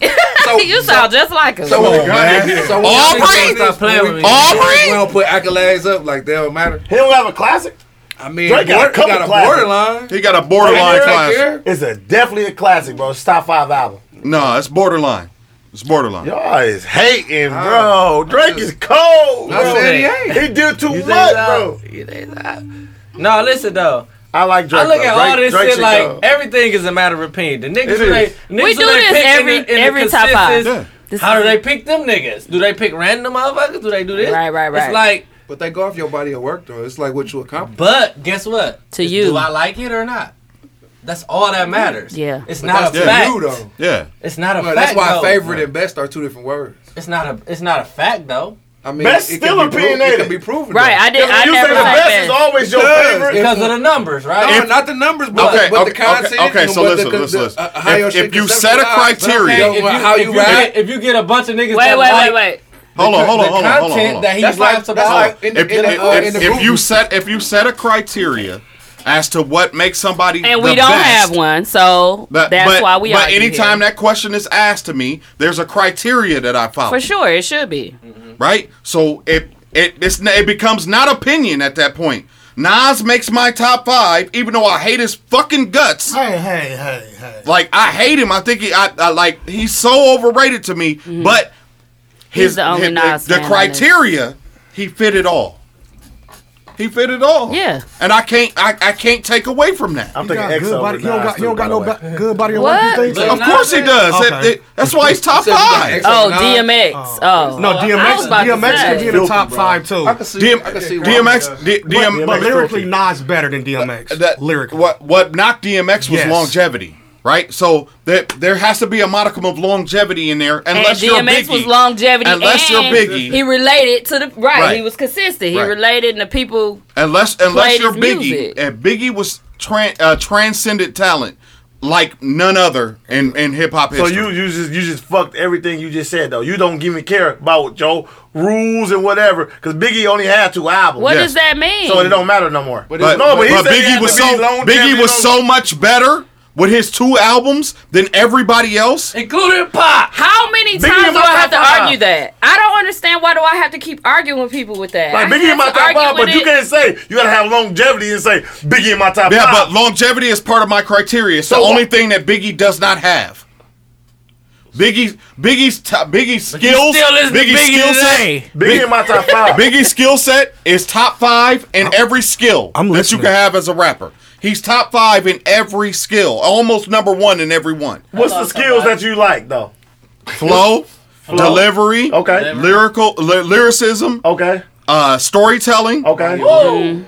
Speaker 3: you sound just like him.
Speaker 7: So
Speaker 8: Come
Speaker 7: what
Speaker 4: Oh,
Speaker 8: on,
Speaker 7: we-
Speaker 8: man.
Speaker 7: Oh, So what we-
Speaker 8: Aubrey?
Speaker 7: we don't stop playing with me.
Speaker 8: Aubrey?
Speaker 7: We don't put accolades up like they don't matter.
Speaker 5: He don't have a classic.
Speaker 7: I mean,
Speaker 5: Drake got a
Speaker 7: bor- he
Speaker 5: couple
Speaker 7: got a
Speaker 5: classics.
Speaker 7: borderline.
Speaker 8: He got a
Speaker 5: Right
Speaker 8: borderline
Speaker 5: there,
Speaker 8: class.
Speaker 5: It's a definitely a classic, bro. It's top five album.
Speaker 8: No, it's borderline. It's borderline.
Speaker 5: Y'all is hating, bro. Drake is cold,
Speaker 7: I
Speaker 5: bro.
Speaker 7: said he ain't.
Speaker 5: He did too
Speaker 1: You
Speaker 5: much,
Speaker 1: think so?
Speaker 5: bro.
Speaker 1: You think so? No, listen though.
Speaker 5: I like Drake.
Speaker 1: I look
Speaker 5: though.
Speaker 1: at
Speaker 5: Drake,
Speaker 1: all this
Speaker 5: Drake
Speaker 1: shit like
Speaker 5: go.
Speaker 1: everything is a matter of opinion. The niggas
Speaker 5: It
Speaker 1: who they,
Speaker 5: is.
Speaker 1: niggas who
Speaker 3: We do
Speaker 1: they
Speaker 3: this
Speaker 1: pick
Speaker 3: every-
Speaker 1: in the, in
Speaker 3: every
Speaker 1: the
Speaker 3: top five.
Speaker 1: consensus,
Speaker 3: This
Speaker 1: How
Speaker 3: is-
Speaker 1: do they pick them niggas? Do they pick random motherfuckers? Do they do this?
Speaker 3: Right, right, right.
Speaker 1: It's like,
Speaker 7: But they go off your body of work, though. It's like what you accomplish.
Speaker 1: but guess what?
Speaker 3: To
Speaker 1: It's,
Speaker 3: you.
Speaker 1: do I like it or not? That's all that matters.
Speaker 3: Yeah.
Speaker 1: it's
Speaker 7: But
Speaker 1: not a
Speaker 7: that's
Speaker 1: fact.
Speaker 7: to you, though.
Speaker 8: Yeah.
Speaker 1: It's not a
Speaker 7: But
Speaker 1: fact.
Speaker 7: that's why
Speaker 1: though.
Speaker 7: favorite and best are two different words.
Speaker 1: It's not a. It's not a fact though.
Speaker 7: I mean,
Speaker 5: Best
Speaker 7: it
Speaker 5: still
Speaker 7: can be pro-
Speaker 5: opinionated.
Speaker 7: It can be proven.
Speaker 5: Right,
Speaker 7: though.
Speaker 5: I did- I You never say the said best that. is always your favorite?
Speaker 10: Because of the numbers, right?
Speaker 7: No, not the numbers, but,
Speaker 5: Okay,
Speaker 7: but
Speaker 5: okay,
Speaker 7: the content.
Speaker 5: okay, okay,
Speaker 7: and
Speaker 5: so
Speaker 7: what
Speaker 5: listen,
Speaker 7: the,
Speaker 5: listen,
Speaker 7: the,
Speaker 5: listen.
Speaker 7: uh, how
Speaker 5: If-
Speaker 7: your
Speaker 5: if
Speaker 7: shit
Speaker 5: you
Speaker 7: conceptualized,
Speaker 5: set a
Speaker 7: but I'm saying,
Speaker 5: criteria-
Speaker 7: yo,
Speaker 5: If you-
Speaker 7: how you
Speaker 10: if you
Speaker 7: rap,
Speaker 10: get- if you get a bunch of niggas
Speaker 7: Wait,
Speaker 10: that
Speaker 7: wait,
Speaker 10: like,
Speaker 7: wait,
Speaker 8: Hold on, hold
Speaker 10: the
Speaker 8: on, hold on, hold on,
Speaker 10: content
Speaker 8: hold on.
Speaker 10: that he
Speaker 8: That's like-
Speaker 10: raps
Speaker 8: that's
Speaker 10: about.
Speaker 8: like- if, if- if- if you set if you set a criteria as to what makes somebody
Speaker 3: And we
Speaker 8: the
Speaker 3: don't
Speaker 8: best,
Speaker 3: have one, so
Speaker 8: but-
Speaker 3: that's
Speaker 8: but-
Speaker 3: why we
Speaker 8: But
Speaker 3: argue
Speaker 8: anytime
Speaker 3: here.
Speaker 8: that question is asked to me, there's a criteria that I follow.
Speaker 3: for sure it should be.
Speaker 8: right? So it it it's, it becomes not opinion at that point. Nas makes my top five, even though I hate his fucking guts.
Speaker 4: Hey, hey, hey, hey.
Speaker 8: Like I hate him. I think he, I, I like he's so overrated to me.
Speaker 3: Mm-hmm.
Speaker 8: But
Speaker 4: He's
Speaker 8: his
Speaker 4: the only
Speaker 8: his-
Speaker 4: Nas
Speaker 8: the
Speaker 4: fan on this.
Speaker 8: criteria, he fit it all. He fit it all. Yeah, and I can't I, I can't take away from that. I'm
Speaker 4: He got good body. He don't got, he don't got no ba- good body of
Speaker 8: What?
Speaker 4: work. You think? so?
Speaker 8: Of course he does. That- that- that's why he's top
Speaker 4: He said he got
Speaker 8: five.
Speaker 4: Oh, X over nine.
Speaker 3: DMX. Oh,
Speaker 4: No,
Speaker 3: I was
Speaker 4: DMX.
Speaker 3: about to
Speaker 4: DMX
Speaker 3: say.
Speaker 4: could be in the top five too. I
Speaker 7: can see.
Speaker 8: DM, I can see DMX. D- DM,
Speaker 4: But, but lyrically, Nas better than DMX.
Speaker 8: that lyrically. What what knocked DMX was
Speaker 4: Yes.
Speaker 8: longevity, right? So that there has to be a modicum of longevity in there,
Speaker 3: and
Speaker 8: unless you're
Speaker 3: DMX
Speaker 8: Biggie.
Speaker 3: was longevity.
Speaker 8: Unless
Speaker 3: and
Speaker 8: you're Biggie.
Speaker 3: he related to the right.
Speaker 8: Right.
Speaker 3: He was consistent. He
Speaker 8: Right.
Speaker 3: related to people.
Speaker 8: unless
Speaker 3: played
Speaker 8: unless you're
Speaker 3: his
Speaker 8: Biggie,
Speaker 3: music.
Speaker 8: and Biggie was tran uh, transcendent talent like none other in, in hip hop
Speaker 5: So
Speaker 8: history.
Speaker 5: you you just you just fucked everything you just said though. You don't even care about your rules and whatever because Biggie only had two albums.
Speaker 3: What does that mean?
Speaker 5: So it don't matter no more.
Speaker 8: But,
Speaker 5: no, but, he
Speaker 8: but
Speaker 5: said he
Speaker 8: Biggie
Speaker 5: had
Speaker 8: was
Speaker 5: to
Speaker 8: so
Speaker 5: be long-
Speaker 8: Biggie was
Speaker 5: long-
Speaker 8: so much better with his two albums than everybody else,
Speaker 10: including Pop.
Speaker 3: How many
Speaker 8: Ah! Biggie
Speaker 3: times
Speaker 8: in
Speaker 3: do
Speaker 8: my
Speaker 3: I have
Speaker 8: top
Speaker 3: to
Speaker 8: five.
Speaker 3: argue that? I don't understand. Why do I have to keep arguing with people with that?
Speaker 5: Like
Speaker 3: I
Speaker 5: Biggie in
Speaker 3: have
Speaker 5: my
Speaker 3: to
Speaker 5: top
Speaker 3: argue
Speaker 5: five,
Speaker 3: with
Speaker 5: but you
Speaker 3: it.
Speaker 5: can't say you gotta have longevity and say Biggie in my top
Speaker 8: yeah,
Speaker 5: five.
Speaker 8: but longevity is part of my criteria. It's the only thing that Biggie does not have. Biggie's Biggie's t- Biggie's
Speaker 5: you
Speaker 8: skills.
Speaker 5: still listen to Biggie today. Biggie in my top five.
Speaker 8: Biggie's skill set is top five in every skill that you can have as a rapper. He's top five in every skill, almost number one in every one.
Speaker 5: What's the skills that you like though?
Speaker 8: Flow, delivery, okay, lyrical ly- lyricism,
Speaker 5: okay,
Speaker 8: uh, storytelling,
Speaker 5: okay,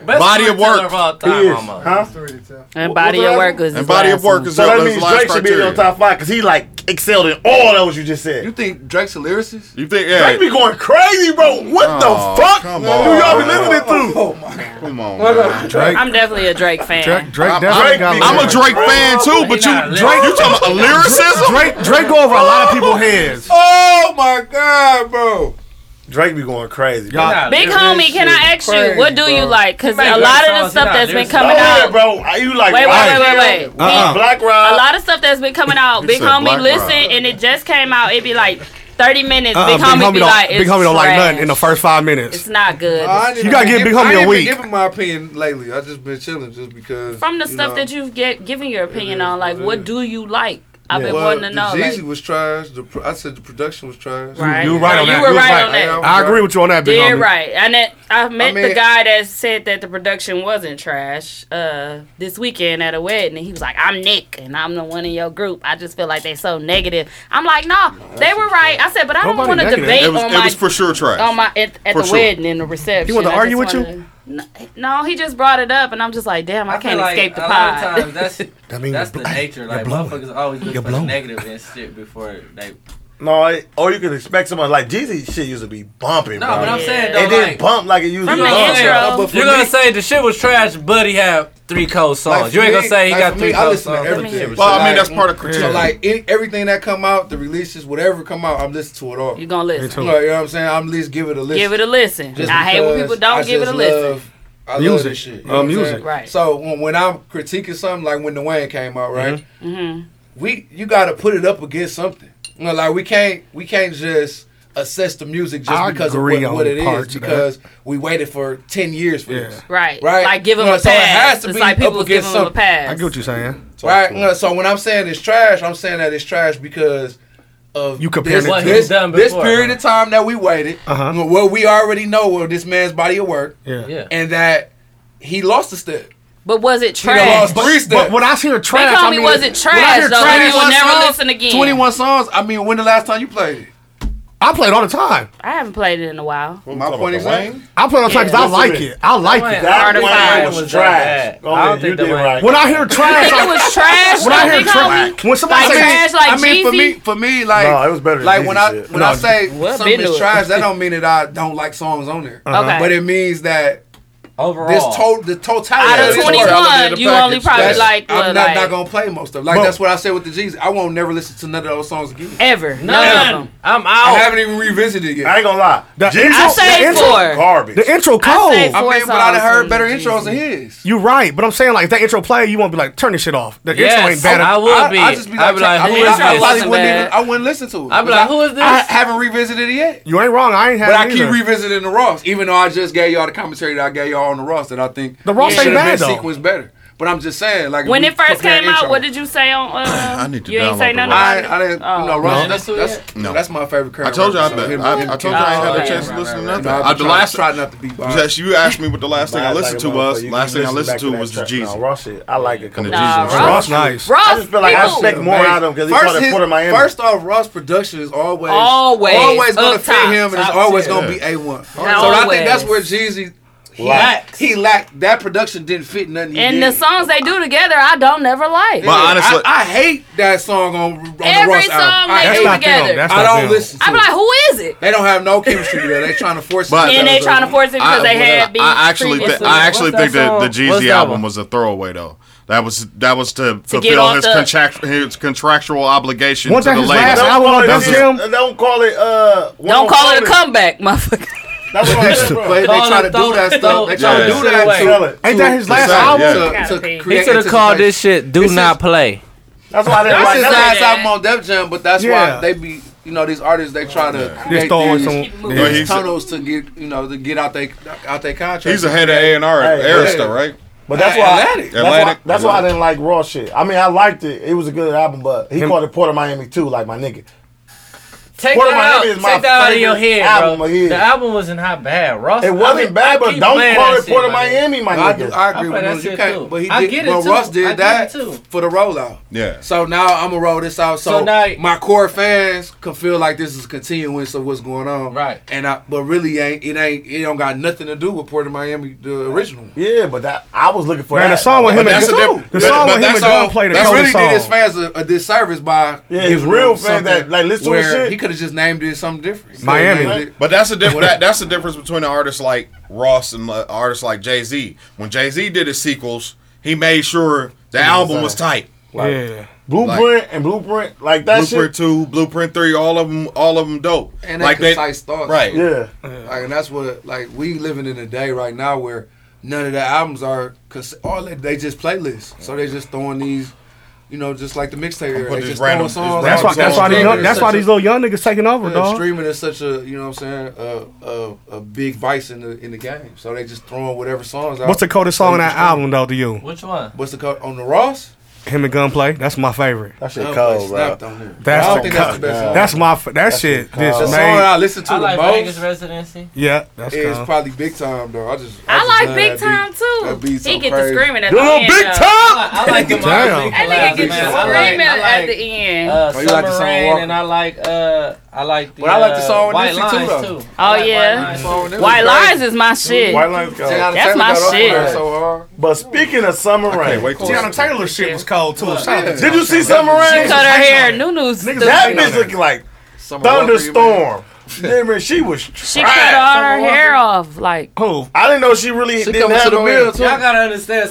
Speaker 10: Best
Speaker 8: body of
Speaker 10: storyteller
Speaker 8: work,
Speaker 10: of all time, He is. almost.
Speaker 5: Huh?
Speaker 3: And body of work is
Speaker 8: And body of work is
Speaker 5: So that
Speaker 8: his
Speaker 5: means
Speaker 8: last
Speaker 5: Drake should be in
Speaker 8: criteria.
Speaker 5: your top five because he like excelled in all those you just said. You
Speaker 7: think Drake's a lyricist?
Speaker 8: You think
Speaker 5: Drake be going crazy, bro? What
Speaker 8: Oh,
Speaker 5: the fuck?
Speaker 8: come
Speaker 5: do
Speaker 8: on.
Speaker 5: y'all be listening to?
Speaker 8: Come on,
Speaker 3: I'm definitely a Drake fan.
Speaker 8: I'm,
Speaker 4: definitely got
Speaker 8: I'm, I'm a
Speaker 4: lyrics.
Speaker 8: Drake fan too, but you Drake, you talking about lyricism?
Speaker 4: Drake, Drake go over a lot of people's heads.
Speaker 7: Oh my god, bro!
Speaker 5: Drake be going crazy. Bro.
Speaker 4: Y'all-
Speaker 3: Big homie, can I ask you what do you like? Because a lot of the stuff that's been coming
Speaker 5: Go ahead,
Speaker 3: out.
Speaker 5: bro. You like
Speaker 3: Wait, wait,
Speaker 5: Rock
Speaker 3: wait, wait,
Speaker 5: Hill,
Speaker 3: wait.
Speaker 5: Black- Black Rob.
Speaker 3: A lot of stuff that's been coming out.
Speaker 5: You
Speaker 3: Big
Speaker 5: said
Speaker 3: homie,
Speaker 5: Black
Speaker 3: listen,
Speaker 5: Rob.
Speaker 3: and it just came out. It be like 30 minutes.
Speaker 4: Uh-uh,
Speaker 3: big homie be
Speaker 4: don't,
Speaker 3: like, it's
Speaker 4: big homie don't like
Speaker 3: trash.
Speaker 4: nothing in the first five minutes.
Speaker 3: It's not good.
Speaker 4: You gotta give Big Homie a
Speaker 7: I ain't
Speaker 4: week.
Speaker 7: Been giving my opinion lately. I just been chilling just because
Speaker 3: From the
Speaker 7: you
Speaker 3: stuff
Speaker 7: know,
Speaker 3: that you've get given your opinion on, like, what do you like? I've been
Speaker 7: well,
Speaker 3: wanting to
Speaker 7: the
Speaker 3: know.
Speaker 7: Jeezy
Speaker 3: like,
Speaker 7: was trash. The pro- I said the production was trash.
Speaker 3: Right. You- you right on You that. were You was right right. on that. I was
Speaker 4: I agree with you on that, Big
Speaker 3: Dead
Speaker 4: Homie.
Speaker 3: right. And that I met
Speaker 7: mean-
Speaker 3: the guy that said that the production wasn't trash uh, this weekend at a wedding. And he was like, I'm Nick, and I'm the one in your group. I just feel like they so negative. I'm like, no, they were right. I said, but I don't
Speaker 8: Nobody
Speaker 3: want to
Speaker 8: negative.
Speaker 3: debate
Speaker 8: It was-
Speaker 3: on
Speaker 8: it
Speaker 3: my-
Speaker 8: was for sure trash.
Speaker 3: On my, at at
Speaker 8: For
Speaker 3: the
Speaker 8: sure.
Speaker 3: wedding and the reception.
Speaker 8: He wanted
Speaker 3: I
Speaker 8: to
Speaker 3: just
Speaker 8: argue with you?
Speaker 3: wanted- No, he just brought it up, and I'm just like, damn, I,
Speaker 1: I feel
Speaker 3: can't
Speaker 1: like
Speaker 3: escape the
Speaker 1: a lot of
Speaker 3: pod.
Speaker 1: times that's that's the nature. Like motherfuckers always look for the negative and shit before they.
Speaker 5: No, it, or you could expect someone like Jeezy shit used to be bumping.
Speaker 1: No,
Speaker 5: bro.
Speaker 1: but I'm saying though,
Speaker 5: it didn't
Speaker 1: like-
Speaker 5: bump like it used to. bump.
Speaker 1: You're gonna say the shit was trash, but he had three cold songs.
Speaker 7: Like,
Speaker 1: you ain't
Speaker 7: for
Speaker 1: gonna say he
Speaker 7: me- like,
Speaker 1: got
Speaker 7: for
Speaker 1: three
Speaker 7: me, I
Speaker 1: cold
Speaker 7: listen
Speaker 1: songs.
Speaker 7: to everything.
Speaker 8: critique.
Speaker 7: So like any, everything that come out, the releases, whatever come out, I'm listening to it all. You
Speaker 3: gonna listen. Me too.
Speaker 7: You know, you know what I'm saying? I'm at least give it a listen.
Speaker 3: Give it a listen.
Speaker 7: Just
Speaker 3: I hate when
Speaker 7: because
Speaker 3: people don't
Speaker 7: I
Speaker 3: give it
Speaker 7: just
Speaker 3: a listen.
Speaker 7: love- I love
Speaker 4: Music.
Speaker 7: this shit.
Speaker 4: Uh,
Speaker 7: what I'm
Speaker 4: music.
Speaker 7: saying?
Speaker 3: Right.
Speaker 7: So when, when I'm critiquing something, like when the Wayne came out, right?
Speaker 3: Mm-hmm.
Speaker 7: we you got to put it up against something. You know, like we can't we can't just assess the music just
Speaker 4: I
Speaker 7: because of
Speaker 4: agree
Speaker 7: what,
Speaker 4: on
Speaker 7: what it
Speaker 4: parts
Speaker 7: is
Speaker 4: of that.
Speaker 7: because we waited for ten years for this.
Speaker 3: Right.
Speaker 7: Right.
Speaker 3: Like, give him
Speaker 7: You know,
Speaker 3: a
Speaker 7: so it
Speaker 3: pass.
Speaker 7: has to
Speaker 3: It's
Speaker 7: be
Speaker 3: like
Speaker 7: up
Speaker 3: people give
Speaker 7: against
Speaker 3: him a
Speaker 7: something.
Speaker 4: I
Speaker 3: pass.
Speaker 4: get what you're saying.
Speaker 7: Right. You know, so when I'm saying it's trash, I'm saying that it's trash because of
Speaker 4: You comparing
Speaker 7: this,
Speaker 4: it to-
Speaker 7: this,
Speaker 4: done
Speaker 7: this
Speaker 4: before,
Speaker 7: period of time that we waited,
Speaker 4: Uh-huh.
Speaker 7: where we already know of this man's body of work,
Speaker 4: Yeah.
Speaker 1: Yeah.
Speaker 7: and that he lost a step.
Speaker 3: But was it
Speaker 7: He done
Speaker 3: trash?
Speaker 7: lost three
Speaker 4: But,
Speaker 7: steps.
Speaker 4: but when I hear trash,
Speaker 3: call
Speaker 4: I
Speaker 3: me
Speaker 4: mean,
Speaker 3: was it
Speaker 4: when I
Speaker 3: trash,
Speaker 4: hear
Speaker 3: though?
Speaker 4: trash-
Speaker 3: You will never listen again.
Speaker 7: 21 songs. I mean, when the last time you played it?
Speaker 4: I play it all the time.
Speaker 3: I haven't played it in a while.
Speaker 5: my point
Speaker 4: exactly. I play it all the time because I like it. I like it.
Speaker 5: That one was trash. Go
Speaker 4: I don't
Speaker 5: ahead,
Speaker 4: think
Speaker 5: you
Speaker 4: that
Speaker 5: did
Speaker 4: one-
Speaker 5: right.
Speaker 4: When I hear trash,
Speaker 3: It was trash.
Speaker 4: When I
Speaker 3: though,
Speaker 4: hear
Speaker 3: big
Speaker 4: trash,
Speaker 3: homie.
Speaker 4: when somebody
Speaker 3: like
Speaker 4: say
Speaker 3: trash, like
Speaker 7: I mean,
Speaker 3: Jeezy?
Speaker 7: for me, for me, like,
Speaker 4: No, it was better than
Speaker 7: like when
Speaker 4: Jeezy
Speaker 7: I
Speaker 4: shit.
Speaker 7: when
Speaker 4: No.
Speaker 7: I say
Speaker 4: Well,
Speaker 7: something
Speaker 4: been to
Speaker 7: is
Speaker 4: it.
Speaker 7: trash, that don't mean that I don't like songs on there.
Speaker 4: Uh-huh. Okay.
Speaker 7: But it means that
Speaker 10: overall,
Speaker 7: this to- the
Speaker 3: Out
Speaker 7: totality
Speaker 3: of
Speaker 7: this
Speaker 3: 21,
Speaker 7: totality of the
Speaker 3: you only
Speaker 7: package,
Speaker 3: probably
Speaker 7: that's-
Speaker 3: like,
Speaker 7: I'm
Speaker 3: what,
Speaker 7: not,
Speaker 3: like-
Speaker 7: not gonna play most of. it. Like
Speaker 10: Bro.
Speaker 7: that's what I said with the Jeezy. I won't never listen to none of those songs again.
Speaker 3: Ever.
Speaker 7: None.
Speaker 3: None. of them.
Speaker 10: I'm out.
Speaker 7: I haven't even revisited it yet. I
Speaker 5: ain't gonna lie.
Speaker 3: I saved four.
Speaker 5: Garbage.
Speaker 4: The intro cold.
Speaker 7: I, mean, but I'd have heard better intros than his.
Speaker 4: You right, but I'm saying like if that intro play, you won't be like turn this shit off. The
Speaker 7: Yes,
Speaker 4: intro ain't bad.
Speaker 7: I- I would I- be. I
Speaker 10: just be I'd be like, like, who is
Speaker 7: I,
Speaker 10: this?
Speaker 7: probably
Speaker 10: Wasn't
Speaker 7: wouldn't
Speaker 10: bad.
Speaker 7: even, I wouldn't listen to it.
Speaker 10: I'd be like, who is this?
Speaker 7: I haven't revisited it yet.
Speaker 4: You ain't wrong. I ain't
Speaker 7: But I
Speaker 4: had. it
Speaker 7: keep
Speaker 4: either.
Speaker 7: revisiting the Ross, even though I just gave y'all the commentary that I gave y'all on the Ross that I think
Speaker 4: The Ross
Speaker 7: it
Speaker 4: ain't
Speaker 7: should've
Speaker 4: bad,
Speaker 7: been
Speaker 4: though.
Speaker 7: sequenced better. But I'm just saying, like if
Speaker 3: When
Speaker 7: we
Speaker 3: it first
Speaker 7: compare
Speaker 3: came out,
Speaker 7: intro-
Speaker 3: what did you say on? Uh, I
Speaker 8: need to
Speaker 3: You ain't
Speaker 8: download
Speaker 3: say
Speaker 8: the
Speaker 3: nothing
Speaker 8: Ross.
Speaker 3: about it.
Speaker 7: I didn't.
Speaker 3: Oh.
Speaker 7: no, Ross,
Speaker 8: No.
Speaker 7: that's, that's,
Speaker 8: No.
Speaker 7: that's my favorite current.
Speaker 8: I told you I,
Speaker 7: rapper, so
Speaker 8: bet-
Speaker 7: him-
Speaker 8: I,
Speaker 7: him
Speaker 8: I told you
Speaker 7: counting.
Speaker 8: I ain't had
Speaker 7: Right,
Speaker 8: a chance
Speaker 7: right,
Speaker 8: to listen
Speaker 7: right,
Speaker 8: to
Speaker 7: right.
Speaker 8: nothing.
Speaker 7: You know, I've
Speaker 8: I,
Speaker 7: been
Speaker 8: the
Speaker 7: trying-
Speaker 8: last
Speaker 7: trying not to be
Speaker 8: Jess, you asked me what the last thing I listened to was. Last thing I listened to was the
Speaker 5: No,
Speaker 8: Jeezy.
Speaker 5: Ross, shit, I like it.
Speaker 8: And the
Speaker 5: Come on.
Speaker 8: Jeezy was trash.
Speaker 5: I just feel like I expect more
Speaker 7: Amazing.
Speaker 5: out of him because he
Speaker 7: First
Speaker 5: called it
Speaker 7: his-
Speaker 5: Port of Miami.
Speaker 7: First off, Ross production is always
Speaker 5: Always
Speaker 7: always gonna
Speaker 5: up
Speaker 7: fit
Speaker 5: top.
Speaker 7: him, and it's
Speaker 5: Top
Speaker 7: always
Speaker 5: tier.
Speaker 7: gonna be
Speaker 5: Yeah.
Speaker 7: a one. So
Speaker 3: Always.
Speaker 7: I think that's where Jeezy he
Speaker 3: Lacks.
Speaker 7: lacked. He lacked that production didn't fit nothing. He
Speaker 3: And
Speaker 7: did.
Speaker 3: the songs they do together, I don't never like.
Speaker 7: I, I hate that song on, on the
Speaker 3: Every
Speaker 7: Ross
Speaker 3: song
Speaker 7: album.
Speaker 3: they
Speaker 7: I
Speaker 3: do
Speaker 7: hate it.
Speaker 3: together. That's
Speaker 7: I
Speaker 3: not
Speaker 7: don't
Speaker 3: them.
Speaker 7: listen. To
Speaker 3: I'm like,
Speaker 7: it.
Speaker 3: who is it?
Speaker 7: They don't have no chemistry together. They trying to force
Speaker 8: But-
Speaker 7: it.
Speaker 8: And they
Speaker 3: trying to force it because they had beats
Speaker 8: I actually, think
Speaker 3: previously.
Speaker 8: I actually
Speaker 3: What's
Speaker 8: think
Speaker 3: that
Speaker 8: that the
Speaker 3: song? What's
Speaker 8: Jeezy
Speaker 3: that
Speaker 8: album
Speaker 3: one?
Speaker 8: was a throwaway though. That was that was to,
Speaker 5: get
Speaker 8: fulfill
Speaker 5: off
Speaker 8: his,
Speaker 5: the-
Speaker 8: contract, his contractual obligation
Speaker 5: Wasn't
Speaker 8: to
Speaker 5: that
Speaker 8: the
Speaker 5: his last
Speaker 8: label.
Speaker 5: album on Def Jam?
Speaker 3: Don't call it. uh Don't call it a comeback, motherfucker.
Speaker 5: That's
Speaker 7: what I'm saying, bro. They try to do that stuff. They try to do that. to-
Speaker 10: Ain't that his last album?
Speaker 7: to- to
Speaker 10: He
Speaker 7: create
Speaker 10: should have called this shit "Do
Speaker 7: This is-
Speaker 10: Not Play."
Speaker 7: That's
Speaker 10: why I didn't like
Speaker 7: his
Speaker 10: that
Speaker 7: last
Speaker 10: one.
Speaker 7: album on Def Jam, but that's
Speaker 10: Yeah.
Speaker 7: why they be, you know, these artists they try to
Speaker 8: Just
Speaker 7: create
Speaker 8: throw in
Speaker 7: these,
Speaker 8: some-
Speaker 7: these
Speaker 8: Yeah, he's-
Speaker 7: tunnels to get, you know, to get out they out their contract.
Speaker 8: He's a head of A and R at
Speaker 7: Hey,
Speaker 8: Arista,
Speaker 7: yeah.
Speaker 8: right?
Speaker 5: But that's
Speaker 7: Hey,
Speaker 5: why,
Speaker 7: Atlantic.
Speaker 5: that's, why
Speaker 8: Atlantic.
Speaker 5: that's why I didn't like Raw shit. I mean, I liked it. It was a good album, but he called it Port of Miami too, like my nigga.
Speaker 10: Take
Speaker 5: Port of
Speaker 10: that out.
Speaker 5: Miami is my
Speaker 10: Take that out of
Speaker 5: favorite
Speaker 10: your head,
Speaker 5: album
Speaker 10: bro.
Speaker 5: of his.
Speaker 10: The album wasn't how bad. Ross,
Speaker 5: It wasn't
Speaker 10: I mean,
Speaker 5: bad,
Speaker 10: I
Speaker 5: but
Speaker 10: keep
Speaker 5: don't
Speaker 10: playing
Speaker 5: call
Speaker 10: that
Speaker 5: it
Speaker 10: shit,
Speaker 5: Port of
Speaker 10: my nigga.
Speaker 5: Miami, my
Speaker 7: I,
Speaker 5: nigga.
Speaker 7: do, I agree
Speaker 10: I play
Speaker 7: with
Speaker 10: that
Speaker 7: Moses. You
Speaker 10: shit
Speaker 7: can't,
Speaker 10: too.
Speaker 7: but he
Speaker 10: I
Speaker 7: did.
Speaker 10: get it
Speaker 7: well,
Speaker 10: too.
Speaker 7: Russ
Speaker 10: I
Speaker 7: did
Speaker 10: get
Speaker 7: that
Speaker 10: it too.
Speaker 7: for the rollout.
Speaker 8: Yeah.
Speaker 7: So now I'm gonna roll this out so,
Speaker 10: So now-
Speaker 7: my core fans can feel like this is a continuance of what's going on. Right. And I, but really ain't it ain't it don't got nothing to do with Port of Miami the original. one.
Speaker 5: Yeah, but that I was looking for
Speaker 4: Man,
Speaker 5: that.
Speaker 4: the song with him
Speaker 5: But
Speaker 4: and
Speaker 5: that's a
Speaker 4: the
Speaker 5: different- but- but
Speaker 4: song with him and
Speaker 5: that's all-
Speaker 4: Gunplay. the
Speaker 7: That's
Speaker 4: cover
Speaker 7: really
Speaker 4: song.
Speaker 7: did his fans a, a disservice by
Speaker 5: Yeah, his
Speaker 7: giving them
Speaker 5: real fans
Speaker 7: something
Speaker 5: that, like, listen to his
Speaker 7: where
Speaker 5: shit.
Speaker 7: He could have just named it something different.
Speaker 8: But that's the diff- that, that's the difference between an artist like Ross and uh, artists like Jay Z. When Jay Z did his sequels, he made sure the album was tight.
Speaker 5: Like, Blueprint and Blueprint, like that
Speaker 8: Blueprint
Speaker 5: shit.
Speaker 8: two, Blueprint three, all of them, all of them dope.
Speaker 7: and
Speaker 8: like
Speaker 7: like concise thoughts.
Speaker 8: right?
Speaker 7: Like, and that's what like we living in a day right now where none of the albums are because all they, they just playlists. So they just throwing these, you know, just like the mixtape era. They
Speaker 8: these
Speaker 7: just
Speaker 8: random-
Speaker 7: throwing songs.
Speaker 4: That's why.
Speaker 7: out there.
Speaker 4: That's why these.
Speaker 7: Streaming
Speaker 4: Young,
Speaker 7: is
Speaker 4: that's why
Speaker 7: such a-
Speaker 4: these little young niggas taking over,
Speaker 7: yeah,
Speaker 4: dog.
Speaker 7: Streaming is such a you know what I'm saying a a, a big vice in the in the game. So they just throwing whatever songs. out.
Speaker 4: What's the coldest
Speaker 7: So
Speaker 4: song on
Speaker 7: you
Speaker 4: that
Speaker 7: just-
Speaker 4: album, though? To you,
Speaker 7: Which one? What's the code on the Ross?
Speaker 4: him and Gunplay. That's my favorite.
Speaker 5: That
Speaker 7: shit Gunplay cold, bro. slapped Oh, on there. I
Speaker 4: That's
Speaker 7: don't
Speaker 4: the
Speaker 7: think that's
Speaker 4: co-
Speaker 7: the best song.
Speaker 4: That's my. f- That shit.
Speaker 7: The song
Speaker 4: This
Speaker 7: that I
Speaker 4: man.
Speaker 7: listen to
Speaker 10: I
Speaker 7: the
Speaker 10: like
Speaker 7: most.
Speaker 10: Vegas Residency.
Speaker 4: Yeah, that's
Speaker 7: is
Speaker 4: cold.
Speaker 7: probably big time though. I just
Speaker 3: I
Speaker 7: just
Speaker 3: like
Speaker 7: love
Speaker 3: Big
Speaker 7: that
Speaker 3: Time
Speaker 7: beat.
Speaker 3: too.
Speaker 7: That beat so
Speaker 3: he get to
Speaker 7: crazy.
Speaker 3: screaming at
Speaker 7: You
Speaker 3: the
Speaker 7: know,
Speaker 3: end.
Speaker 7: Big
Speaker 3: though.
Speaker 7: Time?
Speaker 10: I like them.
Speaker 7: Damn.
Speaker 3: That nigga get to
Speaker 10: I like-
Speaker 3: screaming
Speaker 10: I
Speaker 3: at
Speaker 10: like,
Speaker 3: the end.
Speaker 10: Uh,
Speaker 7: Oh, you like the song
Speaker 10: Submarine,
Speaker 7: Walker?
Speaker 10: and I like uh, I like the.
Speaker 7: But I like the
Speaker 10: uh,
Speaker 7: song with
Speaker 10: White
Speaker 7: Nipsey, too,
Speaker 10: Lines
Speaker 7: though.
Speaker 10: too.
Speaker 3: Oh
Speaker 10: like
Speaker 3: yeah,
Speaker 10: White
Speaker 7: Lines.
Speaker 3: White Lines is my shit.
Speaker 5: White Lines go.
Speaker 7: Tiana
Speaker 3: That's
Speaker 7: Taylor got
Speaker 3: my
Speaker 7: off on that
Speaker 3: shit.
Speaker 7: So hard.
Speaker 5: But speaking of Summer Rae,
Speaker 4: Tiana Taylor shit was cold too. Shout out to
Speaker 5: did you
Speaker 4: Tiana
Speaker 5: see
Speaker 4: Taylor.
Speaker 5: Summer Rae?
Speaker 3: She cut her hair. Nunu's
Speaker 5: Niggas,
Speaker 3: stupid.
Speaker 5: that bitch looking like
Speaker 7: Walker, you
Speaker 5: thunderstorm. Yeah, man, she was.
Speaker 3: She cut all her hair off. Like
Speaker 4: who?
Speaker 5: I didn't know she really
Speaker 3: She
Speaker 5: didn't
Speaker 3: come
Speaker 5: have
Speaker 3: to
Speaker 5: a
Speaker 3: the
Speaker 5: beard
Speaker 3: end.
Speaker 5: too.
Speaker 10: Y'all gotta understand.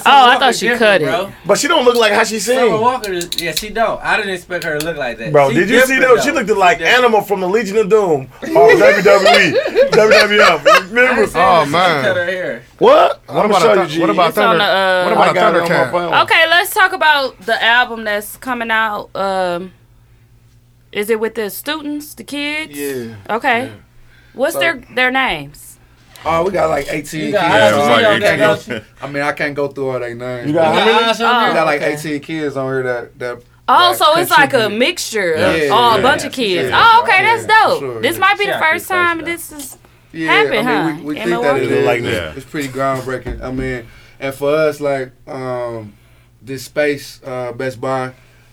Speaker 3: Oh, I
Speaker 10: Summer
Speaker 3: thought
Speaker 10: Walker's
Speaker 3: she
Speaker 10: different,
Speaker 3: cut it.
Speaker 10: Bro.
Speaker 5: But she don't look like how she
Speaker 10: Summer
Speaker 5: sings.
Speaker 10: Walker, is- yeah, she don't. I didn't expect her to look like that.
Speaker 5: Bro,
Speaker 10: She
Speaker 5: did you see
Speaker 10: different,
Speaker 5: that? She
Speaker 10: though.
Speaker 5: looked like Animal from the Legion of Doom Oh, on WWE, WWF. E. Remember?
Speaker 10: Oh man. Cut her hair.
Speaker 5: What?
Speaker 10: What about a thu- what about
Speaker 3: It's on Thunder- the, uh, what about
Speaker 5: I got it on my
Speaker 4: Thundercat?
Speaker 5: phone.
Speaker 3: Okay, let's talk about the album that's coming out. Um, is it with the students, the kids?
Speaker 7: Yeah.
Speaker 3: Okay. What's
Speaker 7: So-
Speaker 3: their their names?
Speaker 7: Oh, we got like 18
Speaker 3: You
Speaker 7: kids.
Speaker 3: got
Speaker 8: eyes Yeah, on it was here, like don't 18. you?
Speaker 7: I mean, I can't go through all their names.
Speaker 5: You got
Speaker 7: but-
Speaker 5: how many? eyes
Speaker 3: on
Speaker 7: We
Speaker 3: here?
Speaker 7: got like
Speaker 3: Okay.
Speaker 7: 18 kids on here that. that
Speaker 3: Oh,
Speaker 7: that
Speaker 3: so it's like a
Speaker 7: contribute.
Speaker 3: mixture
Speaker 7: Yeah.
Speaker 3: of
Speaker 7: Yeah,
Speaker 3: oh, a
Speaker 7: yeah,
Speaker 3: bunch
Speaker 7: yeah,
Speaker 3: of kids.
Speaker 7: yeah,
Speaker 3: oh, okay,
Speaker 7: yeah,
Speaker 3: that's dope.
Speaker 7: for sure,
Speaker 3: this
Speaker 7: yeah.
Speaker 3: might be the
Speaker 7: Shout out
Speaker 3: first
Speaker 7: to
Speaker 3: time this is
Speaker 7: Yeah,
Speaker 3: happened,
Speaker 7: I mean,
Speaker 3: huh?
Speaker 7: we, we
Speaker 3: In
Speaker 7: think that it
Speaker 3: Milwaukee?
Speaker 7: is.
Speaker 5: Like
Speaker 7: Like
Speaker 5: that.
Speaker 7: It's pretty groundbreaking. I mean, and for us, like um,
Speaker 3: Mm-hmm.
Speaker 7: this space, uh, Best Buy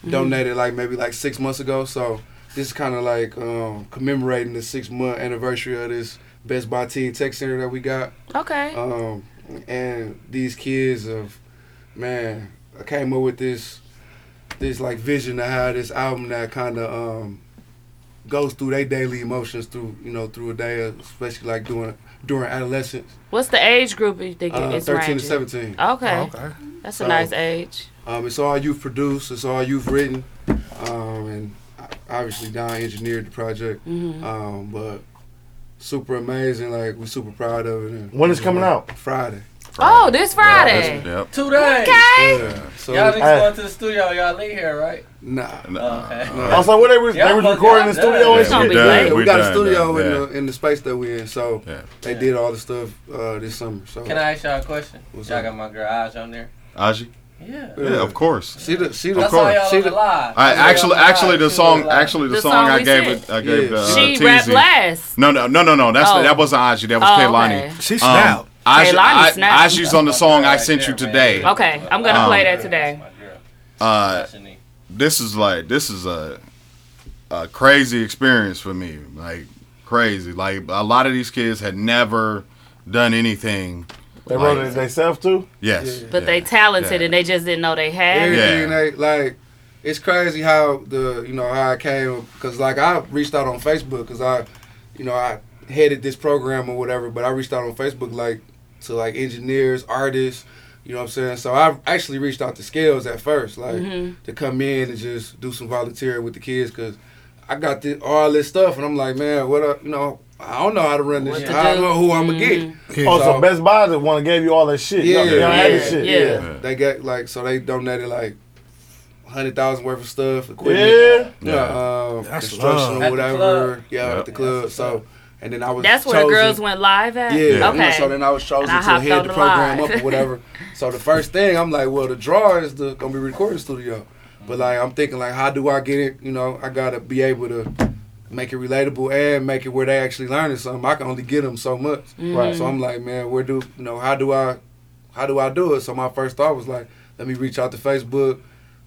Speaker 7: donated like maybe like six months ago. So this is kind of like um, commemorating the six month anniversary of this Best Buy Teen Tech Center that we got.
Speaker 3: Okay.
Speaker 7: Um, and these kids of man, I came up with this this like vision of how this album that kind of um, goes through their daily emotions through you know through a day, especially like during during adolescence.
Speaker 3: What's the age group you think
Speaker 7: Uh,
Speaker 3: it's
Speaker 7: 13 to
Speaker 3: ranging?
Speaker 7: 17.
Speaker 3: Okay.
Speaker 7: Oh, okay.
Speaker 3: That's a
Speaker 7: So-
Speaker 3: nice age.
Speaker 7: Um, it's all you've produced. It's all you've written, um, and obviously Don engineered the project.
Speaker 3: Mhm.
Speaker 7: Um, but super amazing. Like we're super proud of it. And
Speaker 4: When it's coming out?
Speaker 7: Friday.
Speaker 3: Oh, this Friday.
Speaker 10: Two
Speaker 3: Okay.
Speaker 10: days.
Speaker 7: Yeah, so
Speaker 10: y'all niggas
Speaker 7: I-
Speaker 10: going to the studio. Y'all leave here, right?
Speaker 7: Nah.
Speaker 10: okay.
Speaker 4: I was like, what they was,
Speaker 10: Y'all
Speaker 4: they was
Speaker 10: fuck-
Speaker 4: recording in
Speaker 10: y'all
Speaker 4: the studio
Speaker 10: done.
Speaker 4: and shit.
Speaker 7: Yeah, we got a
Speaker 4: done,
Speaker 7: studio
Speaker 4: done,
Speaker 7: in
Speaker 4: yeah.
Speaker 7: the in the space that we're in, so they did all the stuff uh, this summer. So
Speaker 10: Can I ask y'all a question?
Speaker 7: What's
Speaker 10: y'all
Speaker 7: up?
Speaker 10: got my girl Aj on there.
Speaker 5: Aji?
Speaker 10: Yeah.
Speaker 5: Yeah, of course.
Speaker 7: See the see
Speaker 10: the- That's how y'all was alive.
Speaker 5: I
Speaker 10: That's
Speaker 5: actually
Speaker 10: how y'all was
Speaker 5: actually the
Speaker 10: alive. She
Speaker 5: song
Speaker 10: was alive.
Speaker 5: actually the,
Speaker 10: The
Speaker 5: song,
Speaker 10: song
Speaker 5: I
Speaker 10: we
Speaker 5: gave
Speaker 10: sent.
Speaker 5: it I gave
Speaker 10: Yeah.
Speaker 5: uh,
Speaker 10: She
Speaker 5: TZ.
Speaker 10: rapped last.
Speaker 5: No no no no no that's
Speaker 10: Oh.
Speaker 5: that wasn't Aji that was
Speaker 3: Oh,
Speaker 5: Kaylani.
Speaker 3: okay. She
Speaker 5: snapped.
Speaker 3: Kehlani snapped.
Speaker 5: Aji's on the song I sent you today.
Speaker 3: Okay, I'm gonna
Speaker 5: Um,
Speaker 3: play that today.
Speaker 5: uh, this is like this is a a crazy experience for me. Like crazy. Like a lot of these kids had never done anything.
Speaker 4: They
Speaker 5: like-
Speaker 4: wrote it themselves too?
Speaker 5: Yes.
Speaker 3: But they talented and they just didn't know they had it.
Speaker 7: Everything they like, it's crazy how the you know how I came because like I reached out on Facebook because I, you know I headed this program or whatever, but I reached out on Facebook like to like engineers, artists, you know what I'm saying. So I actually reached out to Scales at first, like
Speaker 12: Mhm.
Speaker 7: to come in and just do some volunteering with the kids because I got this, all this stuff and I'm like, man, what up, you know. I don't know how to run this.
Speaker 4: What
Speaker 7: shit.
Speaker 4: to
Speaker 7: I don't
Speaker 4: do.
Speaker 7: know who I'm gonna
Speaker 3: Mm-hmm.
Speaker 7: get.
Speaker 4: Oh, so
Speaker 7: So-
Speaker 4: Best Buy the one that gave you all that shit.
Speaker 7: yeah,
Speaker 4: Y'all- y'all had
Speaker 7: yeah,
Speaker 4: this shit.
Speaker 7: yeah.
Speaker 4: Yeah.
Speaker 7: They got like so they donated like hundred thousand worth of stuff, equipment,
Speaker 4: Yeah. Yeah.
Speaker 7: yeah, uh,
Speaker 4: That's
Speaker 7: construction
Speaker 4: love.
Speaker 7: or
Speaker 4: At the
Speaker 7: whatever,
Speaker 4: club.
Speaker 7: yeah,
Speaker 4: Yep.
Speaker 7: at the club. So and then I was
Speaker 3: That's where the
Speaker 7: chosen-
Speaker 3: girls went live at.
Speaker 7: Yeah,
Speaker 3: Okay.
Speaker 7: So then I was chosen
Speaker 3: And I
Speaker 7: to
Speaker 3: hopped
Speaker 7: head
Speaker 3: on
Speaker 7: the
Speaker 3: the
Speaker 7: program
Speaker 3: live.
Speaker 7: up or whatever. so the first thing I'm like, well, the draw is the gonna be recording studio, but like I'm thinking like, how do I get it? You know, I gotta be able to make it relatable and make it where they actually learning something. I can only get them so much.
Speaker 12: Right.
Speaker 7: So I'm like, man, where do you know? How do I, how do I do it? So my first thought was like, let me reach out to Facebook,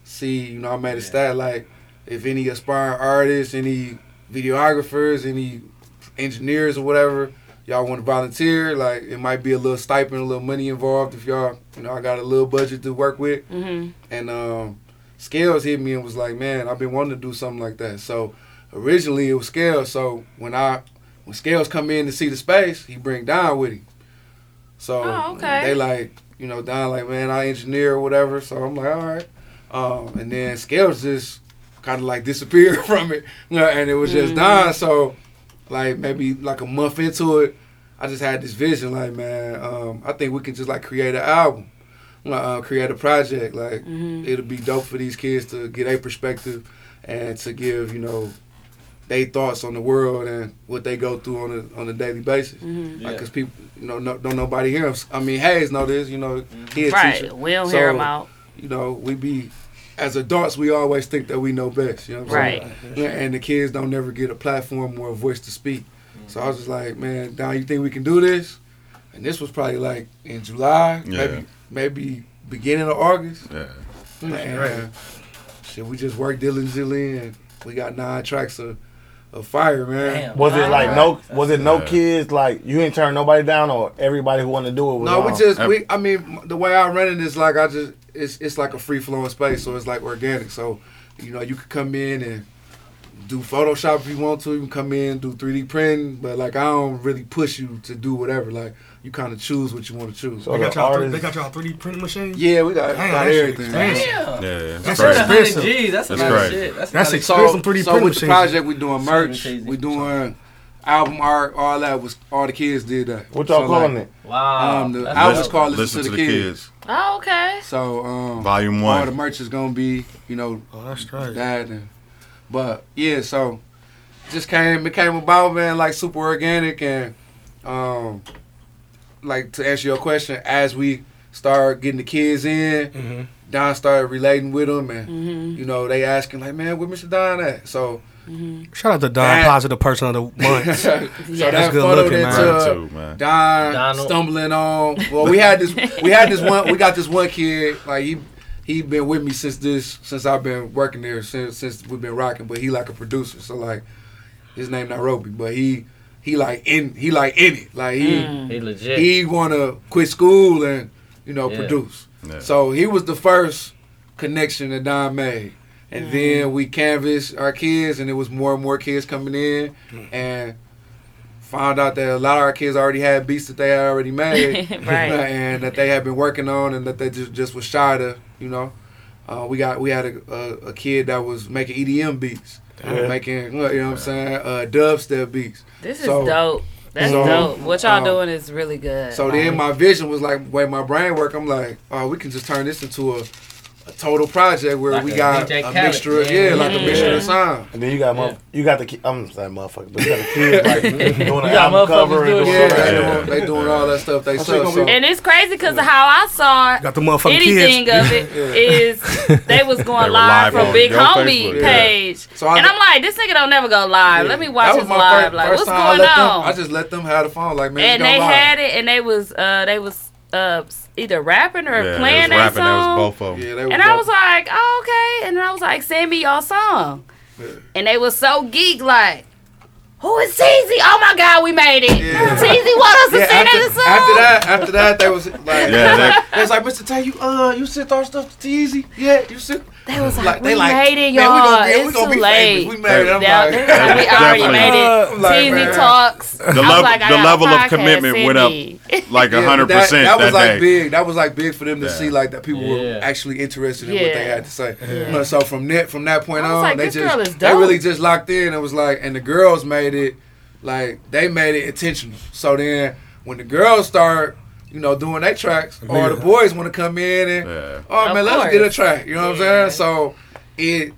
Speaker 7: see. You know, I made a stat like, if any aspiring artists, any videographers, any engineers or whatever, y'all want to volunteer, like it might be a little stipend, a little money involved. If y'all, you know, I got a little budget to work with.
Speaker 3: Mhm.
Speaker 12: Mm-hmm.
Speaker 7: And um, Scales hit me and was like, "Man, I've been wanting to do something like that." So originally it was Scales. So when I when Scales come in to see the space, he bring Don with him. So
Speaker 12: Oh, okay.
Speaker 7: they like, you know, Don like, "Man, I engineer or whatever." So I'm like, "All right." Um, and then Scales just kind of like disappeared from it, you know, and it was just
Speaker 12: Mm.
Speaker 7: Don. So like maybe like a month into it, I just had this vision like, man, um, I think we can just like create an album, like, uh, create a project. Like
Speaker 3: Mm-hmm.
Speaker 7: it'll be dope for these kids to get a perspective and to give you know their thoughts on the world and what they go through on a on a daily basis.
Speaker 3: Mhm.
Speaker 7: Like, cause people you know no, don't nobody hear them. I mean, Hayes know this. You know, he a
Speaker 3: Right.
Speaker 7: teacher.
Speaker 3: We don't hear 'em out.
Speaker 7: You know, we be. As adults, we always think that we know best, you know what I'm saying?
Speaker 3: Right.
Speaker 7: Yeah, And the kids don't never get a platform or a voice to speak. So I was just like, man, Don, you think we can do this? And this was probably like in July,
Speaker 5: Yeah.
Speaker 7: maybe maybe beginning of August.
Speaker 5: Yeah.
Speaker 7: And uh, shit, we just worked diligently and we got nine tracks of, of fire, man.
Speaker 4: Was it like no? Was it no kids? Like you didn't turn nobody down, or everybody who wanted to do it was
Speaker 7: No,
Speaker 4: on?
Speaker 7: we just we. I mean, the way I run it is like I just it's it's like a free flowing space, so it's like organic. So, you know, you could come in and do Photoshop if you want to. You can come in do three D printing, but like I don't really push you to do whatever. Like you kind of choose what you want to choose.
Speaker 4: So
Speaker 2: They got y'all. Three, they got y'all 3D printing machines.
Speaker 7: Yeah, we got-
Speaker 2: Damn,
Speaker 7: got
Speaker 2: that shit
Speaker 7: everything.
Speaker 2: expensive.
Speaker 7: Damn. Yeah, yeah,
Speaker 2: that's
Speaker 7: that's crazy.
Speaker 2: expensive.
Speaker 7: Jeez,
Speaker 10: that's a
Speaker 7: lot of shit.
Speaker 2: That's,
Speaker 7: kinda-
Speaker 2: expensive.
Speaker 7: So,
Speaker 2: 3D
Speaker 7: so
Speaker 2: printing
Speaker 7: with the
Speaker 2: machines.
Speaker 7: project, we doing merch. We doing album art. All that was all the kids did that.
Speaker 4: What y'all calling it?
Speaker 7: Wow. Um, the
Speaker 4: That's
Speaker 7: album's
Speaker 4: dope.
Speaker 7: called "Listen, to the, kids.
Speaker 3: Oh, okay.
Speaker 7: So um,
Speaker 5: Volume one.
Speaker 7: All the merch is gonna be you know that and but yeah. So just came it came about man like super organic and um like to answer your question as we started getting the kids in. Don started relating with them, and you know they asking like, "Man, where Mr. Don at?" So
Speaker 2: Shout out to Don,
Speaker 7: That-
Speaker 2: positive person of the month.
Speaker 7: so that
Speaker 2: That's good
Speaker 7: photo
Speaker 2: looking,
Speaker 7: that
Speaker 2: man.
Speaker 7: took Don
Speaker 2: Donald.
Speaker 7: stumbling on. Well, we had this. We had this one. We got this one kid. Like he, he he been with me since this since I've been working there since since we've been rocking. But he like a producer, so like his name Nairobi, but he he like in he like in it. Like he
Speaker 10: Mm. He legit.
Speaker 7: He wanna quit school and you know
Speaker 10: Yeah.
Speaker 7: produce.
Speaker 10: Yeah.
Speaker 7: So he was the first connection that Don made. And
Speaker 3: Mm-hmm.
Speaker 7: then we canvassed our kids, and it was more and more kids coming in,
Speaker 3: Mm-hmm.
Speaker 7: and found out that a lot of our kids already had beats that they had already made,
Speaker 3: Right.
Speaker 7: and that they had been working on, and that they just just was shy to, you know. Uh, we got we had a, a, a kid that was making EDM beats, Uh,
Speaker 3: Yeah.
Speaker 7: making you know what I'm saying, uh, dubstep beats.
Speaker 3: This is
Speaker 7: So-
Speaker 3: dope. That's
Speaker 7: so,
Speaker 3: dope. What y'all
Speaker 7: uh,
Speaker 3: doing is really good.
Speaker 7: So then my vision was like, the way my brain work, I'm like, oh, we can just turn this into a, a total project where
Speaker 10: Like
Speaker 7: we
Speaker 10: a
Speaker 7: got
Speaker 10: DJ
Speaker 7: a
Speaker 10: Khaled.
Speaker 7: mixture, of, yeah, like a mixture of sound.
Speaker 16: And then you got mother- you got the ki- I'm sorry, motherfucker, but you got the kids like doing an album
Speaker 7: motherfuckers
Speaker 16: cover and
Speaker 7: doing
Speaker 16: doing
Speaker 7: shit.
Speaker 16: all that.
Speaker 7: Yeah, they doing- they doing all that stuff they
Speaker 16: I'm
Speaker 7: sell,
Speaker 16: sure gonna be-
Speaker 3: and it's crazy because of how I saw
Speaker 16: Got the motherfucking
Speaker 3: anything
Speaker 16: kids.
Speaker 3: of it is they was going
Speaker 7: They were
Speaker 3: live
Speaker 7: live
Speaker 3: from
Speaker 7: on
Speaker 3: Big
Speaker 7: your
Speaker 3: Homie
Speaker 7: Facebook, yeah.
Speaker 3: page,
Speaker 7: So I
Speaker 3: and
Speaker 7: got-
Speaker 3: I'm like, this nigga don't never go live. Let me watch
Speaker 7: That
Speaker 3: his
Speaker 7: was my
Speaker 3: live.
Speaker 7: fir-
Speaker 3: like,
Speaker 7: first
Speaker 3: what's
Speaker 7: time I
Speaker 3: going
Speaker 7: let them-
Speaker 3: on?
Speaker 7: I just let them have the phone, like man,
Speaker 3: and
Speaker 7: we
Speaker 3: they
Speaker 7: gonna live.
Speaker 3: had it, and they was uh they was uh either rapping or
Speaker 8: Yeah, they
Speaker 3: playing that
Speaker 8: was rapping, that was
Speaker 3: song.
Speaker 8: both of 'em.
Speaker 7: Yeah,
Speaker 3: and I was like, oh, okay. And I was like, send me your song. And they was so geek, like, who is Teezy? Oh my God, we made it. Teezy want us to
Speaker 7: Yeah,
Speaker 3: sing
Speaker 7: after,
Speaker 3: that song.
Speaker 7: after that, after that, they was like,
Speaker 8: Yeah, that-
Speaker 7: they was like, Mr. Tay, you uh, you sent our stuff to Teezy, yeah, you sent.
Speaker 3: They was like,
Speaker 7: they
Speaker 3: we
Speaker 7: like,
Speaker 3: made it,
Speaker 7: man,
Speaker 3: y'all.
Speaker 7: we gonna, be- we
Speaker 3: it's
Speaker 7: gonna
Speaker 3: too
Speaker 7: be
Speaker 3: late.
Speaker 7: famous. We made it. I'm
Speaker 3: Yeah,
Speaker 7: like,
Speaker 3: they was like, we already
Speaker 8: Definitely.
Speaker 3: made it.
Speaker 7: I'm like,
Speaker 3: Teezy
Speaker 7: man.
Speaker 3: talks.
Speaker 8: The level, the level of commitment went up like
Speaker 7: Yeah,
Speaker 8: hundred
Speaker 7: but
Speaker 8: percent
Speaker 7: That, that was
Speaker 8: that
Speaker 7: like
Speaker 8: day.
Speaker 7: big. That was like big for them to
Speaker 8: Yeah.
Speaker 7: see like that people were actually interested in what they
Speaker 8: Yeah.
Speaker 7: had to say.
Speaker 8: Yeah.
Speaker 7: But So from that from that point
Speaker 8: I was
Speaker 7: on,
Speaker 8: like,
Speaker 7: they
Speaker 8: this girl is
Speaker 7: just they
Speaker 8: dope.
Speaker 7: really just locked in. It was like, and the girls made it like they made it intentional. So then when the girls start. You know, doing their tracks, or the boys want to come in and, oh
Speaker 10: Of
Speaker 7: man, let's get a
Speaker 10: course.
Speaker 7: track. You know what I'm saying? So it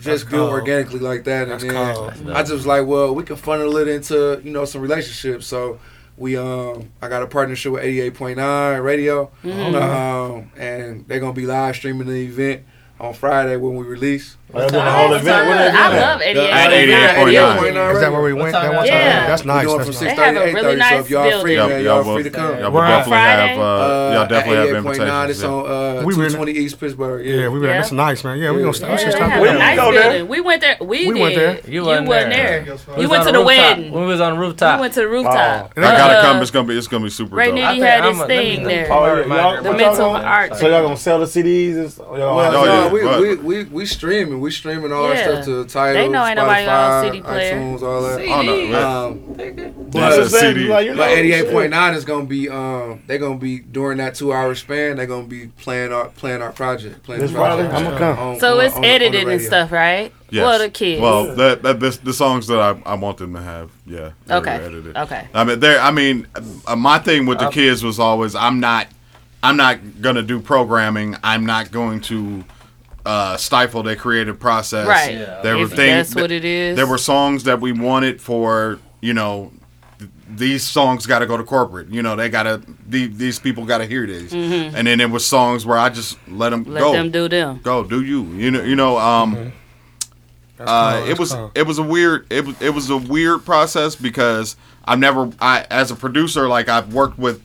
Speaker 7: just built organically like that, and then I just was like, well, we can funnel it into you know some relationships. So we um, I got a partnership with 88.9 Radio,
Speaker 3: Mm-hmm.
Speaker 16: Mhm.
Speaker 7: um, and they're gonna be live streaming the event on Friday when we release.
Speaker 16: Oh, they're doing the whole event? Where they doing
Speaker 3: I love
Speaker 7: The-
Speaker 3: 88.9.
Speaker 7: at
Speaker 2: Is that where we went that one time?
Speaker 3: Yeah.
Speaker 2: That's nice.
Speaker 7: We doing
Speaker 2: That's
Speaker 7: from
Speaker 2: nice.
Speaker 7: six thirty to eight thirty. So if y'all free,
Speaker 8: building.
Speaker 7: man,
Speaker 8: Y'all-
Speaker 7: y'all
Speaker 8: y'all
Speaker 7: free to
Speaker 8: both-
Speaker 7: come.
Speaker 8: y'all both Right. definitely have, uh, y'all definitely have invitations,
Speaker 7: It's
Speaker 8: yeah.
Speaker 7: on uh,
Speaker 2: We were in-
Speaker 7: 220 East Pittsburgh. Yeah,
Speaker 2: Yeah, we were.
Speaker 7: Yeah.
Speaker 2: like, That's nice, man. Yeah, we gonna. stop. we should
Speaker 7: Yeah,
Speaker 2: stop.
Speaker 7: they have
Speaker 2: doing
Speaker 7: a
Speaker 2: that.
Speaker 7: nice
Speaker 3: Nice building. We went there. We,
Speaker 2: We
Speaker 3: did.
Speaker 2: went there.
Speaker 3: You,
Speaker 2: You
Speaker 3: wasn't
Speaker 2: wasn't
Speaker 3: there.
Speaker 2: there.
Speaker 10: We
Speaker 3: You
Speaker 10: was
Speaker 3: went
Speaker 10: on
Speaker 3: to the
Speaker 10: rooftop.
Speaker 3: wedding.
Speaker 10: We was on the rooftop.
Speaker 3: We went to the rooftop.
Speaker 8: I gotta
Speaker 3: Uh,
Speaker 8: come. It's gonna be. It's gonna be super
Speaker 3: Ray
Speaker 8: dope.
Speaker 3: Nitty had his thing there. the mental art.
Speaker 16: So y'all gonna sell the CDs? And stuff? Y'all
Speaker 7: Well,
Speaker 16: gonna-
Speaker 7: no, we, we, we, we streaming. We streaming all
Speaker 3: Yeah.
Speaker 7: that stuff to the title.
Speaker 3: They know ain't nobody got no
Speaker 7: Spotify,
Speaker 3: CD player.
Speaker 7: iTunes, all that.
Speaker 3: CD. Oh, no, yeah.
Speaker 7: um,
Speaker 16: That's
Speaker 7: but
Speaker 16: a CD. Like, you know,
Speaker 7: but 88.9 is gonna be um they're gonna be during that two hour span they're gonna be playing our playing our project. Playing
Speaker 16: This
Speaker 7: the project.
Speaker 16: Friday, I'ma come.
Speaker 7: On-
Speaker 3: So
Speaker 7: on-
Speaker 3: it's
Speaker 7: on the- on the
Speaker 3: edited and
Speaker 7: radio.
Speaker 3: stuff, right?
Speaker 8: Yes.
Speaker 3: Well, the kids.
Speaker 8: Well, that, that this, the songs that I, I want them to have. Yeah. they were
Speaker 3: Okay,
Speaker 8: edited.
Speaker 3: okay.
Speaker 8: I mean, there. I mean, uh, my thing with the
Speaker 3: Um,
Speaker 8: kids was always I'm not, I'm not gonna do programming. I'm not going to. Uh, stifle their creative process.
Speaker 3: Right. Yeah.
Speaker 8: There were
Speaker 3: If
Speaker 8: things.
Speaker 3: that's what it is.
Speaker 8: There were songs that we wanted for you know these songs got to go to corporate. You know, they got to the, these people got to hear these.
Speaker 3: Mhm.
Speaker 8: And then there was songs where I just let them
Speaker 3: Let
Speaker 8: go.
Speaker 3: them do them.
Speaker 8: Go do you. You know. You know. Um,
Speaker 2: cool,
Speaker 8: uh, it
Speaker 2: Mm-hmm. that's
Speaker 8: was
Speaker 2: cool.
Speaker 8: it was a weird it was it was a weird process because I've never I as a producer like I've worked with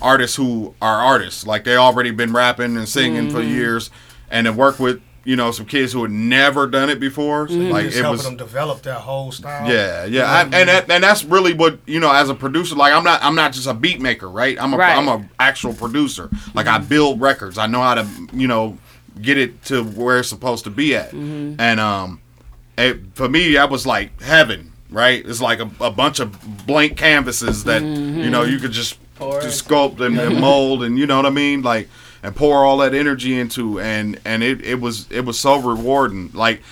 Speaker 8: artists who are artists like they already been rapping and singing for
Speaker 2: Mhm.
Speaker 8: years and to work with you know some kids who had never done it before
Speaker 4: Mm-hmm.
Speaker 8: like
Speaker 2: Just
Speaker 8: it
Speaker 2: helping
Speaker 8: was
Speaker 2: them develop that whole style.
Speaker 8: yeah, yeah, I, and that, and that's really what you know. As a producer, like I'm not I'm not just a beat maker, right? I'm a
Speaker 2: Right.
Speaker 8: am a actual producer. Like I build records. I know how to you know get it to where it's supposed to be at.
Speaker 2: Mhm.
Speaker 3: Mm.
Speaker 8: And um, it, for me, that was like heaven, right? It's like a, a bunch of blank canvases that you know you could just just sculpt and, and mold, and you know what I mean, like and pour all that energy into, and and it it was it was so rewarding, like.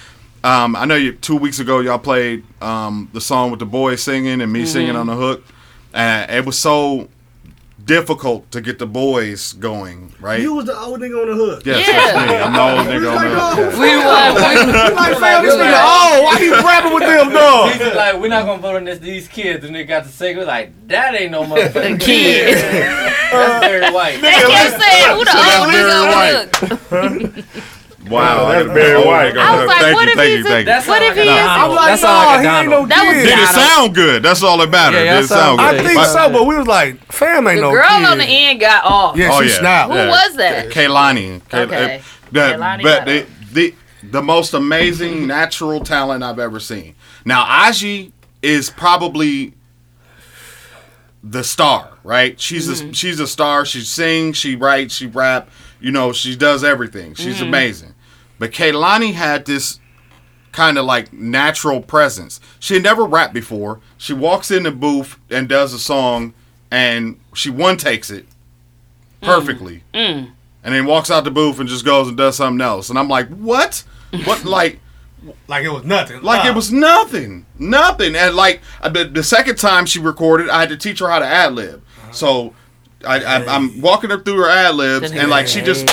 Speaker 8: Um, I know you two weeks ago y'all played um, the song with the boys singing and me singing
Speaker 2: Mhm.
Speaker 8: on the hook. And it was so difficult to get the boys going, right?
Speaker 2: You was the old nigga on the hood.
Speaker 8: Yes, that's me. I'm the old nigga on the hook.
Speaker 2: We were-
Speaker 10: Like,
Speaker 2: fam, this nigga
Speaker 10: oh,
Speaker 2: old. Why he rapping with them, dog?
Speaker 10: like, we're not gonna vote on this, these kids. And they got to say, we're like, that ain't no motherfucking kid. That's very white.
Speaker 3: They kept saying, who the old nigga
Speaker 8: Barry
Speaker 3: look?
Speaker 2: Oh,
Speaker 8: Wow,
Speaker 16: that's Barry White.
Speaker 8: I
Speaker 3: was like,
Speaker 8: thank
Speaker 3: what
Speaker 8: you,
Speaker 3: if
Speaker 8: thank
Speaker 3: he's
Speaker 8: you,
Speaker 3: a-
Speaker 8: thank you.
Speaker 3: what if he is- I'm like,
Speaker 8: That's all I
Speaker 3: nah,
Speaker 8: got,
Speaker 3: he ain't no
Speaker 8: Donald.
Speaker 3: That was
Speaker 8: Did it
Speaker 3: Donald.
Speaker 8: sound good? That's all that mattered.
Speaker 2: Yeah,
Speaker 8: Did
Speaker 2: that
Speaker 8: it
Speaker 2: sound
Speaker 8: sound good?
Speaker 2: good. I think so, but we was like, fam ain't
Speaker 3: The
Speaker 2: no
Speaker 3: girl
Speaker 2: kid.
Speaker 3: on the end got off.
Speaker 8: Oh,
Speaker 2: Yeah, she snapped.
Speaker 3: Who was that?
Speaker 8: Kaylani. Kay-
Speaker 3: Okay.
Speaker 8: it- The,
Speaker 3: Jelani
Speaker 8: but
Speaker 3: got
Speaker 8: the, the the most amazing natural talent I've ever seen. Now Aji is probably the star, right? She's
Speaker 3: Mm-hmm.
Speaker 8: a, she's a star. She sings, she writes, she rap. You know, she does everything. She's
Speaker 3: Mm-hmm.
Speaker 5: Mhm.
Speaker 8: amazing. But Kaylani had this kind of like natural presence. She had never rapped before. She walks in the booth and does a song, and she one takes it perfectly
Speaker 3: Mm.
Speaker 8: and then walks out the booth and just goes and does something else. And I'm like, what? What? like, like it was nothing. Like it was nothing. Nothing. And like uh, the, the second time she recorded, I had to teach her how to ad lib. So I, I, I'm walking her through her ad libs, and like she just,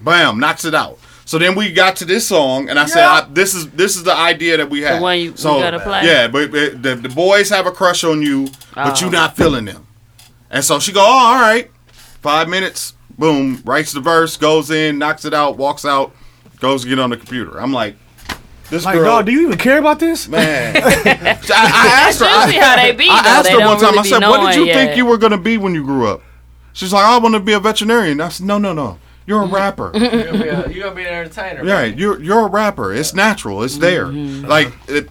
Speaker 8: bam, knocks it out. So then we got to this song, and I said, I, "This is this is the idea that we had."
Speaker 3: one you- we
Speaker 8: so,
Speaker 3: gotta play?
Speaker 8: Yeah, but, but the, the boys have a crush on you,
Speaker 3: Oh.
Speaker 8: but you're not feeling them. And so she go, oh, all right, five minutes, boom, writes the verse, goes in, knocks it out, walks out, goes to get on the computer. I'm like, this
Speaker 2: Like,
Speaker 8: girl,
Speaker 2: dog, do you even care about this?
Speaker 8: man. I, I asked
Speaker 2: That's
Speaker 8: her. I,
Speaker 2: usually how they be,
Speaker 8: I
Speaker 2: though.
Speaker 8: asked
Speaker 2: They
Speaker 8: her
Speaker 2: don't
Speaker 8: one time.
Speaker 2: really
Speaker 8: I
Speaker 2: be
Speaker 8: said, "What did
Speaker 2: knowing
Speaker 8: you think
Speaker 2: yet."
Speaker 8: you were gonna be when you grew up?" She's like, "I want to be a veterinarian." I said, "No, no, no. You're a rapper."
Speaker 10: you gonna be an entertainer.
Speaker 8: Yeah, you're you're a rapper. It's natural. It's there.
Speaker 3: Mm-hmm.
Speaker 8: Like it,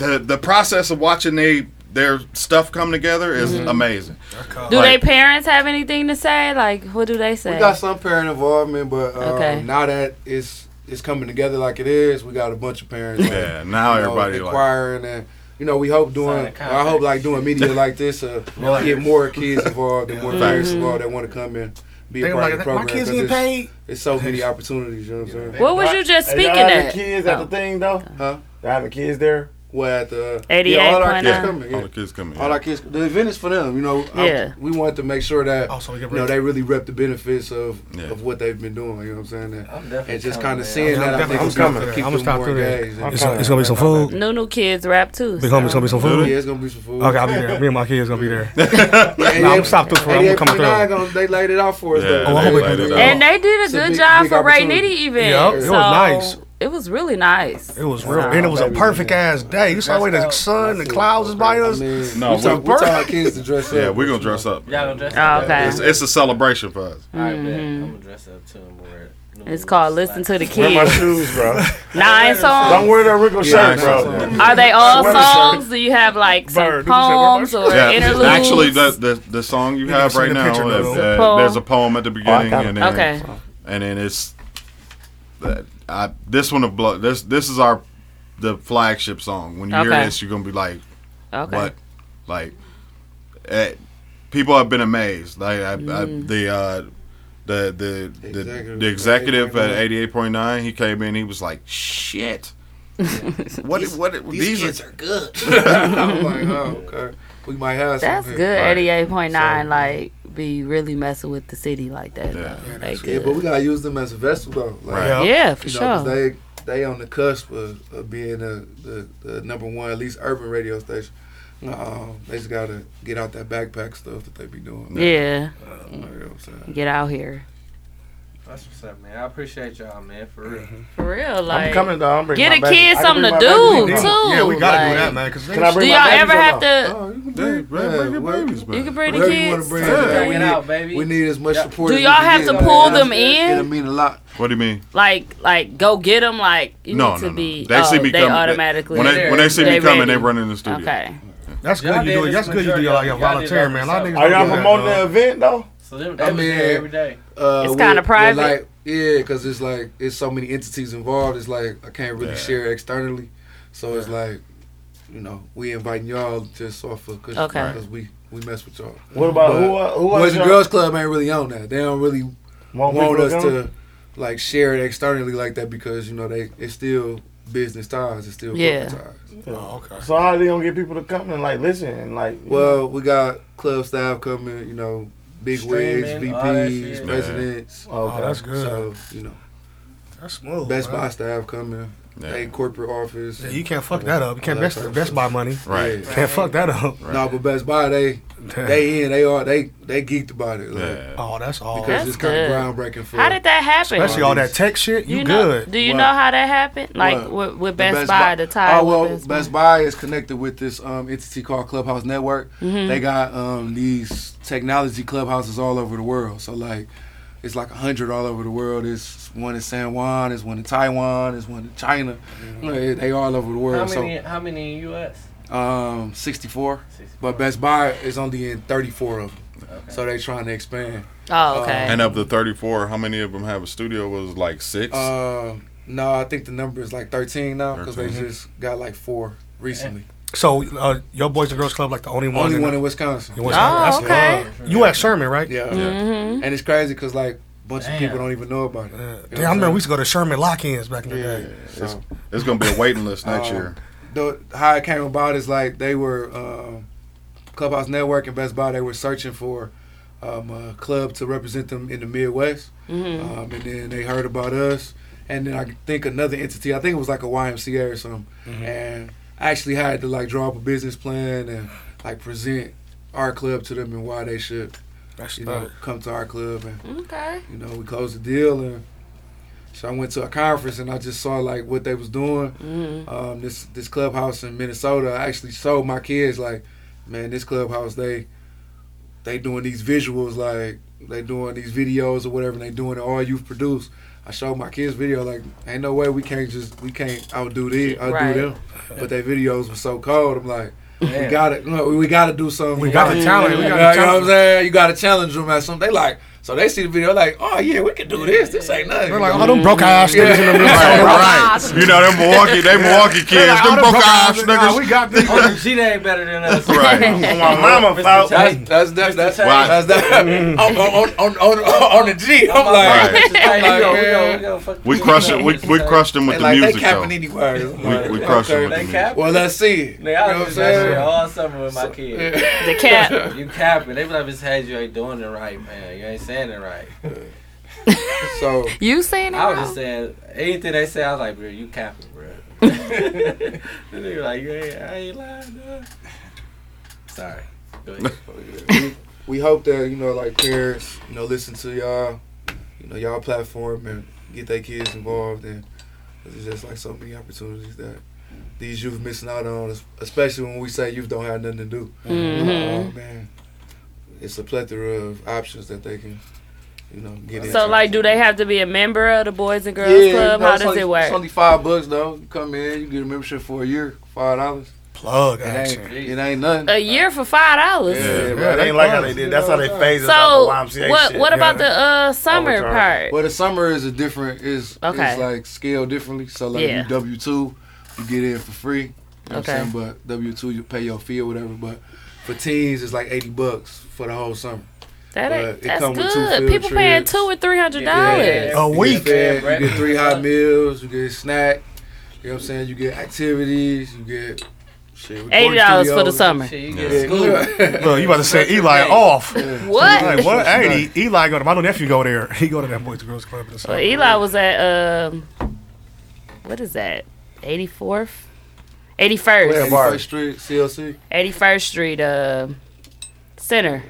Speaker 8: the the process of watching they their stuff come together is amazing.
Speaker 3: Mm-hmm. Do
Speaker 8: Like,
Speaker 3: they parents have anything to say? Like, what do they say?
Speaker 7: We got some parent involvement, but um,
Speaker 3: Okay.
Speaker 7: now that it's it's coming together like it is, we got a bunch of parents. like,
Speaker 8: Yeah, now
Speaker 7: you know,
Speaker 8: everybody like-
Speaker 7: inquiring and. You know, we hope doing. I hope like doing media like this, uh,
Speaker 8: Lawyers.
Speaker 7: get more kids involved and more
Speaker 8: Yeah.
Speaker 7: parents
Speaker 3: Mm-hmm.
Speaker 8: Mhm.
Speaker 7: involved that want to come and be a
Speaker 4: They
Speaker 7: part
Speaker 4: like,
Speaker 7: of the
Speaker 4: "My
Speaker 7: program.
Speaker 4: kids
Speaker 7: 'cause
Speaker 4: get
Speaker 7: it's-
Speaker 4: paid?"
Speaker 7: It's so many opportunities. You know what I'm saying?
Speaker 3: What was you just
Speaker 16: Hey, y'all
Speaker 3: speaking
Speaker 16: having
Speaker 3: at? Oh.
Speaker 16: kids at the thing though?
Speaker 7: Huh?
Speaker 16: Y'all having kids there?
Speaker 7: What at the
Speaker 16: Yeah, all our kids
Speaker 8: yeah,
Speaker 16: coming, yeah.
Speaker 8: all the kids coming.
Speaker 7: All
Speaker 8: yeah.
Speaker 7: our kids, the event is for them. You know, I-
Speaker 8: Yeah.
Speaker 7: we want to make sure
Speaker 16: Oh,
Speaker 7: that you know
Speaker 8: rich.
Speaker 7: they really rep the benefits of
Speaker 8: Yeah.
Speaker 7: of what they've been doing. You know what I'm saying? That-
Speaker 10: definitely
Speaker 7: and
Speaker 10: coming,
Speaker 7: just kind of
Speaker 10: man.
Speaker 7: seeing
Speaker 10: I'm
Speaker 7: that, I
Speaker 10: definitely-
Speaker 7: think
Speaker 10: I'm
Speaker 7: it's gonna
Speaker 10: coming.
Speaker 7: keep
Speaker 10: I'ma
Speaker 7: them
Speaker 10: stop
Speaker 7: more
Speaker 10: through there.
Speaker 7: engaged.
Speaker 10: I'm
Speaker 2: It's, it's gonna be some food.
Speaker 3: New new kids rap too.
Speaker 2: Big homie, it's gonna be some food.
Speaker 7: Yeah, it's gonna be some food.
Speaker 2: Okay, I'll be there. Me and my kids gonna be there. nah, I'm
Speaker 7: 88
Speaker 2: gonna stop this for. I'm gonna come
Speaker 7: 88.9
Speaker 2: through.
Speaker 7: gonna- They laid it out for us.
Speaker 2: Yeah,
Speaker 7: though.
Speaker 2: Oh, I hope they they do laid it
Speaker 3: And they did a
Speaker 7: It's a
Speaker 3: good
Speaker 7: big-
Speaker 3: job
Speaker 7: big
Speaker 3: for Ray
Speaker 7: opportunity.
Speaker 3: Nitty event.
Speaker 2: Yup, it was
Speaker 3: so
Speaker 2: nice.
Speaker 3: It was really nice.
Speaker 2: It was real, and it was a perfect ass day. You saw the way the sun, the clouds was by us.
Speaker 8: No,
Speaker 2: It's a
Speaker 8: we- we taught our
Speaker 7: kids to dress
Speaker 8: Yeah, we're gonna dress up.
Speaker 10: Y'all gonna dress
Speaker 3: up? Oh, okay.
Speaker 8: It's, it's a celebration for us.
Speaker 10: All right, bet. I'm gonna dress up too and wear it.
Speaker 3: It's called Listen to the
Speaker 16: Where
Speaker 3: Kids.
Speaker 16: my shoes, bro?
Speaker 3: Nine songs.
Speaker 16: Don't wear that wrinkled
Speaker 8: Yeah,
Speaker 16: shirt,
Speaker 8: I
Speaker 16: bro.
Speaker 3: Are they all
Speaker 16: Wear the
Speaker 3: songs? Do you have like some poems or
Speaker 8: Yeah,
Speaker 3: interludes?
Speaker 8: actually, the, the the song you have
Speaker 2: send
Speaker 8: right
Speaker 2: the
Speaker 8: now,
Speaker 2: picture,
Speaker 8: uh,
Speaker 2: though.
Speaker 8: uh, there's a poem at the beginning,
Speaker 2: got it.
Speaker 8: and then
Speaker 3: Okay.
Speaker 8: and then it's that I, this one of blood. This this is our the flagship song. When you hear
Speaker 3: Okay.
Speaker 8: this, you're gonna be like,
Speaker 3: Okay.
Speaker 8: what? Like, eh, people have been amazed. Like I, I,
Speaker 3: Mm.
Speaker 8: the. Uh, the the the
Speaker 7: Executive.
Speaker 8: executive, the executive at eighty eight point nine, he came in. He was like, "Shit, what what
Speaker 7: These
Speaker 8: are-
Speaker 7: kids are good. I'm like, oh, okay. We might have some
Speaker 3: That's
Speaker 7: here.
Speaker 3: good. Eighty-eight point nine, like, be really messing with the city like that. though. They
Speaker 7: Yeah,
Speaker 3: good.
Speaker 7: but we gotta use them as a vessel though. Like,
Speaker 3: Right. Yeah, for
Speaker 7: you know, 'cause
Speaker 3: sure.
Speaker 7: They they on the cusp of, of being the, the the number one at least urban radio station.
Speaker 3: Mm.
Speaker 7: Um, they just gotta get out that backpack stuff that they be doing. Uh,
Speaker 3: Yeah.
Speaker 7: You know what I'm saying?
Speaker 3: Get out here.
Speaker 10: That's what's up, man. I appreciate y'all, man, for real.
Speaker 3: For real, like
Speaker 16: coming, dog. I'm bringing
Speaker 3: get a
Speaker 16: my baby. I
Speaker 3: kid
Speaker 16: can
Speaker 3: something to
Speaker 16: bring
Speaker 3: do
Speaker 16: my
Speaker 3: too.
Speaker 16: baby. Yeah,
Speaker 2: gotta
Speaker 16: we
Speaker 2: do
Speaker 3: like-
Speaker 2: that, man, 'cause
Speaker 16: Can I
Speaker 3: do
Speaker 16: bring
Speaker 3: y'all
Speaker 16: my babies
Speaker 3: ever
Speaker 16: or
Speaker 3: have
Speaker 16: no?
Speaker 3: to?
Speaker 8: Bring, bring your babies,
Speaker 3: you can bring the
Speaker 7: Whatever you wanna
Speaker 3: kids.
Speaker 7: bring, man, we
Speaker 10: Hanging
Speaker 7: need-
Speaker 10: out, baby.
Speaker 7: We need as much support.
Speaker 3: Do
Speaker 7: as we
Speaker 3: y'all have
Speaker 7: get,
Speaker 3: to
Speaker 7: man.
Speaker 3: pull them in?
Speaker 7: It'll mean a lot.
Speaker 8: What do you mean?
Speaker 3: Like, like, go get them. Like, you
Speaker 8: No,
Speaker 3: need
Speaker 8: no,
Speaker 3: to
Speaker 8: no.
Speaker 3: be.
Speaker 8: They see
Speaker 3: oh,
Speaker 8: me
Speaker 3: they
Speaker 8: coming, they-
Speaker 3: automatically.
Speaker 8: when they- when they see me coming, they
Speaker 3: ready.
Speaker 8: run in the studio.
Speaker 3: Okay.
Speaker 2: That's
Speaker 10: Y'all
Speaker 2: good. You
Speaker 10: did
Speaker 2: do it.
Speaker 10: this
Speaker 2: That's good. You do it like a
Speaker 10: majority. Y'all did
Speaker 2: volunteer,
Speaker 10: that
Speaker 2: man. A lot of
Speaker 10: yourself.
Speaker 2: niggas
Speaker 16: Are y'all
Speaker 2: don't do that,
Speaker 16: promoting
Speaker 2: dog.
Speaker 16: the event though?
Speaker 10: So them,
Speaker 7: I
Speaker 10: that was there
Speaker 7: mean,
Speaker 10: every day.
Speaker 7: Uh,
Speaker 3: It's
Speaker 7: with-
Speaker 3: kinda
Speaker 7: with,
Speaker 3: private.
Speaker 7: Like, yeah, because it's like it's so many entities involved. It's like I can't really share externally, so it's like you know we inviting y'all just off of because
Speaker 3: Okay.
Speaker 7: we we mess with y'all.
Speaker 16: What about
Speaker 7: But
Speaker 16: who? uh, Who
Speaker 7: Boys
Speaker 16: was
Speaker 7: and Girls Club ain't really on that. They don't really
Speaker 16: Want
Speaker 7: want,
Speaker 16: people
Speaker 7: us
Speaker 16: to
Speaker 7: to like share it externally like that because you know they it's still business ties. It's still
Speaker 3: Yeah.
Speaker 7: corporate ties.
Speaker 16: Oh, okay. So how they gonna get people to come and like listen and like? you
Speaker 7: Oh, Well, we got club staff coming. You know, big wigs,
Speaker 10: Streaming, all that
Speaker 7: VPs,
Speaker 10: shit.
Speaker 7: presidents.
Speaker 16: know? okay.
Speaker 2: Oh, that's good.
Speaker 7: So you know.
Speaker 2: That's smooth.
Speaker 7: Best
Speaker 2: man.
Speaker 7: Buy staff coming. They corporate office.
Speaker 2: Yeah, you can't fuck that up. You can't best Best Buy money.
Speaker 8: Right.
Speaker 7: Yeah.
Speaker 2: Can't fuck that up.
Speaker 7: No, but Best Buy they they in they are they they geeked about it. Like,
Speaker 2: Oh, that's all.
Speaker 7: Because
Speaker 3: That's
Speaker 7: it's kind of
Speaker 3: good.
Speaker 7: groundbreaking for.
Speaker 3: How did that happen?
Speaker 2: Especially all that tech shit. You,
Speaker 3: You know?
Speaker 2: good?
Speaker 3: Do you
Speaker 7: What?
Speaker 3: know how that happened? Like
Speaker 7: What?
Speaker 3: with, with
Speaker 7: The
Speaker 3: Best, Buy, the tie.
Speaker 7: Oh well,
Speaker 3: with
Speaker 7: Best,
Speaker 3: Best Buy.
Speaker 7: Buy is connected with this um, entity called Clubhouse Network.
Speaker 3: Mhm.
Speaker 7: They got um, these technology clubhouses all over the world. So like, It's like a hundred all over the world. It's one in San Juan. It's one in Taiwan. It's one in China. Like, They all over the
Speaker 10: Mm-hmm. How
Speaker 7: world.
Speaker 10: many? How many in U.S.?
Speaker 7: So um, 64. But Best Buy is only in 34 of them. So they trying to expand.
Speaker 3: Oh,
Speaker 7: Uh,
Speaker 8: And of the 34, how many of them have a studio? Was it like six?
Speaker 7: Uh, no, I think the number is like 13 now because they
Speaker 8: 13.
Speaker 7: just got like four recently.
Speaker 2: So uh, your boys and girls club like the only one.
Speaker 7: Only one in Wisconsin.
Speaker 2: In Wisconsin.
Speaker 7: Oh, okay. Mm-hmm.
Speaker 2: wild. You at Sherman, right?
Speaker 7: Yeah. And it's crazy because like a bunch of people don't even know about it. You know what
Speaker 2: Damn, I
Speaker 7: I'm
Speaker 2: remember
Speaker 7: saying?
Speaker 2: we used to go to Sherman lock-ins back in the day.
Speaker 8: It's, it's gonna be a waiting list next
Speaker 7: Um,
Speaker 8: year.
Speaker 7: The, how it came about is like they were um, Clubhouse Network and Best Buy. They were searching for um, a club to represent them in the Midwest,
Speaker 12: Mhm.
Speaker 7: um, and then they heard about us. And then I think another entity. I think it was like a YMCA or something.
Speaker 2: Mm-hmm.
Speaker 7: And I actually had to like draw up a business plan and like present our club to them and why they should, you know,
Speaker 2: dope.
Speaker 7: come to our club and
Speaker 3: Okay.
Speaker 7: you know, we closed the deal and so I went to a conference and I just saw like what they was doing. Um, this this clubhouse in Minnesota. I actually showed my kids like, man, this clubhouse they they doing these visuals like they doing these videos or whatever and they doing it all you've produced. I showed my kids video like ain't no way we can't just we can't outdo these outdo
Speaker 2: Right.
Speaker 7: them. But their videos were so cold. I'm like. We
Speaker 2: Man.
Speaker 7: gotta, you know, we gotta do something.
Speaker 2: We got the talent. We got the
Speaker 7: You know what I'm
Speaker 2: talent.
Speaker 7: I'm saying? You gotta challenge them at something. They like, so they see the video, like, oh yeah, we can do this. This ain't nothing.
Speaker 2: They're like, oh, them broke ass niggas in the middle.
Speaker 8: Right. You know them Milwaukee, they Milwaukee kids,
Speaker 7: "Oh,
Speaker 8: them broke ass niggas.
Speaker 2: We got this.
Speaker 1: Oh, she ain't better than us.
Speaker 8: Right.
Speaker 1: My
Speaker 8: mama
Speaker 7: That's that's that's that's,
Speaker 1: Right.
Speaker 7: that's that. On, on, on, on, on the G, I'm like,
Speaker 8: Right.
Speaker 7: I'm
Speaker 1: We go-
Speaker 7: like,
Speaker 1: we go-
Speaker 7: man.
Speaker 1: we go fuck
Speaker 8: We crushed it. We, we crushed them with
Speaker 7: They
Speaker 8: the
Speaker 7: uh, like,
Speaker 8: music
Speaker 7: They capping
Speaker 8: though.
Speaker 7: anywhere.
Speaker 8: We, we crushed them with the music.
Speaker 7: Well, let's see. it.
Speaker 1: Nigga, I
Speaker 7: You know what I'm
Speaker 1: was doing that
Speaker 7: saying?
Speaker 1: shit all summer with my kids.
Speaker 7: The cap.
Speaker 1: You capping. They be like, Miss Hayes, you ain't doing it right, man. You ain't saying it right.
Speaker 7: So
Speaker 3: You saying it?
Speaker 1: I was
Speaker 3: wrong.
Speaker 1: just saying, anything they say, I was like, bro, you capping, bro. the nigga like, you ain't, I ain't lying, dog. Sorry. Go ahead.
Speaker 7: we, we hope that you know, like parents, you know, listen to y'all, you know, y'all platform and get their kids involved, and there's just like so many opportunities that these youth missing out on, especially when we say youth don't have nothing to do.
Speaker 3: Mhm.
Speaker 7: Oh, man, it's a plethora of options that they can, you know, get into.
Speaker 3: So like, do they have to be a member of the Boys and Girls Club?
Speaker 7: no,
Speaker 3: How
Speaker 7: it's
Speaker 3: does
Speaker 7: only-
Speaker 3: it work?
Speaker 7: It's only five bucks though. You come in, you get a membership for a year, five dollars.
Speaker 2: Plug
Speaker 7: it
Speaker 2: action.
Speaker 7: ain't, it ain't nothing.
Speaker 3: a year for five dollars.
Speaker 16: Yeah, they ain't like how they did. That's how they phased us
Speaker 3: So
Speaker 16: out the YMCA
Speaker 3: what?
Speaker 16: shit.
Speaker 3: What about the
Speaker 16: Yeah.
Speaker 3: uh, summer
Speaker 7: Overtime.
Speaker 3: part?
Speaker 7: Well, the summer is a different is
Speaker 3: Okay.
Speaker 7: is like scaled differently. So like
Speaker 3: Yeah.
Speaker 7: you W two, you get in for free. You know
Speaker 3: Okay.
Speaker 7: what I'm saying? But W two you pay your fee or whatever. But for teens it's like eighty bucks for the whole summer.
Speaker 3: That
Speaker 7: But
Speaker 3: ain't,
Speaker 7: it
Speaker 3: that's
Speaker 7: come with two
Speaker 3: good.
Speaker 7: field
Speaker 3: People paying
Speaker 7: trips.
Speaker 3: two or three hundred dollars.
Speaker 7: You get fed, You get three hot meals, you get a snack, you know what I'm saying? You get activities, you get shit, recording
Speaker 3: $80 for the
Speaker 7: studios.
Speaker 3: summer. Shit,
Speaker 2: you get school. Look, you about to say Eli
Speaker 7: Yeah.
Speaker 2: off.
Speaker 3: What?
Speaker 2: Like, what? Hey, E- Eli go to my little nephew go there. He go to that boys and girls club. in the
Speaker 3: Well,
Speaker 2: summer.
Speaker 3: Eli was at um, what is that? Eighty fourth, eighty
Speaker 7: Claire
Speaker 3: first,
Speaker 7: Bar Street, CLC.
Speaker 3: eighty first Street, uh, Center,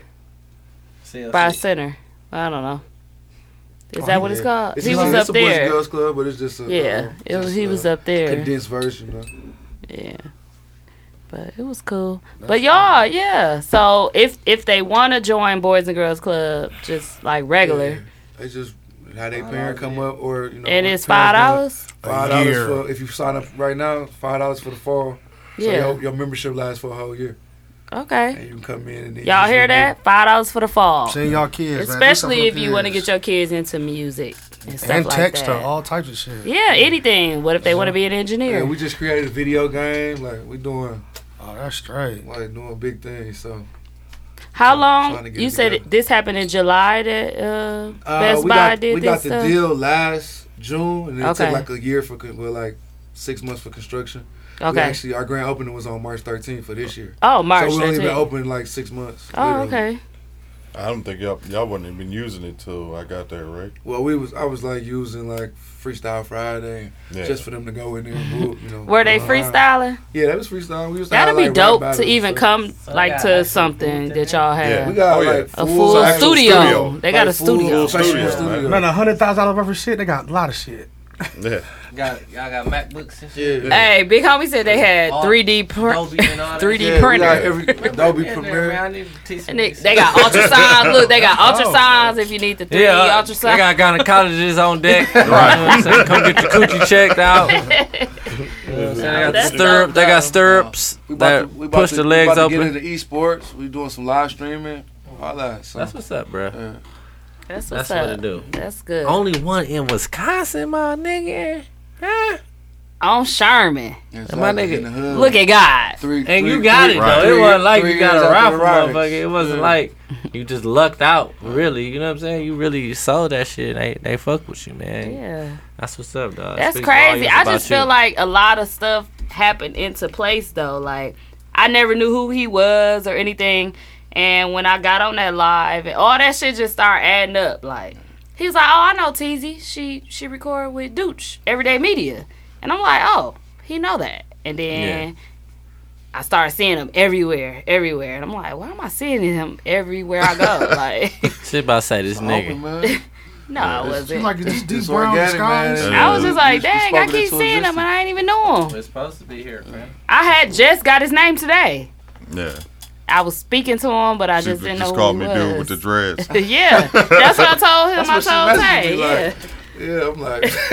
Speaker 3: by Center. I don't know.
Speaker 7: Oh,
Speaker 3: Is that what it's called?
Speaker 7: It's
Speaker 3: he
Speaker 7: just-
Speaker 3: was up
Speaker 7: it's a Boys and
Speaker 3: there.
Speaker 7: Girls Club, but it's just a,
Speaker 3: yeah,
Speaker 7: uh,
Speaker 3: it was.
Speaker 7: just
Speaker 3: He
Speaker 7: a
Speaker 3: was up there.
Speaker 7: condensed version. Though.
Speaker 3: Yeah, but it was cool. but y'all, yeah. So if if they want to join Boys and Girls Club, just like regular,
Speaker 7: It's just how they parent come up, or you know,
Speaker 3: And
Speaker 7: what
Speaker 3: it's
Speaker 7: parents
Speaker 3: $5?
Speaker 7: wanna- Five
Speaker 2: A
Speaker 7: dollars
Speaker 2: year.
Speaker 7: for if you sign up right now. Five dollars for the fall.
Speaker 3: Yeah.
Speaker 7: So your, your membership lasts for a whole year. And
Speaker 3: okay.
Speaker 7: you can come in and then
Speaker 3: Y'all hear that? Five dollars for the fall.
Speaker 2: Send y'all kids, man. Do
Speaker 3: especially
Speaker 2: something
Speaker 3: if
Speaker 2: with
Speaker 3: you want to
Speaker 2: kids.
Speaker 3: get your kids into music and stuff
Speaker 2: and
Speaker 3: like
Speaker 2: text her
Speaker 3: that.
Speaker 2: all types of shit.
Speaker 3: Yeah, anything. What if they want to be an engineer?
Speaker 7: Yeah, we just created a video game. Like we doing.
Speaker 2: Oh, that's straight.
Speaker 7: Like doing big things. So
Speaker 3: How
Speaker 7: trying
Speaker 3: long?
Speaker 7: to get
Speaker 3: You
Speaker 7: it
Speaker 3: said
Speaker 7: together.
Speaker 3: this happened in July that uh,
Speaker 7: Uh,
Speaker 3: Best
Speaker 7: we
Speaker 3: Buy
Speaker 7: got,
Speaker 3: did
Speaker 7: We
Speaker 3: this
Speaker 7: got the
Speaker 3: stuff?
Speaker 7: deal last June, and it
Speaker 3: Okay.
Speaker 7: took like a year for con- well, like six months for construction. We
Speaker 3: Okay.
Speaker 7: actually, our grand opening was on March 13th for this year.
Speaker 3: Oh, March
Speaker 7: So we only been
Speaker 3: 13th.
Speaker 7: open like six months.
Speaker 3: Oh,
Speaker 7: literally.
Speaker 3: okay.
Speaker 8: I don't think y'all y'all wasn't even using it till I got there, right?
Speaker 7: Well, we was I was like using like Freestyle Friday and
Speaker 8: Yeah.
Speaker 7: just for them to go in there. And book, you know,
Speaker 3: Were they
Speaker 7: online.
Speaker 3: freestyling?
Speaker 7: Yeah, that was freestyling. We was
Speaker 3: That'd
Speaker 7: have,
Speaker 3: be
Speaker 7: like, rap
Speaker 3: dope to
Speaker 7: battles,
Speaker 3: even
Speaker 7: so-
Speaker 3: come like to something that y'all have.
Speaker 7: We got like
Speaker 3: a full
Speaker 7: actual
Speaker 3: studio. They got
Speaker 7: Like,
Speaker 3: a
Speaker 7: full
Speaker 3: studio.
Speaker 7: professional studio.
Speaker 2: Man, a hundred thousand dollars worth of shit. They got a lot of shit.
Speaker 8: Yeah.
Speaker 10: Got y'all got MacBooks and shit.
Speaker 3: Hey, big homie said they had
Speaker 10: All-
Speaker 3: 3D
Speaker 10: Dolby and all
Speaker 3: print,
Speaker 10: that
Speaker 3: 3D
Speaker 10: shit. Yeah, we got
Speaker 3: printer.
Speaker 10: every- Dolby Yeah, Premiere. man, I need to teach
Speaker 3: And they, they got ultrasound. Look, they got ultrasounds if you need the 3D
Speaker 10: Oh. Yeah, uh,
Speaker 3: ultrasound.
Speaker 10: they got gynecologists on deck. right. You know what I'm saying? Come get your coochie checked out. They got stirrup. They got stirrups
Speaker 7: We about
Speaker 10: that
Speaker 7: to- we about
Speaker 10: push
Speaker 7: to-
Speaker 10: the
Speaker 7: we
Speaker 10: legs
Speaker 7: about to
Speaker 10: open.
Speaker 7: Get into esports. We doing some live streaming. All that. So.
Speaker 10: That's what's up, bro.
Speaker 3: That's
Speaker 10: That's
Speaker 3: what's
Speaker 10: what
Speaker 3: up.
Speaker 10: it do.
Speaker 3: That's good.
Speaker 10: Only one in Wisconsin, my nigga. Huh?
Speaker 3: On Sherman.
Speaker 10: And my nigga,
Speaker 3: Look at God.
Speaker 10: and you got it though. It wasn't like you got a rifle, motherfucker. It wasn't
Speaker 3: Yeah.
Speaker 10: like you just lucked out, really. You know what I'm saying? You really sold that shit. They they fuck with you, man.
Speaker 3: Yeah.
Speaker 10: That's what's up, dog.
Speaker 3: That's crazy. I just feel like a lot of stuff happened into place though. Like I never knew who he was or anything. And when I got on that live and all that shit just started adding up. Like he was like, Oh, I know Teasy. She she recorded with Dooch, Everyday Media. And I'm like, Oh, he know that. And then I started seeing him everywhere, everywhere. And I'm like, why am I seeing him everywhere I go? like
Speaker 10: Shit about to say this nigga.
Speaker 3: No, I wasn't.
Speaker 2: like it's just deep
Speaker 7: It's
Speaker 2: brown
Speaker 7: organic, man.
Speaker 2: skies.
Speaker 3: I was just like,
Speaker 7: You- you
Speaker 3: dang,
Speaker 7: spoke
Speaker 3: I
Speaker 7: it
Speaker 3: keep
Speaker 7: into
Speaker 3: seeing him and I ain't even know him.
Speaker 1: We're supposed to be here, man.
Speaker 3: I had just got his name today.
Speaker 8: Yeah.
Speaker 3: I was speaking to him, but I
Speaker 8: She
Speaker 3: just didn't
Speaker 8: just
Speaker 3: know
Speaker 8: called
Speaker 3: who
Speaker 8: me
Speaker 3: he
Speaker 8: dude
Speaker 3: was.
Speaker 8: with the dreads.
Speaker 3: yeah, that's what I told him.
Speaker 7: That's what she
Speaker 3: I told
Speaker 7: messaged
Speaker 3: Tay.
Speaker 7: me,
Speaker 3: Yeah,
Speaker 7: like, Yeah, I'm like,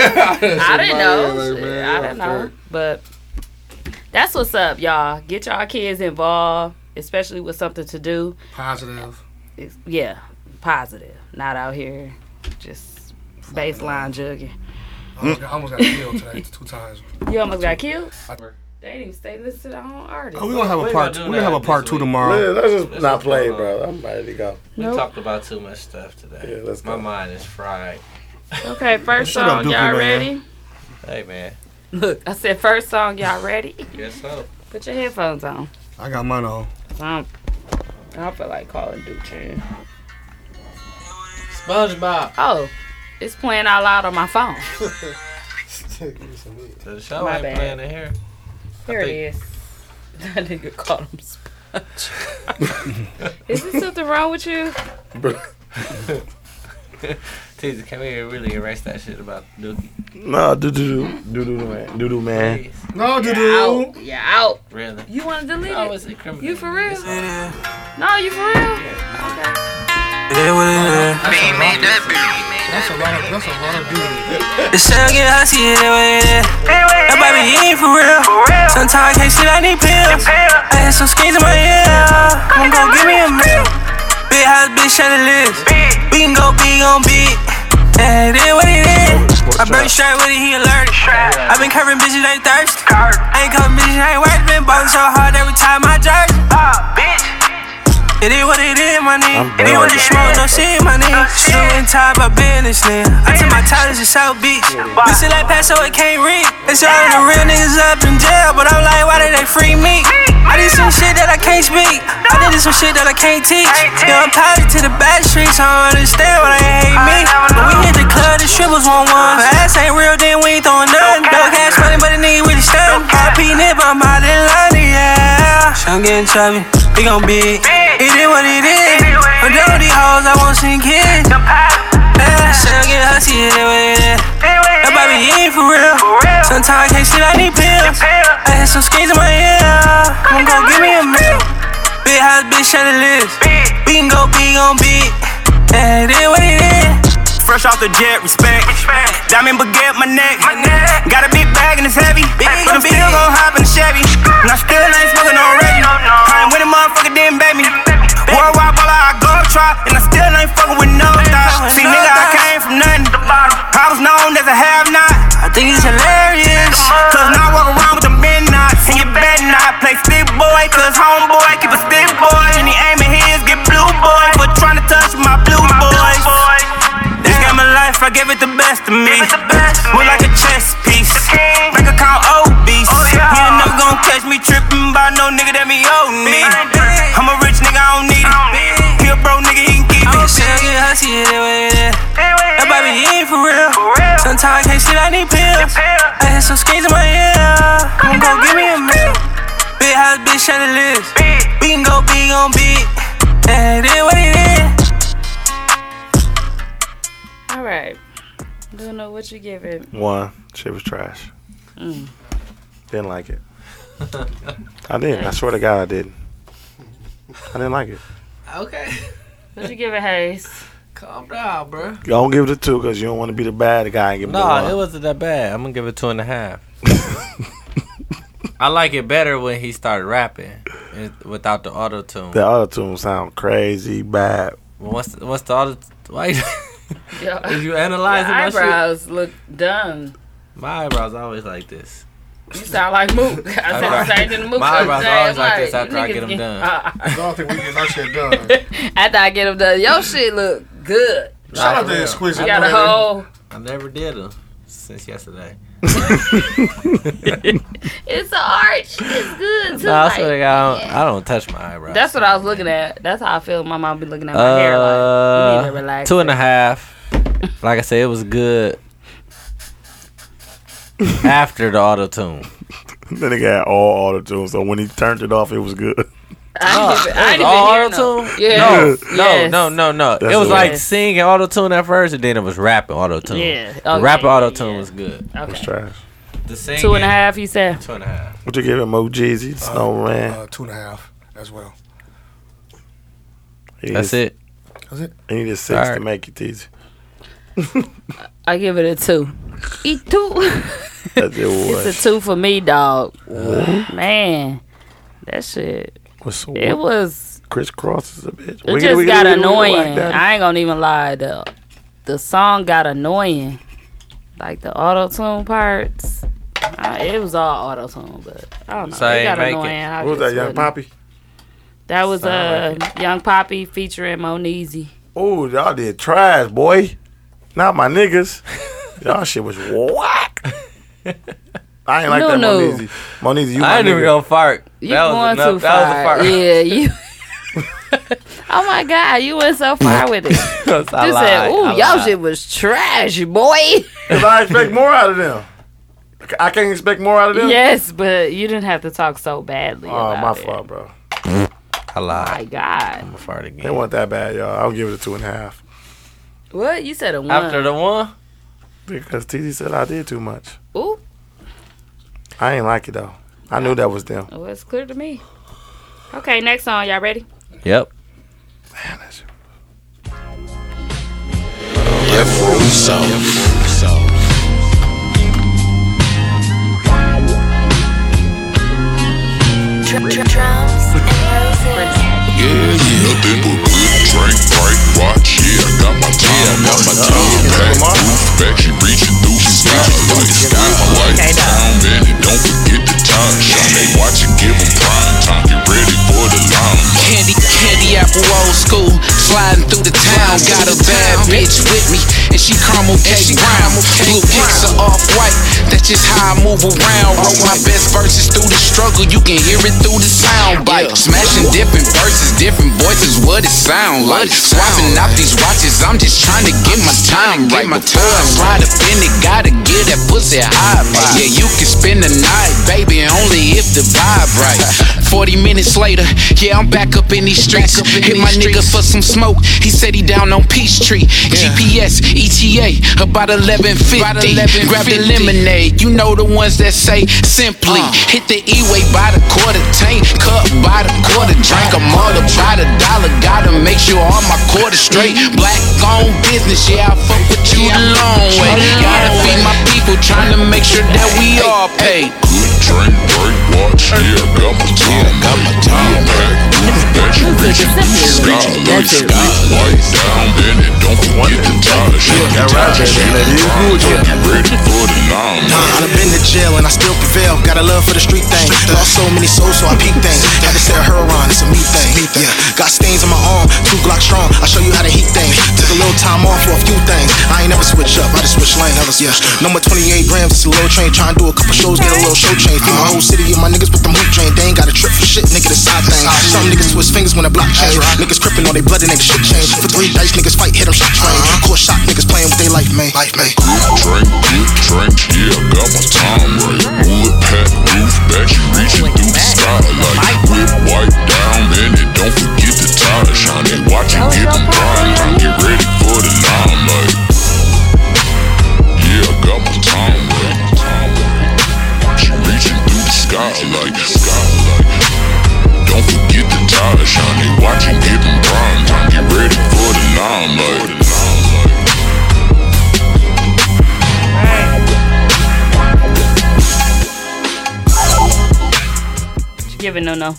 Speaker 3: I didn't know.
Speaker 7: Like,
Speaker 3: Shit,
Speaker 7: man,
Speaker 3: I
Speaker 7: y'all
Speaker 3: didn't know. But that's what's up, y'all. Get y'all kids involved, especially with something to do.
Speaker 2: Positive.
Speaker 3: It's, yeah, positive. Not out here just baseline jugging.
Speaker 2: I almost got, I almost got killed today two times.
Speaker 3: You almost got killed. They didn't even stay listed on artists.
Speaker 2: Oh, we gonna have a part. Two. We gonna have a part two tomorrow.
Speaker 16: Yeah, let's just not
Speaker 1: what's
Speaker 16: play,
Speaker 1: going
Speaker 16: bro. I'm ready to go.
Speaker 1: We
Speaker 3: Nope.
Speaker 1: talked about too much stuff today.
Speaker 16: Yeah, let's
Speaker 1: My mind is fried.
Speaker 3: Okay, first
Speaker 1: Shut up,
Speaker 3: song,
Speaker 1: Dookie, man.
Speaker 3: y'all ready?
Speaker 1: Hey, man.
Speaker 3: Look, I said first song, y'all ready?
Speaker 1: Yes, so.
Speaker 3: Put your headphones on.
Speaker 2: I got mine on.
Speaker 3: I don't, Um, I don't feel like calling Duke Chan.
Speaker 10: SpongeBob.
Speaker 3: Oh, it's playing out loud on my phone.
Speaker 1: So the show
Speaker 3: My
Speaker 1: ain't
Speaker 3: bad.
Speaker 1: playing in here.
Speaker 3: Here it is. That nigga called him sponge. Is there something wrong with you?
Speaker 1: Teaser, can we really erase that shit about Dookie?
Speaker 16: No, doo doo doo doo doo man, doo doo man.
Speaker 2: No,
Speaker 3: doo doo. Yeah, out.
Speaker 1: Really?
Speaker 3: You want to delete
Speaker 1: No,
Speaker 3: it?
Speaker 1: it's incriminating.
Speaker 3: You for real? No, you for real?
Speaker 2: That's a lot of. That's a lot of dude.
Speaker 12: The shell get hussy, they way there. That baby eating for real. Sometimes I can't sit, I need pills. I had some skins in my ear. I'm gon' give me a meal. Big house, big chandeliers. We can go big on big. That is what it is. I break straight with it, he alert. i been covering bitches, they thirsty. I ain't covering bitches, they ain't worth it. Been ballin' so hard every time I jerk. Ah, It is what it is, my nigga. It is what it smoke, no shit, my nigga. Slow and tired by business, nigga. I took my titles to South Beach. This shit like Paso, it can't read. It's all the real niggas up in jail, but I'm like, why did they free me? I did some shit that I can't speak. I did some shit that I can't teach. Yeah, I'm tied to the bad streets, I don't understand why they hate me. But we hit the club, the strippers want one. If ass ain't real, then we ain't throwing none. No cash money, but the nigga really stunned. I peeing it, but I'm out in London, yeah. I'm getting chubby, we gon' be. It is what it is. But all these hoes, I won't see kids. Yeah, shit, I'm getting hussy, it is what it is. That baby eating for real. Sometimes I can't sleep, I need pills. I had some skins in my ear. I'm gon' give me a meal. Big house, big chandeliers. We can go big on big. Yeah, it is what it is.
Speaker 17: Fresh off the jet, respect. Diamond baguette, my neck. Got a big bag and it's heavy. but I'm still gon' hop in the Chevy. And I still ain't smoking no Reggie. I ain't with a motherfucker, didn't baby. Worldwide baller, I go try. And I still ain't fucking with no thought. See, nigga, I came from nothing. I was known as a have not. I think it's hilarious. Cause now I walk around with the midnights. And you better not play stick boy. Cause homeboy, keep a stick boy. And he aiming his, get blue boy. For trying to touch my blue boys. This game of life, I give it the best of me. Oh, Move like a chess piece. Bank account obese. You ain't never gonna catch me tripping by no nigga that me owe me. I'm a rich nigga, I don't need it. He a bro nigga, he can keep it.
Speaker 12: Shell get hussy, it is what it is. That baby eating for real. Sometimes I can't sleep, I need pills. I had some skins in my ear. I'm gon' give me a meal. Big house, big chandeliers. We can go big on big. Yeah, it is what it is.
Speaker 3: All right. Don't know what you give it.
Speaker 5: One. Shit was trash.
Speaker 3: Mm.
Speaker 5: Didn't like it. I didn't. I swear to God, I didn't. I didn't like it.
Speaker 18: Okay.
Speaker 3: What you give it, Hayes?
Speaker 18: Calm down, bro.
Speaker 5: Don't give it a two because you don't want to be the bad guy and give
Speaker 1: No,
Speaker 5: me one.
Speaker 1: it wasn't that bad. I'm gonna give it two and a half. I like it better when he started rapping and- without the auto tune.
Speaker 5: The other tune sound crazy bad.
Speaker 1: What's what's the auto? Why you-
Speaker 3: Your,
Speaker 1: Is you analyzing
Speaker 3: your
Speaker 1: my shit?
Speaker 3: eyebrows look dumb.
Speaker 1: my eyebrows always like this.
Speaker 3: You sound like Mook. I said the
Speaker 1: Eyebrow-
Speaker 3: same thing to Mook.
Speaker 1: my
Speaker 3: the
Speaker 1: eyebrows
Speaker 3: same
Speaker 1: always like
Speaker 3: way.
Speaker 1: this after I
Speaker 3: Niggas
Speaker 1: get 'em
Speaker 3: get-
Speaker 1: done.
Speaker 3: Uh-uh.
Speaker 4: I don't think we get our shit done.
Speaker 3: after I get them done, your shit look good.
Speaker 1: Shout out to Nah, for real.
Speaker 3: You got a whole.
Speaker 1: I never did them since yesterday.
Speaker 3: It's an arch. It's good too.
Speaker 1: no, I
Speaker 3: like-
Speaker 1: swear to God, I don't, I don't touch my eyebrows.
Speaker 3: that's what I was looking at. That's how I feel. My mom be looking at my hair. Like, you need to
Speaker 1: Uh,
Speaker 3: relax.
Speaker 1: two and a half. Like I said, it was good. After the auto tune.
Speaker 5: Then it got all auto tune. So when he turned it off, it was good.
Speaker 3: I didn't even, I
Speaker 1: It was
Speaker 3: didn't
Speaker 1: all
Speaker 3: even hear
Speaker 1: auto
Speaker 3: no.
Speaker 1: tune?
Speaker 3: Yeah.
Speaker 1: Oh, No,
Speaker 5: Yes.
Speaker 1: no,
Speaker 5: Yes.
Speaker 1: no, no, no.
Speaker 5: That's
Speaker 1: it was
Speaker 5: the
Speaker 1: like
Speaker 5: way.
Speaker 1: singing auto tune at first, and then it was rapping auto tune.
Speaker 3: Yeah,
Speaker 1: The
Speaker 3: okay,
Speaker 1: rapping
Speaker 3: yeah,
Speaker 1: auto tune was good.
Speaker 3: Okay. It was
Speaker 5: trash.
Speaker 1: The singing,
Speaker 3: Two and a half, you said.
Speaker 1: Two and a half.
Speaker 5: What you give him, Mo Jeezy,
Speaker 1: Oh.
Speaker 5: Snowman?
Speaker 4: Uh, two and a half as well.
Speaker 5: He
Speaker 1: That's
Speaker 5: just-
Speaker 1: it.
Speaker 4: That's it.
Speaker 5: He need a six
Speaker 1: Alright.
Speaker 5: to make it easy.
Speaker 3: I give it a two. Eat two.
Speaker 5: That's it was.
Speaker 3: it's a two for me, dog. Man, that shit.
Speaker 5: What's so
Speaker 3: It was.
Speaker 5: crisscross is a bitch.
Speaker 3: It
Speaker 5: Wiggity,
Speaker 3: just
Speaker 5: wiggity,
Speaker 3: got
Speaker 5: wiggity, wiggity,
Speaker 3: annoying.
Speaker 5: like that.
Speaker 3: I ain't gonna even lie. The the song got annoying. Like the auto tune parts. I, it was all auto tune, but I don't know.
Speaker 1: So
Speaker 3: it
Speaker 1: ain't
Speaker 3: got
Speaker 1: make
Speaker 3: annoying.
Speaker 1: it.
Speaker 3: I
Speaker 5: What was
Speaker 3: just
Speaker 5: that, Young
Speaker 3: wasn't-
Speaker 5: Poppy?
Speaker 3: That was uh,
Speaker 5: Sound
Speaker 3: Young Poppy featuring Monizy.
Speaker 5: Oh, y'all did trash, boy. Not my niggas. y'all shit was whack. I ain't like that,
Speaker 3: No, no.
Speaker 5: Monizy. Monizy, you
Speaker 1: I
Speaker 5: my
Speaker 1: ain't even
Speaker 5: nigga.
Speaker 1: gonna fart.
Speaker 3: You
Speaker 1: that was
Speaker 3: going
Speaker 1: enough.
Speaker 3: too
Speaker 1: that
Speaker 3: far.
Speaker 1: was a fart.
Speaker 3: Yeah, you. oh my God, you went so far with it.
Speaker 1: Yes, I
Speaker 3: you
Speaker 1: lied.
Speaker 3: said, "Ooh,
Speaker 1: I
Speaker 3: y'all
Speaker 1: lied.
Speaker 3: shit was trash, boy."
Speaker 5: 'Cause I expect more out of them. I can't expect more out of them.
Speaker 3: yes, but you didn't have to talk so badly.
Speaker 5: Oh,
Speaker 3: about
Speaker 5: my
Speaker 3: it.
Speaker 5: fault, bro.
Speaker 1: I lied.
Speaker 3: My God,
Speaker 1: Fart again.
Speaker 5: It wasn't that bad, y'all. I'll give it a two and a half
Speaker 3: what you said a one?
Speaker 1: After the one,
Speaker 5: because TZ said I did too much.
Speaker 3: ooh,
Speaker 5: I ain't like it though. I knew that was them.
Speaker 3: well, it's oh, clear to me. Okay, next song, y'all ready?
Speaker 1: Yep.
Speaker 19: Yeah, yeah. Nothing but good drink, break, watch. Yeah, I got my time, got my time packed. Roof back, she reaching through, she reaching like skylight. Down, man, and don't forget the time shot. They watch and give 'em prime time. Get ready for the line.
Speaker 20: Candy, candy apple old school. Sliding through the town. Got a bad bitch with me. And she caramel cake brown. Blue kicks are off white. That's just how I move around. Wrote my best verses through the struggle. You can hear it through the sound bite. Smashing different verses, different voices. What it sound like. Swapping out these watches. I'm just trying to get my time right. Before I ride up in it, gotta get that pussy high five. Yeah, you can spend the night, baby. Only if the vibe right. 40 minutes later, yeah, I'm back up in these streets. Hit my nigga for some smoke. He said he down on Peachtree. GPS, ETA, E about 1150. Grab the lemonade. You know the ones that say simply. Hit the E-way by the quarter tank, cup by the quarter drink. I'm all about a dollar. Gotta make sure all my quarters straight. Black on business, yeah, I fuck with you the long way. Gotta feed my people, tryna make sure that we all paid.
Speaker 19: Good drink, break, watch. Yeah, I got my time, got my time packed. Roof back, she reaching through, she skylight. Skylight down, man, and don't forget the time shot. They watch and give 'em prime time. Get ready for the line.
Speaker 14: I've been to jail and I still prevail. Got a love for the street thing. Lost so many souls, so I peep things. Had to set her on, it's a me thing. Yeah, got stains on my arm, two Glock strong. I show you how to heat things. Took a little time off for a few things. I ain't never switch up, I just switch lane. That was yeah. Number 28 grams, it's a little train. Trying to do a couple shows, get a little show change. Feed my whole city and my niggas with them hoop train. They ain't got a trip for shit, nigga. The side thing. Some niggas twist fingers when the block change. Niggas crippin' on they blood and they shit change. For three dice, niggas fight, hit them shot train. Court shot, niggas playing with they life, man. Uh-huh. Life, man.
Speaker 19: Drink, good drink, yeah, I got my time right. Wood pack, roof back, she reaching through the skylight. Whip white down, man, and don't forget the tire shine. They watching, give them prime time. Get ready for the limelight. limelight.
Speaker 3: What you giving no no?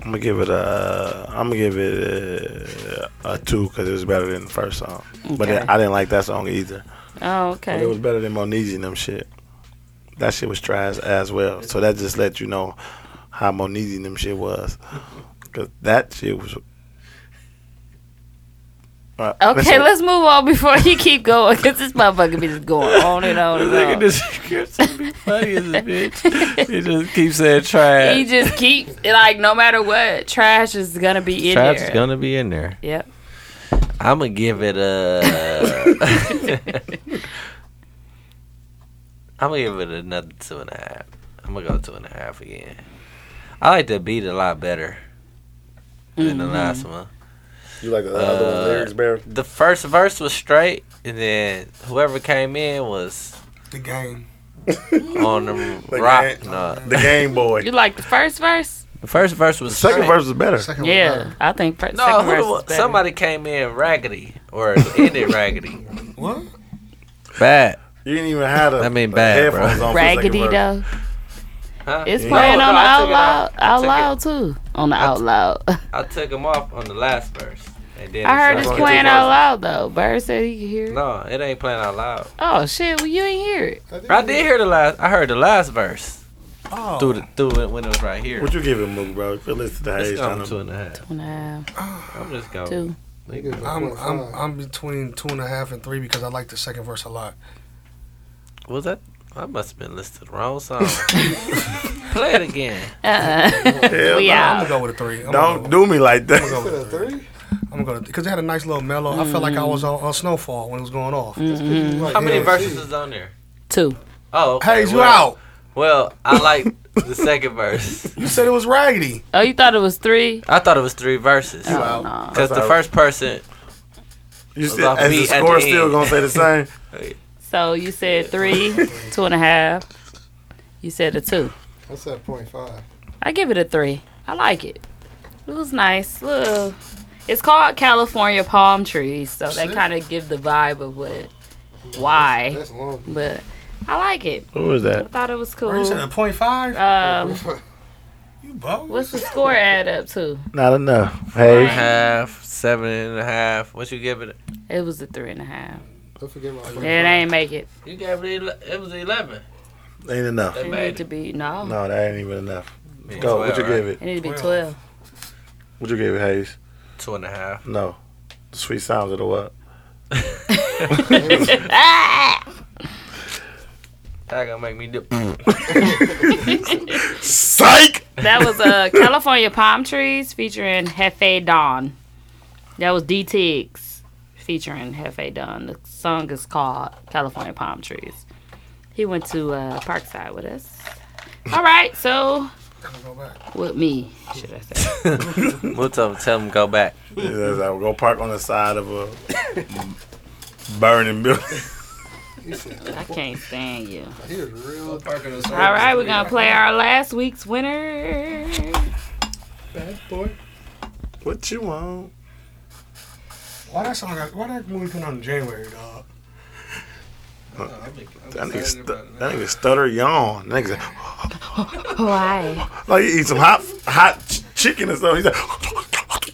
Speaker 5: I'm gonna give it a. I'm gonna give it a, a two because it was better than the first song. But
Speaker 3: Okay.
Speaker 5: it, I didn't like that song either.
Speaker 3: Oh,
Speaker 5: But it was
Speaker 3: okay.
Speaker 5: better than Monizy and them shit. That shit was trash as well. So that just let you know how Monizy and them shit was. Cause that shit was. Alright,
Speaker 3: Okay,
Speaker 5: listen.
Speaker 3: let's move on before you keep going because this motherfucker be just going on and on and
Speaker 1: Look
Speaker 3: on.
Speaker 1: at this funny as a bitch. He just keeps saying trash.
Speaker 3: He just keeps like no matter what, trash is gonna be in
Speaker 1: Trash
Speaker 3: there.
Speaker 1: is
Speaker 21: It's gonna be in there.
Speaker 3: Yep.
Speaker 21: I'm gonna give it a.
Speaker 1: I'm gonna give it another two and a half. I'm gonna go two and a half again. I like the beat a lot better than the
Speaker 5: Mhm.
Speaker 1: last one.
Speaker 5: You like the other one, lyrics better?
Speaker 1: Uh, The first verse was straight, and then whoever came in was
Speaker 4: The game.
Speaker 1: on the, rock. no.
Speaker 5: the Game Boy.
Speaker 3: You like the first verse?
Speaker 1: The first verse was
Speaker 5: The second
Speaker 1: straight.
Speaker 5: verse was better.
Speaker 3: yeah, I think fir-
Speaker 1: No,
Speaker 3: second
Speaker 1: who
Speaker 3: verse
Speaker 1: the,
Speaker 3: is
Speaker 1: one-
Speaker 3: better.
Speaker 1: somebody came in raggedy or ended raggedy.
Speaker 4: What?
Speaker 21: Bad.
Speaker 5: You didn't even have the.
Speaker 21: I mean, bad, bro.
Speaker 5: headphones on for the second
Speaker 3: Raggedy
Speaker 5: verse.
Speaker 3: though.
Speaker 1: Huh?
Speaker 3: It's
Speaker 1: Yeah.
Speaker 3: playing
Speaker 1: No,
Speaker 3: on
Speaker 1: no,
Speaker 3: the
Speaker 1: I took
Speaker 3: out
Speaker 1: it off.
Speaker 3: loud,
Speaker 1: I
Speaker 3: out
Speaker 1: took it-
Speaker 3: loud too. On the out loud.
Speaker 1: I took him off on the last verse. And then
Speaker 3: I heard it's
Speaker 1: started-
Speaker 3: playing out loud though. Bird said he could hear. it.
Speaker 1: No, it ain't playing out loud.
Speaker 3: Oh shit! Well, you ain't hear it.
Speaker 1: I did hear the last. I heard the last verse.
Speaker 3: Oh.
Speaker 1: Through the through it when it was right here.
Speaker 5: What you give it, Mook, bro? If you listen to
Speaker 1: Let's
Speaker 5: Hayes,
Speaker 1: go
Speaker 5: trying to-
Speaker 1: two and a half.
Speaker 3: Nah.
Speaker 1: I'm just going.
Speaker 3: Two.
Speaker 4: I'm, I'm, I'm between two and a half and three because I like the second verse a lot.
Speaker 1: Was that? I must have been listening to the wrong song. Play it again.
Speaker 3: Uh-uh.
Speaker 5: Hell no.
Speaker 4: I'm gonna go with a three. I'm gonna
Speaker 5: Don't do me like
Speaker 4: I'm gonna go
Speaker 5: that.
Speaker 4: with a three. I'm gonna because it had a nice little mellow. I felt like I was on, on snowfall when it was going off.
Speaker 1: Mm. Mm-hmm. How many verses is on there?
Speaker 3: Two.
Speaker 1: Oh, okay.
Speaker 4: Hayes, you
Speaker 1: well,
Speaker 4: out.
Speaker 1: Well, I like the second verse.
Speaker 4: You said it was raggedy.
Speaker 3: Oh, you thought it was three?
Speaker 1: I thought it was three verses.
Speaker 3: You out. no.
Speaker 1: Because the first person.
Speaker 5: You
Speaker 1: was
Speaker 5: said-
Speaker 1: off
Speaker 5: as the
Speaker 1: beat at
Speaker 5: score still
Speaker 1: end.
Speaker 5: gonna say the same?
Speaker 3: So you said three, two and a half. You said a two.
Speaker 13: What's that point five?
Speaker 3: I give it a three. I like it. It was nice. Look, it's called California palm trees, so that
Speaker 13: See?
Speaker 3: kind of give the vibe of what, why. But I like it.
Speaker 5: What was
Speaker 3: I
Speaker 5: that?
Speaker 3: thought it was cool.
Speaker 4: Bro, you said a point five.
Speaker 3: Um,
Speaker 4: you both.
Speaker 3: What's the score add up to?
Speaker 5: Not enough.
Speaker 1: Hey.
Speaker 5: Hayes.
Speaker 1: Half, seven and a half. What you give it?
Speaker 3: It was a three and a half.
Speaker 13: Don't forget my
Speaker 3: It ain't make it.
Speaker 1: You gave it. ele- It was eleven.
Speaker 5: Ain't enough.
Speaker 3: It need to be no.
Speaker 5: No, that ain't even enough.
Speaker 1: Yeah,
Speaker 5: Go.
Speaker 1: twelve,
Speaker 5: What you
Speaker 1: right?
Speaker 5: give
Speaker 3: Oh. It need
Speaker 5: it?
Speaker 3: to be twelve.
Speaker 5: What you give it, Hayes?
Speaker 1: Two and a half.
Speaker 5: No. The sweet sounds of the what?
Speaker 1: That gonna make me do.
Speaker 5: Psych.
Speaker 3: That was uh, California Palm Trees featuring Hefe Don. That was D Tiggs featuring Hefe Don. The song is called California Palm Trees. He went to uh, Parkside with us. All right, so with me, should I say?
Speaker 1: We'll tell him, tell him go back.
Speaker 5: Yeah, that's how we go park on the side of a burning building.
Speaker 3: I can't stand you.
Speaker 13: He was real
Speaker 22: parking
Speaker 3: All right, we're gonna play our last week's winner.
Speaker 13: Bad boy.
Speaker 5: What you want?
Speaker 4: Why that song? Why that movie come out in January, dog?
Speaker 5: That nigga, stu- that nigga stutter yawn. That nigga
Speaker 3: Why?
Speaker 5: like he eat some hot hot ch- chicken and stuff. He's like,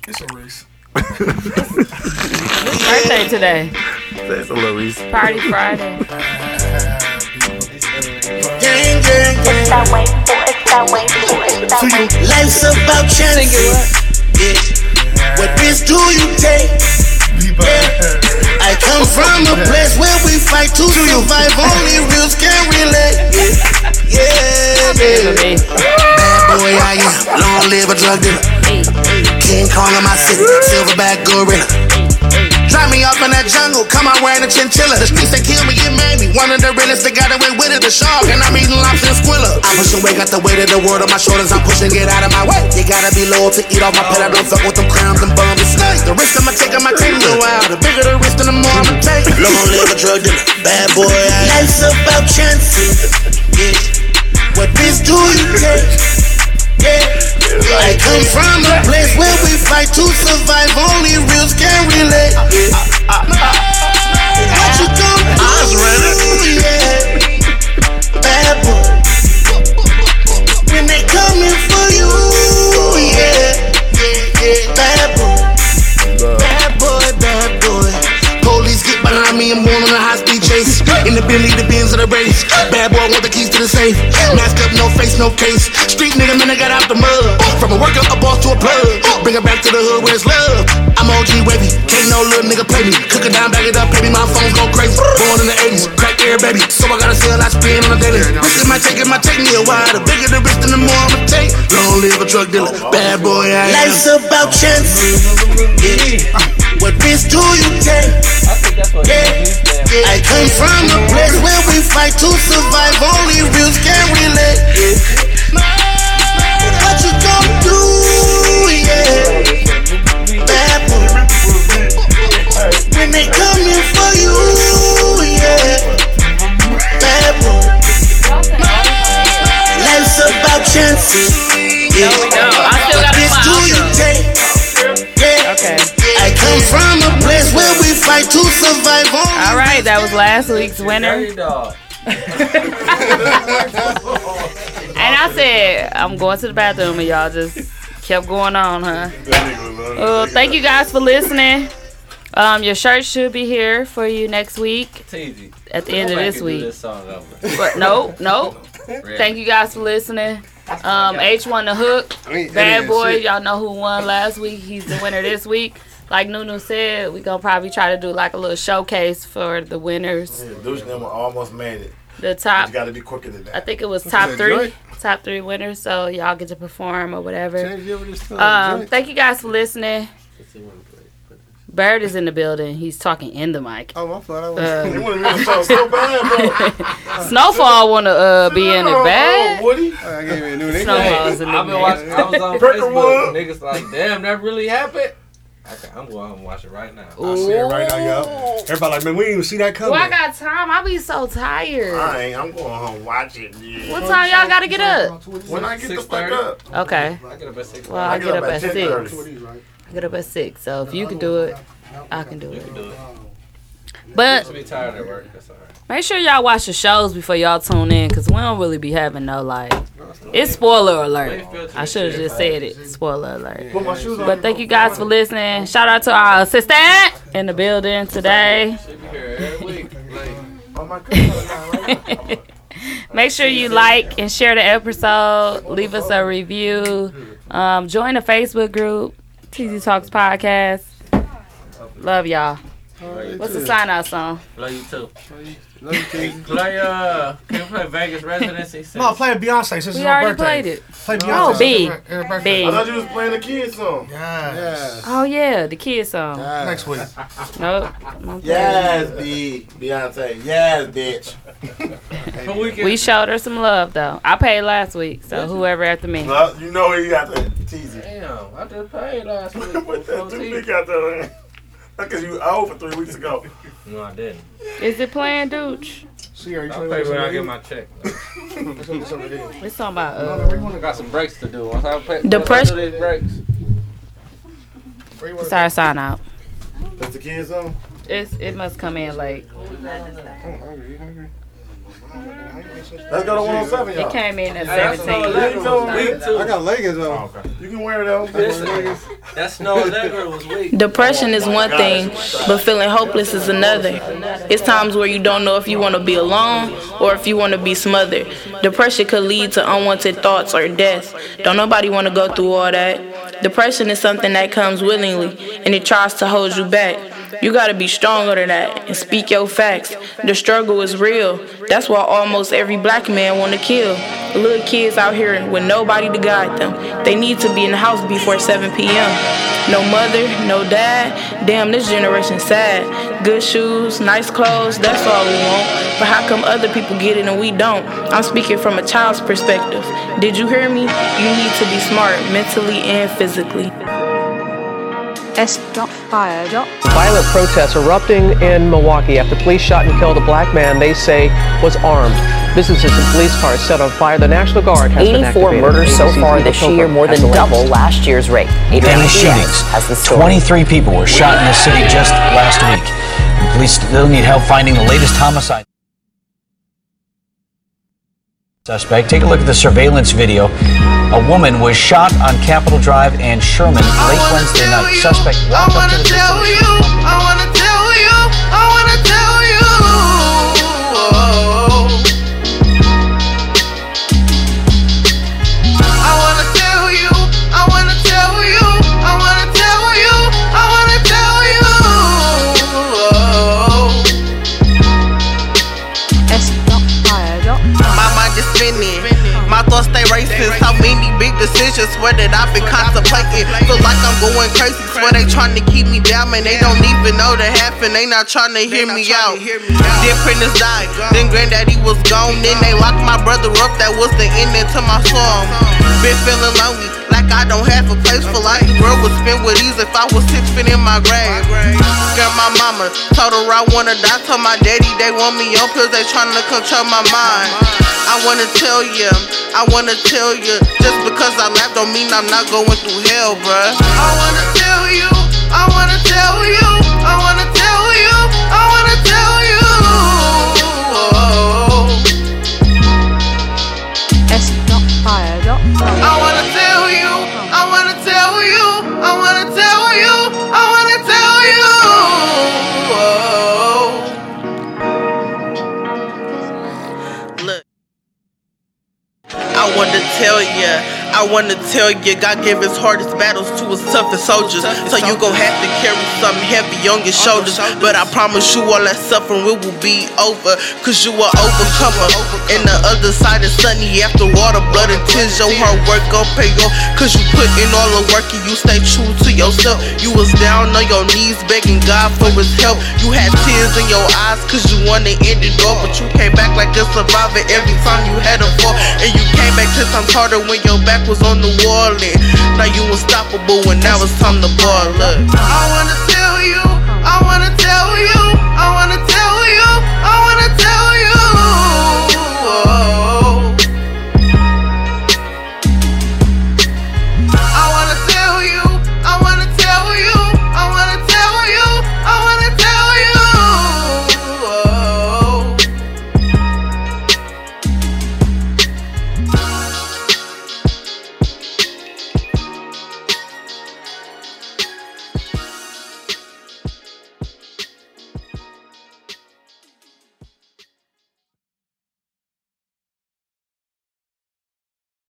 Speaker 4: It's a race.
Speaker 3: Birthday today.
Speaker 5: that's a little reason.
Speaker 3: Party Friday.
Speaker 14: Gang, gang, gang. It's that way, it's that way, it's that way. Life's about chances. Bitch, what risk do you take? Yeah. I come from a place where we fight to survive. Only reals can relate. Yeah, yeah, baby. Bad boy, I am. Long live a drug dealer. King Kong of my city, silverback gorilla. Drive me off in that jungle, come out wearing a chinchilla. The streets that kill me, it made me. One of the realest that got away with it, the shark, and I'm eating lobster and squilla. I'm pushing weight, got the weight of the world on my shoulders. I'm pushing, get out of my way. You gotta be loyal to eat off my plate. I don't fuck with them crowns and bums and snakes. The risk I'ma take on my team, go out. The bigger the risk, then the more I'ma take. Long live a drug dealer, bad boy. I Life's about chances. Yeah. What risk do you take? Yeah. I come from a place where we fight. fight to survive, only reals can relate. ah, What you gonna do? I was ready. Yeah. Bad boy. When they coming for you, yeah. Yeah, yeah. Bad boy. Bad boy, bad boy. Police get behind me, I'm going on a high speed chase. In the Bentley, the Benz of the race. Bad boy, want the keys to the safe. Mask up, no face, no case. Street nigga, man, I got out the mud. From a worker, a boss to a plug. Bring it back to the hood where it's love. I'm OG wavy, can't no little nigga play me. Cook it down, back it up, baby, my phone's go crazy. Born in the 80s, crack air, baby. So I gotta sell, I spin on the daily. Risk it might take, it might take me a while. The bigger the risk, then the more I'ma take. Long live a drug dealer, bad boy, I am. Life's about chances. Yeah. What risk do you take? Yeah. I come from a place where we fight to survive. Only reals can relate. What you gonna do? Yeah. Bad boy. When they coming for you, yeah. Bad boy. Life's about chances. Yeah. What risk do you take? Yeah. I come from a place where we fight to survive. Only
Speaker 3: All right, that was last week's winner. And I said, I'm going to the bathroom, and y'all just kept going on, huh? Uh, thank you guys for listening. Um, your shirt should be here for you next week.
Speaker 23: Teasy.
Speaker 3: At the end of
Speaker 23: Nobody
Speaker 3: this
Speaker 23: can do
Speaker 3: week.
Speaker 23: this song over.
Speaker 3: But nope, nope.
Speaker 23: Really?
Speaker 3: Thank you guys for listening. Um, H won the hook.
Speaker 23: ain't
Speaker 3: Bad
Speaker 23: editing
Speaker 3: boy,
Speaker 23: shit.
Speaker 3: y'all know who won last week. He's the winner this week. Like Nunu said, we gonna probably try to do like a little showcase for the winners.
Speaker 5: Deuce and them almost made it.
Speaker 3: The top.
Speaker 5: You got to be quicker than that.
Speaker 3: I think it was
Speaker 5: This
Speaker 3: top
Speaker 5: is a
Speaker 3: three,
Speaker 5: joint.
Speaker 3: top three winners. So y'all get to perform or whatever.
Speaker 4: James, you ever just tell a
Speaker 3: Um,
Speaker 4: joint?
Speaker 3: thank you guys for listening. Bird is in the building. He's talking in the mic.
Speaker 4: Oh, my fault. I was.
Speaker 3: Uh,
Speaker 4: You
Speaker 5: wanted me to talk so bad,
Speaker 3: Snowfall wanna uh, be in it bad.
Speaker 5: Woody.
Speaker 4: I gave you a new
Speaker 3: Snowball's in
Speaker 4: nickname.
Speaker 3: the
Speaker 1: I've been watching. I was on Facebook. Niggas like, damn, that really happened. Okay, I'm going home and watch it right now.
Speaker 4: I see it right now, y'all. Everybody like, man, we ain't even see that
Speaker 3: Well,
Speaker 4: coming.
Speaker 3: I got time. I be so tired.
Speaker 5: I ain't. I'm going home. Watch it. Yeah.
Speaker 3: What time y'all gotta get up?
Speaker 5: When I get the fuck up.
Speaker 3: Okay.
Speaker 1: I get up at six.
Speaker 3: Well, I get up at six.
Speaker 5: 10:30.
Speaker 3: I get up at six. So if you can do it, I can do it.
Speaker 1: Do it.
Speaker 3: But
Speaker 1: Just be tired at work. That's all right.
Speaker 3: Make sure y'all watch the shows before y'all tune in, cause we don't really be having no like. It's spoiler alert. I should have just said it. Spoiler alert.
Speaker 5: Put my shoes on.
Speaker 3: But thank you guys for listening. Shout out to our assistant in the building today. Make sure you like and share the episode. Leave us a review. Um, join the Facebook group, TZ Talks Podcast. Love y'all. What's the sign out song?
Speaker 1: Love you too.
Speaker 4: Oh, Love you too.
Speaker 1: play uh, can we play Vegas Residency? since-
Speaker 24: No, play Beyonce since it's
Speaker 3: We
Speaker 24: her
Speaker 3: already
Speaker 24: birthday.
Speaker 3: played it.
Speaker 24: Play Beyonce.
Speaker 3: Oh,
Speaker 24: since
Speaker 3: B.
Speaker 24: it's her- her birthday.
Speaker 3: B.
Speaker 5: I thought you was playing the kids song.
Speaker 24: Yes.
Speaker 3: Oh yeah, the kids song.
Speaker 24: Next week.
Speaker 3: Nope.
Speaker 5: Yes, B. Beyonce. Yes, bitch.
Speaker 3: We showed her some love though. I paid last week, so whoever after me.
Speaker 5: Well, you know he got the teasing.
Speaker 1: Damn, I just paid last week.
Speaker 5: what that two big out there? Because you owe for three weeks ago.
Speaker 1: No, I didn't.
Speaker 3: Is it playing Dooch?
Speaker 4: See, are you
Speaker 1: I'll
Speaker 4: trying
Speaker 1: pay
Speaker 4: to
Speaker 1: when I get my check.
Speaker 3: It's talking about
Speaker 1: we
Speaker 3: uh,
Speaker 1: got some breaks to do. Once I pay,
Speaker 3: The
Speaker 1: once I
Speaker 3: press-
Speaker 1: do these breaks.
Speaker 3: it's our sign out.
Speaker 5: That's the kids song?
Speaker 3: It's it must come in late.
Speaker 5: Let's go to 107, y'all.
Speaker 3: It came in at
Speaker 5: Hey, that's
Speaker 3: seventeen.
Speaker 5: all that was week two.
Speaker 4: I got leggings on.
Speaker 5: You can wear them.
Speaker 1: That snow Allegra was weak.
Speaker 13: Depression is one thing, but feeling hopeless is another. It's times where you don't know if you want to be alone or if you want to be smothered. Depression could lead to unwanted thoughts or death. Don't nobody want to go through all that. Depression is something that comes willingly and it tries to hold you back. You gotta be stronger than that and speak your facts. The struggle is real. That's why almost every black man wanna kill. Little kids out here with nobody to guide them. They need to be in the house before 7 p.m. No mother, no dad. Damn, this generation sad. Good shoes, nice clothes, that's all we want. But how come other people get it and we don't? I'm speaking from a child's perspective. Did you hear me? You need to be smart mentally and physically. S.fire.
Speaker 12: Violent protests erupting in Milwaukee after police shot and killed a black man they say was armed.
Speaker 25: Businesses and police cars set on fire. The National Guard has been
Speaker 26: 84
Speaker 25: activated.
Speaker 26: murders so
Speaker 25: ABC's
Speaker 26: far
Speaker 25: Eagle
Speaker 26: this year,
Speaker 25: Pilgrim
Speaker 26: more
Speaker 25: has
Speaker 26: than
Speaker 25: the latest.
Speaker 26: double last year's rate.
Speaker 27: Daily
Speaker 26: Adriana
Speaker 27: shootings.
Speaker 26: Diaz has the story.
Speaker 27: 23 people were shot in this city just last week. And Police still need help finding the latest homicide suspect. Take a look at the surveillance video. A woman was shot on Capitol Drive and Sherman late Wednesday night. Suspect walked up to the victim.
Speaker 28: My mind just spinning. My thoughts stay racist. How many big decisions swear that I've been contemplating? Feel like I'm going crazy. Swear they trying to keep me down, man. They don't even know that happened. They not trying to hear me out. Then Prentice died. Then Granddaddy was gone. Then they locked my brother up. That was the ending to my song. Been feeling lonely. Like I don't have a place for life. The world would spin with ease if I was six feet in my grave. Scared my mama, told her I wanna die. Told my daddy they want me on pills, they tryna control my mind. I wanna tell ya, I wanna tell ya. Just because I laugh don't mean I'm not going through hell, bruh. I wanna tell you, I wanna tell you, I wanna tell you, I wanna tell you. I wanna tell you, I wanna tell you, I wanna tell you, I wanna tell you. Look, I wanna tell ya, I wanna tell ya, God gave his hardest battles to his toughest soldiers. So you gon' have to carry something heavy on your shoulders. But I promise you all that suffering it will be over. Cause you are overcomer. And the other side is sunny after water, blood and tears. Your hard work gon' pay off. Cause you put in all the work and you stay true to yourself. You was down on your knees begging God for his help. You had tears in your eyes cause you wanna end it all. But you came back like a survivor every time you had a fall. And you came back ten times harder when your back was on the wall. And now you unstoppable and now it's time to ball up. I wanna